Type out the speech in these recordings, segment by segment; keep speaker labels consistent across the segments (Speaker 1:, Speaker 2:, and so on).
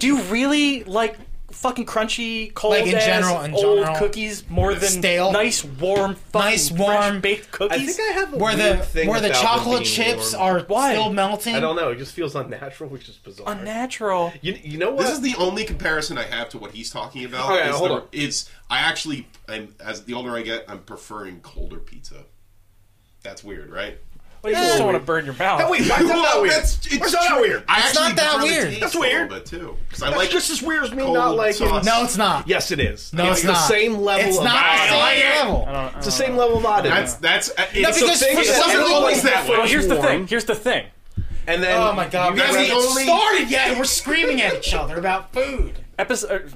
Speaker 1: Do you really like fucking crunchy, cold,
Speaker 2: Like, in
Speaker 1: ass,
Speaker 2: general- in
Speaker 1: old
Speaker 2: general.
Speaker 1: cookies more than
Speaker 2: Stale.
Speaker 1: nice, warm, fucking
Speaker 2: Nice,
Speaker 1: fresh
Speaker 2: warm-
Speaker 1: baked
Speaker 3: I
Speaker 1: cookies?
Speaker 3: think I have a
Speaker 2: where
Speaker 3: weird
Speaker 2: the
Speaker 3: thing
Speaker 2: where the
Speaker 3: about
Speaker 2: chocolate
Speaker 3: being
Speaker 2: chips
Speaker 3: warm.
Speaker 2: are
Speaker 1: Why?
Speaker 2: still melting.
Speaker 3: I don't know. It just feels unnatural, which is bizarre.
Speaker 1: Unnatural.
Speaker 3: you, you know what?
Speaker 4: This is the only comparison I have to what he's talking about.
Speaker 3: Okay,
Speaker 4: is,
Speaker 3: hold
Speaker 4: the-
Speaker 3: on.
Speaker 4: is I actually, I'm, as the older I get, I'm preferring colder pizza. That's weird, right?
Speaker 1: Well, you just don't want to burn your mouth.
Speaker 3: Wait, why is that not weird?
Speaker 4: That's,
Speaker 3: Why is that not
Speaker 4: true.
Speaker 3: weird?
Speaker 4: I
Speaker 2: It's
Speaker 4: actually
Speaker 2: not that
Speaker 4: prefer the
Speaker 2: weird.
Speaker 4: taste
Speaker 3: That's
Speaker 4: a
Speaker 3: weird.
Speaker 4: little bit too, because I
Speaker 3: That's
Speaker 4: like
Speaker 3: just as weird as me
Speaker 4: cold
Speaker 3: not liking.
Speaker 4: sauce.
Speaker 2: No, it's not.
Speaker 3: Yes, it is.
Speaker 2: No, it's
Speaker 3: the
Speaker 2: not.
Speaker 3: same level.
Speaker 2: It's
Speaker 3: of
Speaker 2: not the
Speaker 3: I like
Speaker 2: same
Speaker 3: it.
Speaker 2: level.
Speaker 3: It's the same level of oddity.
Speaker 4: That's that's uh, it's
Speaker 2: because
Speaker 4: a thing
Speaker 2: for
Speaker 4: is
Speaker 2: some
Speaker 4: everyone
Speaker 2: people-
Speaker 4: likes that
Speaker 1: well,
Speaker 4: way.
Speaker 1: here's the
Speaker 3: warm.
Speaker 1: thing. Here's the thing.
Speaker 3: and then
Speaker 2: Oh my god, we
Speaker 3: you
Speaker 4: That's
Speaker 2: haven't
Speaker 4: the
Speaker 2: even
Speaker 3: guys-
Speaker 4: only-
Speaker 2: started yet, and we're screaming at each other about food.
Speaker 1: Episode.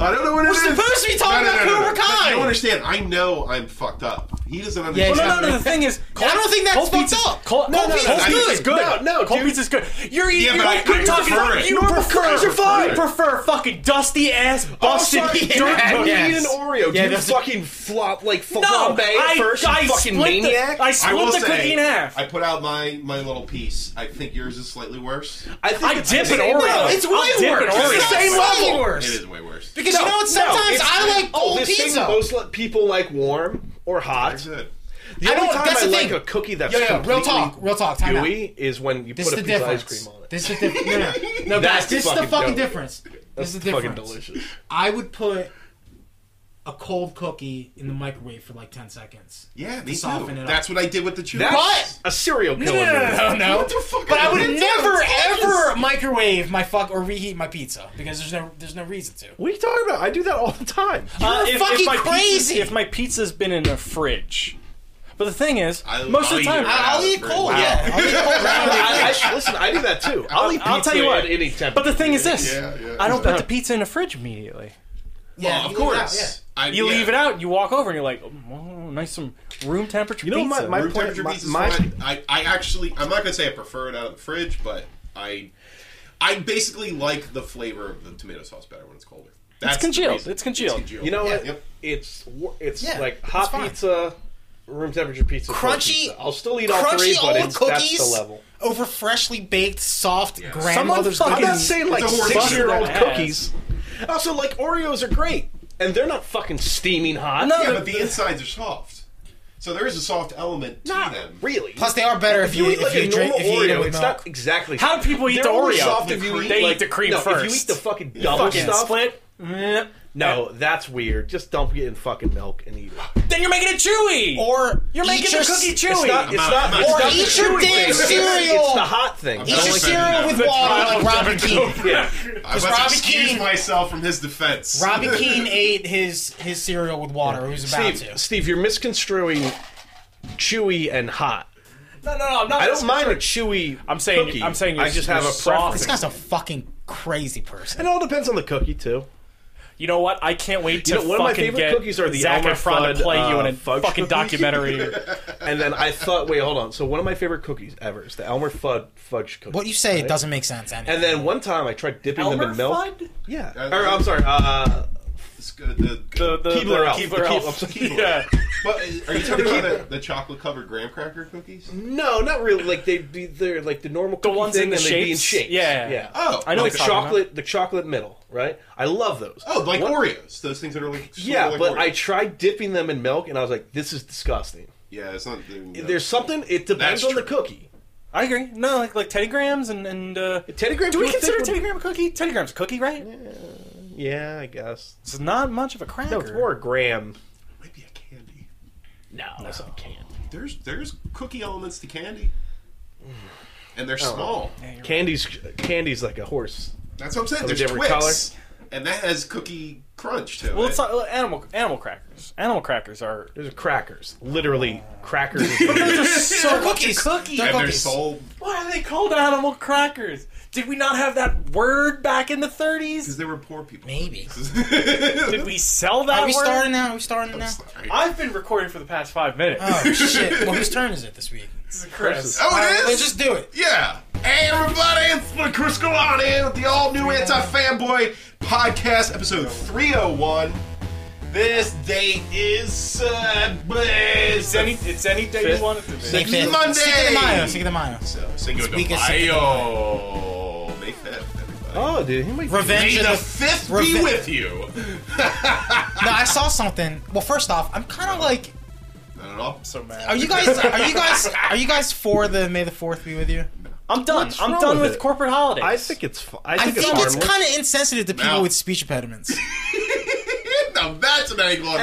Speaker 4: I don't know what it is.
Speaker 2: supposed to be talking about Cobra Kai.
Speaker 4: But You don't understand. I know I'm fucked up. He doesn't
Speaker 2: Yeah,
Speaker 4: understand.
Speaker 2: he's
Speaker 1: Well, uh, no, no, no. The thing is,
Speaker 2: I don't think that's
Speaker 1: cold
Speaker 2: fucked
Speaker 1: pizza's-
Speaker 2: up.
Speaker 1: Cold,
Speaker 2: No,
Speaker 1: cold
Speaker 2: no, no,
Speaker 1: pizza's
Speaker 4: that's
Speaker 1: good.
Speaker 4: pizza's
Speaker 3: good. No, no,
Speaker 1: cold
Speaker 3: dude.
Speaker 1: pizza's good. You're
Speaker 4: Yeah,
Speaker 1: eating.
Speaker 4: but I-
Speaker 1: you're
Speaker 4: I
Speaker 1: talking
Speaker 4: prefer
Speaker 1: about
Speaker 4: it.
Speaker 1: you
Speaker 4: Normal
Speaker 1: prefer.
Speaker 4: fries are fine.
Speaker 1: You prefer fucking dusty ass busted
Speaker 3: Oh, sorry,
Speaker 1: dirt.
Speaker 3: When
Speaker 1: cookies.
Speaker 3: you
Speaker 2: Yes.
Speaker 3: eat an Oreo, do
Speaker 2: Oh, Yeah,
Speaker 3: you
Speaker 2: that's-
Speaker 3: fucking flop like
Speaker 1: No,
Speaker 3: flambe
Speaker 1: I,
Speaker 3: first? you
Speaker 1: I split
Speaker 3: fucking maniac.
Speaker 1: The, I
Speaker 4: I will
Speaker 1: split the
Speaker 4: say,
Speaker 1: cookie in half.
Speaker 4: I put out my my little piece. I think yours is slightly worse.
Speaker 3: I think
Speaker 1: I
Speaker 3: it's
Speaker 1: dip
Speaker 3: the
Speaker 1: an
Speaker 3: same
Speaker 1: Oreo.
Speaker 3: level.
Speaker 2: No, it's way
Speaker 1: I'll dip
Speaker 2: worse.
Speaker 1: it
Speaker 2: It's
Speaker 1: Oreo.
Speaker 2: not
Speaker 3: Same
Speaker 2: slightly
Speaker 3: level.
Speaker 4: It
Speaker 2: worse.
Speaker 4: is way worse.
Speaker 2: Because
Speaker 3: No,
Speaker 2: you know what?
Speaker 3: no,
Speaker 2: Sometimes
Speaker 3: it's-
Speaker 2: I like
Speaker 3: oh,
Speaker 2: cold
Speaker 3: this thing
Speaker 2: pizza.
Speaker 3: Most let people like warm or hot.
Speaker 4: That's it.
Speaker 3: The
Speaker 2: I
Speaker 3: only
Speaker 2: don't-
Speaker 3: time
Speaker 2: that's
Speaker 3: I
Speaker 2: the
Speaker 3: like
Speaker 2: thing.
Speaker 3: a cookie that's
Speaker 2: Yo, yo, real
Speaker 3: completely
Speaker 2: talk, real talk, time out.
Speaker 3: gooey is when you
Speaker 2: This
Speaker 3: put
Speaker 2: is
Speaker 3: a
Speaker 2: the
Speaker 3: piece of ice
Speaker 2: difference.
Speaker 3: cream on it.
Speaker 2: This is the difference. No, no, no
Speaker 3: That's
Speaker 2: guys, this is the
Speaker 3: fucking
Speaker 2: fucking
Speaker 3: dope.
Speaker 2: difference. This is the
Speaker 3: fucking
Speaker 2: difference.
Speaker 3: delicious.
Speaker 2: I would put a cold cookie in the microwave for like ten seconds.
Speaker 4: Yeah, me
Speaker 2: soften it
Speaker 4: too.
Speaker 2: up.
Speaker 4: That's what I did with the chew.
Speaker 3: That's
Speaker 2: But-
Speaker 3: a serial
Speaker 2: No,
Speaker 3: killer.
Speaker 2: no, no,
Speaker 3: move.
Speaker 2: no, no, no.
Speaker 4: What the fuck
Speaker 2: But
Speaker 4: are
Speaker 2: I would
Speaker 4: you
Speaker 2: never,
Speaker 4: doing?
Speaker 2: ever microwave my fuck or reheat my pizza because there's no, there's no reason to.
Speaker 3: What are you talking about? I do that all the time.
Speaker 1: Uh,
Speaker 2: You're
Speaker 1: if- if
Speaker 2: fucking
Speaker 1: my pizza-
Speaker 2: crazy.
Speaker 1: if my pizza's been in the fridge, but the thing is,
Speaker 4: I-
Speaker 1: most of the
Speaker 4: I'll eat
Speaker 1: time,
Speaker 4: it.
Speaker 2: I'll eat
Speaker 4: Wow.
Speaker 2: cold.
Speaker 4: Wow.
Speaker 2: Yeah, I'll eat cold. round and
Speaker 3: I,
Speaker 2: round.
Speaker 3: I, listen, I do that too. I'll eat pizza
Speaker 1: I'll tell you what.
Speaker 3: at any temperature.
Speaker 1: But the thing is this:
Speaker 4: Yeah, yeah.
Speaker 1: I don't put the pizza in the fridge immediately.
Speaker 2: yeah,
Speaker 4: Well, of
Speaker 2: you leave it out,
Speaker 4: course. I-
Speaker 1: You
Speaker 4: yeah.
Speaker 1: leave it out. You walk over and you're like, "Oh, nice some room temperature
Speaker 3: You know, my-
Speaker 1: pizza.
Speaker 3: my-
Speaker 4: Room temperature
Speaker 3: My-
Speaker 4: pizza's
Speaker 3: my-
Speaker 4: fine. I, I actually, I'm not gonna say I prefer it out of the fridge, but I, I basically like the flavor of the tomato sauce better when it's colder. That's the
Speaker 1: congealed.
Speaker 4: reason.
Speaker 1: It's congealed.
Speaker 3: you know
Speaker 2: Yeah.
Speaker 3: what?
Speaker 4: Yep.
Speaker 3: It's wor- it's
Speaker 2: Yeah,
Speaker 3: like
Speaker 2: it's
Speaker 3: hot
Speaker 2: fine.
Speaker 3: pizza, room temperature pizza, cold
Speaker 2: Crunchy-
Speaker 3: pizza. I'll still eat all three,
Speaker 2: Crunchy
Speaker 3: but
Speaker 2: old
Speaker 3: it's
Speaker 2: cookies
Speaker 3: that's the level.
Speaker 2: over freshly baked, soft
Speaker 1: Someone
Speaker 2: grandmother's
Speaker 1: fucking-
Speaker 3: I'm not
Speaker 2: cookies.
Speaker 3: saying like
Speaker 4: It's a horse
Speaker 3: six year old
Speaker 1: shit ass.
Speaker 3: cookies. Also, like Oreos are great, and they're not fucking steaming hot.
Speaker 1: No,
Speaker 4: Yeah, but the insides are soft, so there is a soft element to
Speaker 3: not
Speaker 4: them.
Speaker 3: really.
Speaker 2: Plus, they are better if,
Speaker 3: if
Speaker 2: you,
Speaker 3: you eat
Speaker 2: if
Speaker 3: like
Speaker 2: you
Speaker 3: a
Speaker 2: drink
Speaker 3: normal
Speaker 2: if you eat it
Speaker 3: Oreo,
Speaker 2: with
Speaker 3: it's
Speaker 2: milk.
Speaker 3: not exactly.
Speaker 1: How do people eat
Speaker 3: They're
Speaker 1: the
Speaker 3: only
Speaker 1: Oreo?
Speaker 3: Soft if you
Speaker 1: They
Speaker 3: eat,
Speaker 1: eat
Speaker 3: like-
Speaker 1: the cream
Speaker 3: no, If you eat
Speaker 1: first.
Speaker 3: the fucking double
Speaker 1: fucking
Speaker 3: stuff, eh,
Speaker 1: split. Mm.
Speaker 3: no, that's weird. Just dump it in fucking milk and eat it.
Speaker 1: Then you're making it chewy.
Speaker 2: or
Speaker 1: you're making
Speaker 2: eat
Speaker 1: the
Speaker 2: your
Speaker 1: cookie
Speaker 2: s-
Speaker 1: chewy.
Speaker 3: It's not. It's
Speaker 4: out,
Speaker 3: not.
Speaker 4: I'm
Speaker 3: It's
Speaker 4: out.
Speaker 3: not
Speaker 4: Or
Speaker 3: the
Speaker 2: eat your
Speaker 3: chewy
Speaker 2: damn
Speaker 3: thing. It's- It's
Speaker 2: cereal.
Speaker 3: the hot thing.
Speaker 4: I'm
Speaker 2: Eat
Speaker 4: not
Speaker 2: your
Speaker 4: like
Speaker 2: cereal
Speaker 4: that.
Speaker 2: with
Speaker 4: The
Speaker 2: water
Speaker 1: trial
Speaker 2: like
Speaker 1: of
Speaker 2: Robert Keane.
Speaker 3: Yeah.
Speaker 4: I must
Speaker 2: Robbie
Speaker 4: excuse
Speaker 2: Keane-
Speaker 4: myself from his defense.
Speaker 2: Robbie Keane ate his his cereal with water. Who's about
Speaker 3: Steve,
Speaker 2: to?
Speaker 3: Steve, you're misconstruing chewy and hot.
Speaker 1: no, no, no. I'm not.
Speaker 3: I don't mind a chewy.
Speaker 1: I'm saying-
Speaker 3: cookie.
Speaker 1: I'm saying
Speaker 3: I
Speaker 1: you're-
Speaker 3: just have
Speaker 1: you're
Speaker 3: a
Speaker 1: soft.
Speaker 3: preference.
Speaker 2: This guy's a fucking crazy person.
Speaker 3: It all depends on the cookie too.
Speaker 1: You know what? I can't wait to
Speaker 3: You know, one of my
Speaker 1: fucking
Speaker 3: favorite
Speaker 1: get
Speaker 3: cookies are the
Speaker 1: Zac
Speaker 3: Elmer
Speaker 1: Efron to
Speaker 3: Fudd,
Speaker 1: play you in
Speaker 3: uh,
Speaker 1: a
Speaker 3: fudge
Speaker 1: fucking
Speaker 3: cookies.
Speaker 1: documentary.
Speaker 3: And then I thought, wait, hold on. So one of my favorite cookies ever is the Elmer Fudd fudge cookie.
Speaker 2: What you say
Speaker 3: right?
Speaker 2: doesn't make sense. Andy.
Speaker 3: And then one time I tried dipping them in milk.
Speaker 1: Fudd?
Speaker 3: Yeah.
Speaker 4: Uh,
Speaker 3: or I'm sorry. Uh,
Speaker 4: It's good- the-
Speaker 1: The, the,
Speaker 3: Keebler Elf.
Speaker 1: the
Speaker 3: The
Speaker 1: Keebler
Speaker 3: Keeb-
Speaker 1: Elf.
Speaker 3: I'm sorry, Keebler.
Speaker 1: Yeah.
Speaker 4: but are you talking about the, the chocolate covered graham cracker cookies?
Speaker 3: no, not really. Like they be they're like the normal cookie
Speaker 1: ones in
Speaker 3: thing,
Speaker 1: the
Speaker 3: and they'd be in
Speaker 1: shapes?
Speaker 3: shapes.
Speaker 1: Yeah.
Speaker 3: Yeah.
Speaker 4: Oh,
Speaker 1: I know
Speaker 3: the
Speaker 1: what you're talking about.
Speaker 3: chocolate, the chocolate middle, right? I love those.
Speaker 4: Oh, like
Speaker 3: One-
Speaker 4: Oreos. Those things that are like sort of
Speaker 3: Yeah,
Speaker 4: like
Speaker 3: but
Speaker 4: Oreos.
Speaker 3: I tried dipping them in milk, and I was like, this is disgusting.
Speaker 4: yeah, it's not. they're-
Speaker 3: There's something. It depends
Speaker 4: That's
Speaker 3: on the
Speaker 4: true.
Speaker 3: cookie.
Speaker 1: I agree. No, like like Teddy Grahams and and uh,
Speaker 3: Teddy Grahams
Speaker 1: Do we
Speaker 3: was a thick
Speaker 1: consider
Speaker 3: one.
Speaker 1: Teddy Graham a cookie? Teddy Graham's a cookie, right?
Speaker 3: Yeah, I guess.
Speaker 1: It's not much of a cracker.
Speaker 3: No, it's more gram.
Speaker 4: might be a candy.
Speaker 3: No, that's not candy.
Speaker 4: There's there's cookie elements to candy, and they're small.
Speaker 3: Candy's candy's like a horse.
Speaker 4: That's what I'm saying.
Speaker 3: Of a
Speaker 4: There's
Speaker 3: different
Speaker 4: Twix, and that has cookie crunch to
Speaker 1: Well,
Speaker 4: it.
Speaker 1: it's not, well, animal animal crackers. Animal crackers are
Speaker 3: There's crackers, literally crackers.
Speaker 2: They're cookies.
Speaker 1: cookies.
Speaker 2: They're
Speaker 4: and they're
Speaker 2: cookies.
Speaker 4: sold
Speaker 1: Why are they called animal crackers? Did we not have that word back in the 30s?
Speaker 4: because they were poor people.
Speaker 2: Maybe.
Speaker 1: Did we sell that
Speaker 2: Are we
Speaker 1: word?
Speaker 2: starting now? Are we starting now?
Speaker 4: Sorry.
Speaker 1: I've been recording for the past five minutes.
Speaker 2: Oh shit! Well, whose turn is it this week?
Speaker 1: Chris.
Speaker 4: Oh,
Speaker 2: Alright,
Speaker 4: it
Speaker 2: let's
Speaker 4: is.
Speaker 2: just do it.
Speaker 4: Yeah. Hey everybody, it's the Chris Galani with the all new Anti Fanboy Podcast, episode 301. This date is uh,
Speaker 1: It's any, it's any day
Speaker 3: Fifth.
Speaker 1: you want it to be.
Speaker 2: May fifth.
Speaker 4: Monday.
Speaker 2: Cinco de Mayo. Cinco de Mayo.
Speaker 4: So, Cinco de
Speaker 2: week is
Speaker 4: Mayo. May 5th, everybody.
Speaker 5: thing.
Speaker 3: Oh, dude, he might.
Speaker 4: May
Speaker 2: Revenge of
Speaker 4: the
Speaker 2: the
Speaker 4: fifth be
Speaker 2: Reve-
Speaker 4: with you.
Speaker 2: No, I saw something. Well, first off, I'm kind of like,
Speaker 4: Not at all.
Speaker 2: so mad. Are you guys? Are you guys? Are you guys for the May the Fourth be with you?
Speaker 1: I'm done.
Speaker 3: What's
Speaker 1: I'm
Speaker 3: wrong
Speaker 1: done
Speaker 3: with
Speaker 1: with
Speaker 3: it?
Speaker 1: corporate holidays.
Speaker 3: I think it's. fu- I
Speaker 2: I
Speaker 3: think,
Speaker 2: think it's
Speaker 3: harmless.
Speaker 2: kind of insensitive to people
Speaker 4: No.
Speaker 2: with speech impediments.
Speaker 4: now that's an angle I've
Speaker 3: Uh,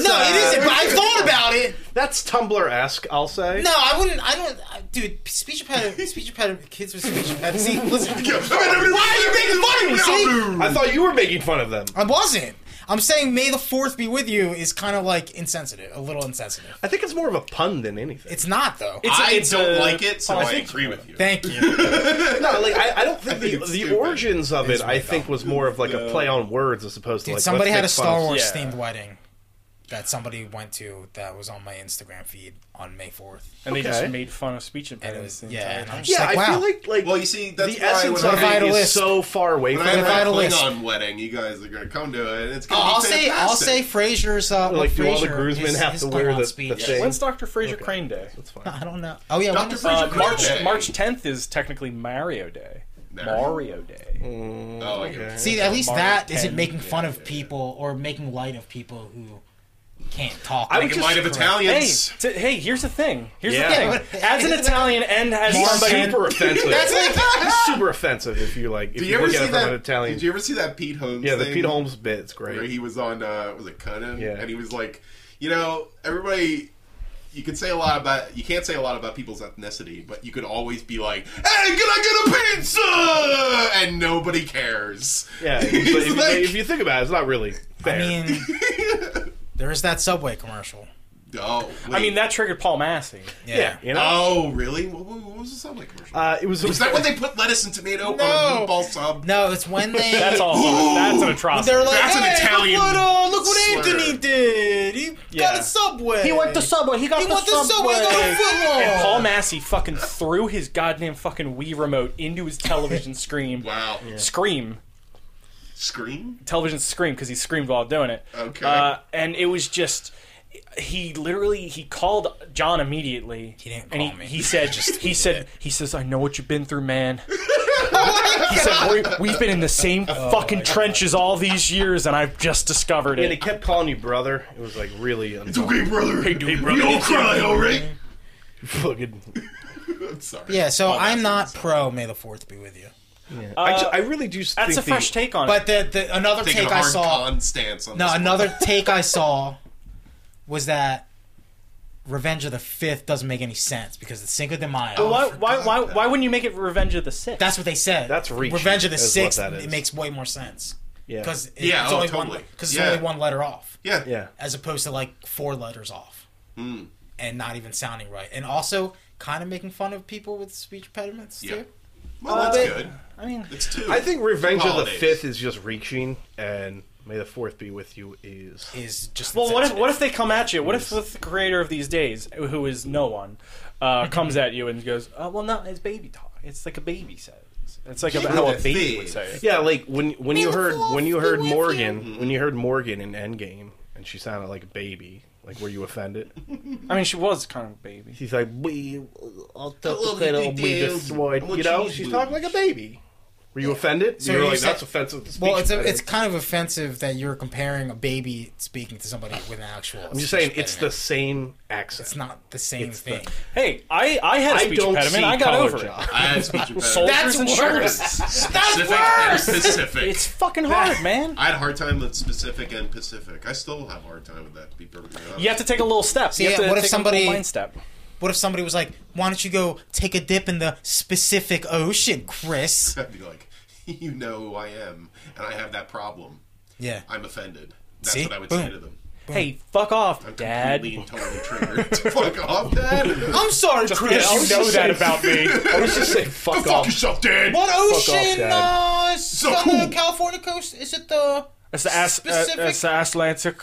Speaker 3: that's
Speaker 4: explored.
Speaker 2: No, it isn't. But I thought about it.
Speaker 3: That's Tumblr-esque, I'll say.
Speaker 2: No, I wouldn't. I don't, I, dude. Speech impediment. Speech impediment. Kids with speech impediment. See, listen.
Speaker 1: Uh,
Speaker 4: Why
Speaker 2: are you making fun
Speaker 3: I thought you were making fun of them.
Speaker 2: I wasn't. I'm saying May the Fourth be with you is kind of like insensitive, a little insensitive.
Speaker 3: I think it's more of a pun than anything.
Speaker 2: It's not though.
Speaker 1: It's a-
Speaker 4: I
Speaker 1: it's
Speaker 4: don't
Speaker 1: a-
Speaker 4: like it, so
Speaker 1: I
Speaker 4: I,
Speaker 1: think-
Speaker 4: agree with you.
Speaker 2: Thank you.
Speaker 3: no, like I, I don't think,
Speaker 4: I think
Speaker 3: the,
Speaker 4: it's
Speaker 3: the
Speaker 4: stupid.
Speaker 3: origins of it. I think was more of like a play on words as opposed to
Speaker 2: Dude,
Speaker 3: like.
Speaker 2: somebody
Speaker 3: let's
Speaker 2: had a
Speaker 3: make fun
Speaker 2: Star
Speaker 3: of-
Speaker 2: Wars
Speaker 1: Yeah.
Speaker 2: themed wedding that somebody went to that was on my Instagram feed on May Fourth,
Speaker 1: and they
Speaker 3: Okay.
Speaker 1: just made fun of speech
Speaker 2: and it
Speaker 1: impediments.
Speaker 2: was
Speaker 1: the
Speaker 2: yeah.
Speaker 1: entire
Speaker 2: And I'm
Speaker 1: time.
Speaker 2: just
Speaker 3: Yeah,
Speaker 2: like, wow.
Speaker 3: I feel like like
Speaker 4: Well, you see, that's
Speaker 3: the
Speaker 4: why
Speaker 3: essence
Speaker 4: when
Speaker 3: of
Speaker 2: I-
Speaker 3: it is
Speaker 2: Vitalist.
Speaker 3: so far away
Speaker 4: When
Speaker 3: from
Speaker 4: I
Speaker 3: it.
Speaker 2: Right.
Speaker 4: have a
Speaker 2: Vitalist.
Speaker 4: Klingon wedding, you guys are gonna come to it. and It's
Speaker 2: Oh,
Speaker 4: gonna
Speaker 2: I'll
Speaker 4: be
Speaker 2: say I'll say
Speaker 4: fantastic.
Speaker 2: Frasier's uh,
Speaker 3: Like,
Speaker 2: or
Speaker 3: do all the
Speaker 2: Frasier,
Speaker 3: groomsmen
Speaker 2: his-
Speaker 3: have
Speaker 2: his
Speaker 3: to wear
Speaker 2: Klingon
Speaker 3: the-
Speaker 2: speech.
Speaker 3: the thing?
Speaker 1: When's Dr. Fraser Crane Day?
Speaker 3: That's fine.
Speaker 2: I don't know. Oh yeah, when
Speaker 4: Dr.
Speaker 2: is-
Speaker 4: Fraser
Speaker 1: Uh,
Speaker 4: Crane
Speaker 1: March
Speaker 4: Day.
Speaker 1: March 10th is technically Mario Day.
Speaker 4: Mario.
Speaker 1: Mario Day.
Speaker 4: Oh, I get it.
Speaker 2: See, at least
Speaker 1: March
Speaker 2: that
Speaker 1: 10,
Speaker 2: not making
Speaker 1: yeah,
Speaker 2: fun of people or making light of people who can't talk.
Speaker 3: I
Speaker 2: Like,
Speaker 3: would
Speaker 4: In light of
Speaker 1: Hey,
Speaker 4: Italians.
Speaker 1: t- hey, here's the thing. Here's
Speaker 3: Yeah.
Speaker 1: the thing. As an Italian and as
Speaker 2: He's
Speaker 1: somebody
Speaker 3: super offensive.
Speaker 2: That's like-
Speaker 3: It's super offensive if you like. If
Speaker 4: Did
Speaker 3: you,
Speaker 4: you ever
Speaker 3: look at
Speaker 4: see
Speaker 3: it from
Speaker 4: that?
Speaker 3: an Italian.
Speaker 4: Did you ever see that Pete Holmes?
Speaker 3: yeah, the
Speaker 4: thing
Speaker 3: Pete Holmes bit's
Speaker 4: where
Speaker 3: great.
Speaker 4: he was on uh, was it Conan?
Speaker 3: Yeah.
Speaker 4: and he was like, you know, everybody. You can say a lot about you can't say a lot about people's ethnicity, but you could always be like, "Hey, can I get a pizza?" and nobody cares.
Speaker 3: yeah, but
Speaker 4: He's
Speaker 3: if, you-
Speaker 4: like-
Speaker 3: if you think about it, it's not really. Fair.
Speaker 2: I mean, there is that Subway commercial.
Speaker 4: Oh, wait.
Speaker 1: I mean that triggered Paul Massey.
Speaker 2: Yeah.
Speaker 3: yeah, you know.
Speaker 4: Oh, really? What, what what was the subway commercial?
Speaker 3: uh, it was.
Speaker 4: Is that when they put lettuce and tomato on a
Speaker 2: No.
Speaker 4: meatball sub?
Speaker 2: No, it's when they.
Speaker 1: That's all. That's an atrocity.
Speaker 2: They're like,
Speaker 4: That's an
Speaker 2: hey,
Speaker 4: Italian
Speaker 2: Look what, uh, look what
Speaker 4: slur.
Speaker 2: Anthony did. He
Speaker 1: Yeah.
Speaker 2: got a
Speaker 1: subway.
Speaker 2: Subway.
Speaker 1: He got
Speaker 2: He went to Subway. Got a footlong.
Speaker 1: And Paul Massey fucking threw his goddamn fucking Wii remote into his television screen.
Speaker 4: Wow.
Speaker 1: Scream.
Speaker 4: Scream?
Speaker 1: television scream because he screamed while doing it.
Speaker 4: Okay.
Speaker 1: Uh, and it was just he literally he called John immediately. He
Speaker 2: didn't
Speaker 1: and
Speaker 2: call
Speaker 3: Oh,
Speaker 1: he,
Speaker 2: me.
Speaker 1: He said he said he says I know what you've been through, man.
Speaker 3: Oh
Speaker 1: he said we, we've been in the same fucking trenches all these years, and I've just discovered
Speaker 3: and he
Speaker 1: it.
Speaker 3: kept calling you brother. It was like really un-
Speaker 4: It's okay, brother. Hey, dude,
Speaker 3: brother.
Speaker 4: You don't cry, all right?
Speaker 3: fucking.
Speaker 4: I'm sorry.
Speaker 2: Yeah, so I'm not pro May the Fourth be with you.
Speaker 3: I, ju- I really do.
Speaker 1: That's
Speaker 3: think
Speaker 1: a fresh
Speaker 3: the,
Speaker 1: take on it.
Speaker 2: But the, the another
Speaker 4: Taking
Speaker 2: take
Speaker 4: a
Speaker 2: I
Speaker 4: hard
Speaker 2: saw.
Speaker 4: con stance on
Speaker 2: No,
Speaker 4: this.
Speaker 2: another take I saw was that Revenge of the Fifth doesn't make any sense because it's Cinco de Mayo.
Speaker 1: Why, why,
Speaker 4: forgot
Speaker 1: why,
Speaker 4: that.
Speaker 1: why wouldn't you make it Revenge of the Sith?
Speaker 2: That's what they said.
Speaker 3: That's reaching,
Speaker 2: Revenge of the
Speaker 3: is what
Speaker 2: Sixth.
Speaker 3: that is.
Speaker 2: It makes way more sense
Speaker 3: Yeah.
Speaker 2: because it,
Speaker 4: Yeah,
Speaker 2: it's
Speaker 4: oh,
Speaker 2: only one
Speaker 4: totally.
Speaker 2: because
Speaker 4: Yeah.
Speaker 2: it's only one letter off
Speaker 4: Yeah.
Speaker 3: Yeah.
Speaker 2: as opposed to like four letters off
Speaker 3: Hmm.
Speaker 2: and not even sounding right and also kind of making fun of people with speech impediments
Speaker 4: Yeah.
Speaker 2: too.
Speaker 4: Well, that's
Speaker 3: they-
Speaker 4: good.
Speaker 1: I mean,
Speaker 4: It's two.
Speaker 3: I think Revenge
Speaker 4: Two
Speaker 3: of the
Speaker 4: holidays.
Speaker 3: Fifth is just reaching, and May the Fourth be with you is.
Speaker 2: Is just
Speaker 1: Well, what if
Speaker 2: insensitive.
Speaker 1: what if they come at you? What if the creator of these days, who is no one, uh, comes at you and goes, uh, "Well, no, it's baby talk. It's like a baby says. It's like a, how a baby would say." it.
Speaker 3: Yeah, like when when you heard when you heard Morgan when you heard Morgan in Endgame, and she sounded like a baby. Like, were you offended?
Speaker 1: I mean, she was kind of a baby.
Speaker 3: She's like, we, I'll take
Speaker 4: love
Speaker 3: the
Speaker 4: you,
Speaker 3: will be
Speaker 4: Dale.
Speaker 3: destroyed.
Speaker 4: I want
Speaker 3: You know,
Speaker 4: cheese
Speaker 3: she's
Speaker 4: whiz.
Speaker 3: talking like a baby. Were you offended?
Speaker 2: So
Speaker 3: you were
Speaker 2: you're
Speaker 3: like,
Speaker 2: saying-
Speaker 3: that's offensive. To speech
Speaker 2: Well, it's a,
Speaker 3: impediment."
Speaker 2: it's kind of offensive that you're comparing a baby speaking to somebody with an actual.
Speaker 3: I'm just saying, it's the same accent.
Speaker 2: It's not the same
Speaker 3: It's the-
Speaker 2: thing.
Speaker 1: Hey, I I had a
Speaker 3: I
Speaker 1: speech
Speaker 3: don't see
Speaker 1: impediment. I got
Speaker 3: color
Speaker 1: over it.
Speaker 3: job.
Speaker 4: I had speech impediment.
Speaker 1: Soldiers and
Speaker 2: worse.
Speaker 1: shirts.
Speaker 4: Pacific
Speaker 2: That's
Speaker 4: and Pacific.
Speaker 1: It's fucking hard, man.
Speaker 4: I had a hard time with specific and Pacific. I still have a hard time with that. To be perfectly honest.
Speaker 1: You have to take a little step. You have
Speaker 2: yeah,
Speaker 1: to
Speaker 2: what if
Speaker 1: take a little
Speaker 2: somebody-
Speaker 1: mind step?
Speaker 2: What if somebody was like, "Why don't you go take a dip in the specific ocean, Chris?"
Speaker 4: I'd be like, you know who I am, and I have that problem.
Speaker 2: Yeah.
Speaker 4: I'm offended. That's
Speaker 2: See?
Speaker 4: what I would say
Speaker 2: Boom.
Speaker 4: to them.
Speaker 1: Hey, fuck off, Dad.
Speaker 4: Completely and totally triggered. Fuck off, Dad. Go
Speaker 2: I'm sorry, Chris.
Speaker 1: You know that about me.
Speaker 3: I was just saying, fuck
Speaker 4: fuck
Speaker 3: off.
Speaker 4: yourself, Dad.
Speaker 2: What
Speaker 3: off,
Speaker 2: ocean?
Speaker 3: Dad.
Speaker 2: uh, southern
Speaker 4: cool.
Speaker 2: California coast? Is it the?
Speaker 1: That's the ass. Uh,
Speaker 2: Specific-
Speaker 1: that's the Atlantic.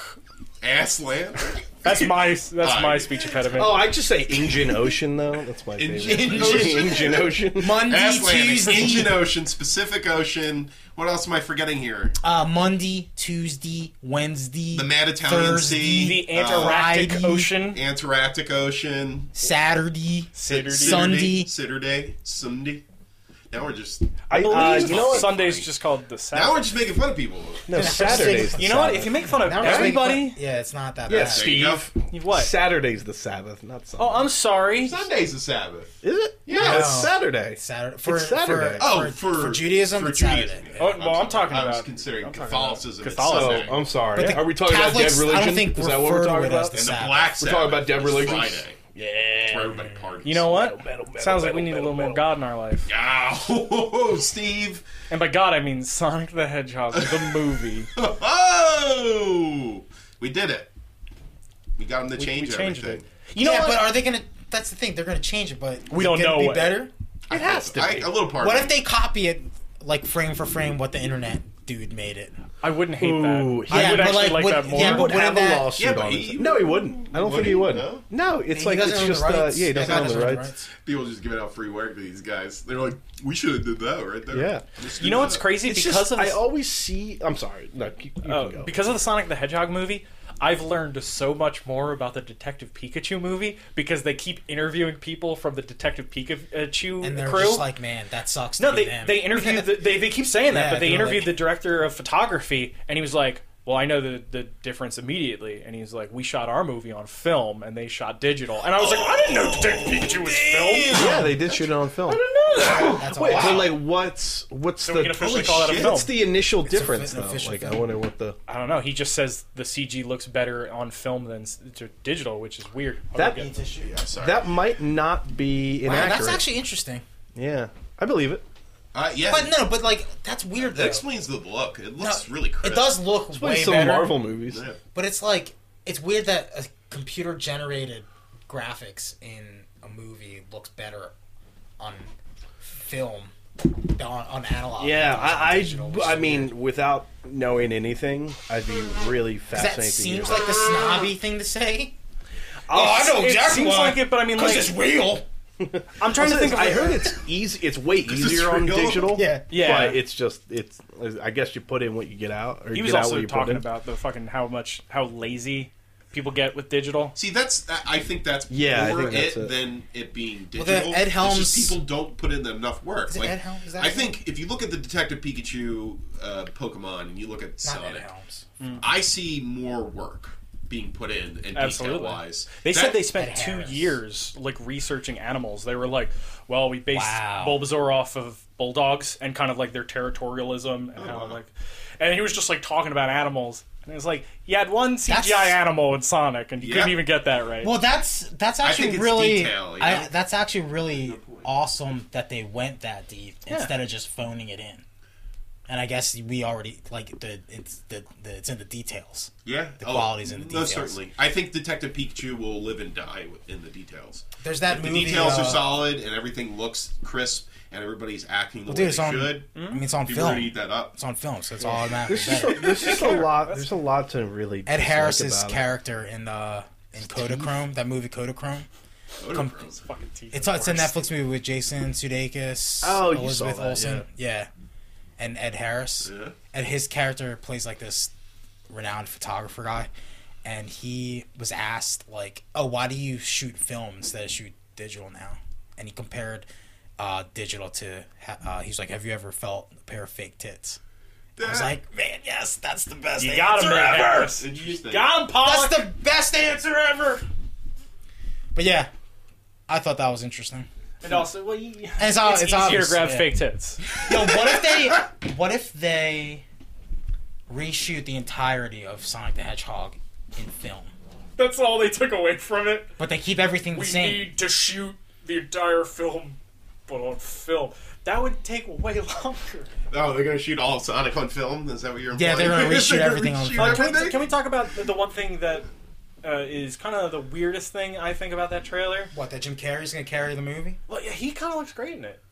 Speaker 4: Ass land.
Speaker 1: That's my that's my
Speaker 4: Aye.
Speaker 1: speech impediment.
Speaker 3: Oh, I just say Injun Ocean though. That's my favorite.
Speaker 4: Injun
Speaker 3: Injun Injun Ocean.
Speaker 2: Monday,
Speaker 4: Ass land.
Speaker 2: Tuesday,
Speaker 4: Indian Ocean, Pacific Ocean. What else am I forgetting here?
Speaker 2: uh, Monday, Tuesday, Wednesday,
Speaker 4: The Mad Italian
Speaker 2: Thursday,
Speaker 4: Sea.
Speaker 1: the Antarctic
Speaker 2: Friday.
Speaker 1: Ocean.
Speaker 4: Antarctic Ocean.
Speaker 2: Saturday,
Speaker 1: Saturday.
Speaker 2: Sunday.
Speaker 4: Saturday. Sunday. Now we're just
Speaker 3: I, uh, you know what?
Speaker 1: Sunday's just called the
Speaker 4: now
Speaker 1: Sabbath.
Speaker 4: we're just making fun of people.
Speaker 3: No, Saturday's. the
Speaker 1: You know what?
Speaker 3: Sabbath.
Speaker 1: If you make fun of
Speaker 2: Now we're just making
Speaker 1: everybody,
Speaker 2: fun- Yeah, it's not that
Speaker 3: Yeah,
Speaker 2: bad.
Speaker 4: There you
Speaker 3: Steve.
Speaker 4: go.
Speaker 1: you what?
Speaker 3: Saturday's the Sabbath, not Sunday.
Speaker 1: Oh, I'm sorry.
Speaker 4: Sunday's the Sabbath.
Speaker 3: Is it?
Speaker 4: Yeah.
Speaker 3: No, it's Saturday.
Speaker 2: Saturday. For,
Speaker 3: It's Saturday.
Speaker 2: For, for,
Speaker 4: Oh, for,
Speaker 2: for Judaism,
Speaker 4: for
Speaker 2: it's Saturday.
Speaker 4: yeah.
Speaker 1: Oh, well, I'm talking
Speaker 4: I was
Speaker 1: about-
Speaker 4: considering
Speaker 1: I'm talking about
Speaker 4: Catholicism. it's
Speaker 1: Catholicism.
Speaker 4: Sunday.
Speaker 3: Oh, I'm sorry.
Speaker 2: the
Speaker 3: Are we talking
Speaker 2: Catholics,
Speaker 3: about dead
Speaker 2: I
Speaker 3: religion?
Speaker 2: don't think
Speaker 3: Is that what we're
Speaker 2: refer to
Speaker 3: talking
Speaker 2: it as
Speaker 3: about?
Speaker 2: the
Speaker 4: And the
Speaker 2: Sabbath.
Speaker 4: Black
Speaker 3: We're
Speaker 4: Sabbath.
Speaker 3: talking about dead
Speaker 4: is
Speaker 3: religions?
Speaker 4: Friday. It's where everybody parties.
Speaker 1: You know what?
Speaker 3: metal, metal,
Speaker 1: Sounds like
Speaker 3: metal,
Speaker 1: we need a
Speaker 3: metal,
Speaker 1: little more
Speaker 3: metal.
Speaker 1: God in our life.
Speaker 4: Ow, Steve.
Speaker 1: And by God, I mean Sonic the Hedgehog, the movie.
Speaker 4: Oh, we did it. We got him to change
Speaker 1: we changed
Speaker 4: everything.
Speaker 1: You know
Speaker 2: yeah,
Speaker 1: what?
Speaker 2: but are they gonna? That's the thing. They're gonna change it, but is
Speaker 1: We
Speaker 2: it
Speaker 1: don't
Speaker 2: gonna
Speaker 1: know
Speaker 2: Be
Speaker 1: what-
Speaker 2: better.
Speaker 4: It
Speaker 3: has to
Speaker 4: I,
Speaker 3: be.
Speaker 4: A little part.
Speaker 2: What
Speaker 4: of
Speaker 2: if they copy it like frame for frame what the internet dude made it?
Speaker 1: I wouldn't hate
Speaker 3: Ooh,
Speaker 1: that. I
Speaker 2: yeah,
Speaker 1: would
Speaker 2: but
Speaker 1: actually
Speaker 2: like,
Speaker 1: like,
Speaker 2: would-
Speaker 1: that more.
Speaker 2: yeah,
Speaker 3: He would
Speaker 2: Wouldn't
Speaker 3: have a
Speaker 2: that-
Speaker 3: lawsuit
Speaker 4: Yeah, but
Speaker 3: on
Speaker 4: he-
Speaker 3: his- No, he wouldn't. I don't
Speaker 4: Would
Speaker 3: think
Speaker 4: he?
Speaker 3: he would.
Speaker 4: No?
Speaker 3: No, it's like
Speaker 2: doesn't
Speaker 3: it's
Speaker 2: own the
Speaker 3: just uh,
Speaker 2: rights.
Speaker 3: yeah, he doesn't
Speaker 2: God
Speaker 3: own the
Speaker 2: doesn't own the
Speaker 3: rights.
Speaker 4: People just giving out free work to these guys. They're like, we should have did that right there.
Speaker 3: Yeah.
Speaker 4: Let's do
Speaker 1: You know what's
Speaker 4: that.
Speaker 1: crazy?
Speaker 3: It's
Speaker 1: because
Speaker 3: just
Speaker 1: of
Speaker 3: I always see. I'm sorry. No, you, you
Speaker 1: Oh,
Speaker 3: can go.
Speaker 1: because of the Sonic the Hedgehog movie, I've learned so much more about the Detective Pikachu movie because they keep interviewing people from the Detective Pikachu
Speaker 2: And they're
Speaker 1: crew.
Speaker 2: just like, man, that sucks. To
Speaker 1: no,
Speaker 2: be
Speaker 1: they
Speaker 2: them.
Speaker 1: they interviewed. The, they they keep saying that,
Speaker 2: Yeah,
Speaker 1: but they
Speaker 2: they're
Speaker 1: interviewed
Speaker 2: like-
Speaker 1: the director of photography, and he was like. Well, I know the, the difference immediately, and he's like, "We shot our movie on film, and they shot digital." And I was like, Oh, "I didn't know Detective Pikachu was film."
Speaker 3: yeah, they did shoot it on film.
Speaker 2: That's
Speaker 3: Wait,
Speaker 2: awesome.
Speaker 3: but like, what's what's
Speaker 1: So
Speaker 3: the
Speaker 1: we can officially
Speaker 3: holy
Speaker 1: call that a
Speaker 3: shit,
Speaker 1: film.
Speaker 3: What's the initial difference
Speaker 2: fi- an
Speaker 3: though?
Speaker 2: official
Speaker 3: Like, I
Speaker 2: film.
Speaker 3: wonder what the
Speaker 1: I don't know. He just says the CG looks better on film than s- to digital, which is weird.
Speaker 3: That-
Speaker 1: Okay.
Speaker 4: Yeah, sorry.
Speaker 3: that might not be
Speaker 2: Wow,
Speaker 3: inaccurate.
Speaker 2: that's actually interesting.
Speaker 3: yeah, I believe it.
Speaker 4: Uh, yeah.
Speaker 2: But no, but like that's weird.
Speaker 4: that
Speaker 2: Though.
Speaker 4: explains the look. It
Speaker 2: No,
Speaker 4: looks really crazy.
Speaker 2: It does look
Speaker 3: Like
Speaker 2: way
Speaker 3: some
Speaker 2: better.
Speaker 3: Marvel movies.
Speaker 4: Yeah.
Speaker 2: But it's like it's weird that a computer generated graphics in a movie looks better on film than on, on analog.
Speaker 3: Yeah, I,
Speaker 2: Digital, which is
Speaker 3: I, I
Speaker 2: weird.
Speaker 3: mean, without knowing anything, I'd be really fascinated.
Speaker 2: that
Speaker 3: to hear
Speaker 2: seems
Speaker 3: that.
Speaker 2: like the snobby thing to say.
Speaker 1: Oh,
Speaker 3: I'll-
Speaker 2: know
Speaker 1: It seems like it, but I mean, like,
Speaker 2: real.
Speaker 1: I'm trying to think. Of
Speaker 3: I
Speaker 1: like-
Speaker 3: heard it's easy. It's way easier on
Speaker 4: real.
Speaker 3: digital.
Speaker 2: Yeah.
Speaker 1: Yeah.
Speaker 3: But it's just it's. I guess you put in what you get out, or
Speaker 1: He
Speaker 3: you
Speaker 1: was
Speaker 3: get out
Speaker 1: also
Speaker 3: what you put
Speaker 1: talking
Speaker 3: in.
Speaker 1: about the fucking how much how lazy people get with digital.
Speaker 4: See, that's I- I think that's
Speaker 3: Yeah, I
Speaker 4: more
Speaker 3: think that's
Speaker 4: it,
Speaker 3: it.
Speaker 4: than it being
Speaker 2: Well,
Speaker 4: digital.
Speaker 2: the Ed
Speaker 4: It's
Speaker 2: Helms-
Speaker 4: just people don't put in enough work.
Speaker 2: it
Speaker 4: like,
Speaker 2: Ed Helms? Is that
Speaker 4: I
Speaker 2: his
Speaker 4: think if you look at the Detective Pikachu uh, Pokemon and you look at
Speaker 2: Not Ed
Speaker 4: Sonic,
Speaker 2: Helms.
Speaker 4: I see more work being put in and detail
Speaker 1: Absolutely.
Speaker 4: wise.
Speaker 1: They said they spent
Speaker 2: Ed
Speaker 1: two
Speaker 2: Harris.
Speaker 1: years like researching animals. They were like, "Well, we based
Speaker 2: Wow.
Speaker 1: Bulbasaur off of bulldogs and kind of like their territorialism and how
Speaker 2: Uh-huh.
Speaker 4: wow.
Speaker 1: like." And he was just like talking about animals, and it was like you had one CGI
Speaker 2: That's-
Speaker 1: animal in Sonic, and you couldn't
Speaker 4: Yeah.
Speaker 1: even get that right.
Speaker 2: Well, that's that's actually
Speaker 4: think it's
Speaker 2: really
Speaker 4: detail, you know?
Speaker 2: I, that's actually really awesome that they went that deep instead of just phoning it in. And I guess we already like the it's the, the it's in the details.
Speaker 4: yeah, Oh,
Speaker 2: the qualities and the
Speaker 4: No,
Speaker 2: details.
Speaker 4: certainly. I think Detective Pikachu will live and die in the details.
Speaker 2: There's that
Speaker 4: If
Speaker 2: movie.
Speaker 4: the details
Speaker 2: uh,
Speaker 4: are solid and everything looks crisp and everybody's acting the
Speaker 2: Well,
Speaker 4: way
Speaker 2: dude, it's
Speaker 4: they
Speaker 2: on.
Speaker 4: should.
Speaker 2: I mean, it's on
Speaker 4: Hmm? People are
Speaker 2: film.
Speaker 4: gonna eat that up.
Speaker 2: It's on film, so it's all automatic.
Speaker 3: There's just a, there's just a lot. There's a lot to really.
Speaker 2: Ed
Speaker 3: dislike
Speaker 2: Harris's
Speaker 3: about it.
Speaker 2: character in the in Kodachrome, that movie Kodachrome.
Speaker 4: Photographs.
Speaker 1: fucking teeth.
Speaker 2: It's it's a Netflix movie with Jason Sudeikis,
Speaker 3: Oh, you saw
Speaker 2: Elizabeth
Speaker 3: that,
Speaker 2: Olsen, yeah. and Ed Harris.
Speaker 4: Yeah.
Speaker 2: And his character plays like this renowned photographer guy, and he was asked like, "Oh, why do you shoot film instead of shoot digital now?" And he compared uh, digital to. ha- Uh, he's like, "Have you ever felt a pair of fake tits?" I was
Speaker 4: That-
Speaker 2: like, "Man, yes, that's the best
Speaker 1: you
Speaker 2: answer
Speaker 1: got him, Ed
Speaker 2: ever."
Speaker 1: Harris. You
Speaker 4: Interesting.
Speaker 1: got him, Pollock.
Speaker 2: That's the best answer ever. But yeah, I thought that was interesting.
Speaker 1: and also, well, you,
Speaker 2: And it's, ob-
Speaker 1: it's,
Speaker 2: it's
Speaker 1: easier
Speaker 2: obvious.
Speaker 1: to grab
Speaker 2: yeah.
Speaker 1: fake tits.
Speaker 2: Yo, what if they? What if they reshoot the entirety of Sonic the Hedgehog in film,
Speaker 1: That's all they took away from it.
Speaker 2: but they keep everything the
Speaker 1: we
Speaker 2: same?
Speaker 1: need to shoot the entire film, but on film. That would take way longer.
Speaker 4: Oh, they're gonna shoot all of Sonic on film. Is that what you're?
Speaker 2: Yeah,
Speaker 4: implying?
Speaker 2: they're gonna reshoot everything on
Speaker 4: reshoot
Speaker 2: film.
Speaker 1: Can we,
Speaker 4: everything?
Speaker 1: can we talk about the, the one thing that uh, is kind of the weirdest thing I think about that trailer?
Speaker 2: What that Jim Carrey's gonna carry the movie?
Speaker 1: Well, yeah, he kind of looks great in it.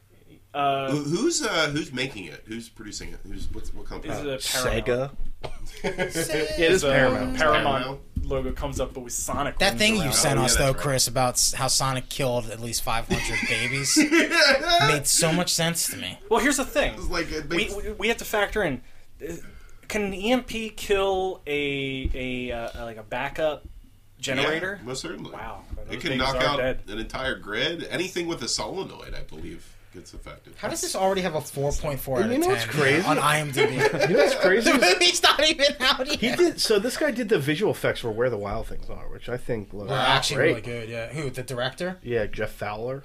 Speaker 1: Uh,
Speaker 4: Who- Who's uh, who's making it? Who's producing it? Who's what's, what company?
Speaker 1: is it a
Speaker 2: Uh,
Speaker 1: Paramount?
Speaker 3: Sega. It is
Speaker 1: The
Speaker 3: Paramount.
Speaker 1: Paramount
Speaker 4: Paramount.
Speaker 1: logo comes up, but with Sonic.
Speaker 2: That
Speaker 1: wings
Speaker 2: thing you
Speaker 1: around.
Speaker 2: sent
Speaker 4: Oh, yeah,
Speaker 2: us
Speaker 4: that's
Speaker 2: though,
Speaker 4: right.
Speaker 2: Chris, about s- how Sonic killed at least 500 babies made so much sense to me.
Speaker 1: Well, here's the thing.
Speaker 4: like it
Speaker 1: we,
Speaker 4: makes,
Speaker 1: we we have to factor in. uh, Can an EMP kill a a uh, like a backup
Speaker 4: Yeah,
Speaker 1: generator?
Speaker 4: most certainly.
Speaker 1: Wow,
Speaker 4: It
Speaker 1: those
Speaker 4: can
Speaker 1: things
Speaker 4: knock
Speaker 1: are
Speaker 4: out
Speaker 1: dead.
Speaker 4: an entire grid. Anything with a solenoid, I believe. gets affected.
Speaker 2: How does this already have a 4.4 out of
Speaker 3: You know
Speaker 2: 10
Speaker 3: what's crazy?
Speaker 2: on IMDb?
Speaker 3: You know what's crazy?
Speaker 2: the movie's not even out yet.
Speaker 3: He did. So this guy did the visual effects for Where the Wild Things Are, which I think look
Speaker 2: They're actually
Speaker 3: great.
Speaker 2: really good, yeah. Who, the director?
Speaker 3: Yeah, Jeff Fowler,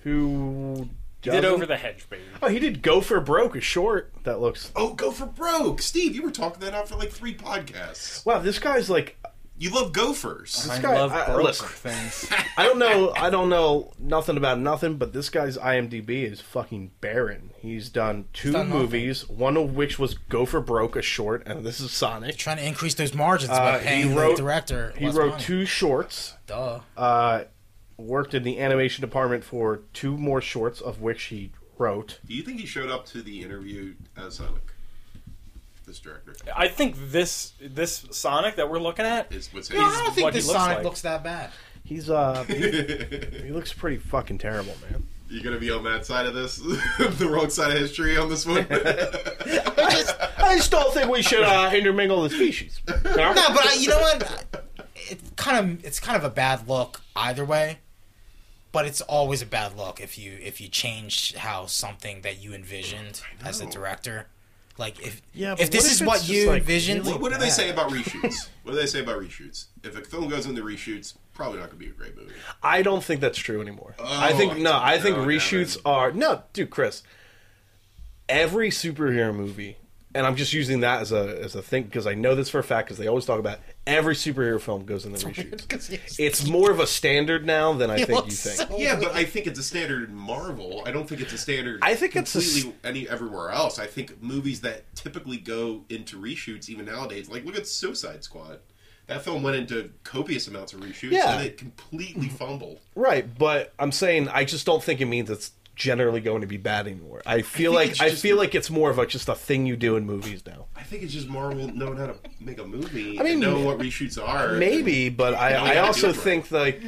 Speaker 3: who
Speaker 1: Did
Speaker 3: doesn't-
Speaker 1: over the hedge, baby.
Speaker 3: Oh, he did Go for Broke, a short that looks.
Speaker 4: Oh, go for broke, Steve. You were talking that out for like three podcasts.
Speaker 3: Wow, this guy's like.
Speaker 4: You love gophers.
Speaker 2: Uh-huh.
Speaker 3: This
Speaker 1: I
Speaker 3: guy-
Speaker 1: love
Speaker 3: I- I-
Speaker 1: broke
Speaker 3: listen.
Speaker 1: things.
Speaker 3: I don't know. I don't know nothing about nothing, but this guy's IMDb is fucking barren. He's done two
Speaker 2: done nothing.
Speaker 3: movies, one of which was Go for Broke, a short, and this is Sonic.
Speaker 2: Trying to increase those margins by
Speaker 3: Uh,
Speaker 2: paying
Speaker 3: he wrote-
Speaker 2: the director.
Speaker 3: He
Speaker 2: less
Speaker 3: wrote
Speaker 2: money.
Speaker 3: two shorts.
Speaker 2: Duh.
Speaker 3: Uh, worked in the animation department for two more shorts, of which he wrote.
Speaker 4: Do you think he showed up to the interview as Sonic? This director
Speaker 1: I think this this Sonic that we're looking at
Speaker 4: is what's
Speaker 2: Yeah, I don't think
Speaker 1: what he
Speaker 2: this
Speaker 1: looks
Speaker 2: Sonic
Speaker 1: like.
Speaker 2: looks that bad.
Speaker 3: He's uh, he, he looks pretty fucking terrible, man.
Speaker 4: You're gonna be on that side of this, the wrong side of history on this one.
Speaker 3: I just, I just don't think we should uh, intermingle the species.
Speaker 2: No, but I, you know what? It's kind of it's kind of a bad look either way. But it's always a bad look if you if you change how something that you envisioned as a
Speaker 4: know.
Speaker 2: director, like if
Speaker 3: Yeah, but
Speaker 2: if this
Speaker 3: what
Speaker 2: is
Speaker 3: if
Speaker 2: what
Speaker 3: it's
Speaker 2: you
Speaker 3: just, like,
Speaker 2: envisioned,
Speaker 3: really
Speaker 4: what, what do they say about reshoots? What do they say about reshoots? If a film goes into reshoots, probably not gonna be a great movie.
Speaker 3: I don't think that's true anymore. I think no. I think
Speaker 4: Oh, no,
Speaker 3: reshoots are no, dude, Chris. Every superhero movie, and I'm just using that as a as a thing because I know this for a fact because they always talk about every superhero film goes in the reshoots. It's more of a standard now than I
Speaker 2: It
Speaker 3: think you
Speaker 2: looks
Speaker 3: think.
Speaker 2: so-
Speaker 4: Yeah, Oh, but I think it's a standard in Marvel. I don't think it's a standard.
Speaker 3: I think it's a
Speaker 4: completely any everywhere else. I think movies that typically go into reshoots, even nowadays, like look at Suicide Squad. That film went into copious amounts of reshoots,
Speaker 3: Yeah.
Speaker 4: and it completely fumbled.
Speaker 3: Right, but I'm saying I just don't think it means it's generally going to be bad anymore. I feel
Speaker 4: think
Speaker 3: like
Speaker 4: it's
Speaker 3: I
Speaker 4: just-
Speaker 3: feel like it's more of a, just a thing you do in movies now.
Speaker 4: I think it's just Marvel knowing how to make a movie.
Speaker 3: I mean,
Speaker 4: and knowing what reshoots are.
Speaker 3: Maybe, but I, I
Speaker 4: gotta do
Speaker 3: also
Speaker 4: it right.
Speaker 3: think like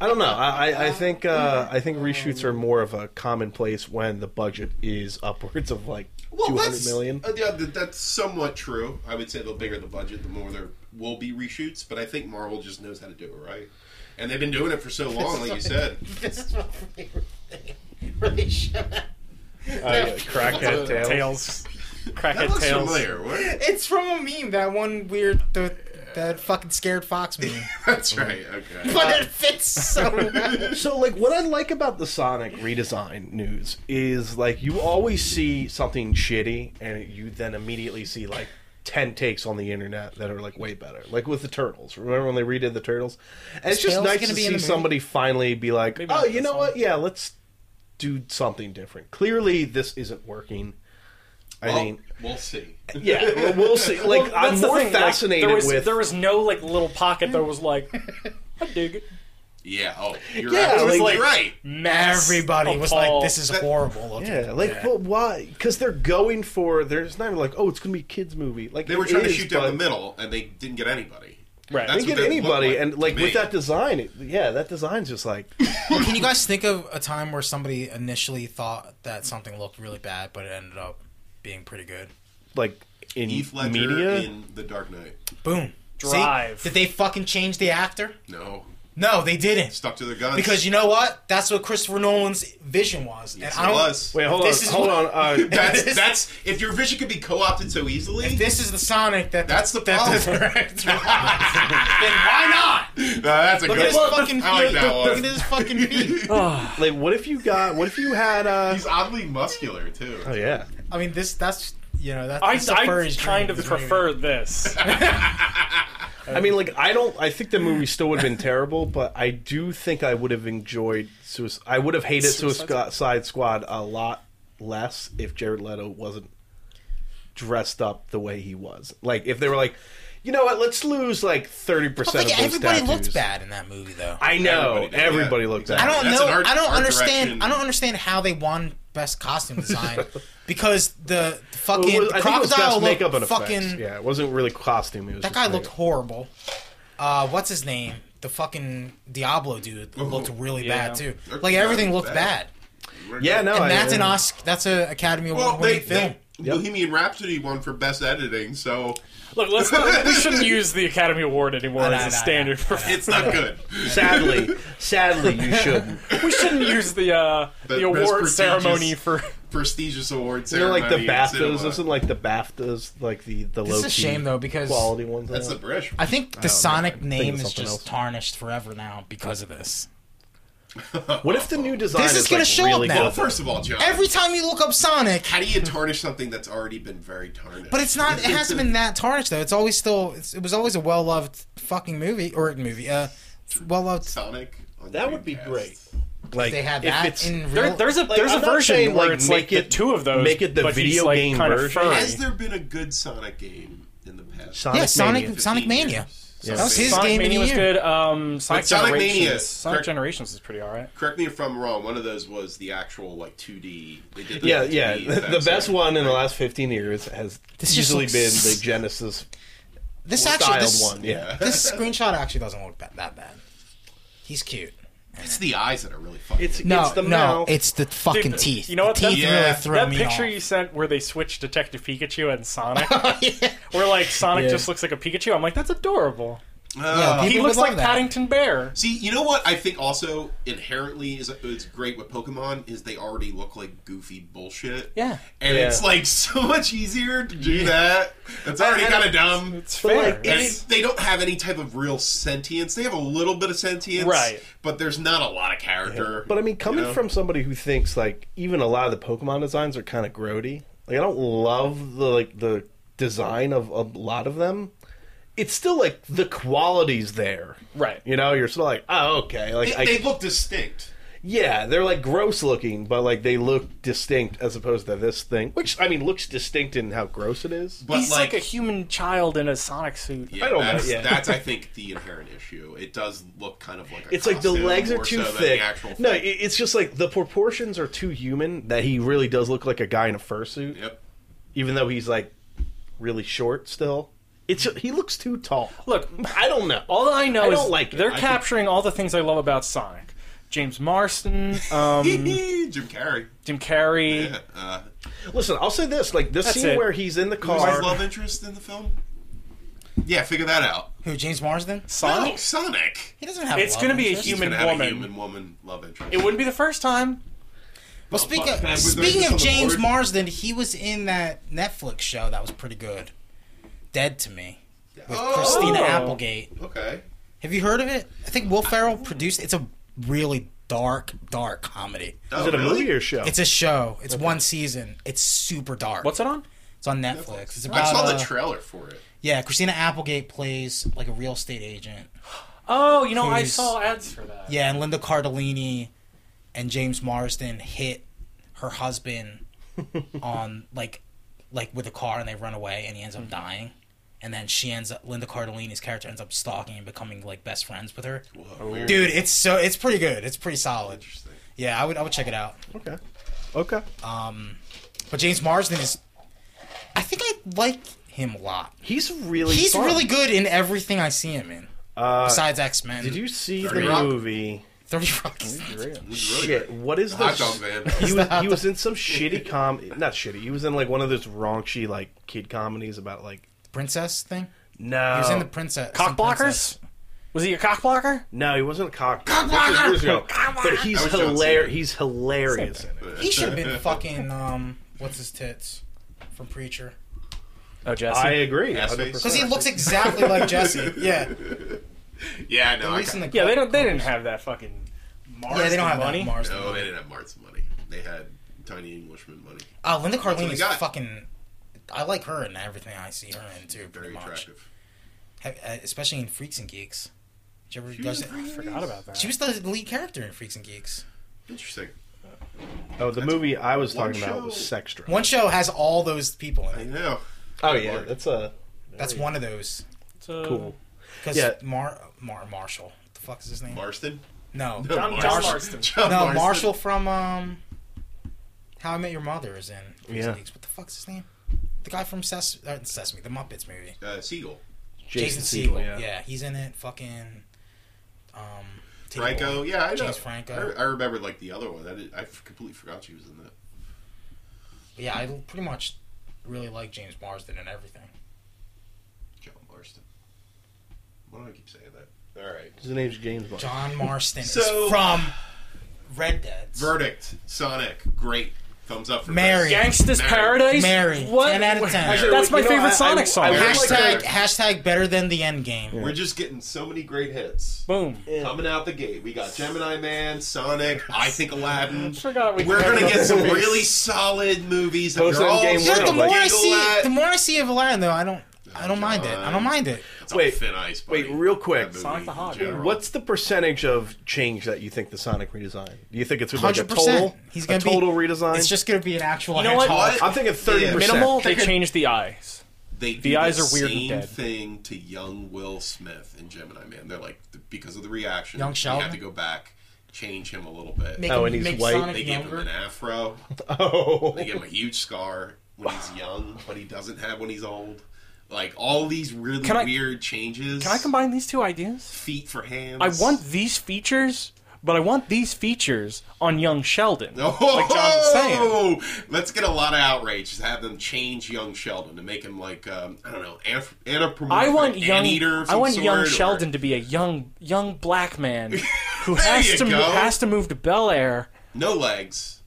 Speaker 3: I don't know. I, I, I think uh, I think reshoots are more of a commonplace when the budget is upwards of like two hundred million.
Speaker 4: uh, yeah, th- that's somewhat true. I would say the bigger the budget, the more there will be reshoots. But I think Marvel just knows how to do it right, and they've been doing it for so long, like you said.
Speaker 2: this is my favorite thing. Really show that.
Speaker 3: Uh, crackhead tails.
Speaker 1: Tails,
Speaker 4: That
Speaker 1: crackhead
Speaker 4: looks
Speaker 1: tails.
Speaker 4: familiar. What?
Speaker 2: It's from a meme that one weird the, that fucking scared fox meme,
Speaker 4: That's right. Okay.
Speaker 2: Mm-hmm. but it fits so well.
Speaker 3: So like what I like about the Sonic redesign news is like you always see something shitty and you then immediately see like 10 takes on the internet that are like way better. Like with the Turtles. Remember when they redid the Turtles? And it's just
Speaker 2: Tails
Speaker 3: nice
Speaker 2: gonna
Speaker 3: to
Speaker 2: be in
Speaker 3: see
Speaker 2: the movie?
Speaker 3: somebody finally be like,
Speaker 1: Maybe
Speaker 3: "Oh,
Speaker 1: not
Speaker 3: you
Speaker 1: this
Speaker 3: know
Speaker 1: one.
Speaker 3: what? Yeah, let's do something different." Clearly this isn't working. I
Speaker 4: Well,
Speaker 3: mean,
Speaker 4: we'll see.
Speaker 3: yeah, we'll- we'll see. Like
Speaker 1: Well,
Speaker 3: I'm
Speaker 1: that's the
Speaker 3: more
Speaker 1: thing, like,
Speaker 3: fascinated
Speaker 1: there was,
Speaker 3: with
Speaker 1: There was no like little pocket that was like, I dig it.
Speaker 4: Yeah. Oh, you're
Speaker 3: Yeah,
Speaker 4: absolutely
Speaker 1: like-
Speaker 4: right.
Speaker 1: Mass
Speaker 2: Everybody was like,
Speaker 1: appalled.
Speaker 2: "This is horrible looking."
Speaker 3: Yeah, like, but why? Because they're going for. They're it's not even like, oh, it's gonna be a kids movie. Like
Speaker 4: They were
Speaker 3: it
Speaker 4: trying to
Speaker 3: is,
Speaker 4: shoot down
Speaker 3: but
Speaker 4: the middle, and they didn't get anybody.
Speaker 1: Right.
Speaker 4: That's
Speaker 3: They
Speaker 4: what
Speaker 3: get
Speaker 4: they look
Speaker 3: anybody,
Speaker 4: like
Speaker 3: and
Speaker 4: to
Speaker 3: like
Speaker 4: me.
Speaker 3: with that design, it, yeah, that design's just like
Speaker 2: Can you guys think of a time where somebody initially thought that something looked really bad, but it ended up being pretty good?
Speaker 3: like in
Speaker 4: Heath Ledger
Speaker 3: media.
Speaker 4: in The Dark Knight.
Speaker 2: Boom. See?
Speaker 1: Drive.
Speaker 2: Did they fucking change the actor?
Speaker 4: No,
Speaker 2: No, they didn't.
Speaker 4: stuck to their guns
Speaker 2: Because you know what? That's what Christopher Nolan's vision was.
Speaker 4: Yes,
Speaker 2: and I
Speaker 4: it
Speaker 2: don't,
Speaker 4: was.
Speaker 3: Wait, hold
Speaker 2: This
Speaker 3: on,
Speaker 2: is
Speaker 3: hold
Speaker 2: what-
Speaker 3: on. Uh,
Speaker 4: That's that's if your vision could be co-opted so easily.
Speaker 2: If this is the Sonic that
Speaker 4: That's the
Speaker 2: that
Speaker 4: problem.
Speaker 2: director was, then why not?
Speaker 4: No, that's a
Speaker 2: Look at
Speaker 4: good
Speaker 2: his
Speaker 4: one.
Speaker 2: fucking feet.
Speaker 4: I like that
Speaker 2: look
Speaker 4: one.
Speaker 2: at his fucking feet.
Speaker 3: Oh. like, what if you got? What if you had? uh
Speaker 4: He's oddly muscular too.
Speaker 3: Oh yeah,
Speaker 2: I mean, this that's you know that's,
Speaker 1: I,
Speaker 2: that's the
Speaker 1: I
Speaker 2: furry's
Speaker 1: kind
Speaker 2: dream,
Speaker 1: of
Speaker 2: isn't it?
Speaker 1: prefer this.
Speaker 3: I mean, like, I don't. I think the movie still would have been terrible, but I do think I would have enjoyed. Suic- I would have hated
Speaker 1: Suicide
Speaker 3: Suicide Squad a lot less if Jared Leto wasn't dressed up the way he was. Like, if they were like, you know what, let's lose like thirty
Speaker 2: But
Speaker 3: percent
Speaker 2: like
Speaker 3: of those
Speaker 2: everybody
Speaker 3: tattoos.
Speaker 2: looked bad in that movie, though.
Speaker 3: I know
Speaker 4: Everybody
Speaker 3: everybody,
Speaker 4: did, yeah.
Speaker 3: looked
Speaker 2: I
Speaker 3: bad.
Speaker 2: don't
Speaker 4: That's
Speaker 2: know.
Speaker 4: an art-
Speaker 2: I don't
Speaker 4: art
Speaker 2: understand.
Speaker 4: direction.
Speaker 2: I don't understand how they won best costume design because the, the
Speaker 3: Well,
Speaker 2: fucking
Speaker 3: it was- I think it was best
Speaker 2: crocodile looked
Speaker 3: makeup and effects.
Speaker 2: fucking.
Speaker 3: Yeah, it wasn't really costume. It was
Speaker 2: That
Speaker 3: just
Speaker 2: guy
Speaker 3: makeup.
Speaker 2: looked horrible. Uh, what's his name? The fucking Diablo dude looked really
Speaker 1: Yeah.
Speaker 2: bad too.
Speaker 4: They're
Speaker 2: Like everything
Speaker 4: bad.
Speaker 2: looked bad,
Speaker 4: We're
Speaker 3: Oh, Yeah,
Speaker 4: good.
Speaker 3: no,
Speaker 2: and
Speaker 3: I,
Speaker 2: that's an
Speaker 3: I-
Speaker 2: Oscar. That's an Academy Award
Speaker 4: Well, they,
Speaker 2: winning
Speaker 4: they
Speaker 2: film.
Speaker 3: Yep.
Speaker 4: Bohemian Rhapsody won for best editing, so
Speaker 1: Look, let's not, we shouldn't use the Academy Award anymore
Speaker 2: No, no,
Speaker 1: as a
Speaker 2: no, no.
Speaker 1: standard for.
Speaker 4: it's not good.
Speaker 3: Sadly, sadly, you shouldn't.
Speaker 1: we shouldn't use the uh, the,
Speaker 4: The best
Speaker 1: award
Speaker 4: prestigious-
Speaker 1: ceremony for.
Speaker 4: Prestigious awards.
Speaker 3: You know, like the
Speaker 4: ceremony in cinema.
Speaker 3: BAFTAs, isn't like the BAFTAs, like the the
Speaker 2: This
Speaker 3: low
Speaker 2: is a shame though because
Speaker 3: quality ones.
Speaker 4: That's the British.
Speaker 2: I think the Sonic name
Speaker 3: of
Speaker 2: is
Speaker 3: something
Speaker 2: just
Speaker 3: else.
Speaker 2: tarnished forever now because of this.
Speaker 3: what if the new design
Speaker 2: This is
Speaker 3: is,
Speaker 2: gonna
Speaker 3: like,
Speaker 2: show up
Speaker 3: really
Speaker 2: now.
Speaker 4: Well,
Speaker 3: good?
Speaker 4: first of all, John,
Speaker 2: Every time you look up Sonic,
Speaker 4: how do you tarnish something that's already been very tarnished?
Speaker 2: but it's not. It hasn't been that tarnished though. It's always still. It's, it was always a well loved fucking movie or movie. Uh, well loved.
Speaker 4: Sonic. on
Speaker 3: That would be
Speaker 4: Dreamcast.
Speaker 3: great. Like
Speaker 2: They have
Speaker 3: if
Speaker 2: that
Speaker 3: it's-
Speaker 2: in
Speaker 1: There,
Speaker 2: real.
Speaker 1: there's a
Speaker 3: Like,
Speaker 1: there's
Speaker 3: I'm
Speaker 1: a
Speaker 3: not
Speaker 1: version
Speaker 3: saying,
Speaker 1: where
Speaker 3: like,
Speaker 1: it's
Speaker 3: make
Speaker 1: like the
Speaker 3: it-
Speaker 1: two of those.
Speaker 3: make it the
Speaker 1: but he's,
Speaker 3: video
Speaker 1: like,
Speaker 3: game
Speaker 1: kind
Speaker 3: version.
Speaker 1: Of
Speaker 4: Has
Speaker 1: furry.
Speaker 4: there been a good Sonic game in the past?
Speaker 3: Sonic
Speaker 2: yeah, Sonic
Speaker 3: Mania.
Speaker 2: Sonic
Speaker 4: 15
Speaker 2: Mania.
Speaker 4: years?
Speaker 2: That was his
Speaker 1: Sonic
Speaker 2: game of
Speaker 1: Mania
Speaker 2: the
Speaker 1: was
Speaker 2: year.
Speaker 1: good. Um, Sonic,
Speaker 4: Sonic Mania
Speaker 1: Generations.
Speaker 4: is-
Speaker 1: Sonic
Speaker 4: correct.
Speaker 1: Generations is pretty all right.
Speaker 4: Correct me if I'm wrong. One of those was the actual like 2D. They did the
Speaker 3: Yeah,
Speaker 4: 2D
Speaker 3: yeah. The,
Speaker 4: effects.
Speaker 3: best one in the last 15 years has
Speaker 2: This just
Speaker 3: easily
Speaker 2: looks-
Speaker 3: been the Genesis
Speaker 2: This actually,
Speaker 3: styled
Speaker 2: this,
Speaker 3: one. Yeah.
Speaker 2: this screenshot actually doesn't look that, that bad. He's cute.
Speaker 4: It's the eyes that are really fucking.
Speaker 3: It's
Speaker 2: No,
Speaker 3: it's the
Speaker 2: no,
Speaker 3: mouth.
Speaker 2: it's the fucking
Speaker 1: Dude,
Speaker 2: teeth.
Speaker 1: you know what?
Speaker 2: The teeth
Speaker 4: That-
Speaker 2: really
Speaker 4: Yeah.
Speaker 2: throw
Speaker 1: that
Speaker 2: me
Speaker 1: picture
Speaker 2: off.
Speaker 1: you sent where they switched Detective Pikachu and Sonic,
Speaker 3: Oh,
Speaker 2: yeah,
Speaker 1: where like Sonic
Speaker 2: Yeah.
Speaker 1: just looks like a Pikachu. I'm like, that's adorable.
Speaker 4: Ah.
Speaker 2: people
Speaker 1: He
Speaker 2: would
Speaker 1: looks
Speaker 2: love
Speaker 1: like
Speaker 2: that.
Speaker 1: Paddington Bear.
Speaker 4: See, you know what I think also inherently is is great with Pokemon is they already look like goofy bullshit.
Speaker 2: Yeah.
Speaker 4: And
Speaker 3: Yeah.
Speaker 4: it's like so much easier to do that. It's already
Speaker 3: And-
Speaker 4: kind of dumb.
Speaker 1: It's
Speaker 3: But,
Speaker 1: fair.
Speaker 3: like,
Speaker 4: And
Speaker 3: it-
Speaker 4: it's- they don't have any type of real sentience. They have a little bit of sentience,
Speaker 1: Right.
Speaker 4: But there's not a lot of character.
Speaker 3: But I mean, coming
Speaker 4: you know?
Speaker 3: from somebody who thinks like even a lot of the Pokemon designs are kind of grody, like I don't love the like the design of a lot of them. It's still like the quality's there,
Speaker 1: Right.
Speaker 3: You know, you're still like, oh, okay, like
Speaker 4: they,
Speaker 3: I,
Speaker 4: they look distinct.
Speaker 3: yeah, they're like gross looking, but like they look distinct as opposed to this thing, which I mean looks distinct in how gross it is.
Speaker 4: But
Speaker 1: He's like, a human child in a Sonic suit.
Speaker 4: Yeah,
Speaker 3: I don't know,
Speaker 4: that's,
Speaker 3: yeah.
Speaker 4: that's I think the inherent issue. It does look kind of like a
Speaker 3: It's like the
Speaker 4: costume
Speaker 3: legs are
Speaker 4: more
Speaker 3: too
Speaker 4: so than
Speaker 3: thick.
Speaker 4: The actual
Speaker 3: No, it-
Speaker 4: thing.
Speaker 3: it's just like the proportions are too human that he really does look like a guy in a fursuit.
Speaker 4: yep.
Speaker 3: even though he's like really short still. It's he looks too tall.
Speaker 1: Look,
Speaker 3: I don't know.
Speaker 1: all I know
Speaker 3: I
Speaker 1: is
Speaker 3: don't like it.
Speaker 1: they're
Speaker 3: I think-
Speaker 1: capturing all the things I love about Sonic. James Marston, um,
Speaker 4: Jim Carrey.
Speaker 1: Jim Carrey.
Speaker 4: Yeah, uh,
Speaker 3: Listen, I'll say this: like this
Speaker 1: That's
Speaker 3: scene
Speaker 1: it.
Speaker 3: where he's in the
Speaker 4: Who's
Speaker 3: car.
Speaker 4: his love interest in the film? Yeah, figure that out.
Speaker 2: Who James Marsden?
Speaker 1: Sonic.
Speaker 4: No, Sonic.
Speaker 2: He doesn't have.
Speaker 1: It's
Speaker 2: love
Speaker 1: gonna be a
Speaker 2: interest.
Speaker 4: He's
Speaker 1: Human
Speaker 4: gonna have
Speaker 1: woman.
Speaker 4: a human woman love interest.
Speaker 1: It wouldn't be the first time.
Speaker 2: Well, speaking
Speaker 4: fuck, man,
Speaker 2: of,
Speaker 4: we're
Speaker 2: speaking of
Speaker 4: doing this on the
Speaker 2: James
Speaker 4: board.
Speaker 2: Marsden, he was in that Netflix show that was pretty good. Dead to Me with
Speaker 4: Oh.
Speaker 2: Christina Applegate.
Speaker 4: Okay.
Speaker 2: Have you heard of it? I think Will Ferrell produced. It's a really dark, dark comedy.
Speaker 4: Oh,
Speaker 3: Is it a
Speaker 4: really?
Speaker 3: movie or show?
Speaker 2: It's a show. It's one season. It's super dark.
Speaker 1: What's it on?
Speaker 2: It's on Netflix. It's
Speaker 4: I
Speaker 2: about
Speaker 4: saw the
Speaker 2: uh,
Speaker 4: trailer for it.
Speaker 2: yeah. Christina Applegate plays like a real estate agent.
Speaker 1: Oh, you know, I
Speaker 2: Who's-
Speaker 1: saw ads for that.
Speaker 2: Yeah, and Linda Cardellini and James Marsden hit her husband on like like with a car and they run away and he
Speaker 4: Mm-hmm.
Speaker 2: ends up dying. And then she ends up Linda Cardellini's character ends up stalking and becoming like best friends with her.
Speaker 3: Oh.
Speaker 4: Whoa, weird.
Speaker 2: Dude, it's so it's pretty good. It's pretty solid.
Speaker 4: Interesting.
Speaker 2: Yeah, I would I would check it out.
Speaker 3: okay. Okay.
Speaker 2: But James Marsden is I think I like him a lot.
Speaker 3: He's really.
Speaker 2: He's
Speaker 3: fun.
Speaker 2: really good in everything I see him in.
Speaker 3: Uh,
Speaker 2: Besides X Men.
Speaker 3: did you see the
Speaker 4: Thirty Rock?
Speaker 3: movie?
Speaker 2: 30 Rock is-
Speaker 4: It was really
Speaker 3: Shit.
Speaker 4: good.
Speaker 3: What is
Speaker 4: Hot
Speaker 3: this?
Speaker 4: dog man.
Speaker 3: He was, he was in some shitty com. Not shitty. He was in like one of those raunchy like kid comedies about like.
Speaker 2: Princess thing?
Speaker 3: No.
Speaker 2: He was in
Speaker 4: Oh.
Speaker 2: the princess. some
Speaker 1: Cock
Speaker 2: princess.
Speaker 1: blockers? Was he a cock blocker?
Speaker 3: No, he wasn't a cock. This was years ago. But he's
Speaker 4: I wish I would've seen
Speaker 3: hilarious.
Speaker 4: it.
Speaker 3: He's hilarious in it.
Speaker 2: He should have been fucking um, what's his tits from Preacher?
Speaker 1: Oh, Jesse.
Speaker 3: I agree.
Speaker 4: Ass
Speaker 3: 100%.
Speaker 4: face.
Speaker 2: Because he looks exactly like Jesse. Yeah,
Speaker 4: Yeah, no,
Speaker 2: at
Speaker 4: I
Speaker 2: least
Speaker 4: got,
Speaker 2: in the
Speaker 1: yeah, they don't. They didn't have that fucking. Mars
Speaker 2: yeah they don't have
Speaker 1: money.
Speaker 2: that Mars.
Speaker 4: no, they didn't have Mart's money. They had Tiny Englishman money.
Speaker 2: Oh, Linda Carlini
Speaker 4: they
Speaker 2: is
Speaker 4: got.
Speaker 2: fucking. I like her in everything I see her in too, pretty
Speaker 4: Very
Speaker 2: much.
Speaker 4: attractive.
Speaker 2: Have, uh, especially in Freaks and Geeks. Did you ever-
Speaker 4: was
Speaker 2: does it-
Speaker 4: in Freaks and
Speaker 1: Forgot about that.
Speaker 2: She was the lead character in Freaks and Geeks.
Speaker 4: Interesting.
Speaker 3: Oh, the movie I was
Speaker 4: one
Speaker 3: talking about
Speaker 4: show.
Speaker 3: was Sex Drive.
Speaker 2: One show has all those people in
Speaker 4: I
Speaker 2: it.
Speaker 4: know.
Speaker 3: Oh yeah, that's a
Speaker 2: That's one of those.
Speaker 1: So-
Speaker 3: cool.
Speaker 2: Because
Speaker 3: Yeah.
Speaker 2: Mar, Mar Marshall, what the fuck is his name?
Speaker 4: Marston.
Speaker 2: no,
Speaker 4: No,
Speaker 1: John
Speaker 4: Marston.
Speaker 1: Marston.
Speaker 4: John
Speaker 2: No,
Speaker 4: Marston.
Speaker 2: Marshall from um, How I Met Your Mother is in. Freaks and
Speaker 3: Yeah.
Speaker 2: Geeks. What the fuck's his name? The guy from Ses- uh, Sesame, the Muppets movie.
Speaker 4: Uh, Siegel.
Speaker 2: Jason,
Speaker 3: Segel,
Speaker 2: Segel. Yeah. he's in it. Fucking. Um, Titty
Speaker 4: Franco.
Speaker 2: Boy.
Speaker 4: Yeah, I know.
Speaker 2: James Franco.
Speaker 4: I, re- I remember like the other one. I, did, I f- completely forgot she was in that.
Speaker 2: Yeah, I pretty much really like James Marsden and everything.
Speaker 4: John Marston. Why do I keep saying that? All right.
Speaker 3: His name's James Bond.
Speaker 2: John Marston
Speaker 4: So-
Speaker 2: is from Red Dead's.
Speaker 4: Verdict. Sonic. Great. Thumbs up for
Speaker 2: Mary.
Speaker 4: Verdict.
Speaker 1: Gangsta's
Speaker 4: Mary.
Speaker 1: Paradise.
Speaker 2: Mary.
Speaker 1: What?
Speaker 2: 10 out of 10.
Speaker 1: Actually, That's my
Speaker 3: you know,
Speaker 1: favorite
Speaker 3: I- I-
Speaker 1: Sonic song.
Speaker 3: I would like
Speaker 2: hashtag,
Speaker 4: to-
Speaker 2: hashtag better than the end game.
Speaker 4: We're just getting so many great hits.
Speaker 1: Boom.
Speaker 4: Coming out the gate, we got Gemini Man, Sonic, I Think Aladdin.
Speaker 1: Forgot we
Speaker 4: We're
Speaker 1: had
Speaker 4: gonna get
Speaker 1: another
Speaker 4: some
Speaker 1: movie.
Speaker 4: really solid movies. that
Speaker 3: Post
Speaker 4: you're all
Speaker 3: Endgame
Speaker 4: gonna
Speaker 2: Yeah,
Speaker 3: World,
Speaker 2: the
Speaker 3: Like-
Speaker 2: more I
Speaker 4: giggle
Speaker 2: see,
Speaker 4: at.
Speaker 2: the more I see of Aladdin, though, I don't, I don't mind it. I don't mind it.
Speaker 4: It's on
Speaker 3: Wait.
Speaker 4: thin ice, buddy.
Speaker 3: Wait, real quick.
Speaker 4: That movie
Speaker 1: Sonic the
Speaker 4: in
Speaker 1: Hedgehog.
Speaker 4: general.
Speaker 3: What's the percentage of change that you think the Sonic redesign? Do you think it's like a
Speaker 2: 100%.
Speaker 3: total?
Speaker 2: He's
Speaker 3: a
Speaker 2: gonna be-
Speaker 3: total redesign.
Speaker 2: It's just gonna be an actual.
Speaker 1: You know what?
Speaker 2: hedgehog.
Speaker 3: I'm thinking 30%.
Speaker 1: Minimal. They
Speaker 4: They,
Speaker 1: changed the eyes.
Speaker 4: they do
Speaker 1: The eyes are weird and
Speaker 4: same
Speaker 1: dead.
Speaker 4: thing to young Will Smith in Gemini Man. They're like because of the reaction.
Speaker 2: Young
Speaker 4: we
Speaker 2: Sheldon?
Speaker 4: have to go back, change him a little bit.
Speaker 2: Make,
Speaker 3: Oh,
Speaker 2: him-
Speaker 3: and he's
Speaker 2: make
Speaker 3: white.
Speaker 2: Sonic
Speaker 4: they give him
Speaker 2: younger.
Speaker 4: an afro.
Speaker 3: Oh,
Speaker 4: They give him a huge scar when he's young, but he doesn't have when he's old. Like all these really
Speaker 1: Can I-
Speaker 4: weird changes.
Speaker 1: Can I combine these two ideas?
Speaker 4: feet for hands?
Speaker 1: I want these features, but I want these features on young Sheldon.
Speaker 4: Oh,
Speaker 1: Like John was saying.
Speaker 4: let's get a lot of outrage. Just have them change young Sheldon to make him like um, I don't know, anth-
Speaker 1: I
Speaker 4: anthropomorphic
Speaker 1: want young.
Speaker 4: eater.
Speaker 1: I want young Sheldon to be a young young black man who
Speaker 4: There
Speaker 1: has
Speaker 4: you
Speaker 1: to mo-
Speaker 4: go.
Speaker 1: has to move to Bel Air.
Speaker 4: no legs,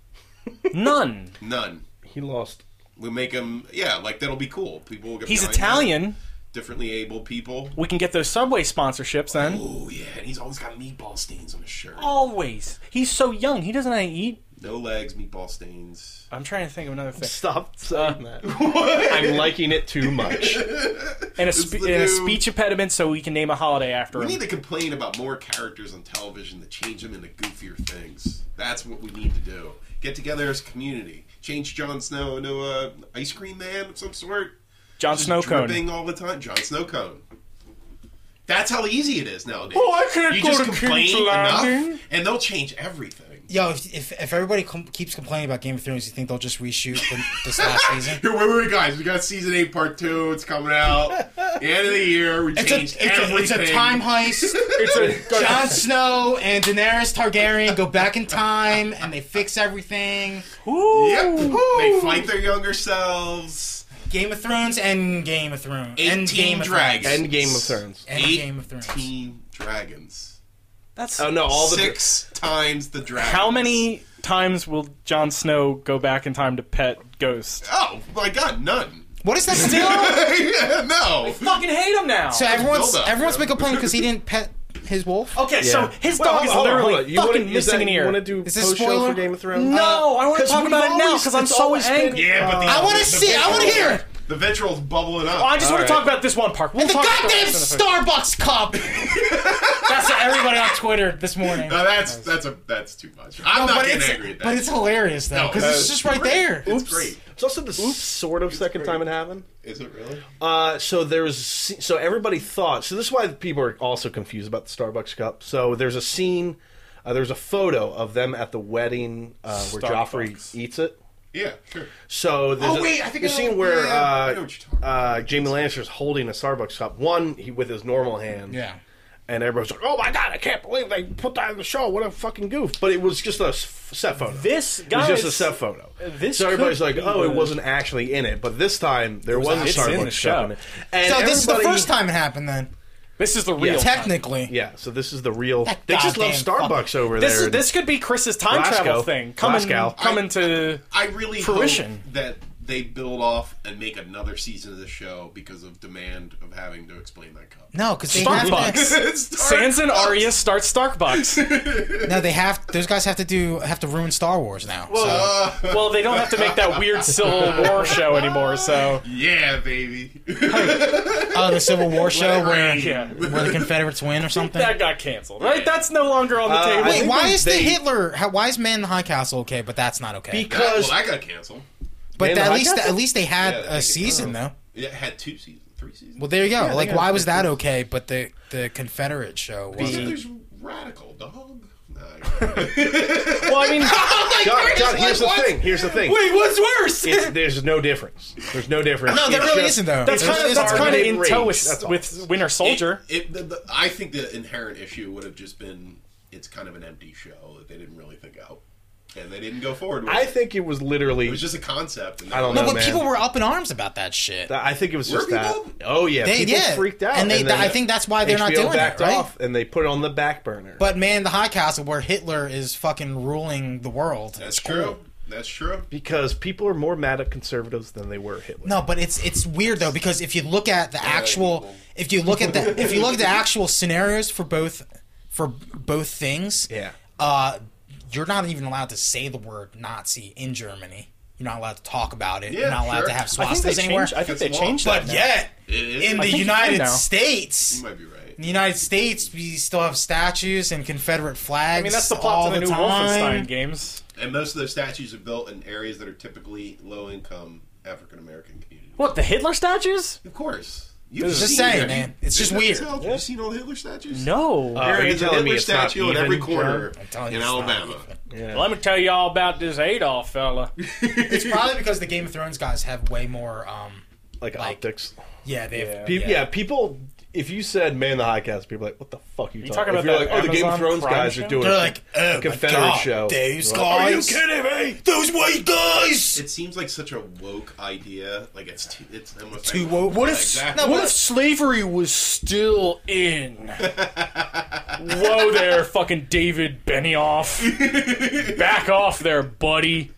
Speaker 1: None.
Speaker 4: none.
Speaker 3: he lost.
Speaker 4: We make him yeah, like that'll be cool. People will get
Speaker 1: He's
Speaker 4: behind
Speaker 1: Italian.
Speaker 4: that. differently able people.
Speaker 1: We can get those Subway sponsorships then.
Speaker 4: Oh yeah, and he's always got meatball stains on his shirt.
Speaker 1: Oh. Always. He's so young. He doesn't know how to eat.
Speaker 4: No legs, meatball stains.
Speaker 1: I'm trying to think of another thing.
Speaker 3: Stop saying that. I'm liking it too much.
Speaker 1: And a,
Speaker 4: It's
Speaker 1: spe-
Speaker 4: the
Speaker 1: and a
Speaker 4: new-
Speaker 1: speech impediment so we can name a holiday after
Speaker 4: We
Speaker 1: him.
Speaker 4: need to complain about more characters on television that change them into goofier things. That's what we need to do. Get together as a community. Change Jon Snow into a ice cream man of some sort.
Speaker 1: John
Speaker 4: Just
Speaker 1: Snow Cone.
Speaker 4: dripping all the time. John Snow Cone. That's how easy it is nowadays.
Speaker 1: Oh, I can't
Speaker 4: you
Speaker 1: go
Speaker 4: just
Speaker 1: to King's
Speaker 4: complain
Speaker 1: Landing.
Speaker 4: enough, and they'll change everything.
Speaker 2: Yo, if if, if everybody com- keeps complaining about Game of Thrones, you think they'll just reshoot the, this last season?
Speaker 4: Here, wait, wait, guys. We got season eight, part two. It's coming out the end of the year. We
Speaker 2: It's a, it's,
Speaker 4: changed
Speaker 2: a, it's
Speaker 4: everything.
Speaker 2: a time heist.
Speaker 1: It's a-
Speaker 2: Jon Snow and Daenerys Targaryen go back in time and they fix everything.
Speaker 1: Ooh.
Speaker 4: Yep. They fight their younger selves.
Speaker 2: Game of Thrones and Game of Thrones.
Speaker 4: Eighteen
Speaker 2: End Game of
Speaker 4: dragons.
Speaker 3: End Game of Thrones.
Speaker 2: Thrones. End Game of Thrones.
Speaker 4: Eighteen dragons.
Speaker 1: That's
Speaker 3: Oh no, all the
Speaker 4: Six times the dragon.
Speaker 1: how many times will Jon Snow go back in time to pet Ghost?
Speaker 4: Oh my god, none.
Speaker 2: What is that still?
Speaker 4: Yeah, no.
Speaker 1: Fucking hate him now.
Speaker 2: so everyone's
Speaker 4: Build up,
Speaker 2: everyone's been
Speaker 4: bro.
Speaker 2: complaining because he didn't pet his wolf.
Speaker 1: okay, so his
Speaker 3: Well,
Speaker 1: dog
Speaker 3: hold
Speaker 1: is
Speaker 3: on, hold on,
Speaker 1: literally
Speaker 3: hold on. You
Speaker 1: fucking
Speaker 3: wanna- is that-
Speaker 1: missing an
Speaker 3: You
Speaker 1: ear.
Speaker 3: want to do
Speaker 2: Is this
Speaker 3: post show
Speaker 2: spoiler?
Speaker 3: for Game of Thrones?
Speaker 1: no, I want to
Speaker 3: 'cause
Speaker 1: talk
Speaker 3: we've
Speaker 1: about it now
Speaker 3: always-
Speaker 1: because I'm
Speaker 3: it's
Speaker 1: so
Speaker 3: always been-
Speaker 1: angry.
Speaker 4: Yeah, but the,
Speaker 2: I want
Speaker 4: the
Speaker 2: to see. I want to
Speaker 4: vitriol-
Speaker 2: hear. it.
Speaker 4: The vitriol's bubbling up.
Speaker 1: Oh, I just want to
Speaker 3: All
Speaker 1: talk
Speaker 3: right.
Speaker 1: about this one park. We'll
Speaker 2: The
Speaker 1: talk about
Speaker 2: goddamn
Speaker 1: this in a
Speaker 2: Starbucks cup. That's what everybody on Twitter this morning.
Speaker 4: Uh,
Speaker 3: Uh,
Speaker 4: no, that's that's a that's too much. I'm not
Speaker 2: Oh, but
Speaker 4: getting
Speaker 2: it's
Speaker 4: angry at that.
Speaker 2: but it's hilarious though
Speaker 4: No,
Speaker 2: because
Speaker 4: that's
Speaker 2: it's just right
Speaker 4: great.
Speaker 2: there.
Speaker 4: It's great.
Speaker 3: It's also the sort of second
Speaker 4: great.
Speaker 3: time it happened.
Speaker 4: Is it really?
Speaker 3: Uh, so there's so everybody thought so this is why people are also confused about the Starbucks cup. So there's a scene, uh, there's a photo of them at the wedding uh, where
Speaker 1: Starbucks.
Speaker 3: Joffrey eats it.
Speaker 4: Yeah, sure.
Speaker 3: So there's
Speaker 4: Oh,
Speaker 3: a,
Speaker 4: wait, I think
Speaker 3: the
Speaker 4: I know-
Speaker 3: scene where
Speaker 4: yeah, yeah, I know what you're talking
Speaker 3: uh, uh, Jamie Lannister's holding a Starbucks cup, one he, with his normal hand,
Speaker 2: Yeah.
Speaker 3: and everybody's like, "Oh my god, I can't believe they put that in the show! What a fucking goof!" But it was just a s- set photo.
Speaker 1: This
Speaker 3: it was
Speaker 1: guy
Speaker 3: just a set photo.
Speaker 1: this
Speaker 3: so everybody's
Speaker 1: could
Speaker 3: like,
Speaker 1: be
Speaker 3: "Oh, it
Speaker 1: the-
Speaker 3: wasn't actually in it," but this time there was,
Speaker 1: actually-
Speaker 3: a
Speaker 1: It's in the
Speaker 3: Starbucks cup in
Speaker 1: show.
Speaker 3: it. And
Speaker 2: So this is the
Speaker 3: everybody-
Speaker 2: first time it happened then.
Speaker 1: This is the real.
Speaker 3: Yeah.
Speaker 1: time.
Speaker 2: Technically.
Speaker 3: Yeah, so this is the real.
Speaker 2: That
Speaker 3: They just love
Speaker 2: goddamn
Speaker 3: Starbucks over
Speaker 1: This
Speaker 3: there.
Speaker 1: is, this could be Chris's time
Speaker 3: Glasgow.
Speaker 1: travel thing coming
Speaker 3: Glasgow.
Speaker 1: coming to.
Speaker 4: I really
Speaker 1: Fruition.
Speaker 4: hope that they build off and make another season of the show because of demand of having to explain that cup.
Speaker 2: No, because they
Speaker 1: Starbucks.
Speaker 2: have
Speaker 1: Sans and Arya start Starbucks.
Speaker 2: to, No, they have. Those guys have to do have to ruin Star Wars now. so.
Speaker 1: well, they don't have to make that weird Civil War show anymore. So
Speaker 4: Yeah, baby.
Speaker 3: uh,
Speaker 2: Oh, the Civil War show where,
Speaker 1: yeah,
Speaker 2: where the Confederates win or something.
Speaker 1: that got canceled. Right? That's no longer on the
Speaker 3: Uh,
Speaker 1: table.
Speaker 3: I
Speaker 2: Wait,
Speaker 3: think
Speaker 2: why
Speaker 3: they-
Speaker 2: is the
Speaker 3: they-
Speaker 2: Hitler? How, why is Man in the High Castle okay, but that's not okay?
Speaker 3: because
Speaker 4: well, that got canceled.
Speaker 2: but
Speaker 3: Man in the
Speaker 2: at
Speaker 3: High
Speaker 2: least
Speaker 3: Castle?
Speaker 2: at least they had
Speaker 4: Yeah, they
Speaker 2: a
Speaker 4: did.
Speaker 2: season
Speaker 3: oh.
Speaker 2: though.
Speaker 4: It had two seasons, three seasons.
Speaker 2: Well, there you go.
Speaker 3: they
Speaker 2: like,
Speaker 3: got
Speaker 2: why
Speaker 3: a
Speaker 2: was that okay, but the the Confederate show wasn't?
Speaker 4: Hitler's radical dog. No,
Speaker 1: well, I mean,
Speaker 3: John, John, here's the thing. Here's the thing.
Speaker 1: wait, what's worse?
Speaker 3: It's, there's no difference. There's no difference.
Speaker 2: No, there
Speaker 3: It's
Speaker 2: really
Speaker 3: just-
Speaker 2: isn't though.
Speaker 1: That's
Speaker 2: There
Speaker 1: kind of
Speaker 2: really
Speaker 1: that's
Speaker 2: isn't.
Speaker 1: kind of
Speaker 3: Targeted
Speaker 1: in toe
Speaker 3: rage,
Speaker 1: with,
Speaker 3: that's all.
Speaker 1: with Winter Soldier.
Speaker 4: It, it, the, the, I think the inherent issue would have just been it's kind of an empty show that they didn't really think out. and they didn't go forward with
Speaker 3: I
Speaker 4: it.
Speaker 3: think it was literally.
Speaker 4: It was just a concept. And
Speaker 3: I don't
Speaker 4: they
Speaker 2: No,
Speaker 4: were
Speaker 3: know,
Speaker 2: but
Speaker 3: man.
Speaker 2: people were up in arms about that shit.
Speaker 3: I think it was
Speaker 4: Were
Speaker 3: just that.
Speaker 4: people?
Speaker 3: Oh yeah,
Speaker 2: They
Speaker 3: people
Speaker 2: yeah.
Speaker 3: freaked out,
Speaker 2: and they.
Speaker 3: then
Speaker 2: I think that's why they're not
Speaker 3: HBO
Speaker 2: doing
Speaker 3: backed
Speaker 2: it, right?
Speaker 3: off, and they put it on the back burner.
Speaker 2: But man, the High Castle, where Hitler is fucking ruling the world.
Speaker 4: That's
Speaker 2: is cool.
Speaker 4: true. That's true.
Speaker 3: because people are more mad at conservatives than they were Hitler.
Speaker 2: No, but it's it's weird though because if you look at the actual,
Speaker 4: people.
Speaker 2: if you look at the if you look at the actual scenarios for both for both things,
Speaker 3: Yeah.
Speaker 2: uh, you're not even allowed to say the word Nazi in Germany. You're not allowed to talk about it.
Speaker 4: Yeah,
Speaker 2: you're not allowed
Speaker 4: sure.
Speaker 2: to have
Speaker 1: I think
Speaker 2: swastikas
Speaker 1: they
Speaker 2: anywhere.
Speaker 1: changed. I think they
Speaker 4: It's
Speaker 1: changed
Speaker 4: law.
Speaker 1: that.
Speaker 2: but
Speaker 1: now.
Speaker 2: yet,
Speaker 4: It is.
Speaker 2: in the
Speaker 1: think you can
Speaker 2: United
Speaker 1: now.
Speaker 2: States,
Speaker 4: you
Speaker 2: in
Speaker 4: might be right.
Speaker 2: the United States, we still have statues and Confederate flags.
Speaker 1: I mean, that's the
Speaker 2: all
Speaker 1: plot to the new
Speaker 2: time.
Speaker 1: Wolfenstein games.
Speaker 4: And most of those statues are built in areas that are typically low income African American communities.
Speaker 1: What the Hitler statues?
Speaker 4: Of course. You've
Speaker 2: Just
Speaker 4: seen-
Speaker 2: saying,
Speaker 4: have you-
Speaker 2: man. It's just
Speaker 4: have you
Speaker 2: weird.
Speaker 4: told- Have you seen all the Hitler statues?
Speaker 1: No.
Speaker 3: Uh,
Speaker 4: There
Speaker 3: Are you
Speaker 4: is a
Speaker 3: telling me
Speaker 4: Hitler
Speaker 3: it's not
Speaker 4: statue in
Speaker 3: even,
Speaker 4: every
Speaker 3: John?
Speaker 4: corner
Speaker 2: I'm telling you,
Speaker 4: in
Speaker 2: it's not
Speaker 4: Alabama.
Speaker 2: even.
Speaker 3: Yeah.
Speaker 1: Let me tell you all about this Adolf fella.
Speaker 2: It's probably because the Game of Thrones guys have way more. Um,
Speaker 3: like,
Speaker 2: like-
Speaker 3: optics.
Speaker 2: yeah, they have.
Speaker 3: Pe- yeah. people. If you said "man the high cast," people are like, "What the fuck are you,
Speaker 1: You
Speaker 3: talking
Speaker 1: talking about
Speaker 3: about?" If you're like,
Speaker 1: that
Speaker 3: "Oh, the Game of
Speaker 1: Amazon
Speaker 3: Thrones
Speaker 1: Prime
Speaker 3: guys
Speaker 1: show?
Speaker 3: are doing
Speaker 2: They're
Speaker 3: a
Speaker 2: like, oh,
Speaker 3: Confederate
Speaker 2: my God,
Speaker 3: show,"
Speaker 2: Those
Speaker 3: You're
Speaker 2: guys.
Speaker 3: like, "Are you kidding me?"
Speaker 2: Those white guys.
Speaker 4: It seems like such a woke idea. Like it's too, it's almost
Speaker 2: Too
Speaker 4: like-
Speaker 2: woke.
Speaker 4: Yeah,
Speaker 2: What if-
Speaker 4: Exactly.
Speaker 2: no,
Speaker 1: What if slavery was still in? Whoa there, fucking David Benioff. Back off there, buddy.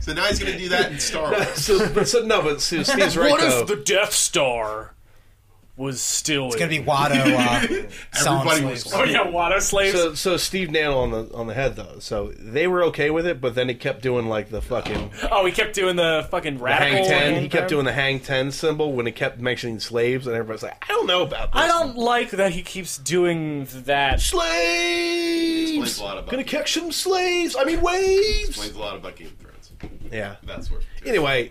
Speaker 4: so now he's gonna do that in Star Wars.
Speaker 3: so, but so, no, but so Steve's right
Speaker 1: what
Speaker 3: though.
Speaker 1: if the Death Star was still
Speaker 2: It's
Speaker 1: in?
Speaker 2: gonna be Watto. Uh, selling
Speaker 4: Everybody was-
Speaker 2: slaves.
Speaker 1: oh yeah, water slaves.
Speaker 3: so, so Steve nailed on the on the head though. So they were okay with it, but then he kept doing like the fucking
Speaker 1: oh, he kept doing the fucking
Speaker 3: hang
Speaker 1: radical.
Speaker 3: ten.
Speaker 1: one
Speaker 3: He kept
Speaker 1: time.
Speaker 3: doing the hang ten symbol when he kept mentioning slaves, and everybody's like, "I don't know about this."
Speaker 1: I don't like that he keeps doing that.
Speaker 3: slaves.
Speaker 4: Explains a lot about
Speaker 3: Gonna
Speaker 4: it.
Speaker 3: catch some slaves. I mean waves.
Speaker 4: Explains a lot about Game of Thrones.
Speaker 3: Yeah.
Speaker 4: That's worth. it.
Speaker 3: Anyway,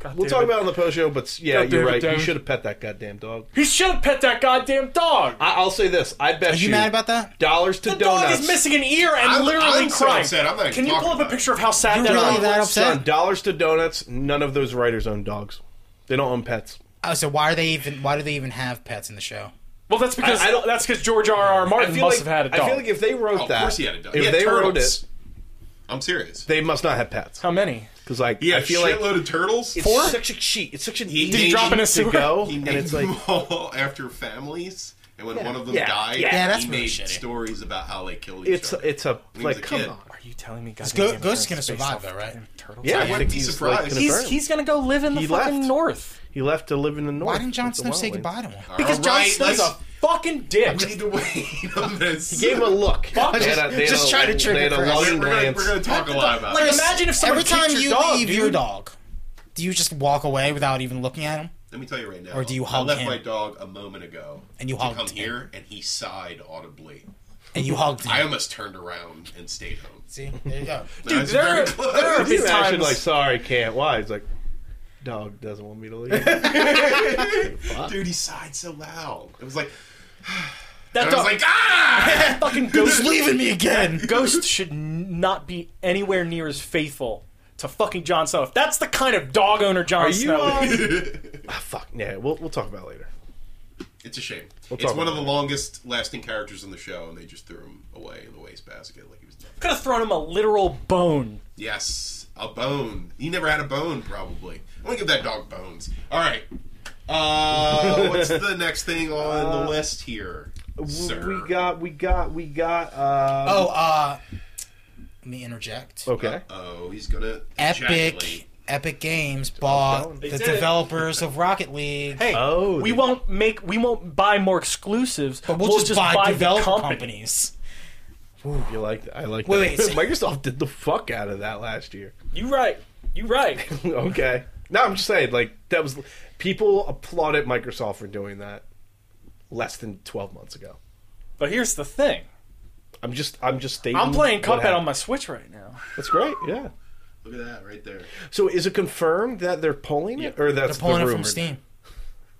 Speaker 1: God
Speaker 3: we'll
Speaker 1: damn
Speaker 3: talk
Speaker 1: it.
Speaker 3: about it on the post show, but s- yeah,
Speaker 1: God damn
Speaker 3: you're
Speaker 1: it,
Speaker 3: right. You
Speaker 1: Devin.
Speaker 3: should have pet that goddamn dog.
Speaker 1: He should have pet that goddamn dog.
Speaker 3: I- I'll say this. I bet
Speaker 2: Are you mad about that?
Speaker 3: dollars to
Speaker 1: The
Speaker 3: donuts.
Speaker 1: dog is missing an ear and
Speaker 4: I'm-
Speaker 1: literally
Speaker 4: I'm so
Speaker 1: crying.
Speaker 4: upset. I'm not even
Speaker 1: Can you
Speaker 4: talking
Speaker 1: pull up a
Speaker 4: about it.
Speaker 1: picture of how sad that
Speaker 2: You're really
Speaker 1: dog
Speaker 2: that
Speaker 1: looks?
Speaker 2: upset?
Speaker 3: Son, dollars to donuts. None of those writers own dogs. They don't own pets.
Speaker 2: Oh, so why are they even? Why do they even have pets in the show?
Speaker 1: Well, that's because
Speaker 3: I- I don't-
Speaker 1: that's because George R. R. Martin must
Speaker 3: like,
Speaker 1: have had a dog.
Speaker 3: I feel like if they wrote
Speaker 4: Oh, of
Speaker 3: that,
Speaker 4: course he had a dog.
Speaker 3: if
Speaker 4: He had
Speaker 3: they wrote
Speaker 4: turtles.
Speaker 3: it,
Speaker 4: I'm serious.
Speaker 3: they must not have pets.
Speaker 1: how many?
Speaker 3: Because like,
Speaker 4: Yeah,
Speaker 3: I feel like
Speaker 4: shitload of turtles.
Speaker 3: it's such a cheat. It's such an easy
Speaker 4: Did he drop
Speaker 1: in a
Speaker 3: to
Speaker 1: sewer?
Speaker 3: go,
Speaker 4: He
Speaker 3: and
Speaker 4: named
Speaker 3: it's like
Speaker 4: them all after families, and when one of them
Speaker 3: Yeah.
Speaker 4: died,
Speaker 3: Yeah,
Speaker 2: that's
Speaker 4: he
Speaker 2: really
Speaker 4: made
Speaker 2: shitty.
Speaker 4: stories about how they killed each
Speaker 3: it's
Speaker 4: other.
Speaker 3: it's a
Speaker 4: was
Speaker 3: like
Speaker 4: a
Speaker 3: come
Speaker 4: kid.
Speaker 3: on.
Speaker 1: Are you telling me God?
Speaker 2: Go- Ghost's gonna survive though, right?
Speaker 1: Turtles?
Speaker 3: Yeah,
Speaker 4: I wouldn't
Speaker 3: think
Speaker 4: be
Speaker 3: he's,
Speaker 4: surprised.
Speaker 3: Like, gonna
Speaker 1: He's
Speaker 3: burn.
Speaker 1: he's gonna go live in the
Speaker 3: He
Speaker 1: fucking
Speaker 3: left.
Speaker 1: north
Speaker 3: he left to live in the north.
Speaker 2: Why didn't Jon
Speaker 3: with the
Speaker 2: Snow say
Speaker 3: wildlings.
Speaker 2: goodbye to him?
Speaker 1: because Jon
Speaker 4: Alright,
Speaker 1: Snow's a
Speaker 4: let's-
Speaker 1: fucking dick.
Speaker 4: We need to wait on this.
Speaker 3: He gave him a look.
Speaker 1: Fuck.
Speaker 3: They had a- they
Speaker 2: Just
Speaker 3: had a-
Speaker 2: try to trigger
Speaker 3: They had a
Speaker 2: Chris.
Speaker 4: We're,
Speaker 3: long
Speaker 4: we're gonna,
Speaker 3: glance.
Speaker 4: we're gonna talk a lot about
Speaker 1: Like,
Speaker 4: it.
Speaker 1: imagine if someone
Speaker 2: Every time
Speaker 1: keeps
Speaker 2: you
Speaker 1: your dog,
Speaker 2: leave your
Speaker 1: dude.
Speaker 2: dog, do you just walk away without even looking at him?
Speaker 4: Let me tell you right now.
Speaker 2: Or do you
Speaker 4: I
Speaker 2: hug
Speaker 4: left
Speaker 2: him?
Speaker 4: my dog a moment ago.
Speaker 2: And you
Speaker 4: to
Speaker 2: hugged
Speaker 4: come
Speaker 2: him.
Speaker 4: here, and he sighed audibly.
Speaker 2: And you hugged
Speaker 4: I
Speaker 2: him.
Speaker 4: almost turned around and stayed home.
Speaker 2: See, there you go.
Speaker 4: Dude,
Speaker 1: there are- there are-
Speaker 3: Can you
Speaker 1: His
Speaker 3: imagine,
Speaker 1: times-
Speaker 3: like, sorry, can't. Why? He's like, dog doesn't want me to leave.
Speaker 4: Dude, he sighed so loud. It was like,
Speaker 1: That
Speaker 4: and I
Speaker 1: dog,
Speaker 4: was like, ah!
Speaker 1: fucking ghost.
Speaker 2: He's leaving me again.
Speaker 1: Ghost should n- not be anywhere near as faithful to fucking Jon Snow. If that's the kind of dog owner Jon
Speaker 3: Are you?
Speaker 1: Snow is.
Speaker 3: Um, ah, fuck. Yeah, we'll we'll talk about it later.
Speaker 4: It's a shame. it's
Speaker 3: talk
Speaker 4: one of
Speaker 3: about
Speaker 4: the longest lasting characters in the show, and they just threw him away in the wastebasket like he was dead.
Speaker 1: Could have thrown him a literal bone.
Speaker 4: Yes, a bone. He never had a bone, probably. I'm gonna give that dog bones. All right. Uh, what's the next thing on the list here, sir?
Speaker 3: Uh, We got, we got, we got. Uh,
Speaker 2: Oh, uh, let me interject.
Speaker 3: okay.
Speaker 4: Oh, he's gonna
Speaker 2: Epic,
Speaker 4: ejaculate.
Speaker 2: Epic Games bought
Speaker 1: They
Speaker 2: the
Speaker 1: did it.
Speaker 2: developers of Rocket League.
Speaker 1: Hey,
Speaker 3: Oh,
Speaker 1: we
Speaker 3: the-
Speaker 1: won't make, we won't buy more exclusives.
Speaker 2: but we'll, just, buy,
Speaker 1: the
Speaker 2: developer
Speaker 1: company.
Speaker 2: companies.
Speaker 3: You like that? I like
Speaker 2: Wait,
Speaker 3: that.
Speaker 2: wait.
Speaker 3: Microsoft did the fuck out of that last year.
Speaker 1: You right. You right.
Speaker 3: okay. No, I'm just saying, like that was people applauded Microsoft for doing that less than 12 months ago.
Speaker 1: but here's the thing.
Speaker 3: I'm just, I'm just stating.
Speaker 1: I'm playing
Speaker 3: what
Speaker 1: Cuphead on
Speaker 3: happened.
Speaker 1: my Switch right now.
Speaker 3: That's great. Yeah.
Speaker 4: Look at that right there.
Speaker 3: So is it confirmed that they're pulling it, or that's
Speaker 2: They're pulling
Speaker 3: the
Speaker 2: it
Speaker 3: rumor?
Speaker 2: from Steam.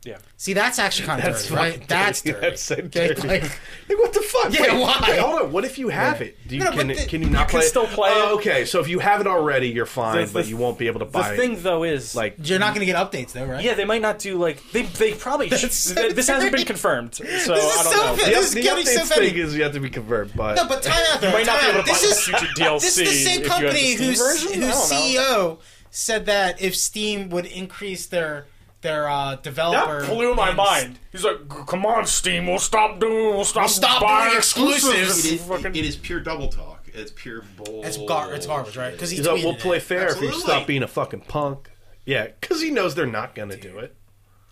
Speaker 1: Yeah.
Speaker 2: See, that's actually kind of
Speaker 3: That's
Speaker 2: dirty, right?
Speaker 3: fucking
Speaker 2: That's
Speaker 3: dirty.
Speaker 2: dirty.
Speaker 3: That's so
Speaker 2: Okay,
Speaker 3: dirty.
Speaker 2: like-
Speaker 3: Like what the fuck?
Speaker 2: Yeah,
Speaker 3: wait,
Speaker 2: why?
Speaker 3: wait, hold on. What if you have it? Do you,
Speaker 2: No,
Speaker 3: can,
Speaker 2: but
Speaker 3: it-
Speaker 2: the-
Speaker 3: can you not
Speaker 1: you can
Speaker 3: play? it?
Speaker 1: still play it.
Speaker 3: Oh, okay. So if you have it already, you're fine,
Speaker 1: The-
Speaker 3: but
Speaker 1: the-
Speaker 3: you won't be able to
Speaker 1: The
Speaker 3: buy
Speaker 1: thing
Speaker 3: it.
Speaker 1: though is
Speaker 3: Like
Speaker 2: you're not going to get updates though, right?
Speaker 1: yeah, they might not do like they they probably should,
Speaker 2: That's so
Speaker 1: th- this hasn't been
Speaker 2: dirty.
Speaker 1: confirmed. So
Speaker 2: is
Speaker 1: I don't
Speaker 2: so
Speaker 1: know.
Speaker 2: bad.
Speaker 3: the,
Speaker 2: This is
Speaker 3: the
Speaker 2: getting so
Speaker 3: updates
Speaker 2: funny.
Speaker 3: thing is you have to be convert, but,
Speaker 2: No, but time out though.
Speaker 1: You might not
Speaker 2: time
Speaker 1: be able
Speaker 2: out.
Speaker 1: to buy
Speaker 2: This
Speaker 1: the
Speaker 2: is
Speaker 1: future DLC.
Speaker 2: This is the same
Speaker 1: if you have the
Speaker 2: company
Speaker 1: Steam
Speaker 2: whose,
Speaker 1: version? I
Speaker 2: whose
Speaker 1: don't know.
Speaker 2: CEO said that if Steam would increase their their uh,
Speaker 1: That
Speaker 2: developer,
Speaker 1: blew my
Speaker 2: and-
Speaker 1: mind. He's like, "G- "Come on, Steam, we'll stop doing, we'll stop,
Speaker 2: stop
Speaker 1: buying
Speaker 2: doing
Speaker 1: exclusives."
Speaker 2: exclusives.
Speaker 4: It is,
Speaker 1: Fucking-
Speaker 4: it is pure double talk. It's pure bull.
Speaker 2: It's, gar- it's garbage, right? Because he
Speaker 3: he's like,
Speaker 2: tweeted
Speaker 3: we'll play
Speaker 2: it.
Speaker 3: fair if you
Speaker 4: Absolutely.
Speaker 3: stop being a fucking punk. Yeah, because he knows they're not gonna do it.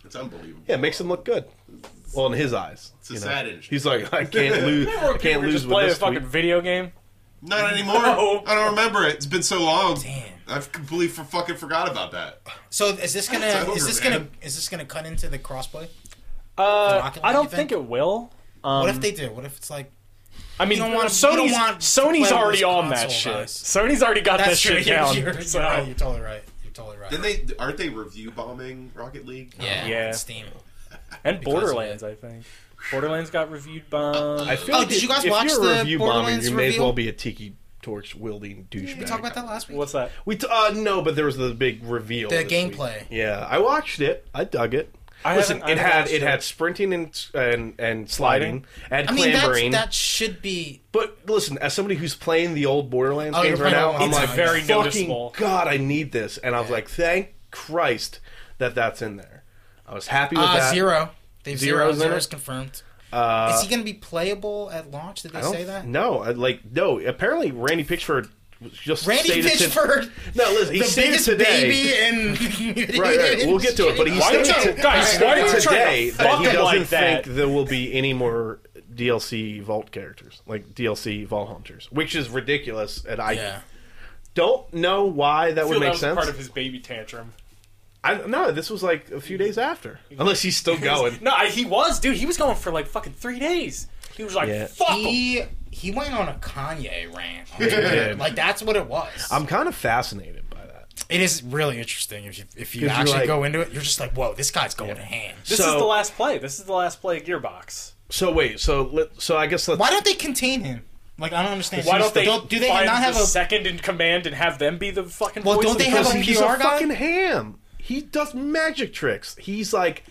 Speaker 4: It's unbelievable.
Speaker 3: Yeah, it makes him look good. Well, in his eyes,
Speaker 4: It's a sad industry.
Speaker 3: He's like, I can't lose. I can't
Speaker 1: People
Speaker 3: lose
Speaker 1: just
Speaker 3: with
Speaker 1: play a
Speaker 3: this
Speaker 1: fucking
Speaker 3: tweet.
Speaker 1: video game.
Speaker 4: Not anymore.
Speaker 1: No.
Speaker 4: I don't remember it. It's been so long.
Speaker 2: Damn.
Speaker 4: I've completely for fucking forgot about that.
Speaker 2: So is this gonna
Speaker 4: It's over,
Speaker 2: is this
Speaker 4: man.
Speaker 2: gonna is this gonna cut into the crossplay?
Speaker 1: Uh,
Speaker 2: Rocket League,
Speaker 1: I
Speaker 2: you
Speaker 1: don't
Speaker 2: think?
Speaker 1: think it will. Um,
Speaker 2: what if they do? What if it's like
Speaker 1: I mean,
Speaker 2: You don't want-
Speaker 1: Sony's,
Speaker 2: you don't want to
Speaker 1: Sony's
Speaker 2: play
Speaker 1: already
Speaker 2: with
Speaker 1: on that
Speaker 2: console
Speaker 1: shit.
Speaker 2: guys.
Speaker 1: Sony's already got that
Speaker 2: that's true?
Speaker 1: shit
Speaker 2: You're,
Speaker 1: down.
Speaker 2: you're- you're
Speaker 1: so-
Speaker 2: right. You're totally right. You're totally right.
Speaker 4: Then they aren't they review bombing Rocket League?
Speaker 2: yeah,
Speaker 1: Yeah.
Speaker 2: on Steam.
Speaker 1: and
Speaker 2: because of
Speaker 1: Borderlands, I think. Borderlands got reviewed by.
Speaker 3: I feel
Speaker 2: Oh,
Speaker 3: like
Speaker 2: did you guys
Speaker 3: if
Speaker 2: watch
Speaker 3: you're
Speaker 2: the
Speaker 3: a review bombing,
Speaker 2: Borderlands
Speaker 3: you may as
Speaker 2: reveal?
Speaker 3: well be a tiki torch wielding douchebag.
Speaker 2: We talked about that last week.
Speaker 1: What's that?
Speaker 3: We t- uh, no, but there was the big reveal.
Speaker 2: The
Speaker 3: this week.
Speaker 2: gameplay.
Speaker 3: Yeah, I watched it. I dug it.
Speaker 1: I
Speaker 3: Listen,
Speaker 1: haven't- I
Speaker 3: it
Speaker 1: haven't
Speaker 3: had
Speaker 1: watched
Speaker 3: it
Speaker 1: it.
Speaker 3: had sprinting and and and sliding, and
Speaker 2: I mean,
Speaker 3: clambering.
Speaker 2: that's, that should be
Speaker 3: But listen, as somebody who's playing the old Borderlands
Speaker 2: Oh, you're
Speaker 3: games right
Speaker 2: playing
Speaker 3: now,
Speaker 2: all
Speaker 3: I'm
Speaker 2: the
Speaker 3: like,
Speaker 2: time.
Speaker 1: Very
Speaker 3: fucking
Speaker 1: noticeable.
Speaker 3: God, I need this, and I was like, thank Christ that that's in there. I was happy with
Speaker 2: uh,
Speaker 3: that.
Speaker 2: zero. They've zero.
Speaker 3: Zero's in
Speaker 2: Zero
Speaker 3: it?
Speaker 2: is confirmed.
Speaker 3: Uh,
Speaker 2: is he gonna be playable at launch? Did they
Speaker 3: I don't
Speaker 2: say that?
Speaker 3: No, I- like no. Apparently, Randy Pitchford was just
Speaker 2: Randy
Speaker 3: stated to-
Speaker 2: Pitchford,
Speaker 3: no, listen, he
Speaker 2: the
Speaker 3: stated
Speaker 2: biggest
Speaker 3: today.
Speaker 2: baby in.
Speaker 3: Right, right. We'll get to it, but he
Speaker 1: Why
Speaker 3: stated
Speaker 1: don't you-
Speaker 3: to-
Speaker 1: guys,
Speaker 3: he stated
Speaker 1: why don't you try to
Speaker 3: today that
Speaker 1: fuck
Speaker 3: he
Speaker 1: him
Speaker 3: doesn't
Speaker 1: like that?
Speaker 3: think there will be any more DLC Vault characters, like DLC Vault Hunters, which is ridiculous, and I
Speaker 2: Yeah.
Speaker 3: don't know why that would
Speaker 1: Feel
Speaker 3: make
Speaker 1: that was
Speaker 3: sense.
Speaker 1: Part of his baby tantrum.
Speaker 3: I no, this was like a few days after. Unless he's still going.
Speaker 1: No, I, he was, dude. He was going for like fucking three days. He was like,
Speaker 3: Yeah.
Speaker 1: "Fuck 'em."
Speaker 2: He he went on a Kanye rant.
Speaker 3: did.
Speaker 2: like that's what it was.
Speaker 3: I'm kind of fascinated by that.
Speaker 2: It is really interesting if you if you
Speaker 3: 'Cause you're
Speaker 2: actually
Speaker 3: like-
Speaker 2: go into it. You're just like, whoa, this guy's going ham.
Speaker 1: This
Speaker 3: So-
Speaker 1: is the last play. This is the last play of Gearbox.
Speaker 3: So wait, so let, so I guess let's
Speaker 2: Why don't they contain him? Like I don't understand.
Speaker 1: Why don't they?
Speaker 2: Don't- do they
Speaker 1: find
Speaker 2: not have
Speaker 1: the
Speaker 2: a?
Speaker 1: second in command and have them be the fucking?
Speaker 2: Well,
Speaker 1: voice
Speaker 2: don't
Speaker 1: of
Speaker 2: they
Speaker 1: the
Speaker 2: have
Speaker 3: because
Speaker 2: a
Speaker 3: he's
Speaker 2: PR
Speaker 3: a
Speaker 2: guy?
Speaker 3: fucking ham. He does magic tricks. He's like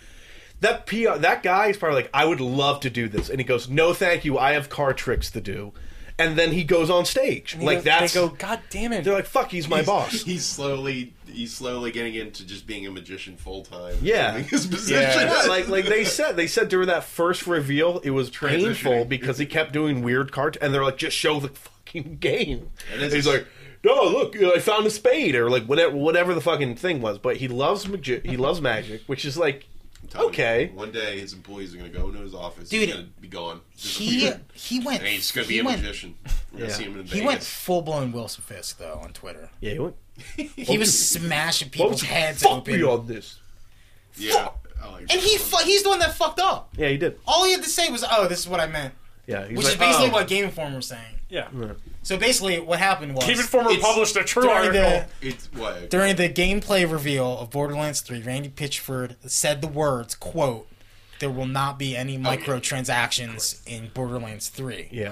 Speaker 3: that PR that guy is probably like, I would love to do this. And he goes, No thank you, I have car tricks to do. And then he goes on stage.
Speaker 1: They
Speaker 3: like
Speaker 1: go-
Speaker 3: that's
Speaker 1: They go, God damn it!
Speaker 3: they're like, fuck, he's my
Speaker 4: He's-
Speaker 3: boss.
Speaker 4: He's slowly he's slowly getting into just being a magician full time.
Speaker 3: Yeah.
Speaker 4: his position.
Speaker 3: Yeah, like like they said they said during that first reveal it was painful
Speaker 4: Transitioning.
Speaker 3: because he kept doing weird cards and they're like just show the fucking game
Speaker 4: And
Speaker 3: and
Speaker 4: it's-
Speaker 3: he's like no look I found a spade or like whatever whatever the fucking thing was but he loves magi- he loves magic which is like
Speaker 4: I'm telling
Speaker 3: okay
Speaker 4: you, one day his employees are gonna go into his office.
Speaker 2: Dude,
Speaker 4: he's gonna be gone.
Speaker 2: He
Speaker 4: Disappear.
Speaker 2: he went.
Speaker 4: and he's gonna
Speaker 2: he
Speaker 4: be a
Speaker 2: went,
Speaker 4: magician. We're gonna
Speaker 3: Yeah.
Speaker 4: see him in Vegas.
Speaker 2: He went full blown Wilson Fisk though on Twitter.
Speaker 3: yeah he went
Speaker 2: He was smashing
Speaker 3: what
Speaker 2: people's
Speaker 3: would you
Speaker 2: heads
Speaker 3: fuck
Speaker 2: open,
Speaker 3: me on this
Speaker 4: yeah, I like
Speaker 2: and
Speaker 4: that
Speaker 2: he
Speaker 4: one.
Speaker 2: fu- he's the one that fucked up.
Speaker 3: yeah he did
Speaker 2: All he had to say was, "Oh, this is what I meant,"
Speaker 3: yeah he was
Speaker 2: which is
Speaker 3: like,
Speaker 2: basically
Speaker 3: "Oh."
Speaker 2: what Game Informer was saying.
Speaker 1: yeah.
Speaker 2: So basically, what happened was
Speaker 1: Game Informer
Speaker 4: It's-
Speaker 1: published a true
Speaker 2: during
Speaker 1: article.
Speaker 2: the
Speaker 4: It's what?
Speaker 2: during the gameplay reveal of Borderlands 3, Randy Pitchford said the words, quote, there will not be
Speaker 3: Oh,
Speaker 2: any microtransactions in Borderlands 3.
Speaker 3: yeah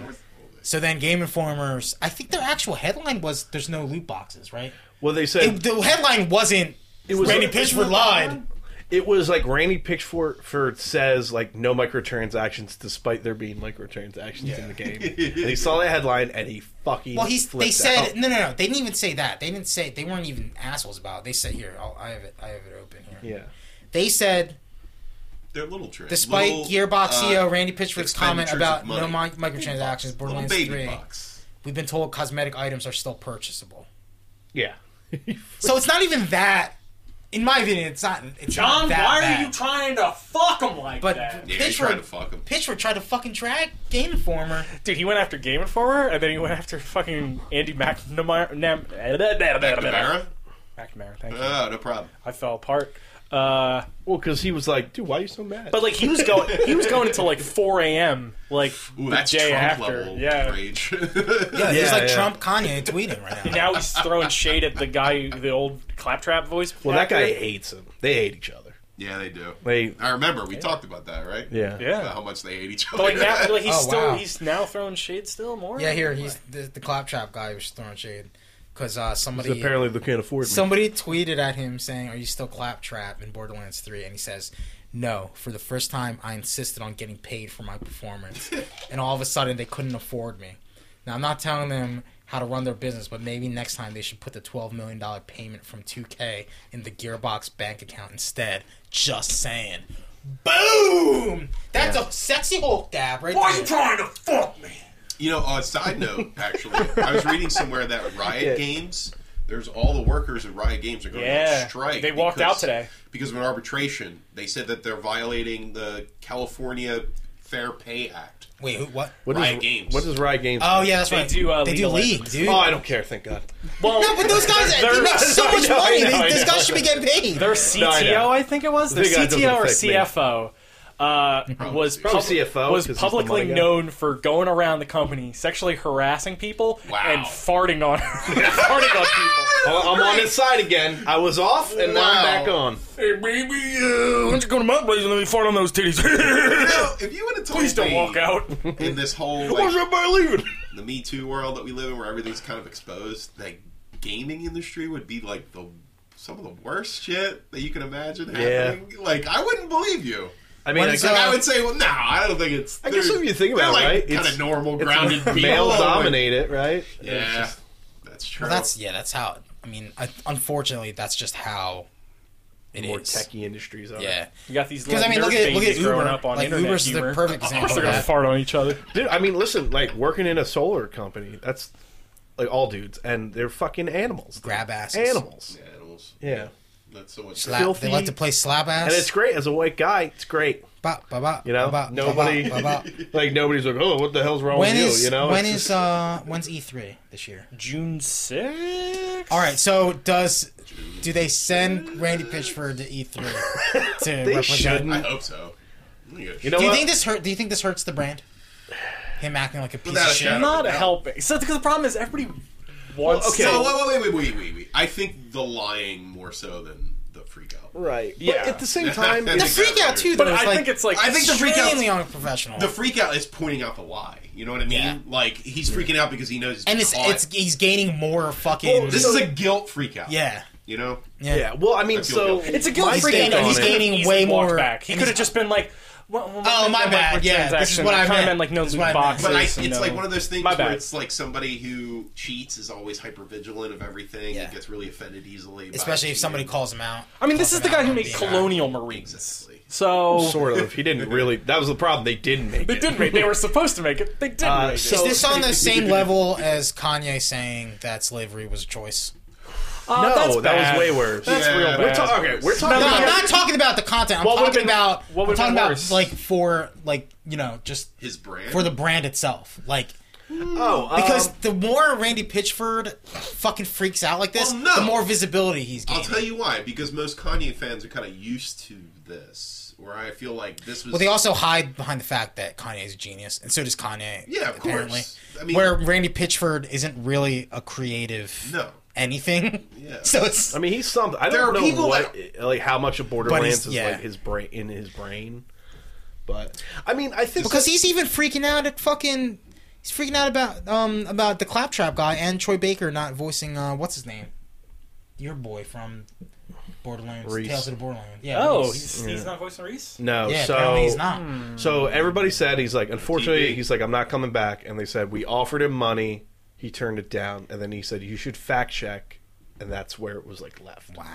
Speaker 2: So then Game Informers, I think their actual headline was there's no loot boxes, right?
Speaker 3: well they said
Speaker 2: It, the headline wasn't
Speaker 3: It was-
Speaker 2: Randy Pitchford lied.
Speaker 3: It was like Randy Pitchford says like no microtransactions, despite there being microtransactions in the game. and he saw that headline and he fucking.
Speaker 2: Well, he's
Speaker 3: flipped
Speaker 2: they said
Speaker 3: out.
Speaker 2: no, no, no. They didn't even say that. They didn't say they weren't even assholes about. It. They said here, I'll, I have it. I have it open here.
Speaker 3: yeah.
Speaker 2: They said
Speaker 4: They're little tricks.
Speaker 2: despite
Speaker 4: Little,
Speaker 2: Gearbox
Speaker 4: uh,
Speaker 2: CEO Randy Pitchford's comment
Speaker 4: expenditures
Speaker 2: about
Speaker 4: of
Speaker 2: no mi-
Speaker 4: money.
Speaker 2: microtransactions,
Speaker 4: little
Speaker 2: Borderlands
Speaker 4: baby
Speaker 2: 3.
Speaker 4: bucks.
Speaker 2: we've been told cosmetic items are still purchasable.
Speaker 3: Yeah.
Speaker 2: So it's not even that. In my opinion, it's not. It's not
Speaker 1: John,
Speaker 2: that
Speaker 1: why
Speaker 2: bad.
Speaker 1: are you trying to fuck him like
Speaker 2: But
Speaker 1: that?
Speaker 4: Yeah, he's
Speaker 2: Pitchford-
Speaker 4: trying to fuck him.
Speaker 2: Pitchford tried to fucking drag Game Informer.
Speaker 1: Dude, he went after Game Informer, and then he went after fucking Andy McNamara. Nam- McNamara,
Speaker 4: Mara?
Speaker 1: thank you.
Speaker 4: Oh, no problem.
Speaker 1: I fell apart. Uh,
Speaker 3: Well, because he was like, dude, why are you so mad?
Speaker 1: but like he was going, he was going until like 4 a.m. Like
Speaker 4: Ooh,
Speaker 1: the
Speaker 4: that's
Speaker 1: day
Speaker 4: Trump
Speaker 1: after.
Speaker 4: level
Speaker 1: yeah.
Speaker 4: rage.
Speaker 2: Yeah, he's
Speaker 3: Yeah,
Speaker 2: like
Speaker 3: yeah.
Speaker 2: Trump, Kanye tweeting right now.
Speaker 1: Now he's throwing shade at the guy, the old claptrap voice.
Speaker 3: well, that guy
Speaker 1: actor.
Speaker 3: hates him. They hate each other.
Speaker 4: Yeah, they do.
Speaker 3: They,
Speaker 4: I remember we talked about that, right?
Speaker 3: yeah,
Speaker 4: About
Speaker 1: Yeah.
Speaker 4: how much they hate each other.
Speaker 1: But like now, like he's
Speaker 2: Oh,
Speaker 1: still
Speaker 2: wow.
Speaker 1: he's now throwing shade still more.
Speaker 2: Yeah, here he's the, the claptrap guy was throwing shade because uh,
Speaker 3: Because
Speaker 2: somebody
Speaker 3: apparently they can't afford me.
Speaker 2: somebody tweeted at him saying, "Are you still claptrap in Borderlands 3?" And he says, "No. For the first time, I insisted on getting paid for my performance, and all of a sudden they couldn't afford me. Now I'm not telling them." How to run their business, but maybe next time they should put the twelve million dollar payment from 2K in the Gearbox bank account instead. Just saying. Boom! That's a sexy Hulk dab right there.
Speaker 5: trying to fuck me?
Speaker 4: You know, uh, side note, actually, I was reading somewhere that Riot
Speaker 3: Yeah.
Speaker 4: Games, there's all the workers at Riot Games are going
Speaker 1: Yeah.
Speaker 4: on strike.
Speaker 1: They walked
Speaker 4: because-
Speaker 1: out today.
Speaker 4: because of an arbitration. They said that they're violating the California Fair Pay Act.
Speaker 2: Wait, who? What?
Speaker 3: What is-
Speaker 4: Riot Games.
Speaker 3: What is Riot Games?
Speaker 2: Oh yeah, that's
Speaker 1: They
Speaker 2: right.
Speaker 1: do, uh,
Speaker 2: they
Speaker 1: League
Speaker 2: do
Speaker 1: of
Speaker 2: league,
Speaker 1: Legends.
Speaker 2: dude.
Speaker 3: Oh, I don't care. Thank God.
Speaker 1: Well,
Speaker 2: no, but those guys
Speaker 1: They're-
Speaker 2: they make so
Speaker 3: I
Speaker 2: much
Speaker 3: know, I
Speaker 2: money.
Speaker 3: know,
Speaker 2: They-
Speaker 3: I
Speaker 2: those
Speaker 3: know.
Speaker 2: guys should be getting paid.
Speaker 1: their
Speaker 3: No, I
Speaker 1: CTO,
Speaker 3: know.
Speaker 1: I think it was their
Speaker 3: Think that doesn't
Speaker 1: CTO or
Speaker 3: affect me.
Speaker 1: CFO uh,
Speaker 2: Oh,
Speaker 1: was
Speaker 4: Probably
Speaker 1: pub-
Speaker 3: CFO,
Speaker 1: was
Speaker 3: 'cause he's the
Speaker 1: publicly
Speaker 3: money guy.
Speaker 1: known for going around the company sexually harassing people
Speaker 4: Wow.
Speaker 1: and farting on farting on people.
Speaker 3: I'm on his side again. I was off, and now I'm
Speaker 4: Wow.
Speaker 3: back on.
Speaker 1: Hey, baby, uh, why don't you go to my place and let me fart on those titties?
Speaker 4: Now, if you would have told
Speaker 1: Please don't
Speaker 4: me
Speaker 1: walk out.
Speaker 4: in this whole
Speaker 3: Why's
Speaker 4: like,
Speaker 3: everybody leaving?
Speaker 4: the Me Too world that we live in, where everything's kind of exposed, the gaming industry would be like the some of the worst shit that you can imagine
Speaker 3: Yeah.
Speaker 4: happening. Like, I wouldn't believe you.
Speaker 3: I mean, I
Speaker 2: When's
Speaker 3: guess,
Speaker 2: up?
Speaker 4: Like, I would say, well, no, I don't think it's.
Speaker 3: I guess
Speaker 4: they're-
Speaker 3: if you think about
Speaker 4: they're,
Speaker 3: it,
Speaker 4: like,
Speaker 3: right?
Speaker 4: kind of normal, grounded people.
Speaker 3: male
Speaker 1: Oh,
Speaker 4: Like,
Speaker 3: dominate it, right? It's
Speaker 4: Yeah,
Speaker 3: just-
Speaker 4: that's true.
Speaker 2: Well, that's yeah, that's how. I mean, I, unfortunately, that's just how it is.
Speaker 3: more techie industries are.
Speaker 2: Yeah,
Speaker 1: You got these
Speaker 2: because
Speaker 1: little
Speaker 2: I mean,
Speaker 1: nerd
Speaker 2: look at look
Speaker 1: babies
Speaker 2: at Uber.
Speaker 1: growing up on
Speaker 2: like
Speaker 1: internet
Speaker 2: Uber's
Speaker 1: humor.
Speaker 2: the perfect
Speaker 1: Of course
Speaker 2: example.
Speaker 1: they're
Speaker 2: Of
Speaker 1: gonna
Speaker 2: that.
Speaker 1: fart on each other.
Speaker 3: Dude, I mean, listen, like working in a solar company, that's like all dudes, and they're fucking animals.
Speaker 2: Grab asses.
Speaker 3: Animals.
Speaker 4: Yeah, animals.
Speaker 3: Yeah.
Speaker 4: That's so much.
Speaker 2: Slap-
Speaker 3: filthy-
Speaker 2: They like to play slap ass.
Speaker 3: And it's great as a white guy. It's great.
Speaker 2: Bop, bop, bop,
Speaker 3: You know,
Speaker 2: bop, bop,
Speaker 3: nobody,
Speaker 2: bop, bop.
Speaker 3: like nobody's like, oh, what the hell's wrong
Speaker 2: When
Speaker 3: with
Speaker 2: is
Speaker 3: you? You know,
Speaker 2: when
Speaker 3: It's
Speaker 2: is
Speaker 3: just-
Speaker 2: uh when's E three this year?
Speaker 1: June 6th?
Speaker 2: All right, so does do they send Randy Pitchford to E three to
Speaker 3: they
Speaker 2: represent?
Speaker 4: I
Speaker 3: shouldn't?
Speaker 4: hope so. You
Speaker 3: You know
Speaker 2: Do you
Speaker 3: what?
Speaker 2: think this hurt? Do you think this hurts the brand? Him acting like a piece
Speaker 4: Without
Speaker 2: of
Speaker 4: a
Speaker 2: shit.
Speaker 4: shadow.
Speaker 1: Not
Speaker 4: No.
Speaker 1: helping. So, because the problem is everybody wants
Speaker 3: okay.
Speaker 1: to-
Speaker 4: No, wait, wait, wait, wait, wait, wait. I think the lying more so than the freak out.
Speaker 3: right?
Speaker 1: Yeah.
Speaker 3: But at the same time,
Speaker 2: The
Speaker 3: it's,
Speaker 2: freak out too, though.
Speaker 1: But
Speaker 2: is,
Speaker 1: I
Speaker 2: like,
Speaker 1: think it's like
Speaker 4: I think the freak
Speaker 2: extremely
Speaker 4: out.
Speaker 2: unprofessional.
Speaker 4: The freak out is pointing out the lie. You know what I mean?
Speaker 2: Yeah.
Speaker 4: Like he's freaking out because he knows. He's
Speaker 2: and
Speaker 4: been
Speaker 2: it's
Speaker 4: caught.
Speaker 2: it's he's gaining more fucking.
Speaker 4: Well, Oh, this is a guilt freak out.
Speaker 2: yeah.
Speaker 4: You know.
Speaker 2: Yeah.
Speaker 3: yeah. Well, I mean,
Speaker 4: I feel
Speaker 3: so
Speaker 4: guilty.
Speaker 1: It's a guilt
Speaker 3: my
Speaker 2: free
Speaker 3: take
Speaker 2: game, and
Speaker 3: on
Speaker 2: he's
Speaker 3: it-
Speaker 2: gaining
Speaker 1: Easily
Speaker 2: way
Speaker 1: walked
Speaker 2: more-
Speaker 1: Back. He
Speaker 2: and
Speaker 1: could have
Speaker 2: he's-
Speaker 1: just been like, well, well,
Speaker 2: Oh, my
Speaker 1: like,
Speaker 2: bad. Yeah, this is
Speaker 1: microtransaction.
Speaker 2: what I
Speaker 1: Kinda
Speaker 2: meant.
Speaker 1: been like no
Speaker 2: This is
Speaker 1: loot
Speaker 2: what I meant.
Speaker 1: boxes.
Speaker 4: But I,
Speaker 1: and
Speaker 4: it's
Speaker 1: no-
Speaker 4: like one of those things
Speaker 1: My
Speaker 4: where
Speaker 1: bad.
Speaker 4: it's like somebody who cheats is always hyper vigilant of everything
Speaker 2: Yeah.
Speaker 4: and gets really offended easily. by
Speaker 2: Especially if somebody
Speaker 4: cheating.
Speaker 2: calls him out.
Speaker 1: I mean, this
Speaker 2: Calls
Speaker 1: is
Speaker 2: him
Speaker 1: the
Speaker 2: out
Speaker 1: guy who
Speaker 2: on
Speaker 1: made
Speaker 2: being
Speaker 1: Colonial Marines.
Speaker 4: Exactly.
Speaker 1: So
Speaker 3: sort of. He didn't really. That was the problem. They didn't make
Speaker 1: they
Speaker 3: it.
Speaker 1: didn't make. They were supposed to make it. They didn't.
Speaker 3: Uh,
Speaker 1: make
Speaker 3: so-
Speaker 2: out. Is this on the same level as Kanye saying that slavery was a choice?
Speaker 1: it.
Speaker 2: Oh,
Speaker 1: Uh,
Speaker 3: No,
Speaker 1: that's
Speaker 3: that
Speaker 1: bad.
Speaker 3: was way worse.
Speaker 1: That's
Speaker 4: Yeah,
Speaker 1: real
Speaker 4: we're
Speaker 1: bad.
Speaker 3: We're ta- okay, we're talking
Speaker 2: No,
Speaker 3: about
Speaker 2: I'm not talking about the content. I'm
Speaker 1: What would've
Speaker 2: talking
Speaker 1: been-
Speaker 2: about
Speaker 1: what
Speaker 2: I'm
Speaker 1: would've
Speaker 2: talking
Speaker 1: been
Speaker 2: about
Speaker 1: worse?
Speaker 2: like for like you know just
Speaker 4: His brand
Speaker 2: for the brand itself. Like
Speaker 3: oh, um,
Speaker 2: because the more Randy Pitchford fucking freaks out like this,
Speaker 4: Well, no.
Speaker 2: the more visibility he's
Speaker 4: I'll
Speaker 2: gaining.
Speaker 4: tell you why. Because most Kanye fans are kind of used to this, where I feel like this was.
Speaker 2: Well, they also hide behind the fact that Kanye is a genius, and so does Kanye.
Speaker 4: Yeah, of
Speaker 2: apparently.
Speaker 4: course. I mean-
Speaker 2: where Randy Pitchford isn't really a creative
Speaker 4: No.
Speaker 2: anything.
Speaker 4: Yeah.
Speaker 2: So it's
Speaker 3: I mean, he's something. I
Speaker 4: There
Speaker 3: don't
Speaker 4: are
Speaker 3: know
Speaker 4: people
Speaker 3: what, like, how much of Borderlands is
Speaker 2: yeah.
Speaker 3: like his brain in his brain, but I mean, I think
Speaker 2: because he's even freaking out at fucking. He's freaking out about um about the claptrap guy and Troy Baker not voicing uh what's his name, your boy from Borderlands
Speaker 3: Reese.
Speaker 2: Tales of the Borderlands. Yeah. Mm-hmm.
Speaker 1: Oh,
Speaker 2: Reese.
Speaker 1: he's, he's not voicing Reese.
Speaker 3: no.
Speaker 2: yeah.
Speaker 3: so
Speaker 2: apparently he's not.
Speaker 3: so everybody said he's like, unfortunately,
Speaker 4: TV.
Speaker 3: he's like, I'm not coming back. And they said we offered him money, he turned it down, and then he said you should fact check, and that's where it was like left.
Speaker 2: Wow.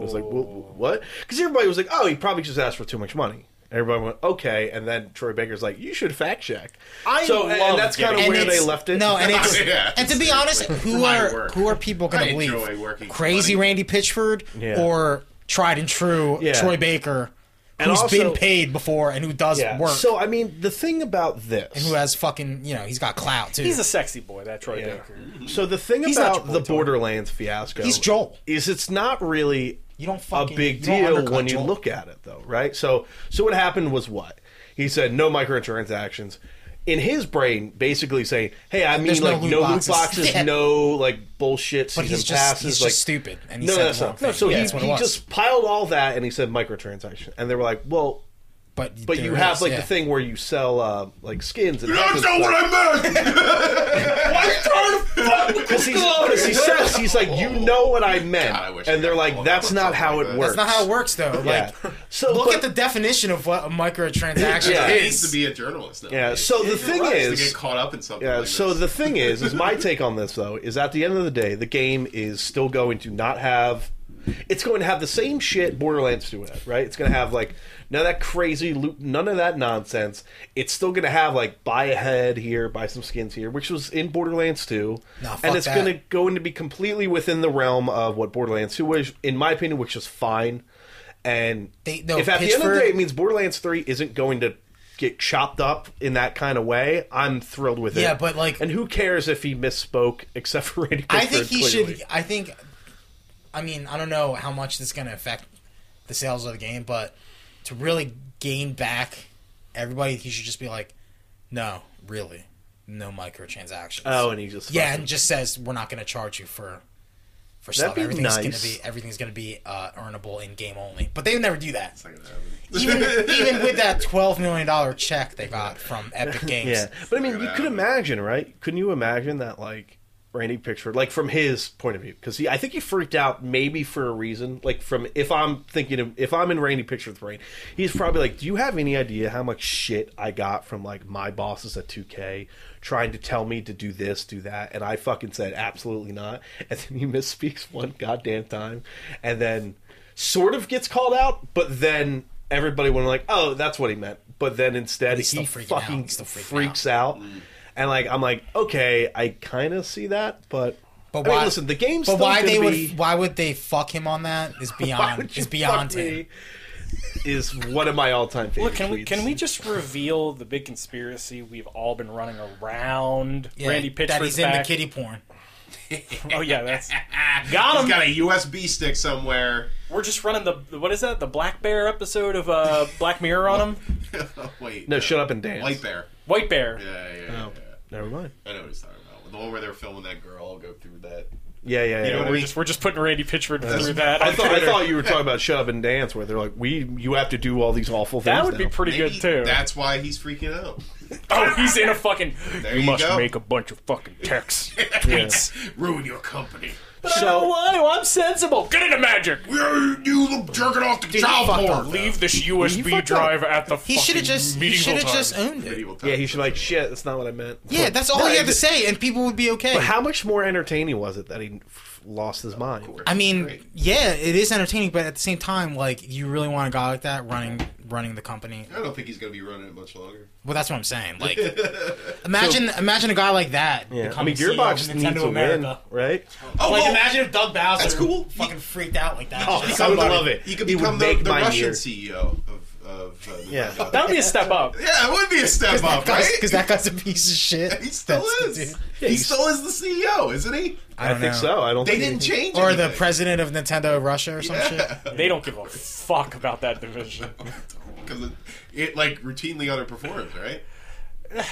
Speaker 3: It was like, well, what? Because everybody was like, oh, he probably just asked for too much money. Everybody went, okay. And then Troy Baker's like, you should fact check.
Speaker 1: I
Speaker 3: so, and-
Speaker 1: love
Speaker 3: and that's kind
Speaker 1: getting-
Speaker 3: of where
Speaker 2: it's-
Speaker 3: they left it.
Speaker 2: No, and it's
Speaker 4: Oh, Yeah.
Speaker 2: and to be honest, who
Speaker 4: my
Speaker 2: are
Speaker 4: work.
Speaker 2: who are people going
Speaker 4: I
Speaker 2: to
Speaker 4: enjoy
Speaker 2: believe?
Speaker 4: working for
Speaker 2: Crazy
Speaker 4: money.
Speaker 2: Randy Pitchford
Speaker 3: Yeah.
Speaker 2: or tried and true
Speaker 3: Yeah.
Speaker 2: Troy Baker, who's
Speaker 3: And also-
Speaker 2: been paid before and who does
Speaker 3: Yeah.
Speaker 2: work,
Speaker 3: So, I mean, the thing about this,
Speaker 2: who has fucking you know he's got clout too.
Speaker 1: He's a sexy boy. That Troy
Speaker 3: Yeah.
Speaker 1: Baker.
Speaker 3: so the thing
Speaker 1: He's not
Speaker 3: about
Speaker 1: your
Speaker 3: the
Speaker 1: boy, Tony.
Speaker 3: Borderlands fiasco,
Speaker 2: He's Joel.
Speaker 3: is it's not really
Speaker 2: you don't
Speaker 3: a
Speaker 2: fucking
Speaker 3: big
Speaker 2: you don't
Speaker 3: deal
Speaker 2: undercut
Speaker 3: when you
Speaker 2: Joel.
Speaker 3: look at it, though, right? So, so what happened was what he said: no microtransactions. in his brain basically saying, "Hey, I mean
Speaker 2: There's no
Speaker 3: like
Speaker 2: loot
Speaker 3: no loot
Speaker 2: boxes."
Speaker 3: boxes,
Speaker 2: Yeah.
Speaker 3: no like bullshit
Speaker 2: But
Speaker 3: season
Speaker 2: he's just
Speaker 3: passes."
Speaker 2: he's
Speaker 3: like,
Speaker 2: just stupid, and he
Speaker 3: no,
Speaker 2: said
Speaker 3: that's
Speaker 2: the wrong
Speaker 3: not. No,
Speaker 2: thing.
Speaker 3: so
Speaker 2: Yeah,
Speaker 3: he,
Speaker 2: that's what it
Speaker 3: he
Speaker 2: was.
Speaker 3: just piled all that and he said microtransaction, and they were like, "Well."
Speaker 2: but
Speaker 3: But
Speaker 2: there
Speaker 3: you have
Speaker 2: is,
Speaker 3: like
Speaker 2: yeah.
Speaker 3: the thing where you sell uh, like skins and
Speaker 4: That's not what I meant!
Speaker 3: because he's, 'cause he says he's like you know what I meant,
Speaker 4: God, I wish I
Speaker 3: and they're
Speaker 4: could
Speaker 3: like
Speaker 4: pull
Speaker 3: that's
Speaker 4: up
Speaker 3: not
Speaker 4: something
Speaker 3: how
Speaker 4: like
Speaker 3: it
Speaker 4: that.
Speaker 3: works.
Speaker 2: That's not how it works, though.
Speaker 3: Yeah.
Speaker 2: Like,
Speaker 3: So
Speaker 2: look
Speaker 3: but-
Speaker 2: at the definition of what a microtransaction
Speaker 3: Yeah.
Speaker 4: He needs
Speaker 2: is.
Speaker 4: to be a journalist now.
Speaker 3: Yeah, so the
Speaker 4: You're
Speaker 3: thing
Speaker 4: right,
Speaker 3: is-
Speaker 4: to get caught up in something.
Speaker 3: Yeah,
Speaker 4: like
Speaker 3: so
Speaker 4: this.
Speaker 3: the thing is, is my take on this though, is at the end of the day, the game is still going to not have it's going to have the same shit Borderlands 2 had, right? It's going to have like none of that crazy loot, none of that nonsense. It's still going to have like buy a head here, buy some skins here, which was in Borderlands 2.
Speaker 2: Nah, fuck
Speaker 3: and it's
Speaker 2: that.
Speaker 3: going to going to be completely within the realm of what Borderlands 2 was in my opinion, which is fine. And
Speaker 2: They- no,
Speaker 3: if at the end of the
Speaker 2: Pitchford-
Speaker 3: day it means Borderlands 3 isn't going to get chopped up in that kind of way, I'm thrilled with it.
Speaker 2: Yeah, but, like-
Speaker 3: and who cares if he misspoke except for Randy?
Speaker 2: I think he
Speaker 3: Pitchford,
Speaker 2: should.
Speaker 3: clearly.
Speaker 2: I think. I mean, I don't know how much this is going to affect the sales of the game, but to really gain back everybody, he should just be like, "No, really, no microtransactions."
Speaker 3: Oh, and he just
Speaker 2: yeah,
Speaker 3: fucking-
Speaker 2: and just says we're not going to charge you for for stuff.
Speaker 3: be
Speaker 2: everything's going
Speaker 3: nice.
Speaker 2: to be everything's going to be uh, earnable in game only. But they would never do that.
Speaker 4: It's not gonna happen.
Speaker 2: Even even with that twelve million dollar check they got from Epic Games,
Speaker 3: yeah. But I mean,
Speaker 4: Figure
Speaker 3: you
Speaker 4: it
Speaker 3: could
Speaker 4: out.
Speaker 3: imagine, right? Couldn't you imagine that like Randy Pitchford, like from his point of view, because he, I think he freaked out maybe for a reason. Like from if I'm thinking of if I'm in Randy Pitchford's brain, he's probably like, "Do you have any idea how much shit I got from like my bosses at 2K trying to tell me to do this, do that?" And I fucking said, "Absolutely not." And then he misspeaks one goddamn time, and then sort of gets called out, but then. Everybody went like, "Oh, that's what he meant," but then instead
Speaker 2: he's
Speaker 3: he
Speaker 2: still freaking out.
Speaker 3: fucking
Speaker 2: He's still freaking out. Mm.
Speaker 3: freaks out. And like I'm like, okay, I kind of see that, but
Speaker 2: But
Speaker 3: I mean,
Speaker 2: why-
Speaker 3: listen, the game's
Speaker 2: But
Speaker 3: still
Speaker 2: why
Speaker 3: gonna
Speaker 2: they
Speaker 3: be-
Speaker 2: would why would they fuck him on that is
Speaker 3: why
Speaker 2: beyond
Speaker 3: would you
Speaker 2: is beyond
Speaker 3: fuck
Speaker 2: him.
Speaker 3: me Is one of my all-time favorite.
Speaker 1: Look, can we
Speaker 3: tweets.
Speaker 1: can we just reveal the big conspiracy we've all been running around?
Speaker 2: Yeah,
Speaker 1: Randy Pitchford's
Speaker 2: that he's in
Speaker 1: back.
Speaker 2: the kitty porn.
Speaker 1: Oh yeah, that's
Speaker 4: He's
Speaker 1: got him.
Speaker 4: got a USB stick somewhere.
Speaker 1: We're just running the what is that? The Black Bear episode of uh, Black Mirror on him.
Speaker 4: Oh, Wait.
Speaker 3: No, shut up and dance.
Speaker 4: White Bear.
Speaker 1: White Bear.
Speaker 4: Yeah, yeah, yeah.
Speaker 3: Oh, never mind.
Speaker 4: yeah. I know what he's talking about. The one where they're filming that girl go through that.
Speaker 3: Yeah, yeah, yeah.
Speaker 4: know what I
Speaker 1: We're
Speaker 4: mean?
Speaker 1: just we're just putting Randy Pitchford through that.
Speaker 3: I thought I thought you were talking about shut up and dance, where they're like, we you have to do all these awful things.
Speaker 1: that would be
Speaker 3: now.
Speaker 1: pretty
Speaker 4: Maybe
Speaker 1: good too.
Speaker 4: That's why he's freaking out.
Speaker 1: Oh, he's in a fucking.
Speaker 4: There
Speaker 1: you,
Speaker 4: you
Speaker 1: must
Speaker 4: go.
Speaker 1: make a bunch of fucking texts.
Speaker 4: Ruin your company.
Speaker 1: But I
Speaker 3: So-
Speaker 1: don't want to. I'm sensible. Get into magic.
Speaker 4: Where you look jerking off to child
Speaker 2: fuck
Speaker 4: porn.
Speaker 2: up.
Speaker 1: Leave this
Speaker 3: He
Speaker 1: USB
Speaker 3: fucked
Speaker 1: drive at the.
Speaker 2: He should have just he should have just owned it.
Speaker 4: Medieval times.
Speaker 3: Yeah, he should be like shit. That's not what I meant.
Speaker 2: Yeah, that's all
Speaker 3: No,
Speaker 2: he had to
Speaker 3: but-
Speaker 2: say, and people would be okay.
Speaker 3: But how much more entertaining was it that he f- lost his mind?
Speaker 2: I mean,
Speaker 4: Great.
Speaker 2: yeah, it is entertaining, but at the same time, like you really want a guy like that running running the company.
Speaker 4: I don't think he's gonna be running it much longer.
Speaker 2: Well, that's what I'm saying. Like, imagine imagine a guy like that.
Speaker 3: Yeah. I
Speaker 2: becoming
Speaker 3: mean,
Speaker 2: CEO of
Speaker 3: Gearbox needs
Speaker 2: Nintendo
Speaker 3: to win, right?
Speaker 4: Oh,
Speaker 2: Like,
Speaker 4: well,
Speaker 2: imagine if Doug Bowser
Speaker 4: That's cool.
Speaker 2: fucking freaked out like that.
Speaker 3: Oh,
Speaker 2: Just
Speaker 3: I would
Speaker 2: somebody-
Speaker 3: love it.
Speaker 4: He could
Speaker 3: It would
Speaker 4: become the,
Speaker 3: make
Speaker 4: the
Speaker 3: my
Speaker 4: Russian
Speaker 3: year.
Speaker 4: CEO of of. Uh,
Speaker 3: Yeah.
Speaker 4: Nintendo.
Speaker 1: That would be a step up.
Speaker 4: yeah, it would be a step up, right?
Speaker 2: Because that guy's a piece of shit.
Speaker 4: he still
Speaker 2: That's the
Speaker 4: is.
Speaker 2: dude.
Speaker 4: he still is the CEO, isn't he?
Speaker 2: I,
Speaker 3: I
Speaker 2: don't
Speaker 3: think
Speaker 2: know.
Speaker 3: so. I don't.
Speaker 4: They
Speaker 3: think
Speaker 4: didn't change.
Speaker 2: Or the
Speaker 4: anything.
Speaker 2: president of Nintendo of Russia or some shit.
Speaker 1: They don't give a fuck about that division.
Speaker 4: because it, it like routinely underperforms, right?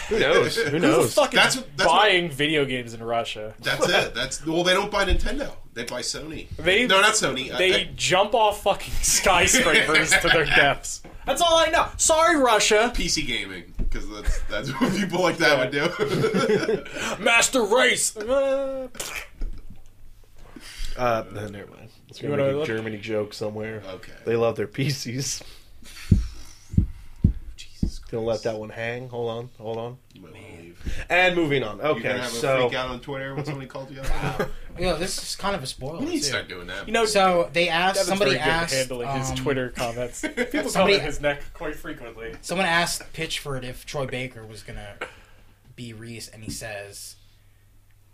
Speaker 3: Who knows? Who
Speaker 1: Who's
Speaker 3: knows?
Speaker 1: fucking
Speaker 4: That's what- that's what-
Speaker 1: buying video games in Russia?
Speaker 4: That's it. That's well, they don't buy Nintendo. They buy Sony.
Speaker 1: They-
Speaker 4: no, not Sony. Uh, I-
Speaker 1: Uh, They
Speaker 4: I-
Speaker 1: jump off fucking skyscrapers to their depths. That's all I know. Sorry, Russia.
Speaker 4: PC gaming because that's that's what people like that would do.
Speaker 1: Master race. Uh,
Speaker 3: Uh, no, never mind. It's
Speaker 1: You
Speaker 3: gonna
Speaker 1: wanna
Speaker 3: make a
Speaker 1: look?
Speaker 3: Germany joke somewhere.
Speaker 4: Okay.
Speaker 3: They love their PCs.
Speaker 4: Jesus
Speaker 3: Gonna
Speaker 4: Christ.
Speaker 3: let that one hang. Hold on. Hold on.
Speaker 4: You might leave.
Speaker 3: And moving on.
Speaker 4: You're gonna
Speaker 3: Okay,
Speaker 4: have a
Speaker 3: so
Speaker 4: freak out on Twitter when somebody calls you out.
Speaker 2: Yo, this is kind of a spoiler.
Speaker 4: You need to
Speaker 2: too.
Speaker 4: start doing that.
Speaker 1: you know,
Speaker 2: So they asked.
Speaker 1: Devin's
Speaker 2: somebody
Speaker 1: very good at
Speaker 2: asked.
Speaker 1: handling his
Speaker 2: um,
Speaker 1: Twitter comments. People
Speaker 2: somebody-
Speaker 1: comment his neck quite frequently.
Speaker 2: Someone asked Pitchford if Troy Baker was gonna be Reese, and he says,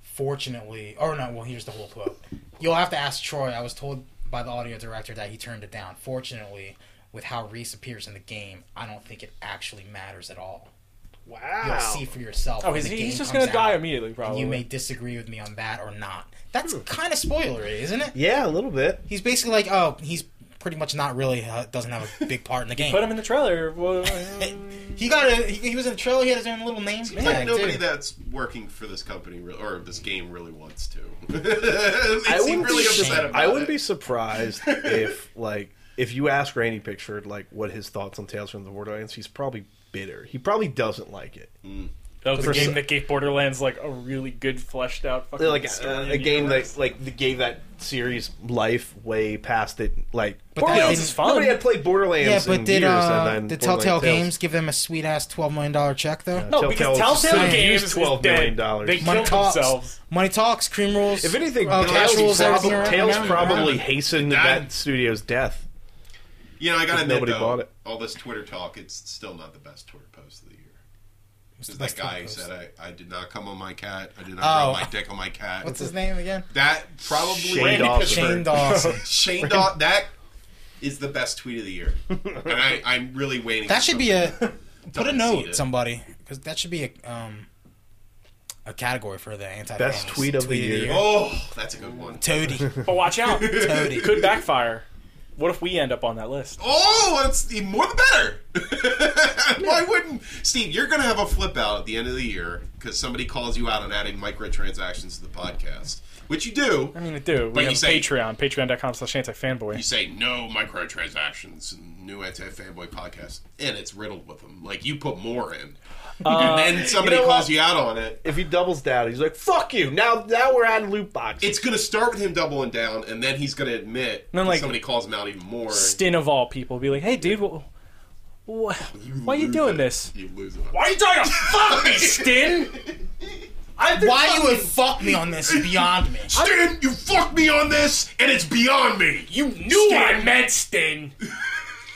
Speaker 2: "Fortunately, or no. Well, here's the whole quote. You'll have to ask Troy. I was told by the audio director that he turned it down. Fortunately." With how Reese appears in the game, I don't think it actually matters at all. You'll
Speaker 3: wow.
Speaker 2: see for yourself.
Speaker 1: Oh,
Speaker 2: when
Speaker 1: he's,
Speaker 2: the game
Speaker 1: he's just
Speaker 2: comes
Speaker 1: gonna die Oh.
Speaker 2: out.
Speaker 1: immediately,
Speaker 2: And
Speaker 1: probably.
Speaker 2: you may disagree with me
Speaker 1: Hmm.
Speaker 2: on that or not. That's kind of spoilery, isn't it?
Speaker 3: Yeah, a little bit.
Speaker 2: He's basically like, oh, he's pretty much not really uh, doesn't have a big part in the game.
Speaker 1: Put him in the trailer. Well,
Speaker 2: he got a he, he was in the trailer. He had his own little name
Speaker 4: Seems
Speaker 2: tag,
Speaker 4: like nobody
Speaker 2: too.
Speaker 4: that's working for this company re- or this game really wants to. I
Speaker 3: wouldn't
Speaker 4: really
Speaker 3: be
Speaker 4: upset
Speaker 2: ashamed.
Speaker 4: about
Speaker 3: I wouldn't be
Speaker 4: it.
Speaker 3: surprised if like if you ask Randy Pictured like what his thoughts on Tales from the Borderlands, he's probably bitter. He probably doesn't like it.
Speaker 1: that was
Speaker 3: For
Speaker 1: a game
Speaker 3: s-
Speaker 1: that gave Borderlands like a really good fleshed out fucking
Speaker 3: Like uh,
Speaker 1: story
Speaker 3: a, a
Speaker 1: and
Speaker 3: game
Speaker 1: universe.
Speaker 3: that like that gave that series life way past it. Like
Speaker 2: But that
Speaker 3: Borderlands
Speaker 2: didn't-
Speaker 3: is fun. Nobody had played Borderlands.
Speaker 2: Yeah, but
Speaker 3: in
Speaker 2: did
Speaker 3: years,
Speaker 2: uh,
Speaker 3: and then
Speaker 2: did
Speaker 3: Borderlands
Speaker 2: Telltale
Speaker 3: Tales-
Speaker 2: Games give them a sweet ass twelve million dollar check though?
Speaker 1: No, because
Speaker 3: Telltale's
Speaker 1: Telltale
Speaker 3: just
Speaker 1: Games
Speaker 3: used
Speaker 1: is
Speaker 3: $12 million
Speaker 1: dead. They
Speaker 2: Money
Speaker 1: killed
Speaker 2: talks.
Speaker 1: themselves.
Speaker 2: Money talks. Cream rules.
Speaker 3: If anything,
Speaker 2: uh, cash
Speaker 3: Tales,
Speaker 2: rules.
Speaker 3: prob-
Speaker 2: everything around-
Speaker 3: Tales
Speaker 2: around-
Speaker 3: probably
Speaker 2: around.
Speaker 3: hastened
Speaker 4: That-
Speaker 3: that studio's death.
Speaker 4: You know, I gotta admit
Speaker 3: nobody
Speaker 4: though,
Speaker 3: bought it.
Speaker 4: all this Twitter talk, it's still not the best Twitter post of the year.
Speaker 2: What's the
Speaker 4: Because
Speaker 2: best
Speaker 4: that guy
Speaker 2: Twitter
Speaker 4: who
Speaker 2: post?
Speaker 4: said I, I did not come on my cat, I did not
Speaker 2: Oh.
Speaker 4: rub my dick on my cat.
Speaker 2: What's his name again?
Speaker 4: That probably
Speaker 3: Shane
Speaker 4: Randy
Speaker 3: Dawson.
Speaker 2: Shane Dawson.
Speaker 4: Shane Daw- that is the best tweet of the year, and I, I'm really waiting.
Speaker 2: That
Speaker 4: for
Speaker 2: should be
Speaker 4: something.
Speaker 2: a put a
Speaker 4: Don't see
Speaker 2: note
Speaker 4: it.
Speaker 2: somebody because that should be a um a category for the anti
Speaker 3: Best tweet of the year.
Speaker 4: Oh, that's a good one.
Speaker 2: Toady.
Speaker 1: But watch out,
Speaker 2: Toady.
Speaker 1: could backfire. What if we end up on that list?
Speaker 4: Oh, it's the more the better. Why wouldn't Steve? You're going to have a flip out at the end of the year because somebody calls you out on adding microtransactions to the podcast, which you do.
Speaker 1: I mean, I do. We
Speaker 4: you
Speaker 1: have a
Speaker 4: say-
Speaker 1: Patreon, patreon.com slash antifanboy.
Speaker 4: You say no microtransactions, new anti fanboy podcast, and it's riddled with them. Like you put more in,
Speaker 1: Uh,
Speaker 4: and then somebody
Speaker 3: you know
Speaker 4: calls
Speaker 3: what?
Speaker 4: you out on it.
Speaker 3: If he doubles down, he's like, "Fuck you!" Now, now we're adding loot boxes.
Speaker 4: It's going to start with him doubling down, and then he's going to admit.
Speaker 1: then,
Speaker 4: that
Speaker 1: like,
Speaker 4: somebody calls him out even more.
Speaker 1: Stin of all people be like, hey, dude, wh- wh- why are you
Speaker 4: lose
Speaker 1: doing
Speaker 4: it.
Speaker 1: this?
Speaker 4: You lose it.
Speaker 1: Why are you trying to fuck me, Stin? I've been
Speaker 2: Why you
Speaker 1: fucking-
Speaker 2: would fuck me on this is beyond me?
Speaker 4: Stan, you fucked me on this, and it's beyond me.
Speaker 1: You knew what I meant, Stin.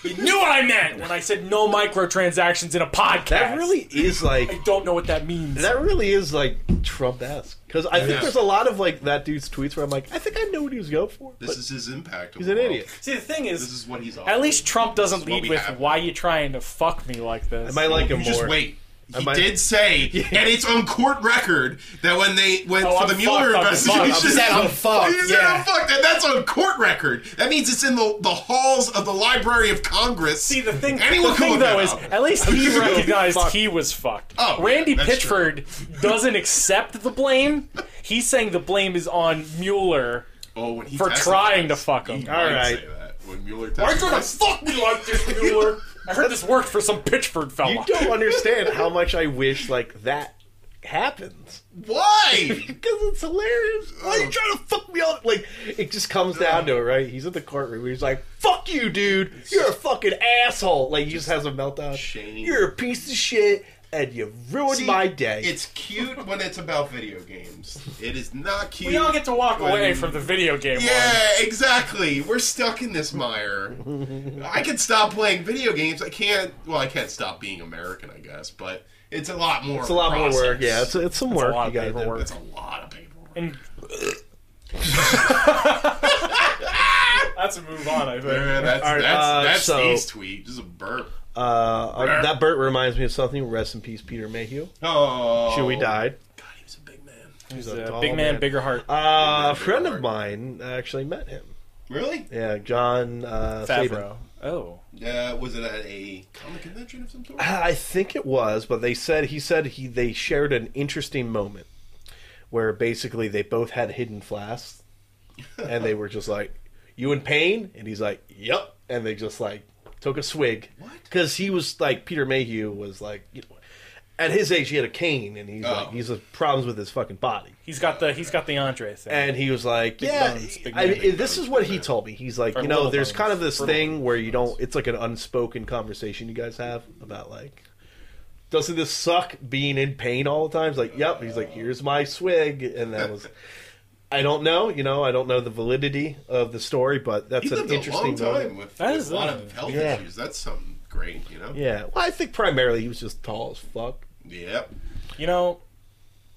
Speaker 1: you knew what I meant when I said no microtransactions in a podcast.
Speaker 3: that really is like
Speaker 1: I don't know what that means.
Speaker 3: That really is like Trump esque. Because I think there's a lot of like that dude's tweets where I'm like, I think I know what he was going for.
Speaker 4: This
Speaker 3: but
Speaker 4: is his impact. on
Speaker 3: he's
Speaker 4: the
Speaker 3: an
Speaker 4: world.
Speaker 3: idiot.
Speaker 1: See, the thing
Speaker 4: This
Speaker 1: is,
Speaker 4: is what he's.
Speaker 1: at least Trump doesn't
Speaker 4: what
Speaker 1: lead
Speaker 4: we
Speaker 1: with
Speaker 4: have.
Speaker 1: why you trying to fuck me like this.
Speaker 3: I might like him
Speaker 4: you just
Speaker 3: more.
Speaker 4: wait. He
Speaker 3: might-
Speaker 4: did say, and it's on court record that when they went
Speaker 1: Oh,
Speaker 4: for
Speaker 1: I'm
Speaker 4: the Mueller
Speaker 1: fucked, I'm
Speaker 4: investigation,
Speaker 1: fucked, I'm
Speaker 2: sad, I'm
Speaker 4: He
Speaker 2: fucked,
Speaker 4: said,
Speaker 2: yeah.
Speaker 4: "I'm fucked," and that's on court record. That means it's in the, the halls of the Library of Congress.
Speaker 1: See the thing.
Speaker 4: Anyone
Speaker 1: the
Speaker 4: can
Speaker 1: thing
Speaker 4: look
Speaker 1: though
Speaker 4: that
Speaker 1: is,
Speaker 4: up.
Speaker 1: at least he
Speaker 4: Fuck.
Speaker 1: recognized he was fucked.
Speaker 4: Oh, yeah,
Speaker 1: Randy
Speaker 4: that's
Speaker 1: Pitchford doesn't accept the blame. He's saying the blame is on Mueller.
Speaker 4: oh, when he
Speaker 1: for trying to
Speaker 4: testifies,
Speaker 1: fuck him.
Speaker 4: he
Speaker 3: All
Speaker 4: might
Speaker 3: right.
Speaker 4: say that. When Mueller
Speaker 1: Why you trying to
Speaker 4: testifies-
Speaker 1: fuck me like this, Mueller? I heard this worked for some Pitchford fella.
Speaker 3: You don't understand how much I wish like that happens
Speaker 4: Why?
Speaker 3: because it's hilarious. Why are you trying to fuck me up? Like it just comes down to it, right? He's at the courtroom. He's like, "Fuck you, dude. You're a fucking asshole." Like he just has a meltdown.
Speaker 4: shaming.
Speaker 3: You're a piece of shit, and you ruined
Speaker 4: See,
Speaker 3: my day.
Speaker 4: It's cute when it's about video games. It is not cute.
Speaker 1: We all get to walk
Speaker 4: when-
Speaker 1: away from the video game one.
Speaker 4: Yeah, exactly. We're stuck in this mire. I can stop playing video games. I can't. Well, I can't stop being American, I guess. But it's a lot more.
Speaker 3: It's a lot more work. Yeah, it's,
Speaker 4: It's a,
Speaker 3: it's some work.
Speaker 1: lot of
Speaker 3: you gotta do.
Speaker 1: paperwork.
Speaker 4: lot of paperwork.
Speaker 1: And that's a move on, I think.
Speaker 4: Yeah, that's
Speaker 3: All right,
Speaker 4: that's,
Speaker 3: uh,
Speaker 4: that's
Speaker 3: so-
Speaker 4: Steve's tweet. Just a burp.
Speaker 3: Uh, uh, that Bert reminds me of something. Rest in peace, Peter Mayhew.
Speaker 4: Oh,
Speaker 3: Chewie died.
Speaker 4: God, he was a big man.
Speaker 1: He's
Speaker 3: a
Speaker 1: a
Speaker 3: tall
Speaker 1: big man,
Speaker 3: man.
Speaker 1: bigger heart.
Speaker 3: Uh, a friend of mine actually met him.
Speaker 4: Really?
Speaker 3: Yeah, John uh, Favreau.
Speaker 1: Favreau. Oh.
Speaker 4: Uh, was it at a comic convention of some sort?
Speaker 3: I think it was, but they said he said he they shared an interesting moment where basically they both had hidden flasks, and they were just like, "You in pain?" And he's like, "Yep." And they just like took a swig
Speaker 4: What?
Speaker 3: because he was like Peter Mayhew was like, you know, at his age he had a cane and he's
Speaker 4: Oh.
Speaker 3: like he's has problems with his fucking body.
Speaker 1: He's got the he's got the Andre thing.
Speaker 3: and he was like,
Speaker 1: Big
Speaker 3: "Yeah,
Speaker 1: bones, big
Speaker 3: I
Speaker 1: man,
Speaker 3: mean,
Speaker 4: big
Speaker 3: this is
Speaker 4: bones,
Speaker 3: what
Speaker 4: big
Speaker 3: he
Speaker 4: man.
Speaker 3: told me. He's like,
Speaker 1: Or
Speaker 3: you know,
Speaker 1: little
Speaker 3: there's
Speaker 1: bones,
Speaker 3: kind of this
Speaker 1: little
Speaker 3: thing where you don't. It's like an unspoken conversation you guys have about like, doesn't this suck being in pain all the time? He's like, yep. He's like, here's my swig, and that was. I don't know, you know, I don't know the validity of the story, but that's
Speaker 4: he
Speaker 3: an
Speaker 4: lived a long
Speaker 3: interesting
Speaker 4: time
Speaker 3: moment.
Speaker 4: with,
Speaker 1: That
Speaker 4: with
Speaker 1: is
Speaker 4: a lot
Speaker 1: a-
Speaker 4: of health
Speaker 3: yeah.
Speaker 4: issues. That's something great, you know.
Speaker 3: Yeah, well, I think primarily he was just tall as fuck.
Speaker 4: Yep.
Speaker 1: you know,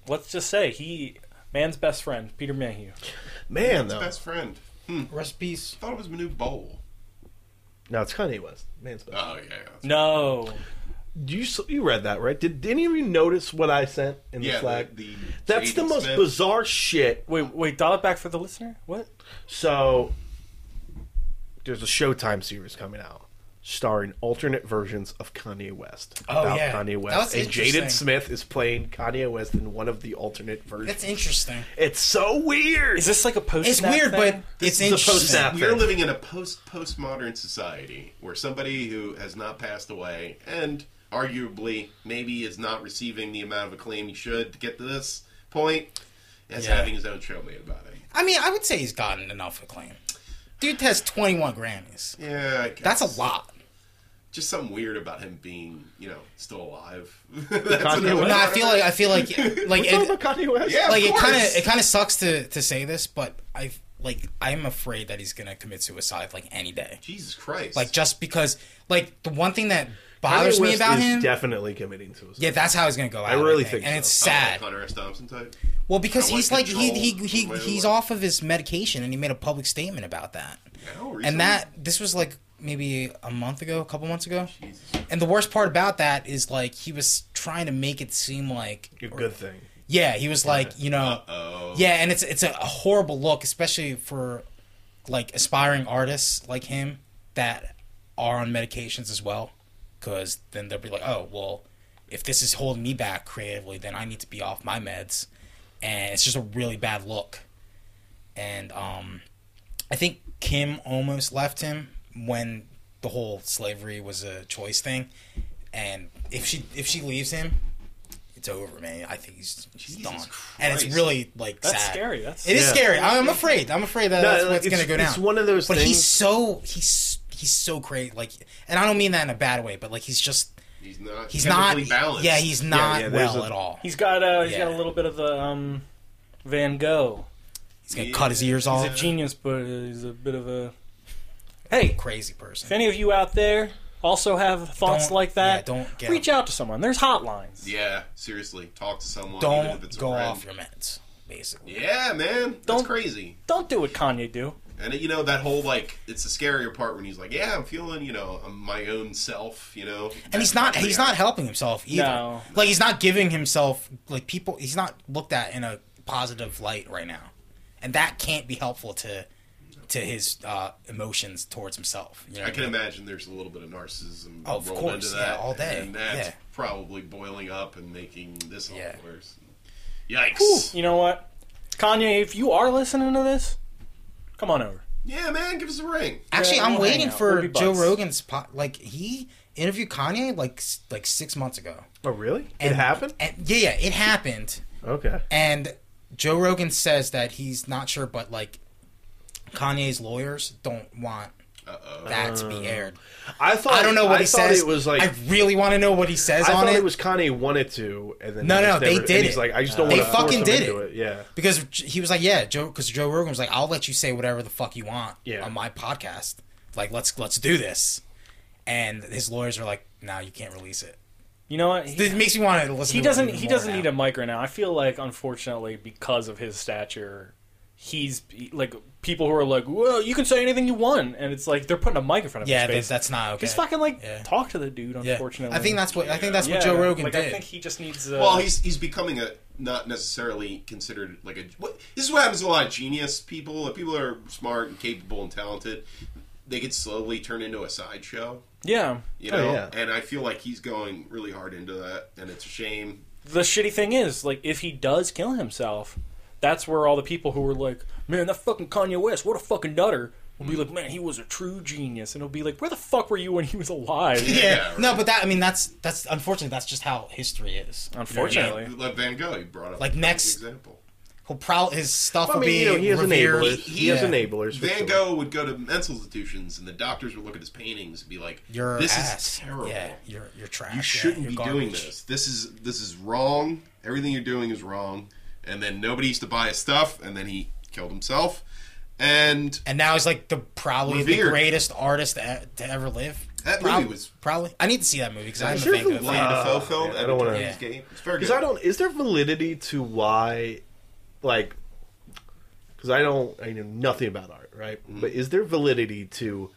Speaker 1: let's just say he man's best friend, Peter Mayhew.
Speaker 3: Man,
Speaker 4: His
Speaker 3: though,
Speaker 4: best friend. Hmm.
Speaker 2: Rest in peace.
Speaker 4: Thought it was my new bowl.
Speaker 3: no, it's Kanye West. Man's best.
Speaker 4: Oh yeah. yeah.
Speaker 1: No.
Speaker 3: You s- you read that right? Did any of you notice what I sent in the
Speaker 4: Yeah,
Speaker 3: flag?
Speaker 4: the, the
Speaker 3: That's the
Speaker 4: Jaden
Speaker 3: most
Speaker 4: Smith.
Speaker 3: bizarre shit.
Speaker 1: Wait, wait, dial it back for the listener? What?
Speaker 3: So, there's a Showtime series coming out starring alternate versions of Kanye West.
Speaker 2: Oh, yeah.
Speaker 3: Kanye
Speaker 2: That
Speaker 3: West.
Speaker 2: was
Speaker 3: And
Speaker 2: interesting.
Speaker 3: Jaden Smith is playing Kanye West in one of the alternate versions.
Speaker 2: That's interesting.
Speaker 3: It's so weird.
Speaker 1: Is this like a post?
Speaker 2: It's weird, but it's
Speaker 3: is a
Speaker 2: interesting.
Speaker 3: post-nap.
Speaker 4: We're living in a post postmodern society where somebody who has not passed away and arguably maybe is not receiving the amount of acclaim he should to get to this point is
Speaker 2: Yeah.
Speaker 4: having his own show made about it.
Speaker 2: I mean, I would say he's gotten enough acclaim. Dude has 21 Grammys.
Speaker 4: Yeah, I guess.
Speaker 2: That's a lot.
Speaker 4: Just something weird about him being, you know, still alive.
Speaker 3: Kanye
Speaker 2: No,
Speaker 3: West.
Speaker 2: I feel like I feel like like it,
Speaker 3: What's up with Kanye West?
Speaker 4: Yeah,
Speaker 2: like it
Speaker 4: Of
Speaker 2: kind of
Speaker 4: course.
Speaker 2: it kind of sucks to to say this, but I like I'm afraid that he's gonna commit suicide like any day.
Speaker 4: Jesus Christ.
Speaker 2: Like just because like the one thing that
Speaker 3: Kanye
Speaker 2: bothers me
Speaker 3: West
Speaker 2: about
Speaker 3: is
Speaker 2: him.
Speaker 3: definitely committing suicide.
Speaker 2: yeah, that's how he's gonna go out.
Speaker 3: really
Speaker 2: think,
Speaker 3: think
Speaker 2: and
Speaker 3: so.
Speaker 2: it's
Speaker 4: Oh, like
Speaker 2: sad.
Speaker 4: Hunter S. Thompson type.
Speaker 2: Well, because
Speaker 4: I want
Speaker 2: he's like he
Speaker 4: control
Speaker 2: he,
Speaker 4: of
Speaker 2: he
Speaker 4: my
Speaker 2: he's
Speaker 4: life.
Speaker 2: off of his medication, and he made a public statement about that.
Speaker 4: Now, recently?
Speaker 2: And that this was like maybe a month ago, a couple months ago.
Speaker 4: Jesus.
Speaker 2: And the worst part about that is like he was trying to make it seem like
Speaker 3: A good thing.
Speaker 2: yeah, he was like you know
Speaker 4: Oh.
Speaker 2: yeah, and it's it's a horrible look, especially for like aspiring artists like him that are on medications as well, because then they'll be like, oh well, if this is holding me back creatively, then I need to be off my meds, and it's just a really bad look, and um, I think Kim almost left him when the whole slavery was a choice thing, and if she if she leaves him. It's over, man. I think he's, he's
Speaker 4: Jesus
Speaker 2: done, and it's
Speaker 4: Christ.
Speaker 2: really like
Speaker 1: That's
Speaker 2: sad.
Speaker 1: scary. That's
Speaker 2: It is
Speaker 3: Yeah.
Speaker 2: scary. I- I'm afraid. I'm afraid that that's
Speaker 3: No,
Speaker 2: what's
Speaker 3: it's-
Speaker 2: gonna go down.
Speaker 3: It's one of those
Speaker 2: but
Speaker 3: things.
Speaker 2: he's so he's he's so great. Like, and I don't mean that in a bad way, but like he's just
Speaker 4: He's not.
Speaker 2: he's not.
Speaker 4: chemically balanced.
Speaker 2: Yeah, he's not
Speaker 3: yeah, there's
Speaker 2: well
Speaker 3: a-
Speaker 2: at all.
Speaker 1: He's got uh, he's
Speaker 2: Yeah.
Speaker 1: got a little bit of the um, Van Gogh.
Speaker 2: He's gonna cut his ears
Speaker 4: He's
Speaker 2: off.
Speaker 1: He's a genius, but he's a bit of a. Hey,
Speaker 2: crazy
Speaker 1: if
Speaker 2: person.
Speaker 1: any of you out there also have thoughts
Speaker 2: Don't-
Speaker 1: like that,
Speaker 2: yeah, don't get
Speaker 1: reach out to someone. There's hotlines.
Speaker 4: Yeah, seriously. Talk to someone. even if
Speaker 2: Don't
Speaker 4: it's a
Speaker 2: go
Speaker 4: friend.
Speaker 2: off your meds, basically.
Speaker 4: Yeah, man. That's
Speaker 1: Don't-
Speaker 4: crazy.
Speaker 1: Don't do what Kanye do.
Speaker 4: And you know that whole like it's the scarier part when he's like, "Yeah, I'm feeling, you know, I'm my own self," you know.
Speaker 2: And he's not he's not helping himself either.
Speaker 1: No.
Speaker 2: Like he's not giving himself like people. He's not looked at in a positive light right now, and that can't be helpful to to his uh, emotions towards himself. You know
Speaker 4: I
Speaker 2: what
Speaker 4: can
Speaker 2: mean?
Speaker 4: imagine there's a little bit of narcissism
Speaker 2: Oh, of
Speaker 4: rolled
Speaker 2: course,
Speaker 4: into
Speaker 2: yeah,
Speaker 4: that
Speaker 2: all day,
Speaker 4: and that's
Speaker 2: yeah.
Speaker 4: probably boiling up and making this all
Speaker 2: Yeah.
Speaker 4: worse. Yikes!
Speaker 1: You know what, Kanye? If you are listening to this, come on over.
Speaker 4: Yeah, man, give us a ring.
Speaker 2: Actually,
Speaker 1: Yeah,
Speaker 2: I'm
Speaker 1: we'll hang
Speaker 2: waiting
Speaker 1: out.
Speaker 2: for
Speaker 1: We'll be
Speaker 2: Joe
Speaker 1: buds.
Speaker 2: Rogan's po- like he interviewed Kanye like s- like six months ago.
Speaker 3: Oh, really?
Speaker 2: And-
Speaker 3: it happened?
Speaker 2: And, yeah, yeah, it happened.
Speaker 3: Okay.
Speaker 2: And Joe Rogan says that he's not sure, but like Kanye's lawyers don't want
Speaker 4: Uh oh.
Speaker 2: that to be aired.
Speaker 3: I thought
Speaker 2: I don't know what
Speaker 3: I
Speaker 2: he
Speaker 3: thought
Speaker 2: says.
Speaker 3: It was like
Speaker 2: I really want to know what he says
Speaker 3: I
Speaker 2: on
Speaker 3: thought
Speaker 2: it,
Speaker 3: it was Kanye wanted to, and then
Speaker 2: No,
Speaker 3: he
Speaker 2: no,
Speaker 3: just
Speaker 2: they
Speaker 3: never,
Speaker 2: did
Speaker 3: and He's
Speaker 2: it.
Speaker 3: like, I just don't
Speaker 2: They
Speaker 3: want to
Speaker 2: fucking
Speaker 3: force
Speaker 2: did
Speaker 3: him into
Speaker 2: it.
Speaker 3: it. Yeah,
Speaker 2: because he was like, "Yeah, Joe," because Joe Rogan was like, "I'll let you say whatever the fuck you want
Speaker 3: Yeah.
Speaker 2: on my podcast. Like, let's let's do this." And his lawyers are like, "No, you can't release it."
Speaker 1: You know what? He,
Speaker 2: It makes me want to listen.
Speaker 1: he
Speaker 2: to it
Speaker 1: doesn't.
Speaker 2: even
Speaker 1: He
Speaker 2: more
Speaker 1: doesn't
Speaker 2: now.
Speaker 1: need a mic right now. I feel like, unfortunately, because of his stature, he's like people who are like, "Well, you can say anything you want," and it's like they're putting a mic in front of
Speaker 2: Yeah,
Speaker 1: his
Speaker 2: that,
Speaker 1: face.
Speaker 2: that's not okay.
Speaker 1: Just fucking like
Speaker 2: Yeah.
Speaker 1: talk to the dude.
Speaker 2: yeah.
Speaker 1: Unfortunately,
Speaker 2: I think that's what I think that's what
Speaker 1: Yeah,
Speaker 2: Joe Rogan
Speaker 1: like,
Speaker 2: did.
Speaker 1: I think he just needs. Uh,
Speaker 4: Well, he's he's becoming a not necessarily considered like a. What, this is what happens to a lot of genius people. If people are smart and capable and talented, they could slowly turn into a sideshow.
Speaker 1: yeah.
Speaker 4: You
Speaker 3: Oh,
Speaker 4: know,
Speaker 3: yeah.
Speaker 4: and I feel like he's going really hard into that, and it's a shame.
Speaker 1: the shitty thing is, like, if he does kill himself, that's where all the people who were like, "Man, that fucking Kanye West, what a fucking nutter," will be like, "Man, he was a true genius," and it'll be like, "Where the fuck were you when he was alive?"
Speaker 2: yeah.
Speaker 4: Yeah, right.
Speaker 2: No, but that I mean that's that's unfortunately that's just how history is. You know what I mean?
Speaker 1: Unfortunately. Really?
Speaker 4: Like Van Gogh, he brought up
Speaker 2: Like
Speaker 4: a
Speaker 2: next-
Speaker 4: example.
Speaker 2: he'll probably his stuff
Speaker 3: I
Speaker 2: will
Speaker 3: mean,
Speaker 2: be
Speaker 3: you know, he has
Speaker 2: revered.
Speaker 3: enablers. He, has
Speaker 2: yeah.
Speaker 3: enablers. for
Speaker 4: Van
Speaker 3: sure.
Speaker 4: Gogh would go to mental institutions, and the doctors would look at his paintings and be like,
Speaker 2: Your
Speaker 4: "This
Speaker 2: ass.
Speaker 4: is terrible.
Speaker 2: Yeah, you're you're trash.
Speaker 4: You
Speaker 2: yeah,
Speaker 4: shouldn't
Speaker 2: you're
Speaker 4: be
Speaker 2: garbage.
Speaker 4: doing this. This is this is wrong. Everything you're doing is wrong." And then nobody used to buy his stuff, and then he killed himself. And
Speaker 2: And now he's like the probably the
Speaker 4: Revered.
Speaker 2: greatest artist to, to ever live.
Speaker 4: That
Speaker 2: Prob-
Speaker 4: movie was-
Speaker 2: probably. I need to see that movie because I'm
Speaker 3: sure
Speaker 2: a fan
Speaker 3: the
Speaker 2: of
Speaker 4: Willem
Speaker 3: Uh,
Speaker 4: Dafoe film.
Speaker 3: yeah, I don't wanna-
Speaker 4: Adaptation's Game. It's very
Speaker 3: Because
Speaker 4: good.
Speaker 3: I don't. Is there validity to why, like, because I don't. I know nothing about art, right? But is there validity to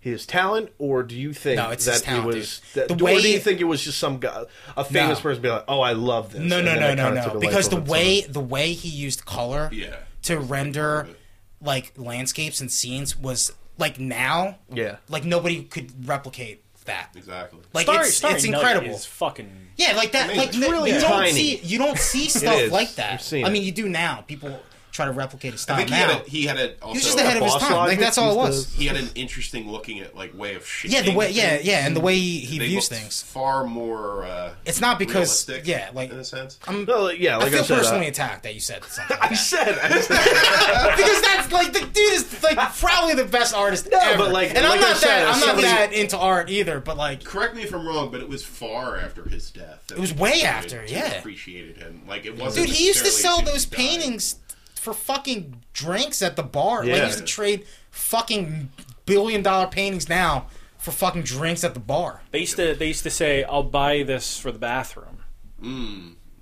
Speaker 3: his talent, or do you think
Speaker 2: No, it's
Speaker 3: that
Speaker 2: his talent,
Speaker 3: he was?
Speaker 2: dude.
Speaker 3: That,
Speaker 2: The way-
Speaker 3: or do you think it was just some guy, a famous
Speaker 2: No.
Speaker 3: person, be like, "Oh, I love this."
Speaker 2: No,
Speaker 3: and
Speaker 2: no,
Speaker 3: then
Speaker 2: no,
Speaker 3: it
Speaker 2: no,
Speaker 3: kinda took
Speaker 2: no.
Speaker 3: a life
Speaker 2: Because the
Speaker 3: of its
Speaker 2: way
Speaker 3: own?
Speaker 2: the way he used color
Speaker 4: Yeah.
Speaker 2: to render
Speaker 4: it.
Speaker 2: like landscapes and scenes was like now,
Speaker 3: Yeah.
Speaker 2: like nobody could replicate that.
Speaker 4: Exactly.
Speaker 2: Like
Speaker 1: Starry-
Speaker 2: it's
Speaker 1: Starry
Speaker 2: it's
Speaker 1: Night
Speaker 2: incredible.
Speaker 1: is fucking
Speaker 2: Yeah, like that.
Speaker 4: Amazing.
Speaker 2: Like
Speaker 4: It's
Speaker 2: n-
Speaker 3: really
Speaker 2: you don't
Speaker 3: tiny.
Speaker 2: see you don't see stuff
Speaker 3: is.
Speaker 2: like
Speaker 3: You've
Speaker 2: that.
Speaker 3: seen
Speaker 2: I
Speaker 3: it.
Speaker 2: mean, you do now. People try to replicate a
Speaker 4: I
Speaker 2: style
Speaker 4: think he
Speaker 2: now.
Speaker 4: had a, he had a also,
Speaker 2: he was just ahead of his
Speaker 3: Boss
Speaker 2: time. Like
Speaker 3: logic,
Speaker 2: that's all it
Speaker 3: he's
Speaker 2: was.
Speaker 3: the-
Speaker 4: he had an interesting looking at like way of shaping.
Speaker 2: Yeah, the way. Yeah,
Speaker 4: things.
Speaker 2: yeah, and the way he, he
Speaker 4: They
Speaker 2: views
Speaker 4: looked
Speaker 2: things.
Speaker 4: far more. Uh,
Speaker 2: It's not because
Speaker 4: realistic,
Speaker 2: yeah, like
Speaker 4: in a sense.
Speaker 2: I'm.
Speaker 3: No, like,
Speaker 2: I
Speaker 3: yeah, like I,
Speaker 2: feel
Speaker 3: said,
Speaker 2: personally
Speaker 3: uh,
Speaker 2: attacked that you said something. Like
Speaker 3: I
Speaker 2: that.
Speaker 3: said, I said,
Speaker 2: because that's like the dude is like probably the best artist ever.
Speaker 3: but, like-
Speaker 2: and I'm
Speaker 3: like I
Speaker 2: not
Speaker 3: said,
Speaker 2: that
Speaker 3: if
Speaker 2: I'm not
Speaker 3: somebody-
Speaker 2: that into art either. But like,
Speaker 4: Correct me if I'm wrong, but it was far after his death. It
Speaker 2: was way after, yeah.
Speaker 4: appreciated him. Like it wasn't.
Speaker 2: dude, he used to
Speaker 4: necessarily
Speaker 2: sell
Speaker 4: as
Speaker 2: those
Speaker 4: soon as he died.
Speaker 2: paintings for fucking drinks at the bar. Like, he
Speaker 3: Yeah.
Speaker 2: used to trade fucking billion dollar paintings now for fucking drinks at the bar.
Speaker 1: They used to they used to say, "I'll buy this for the bathroom."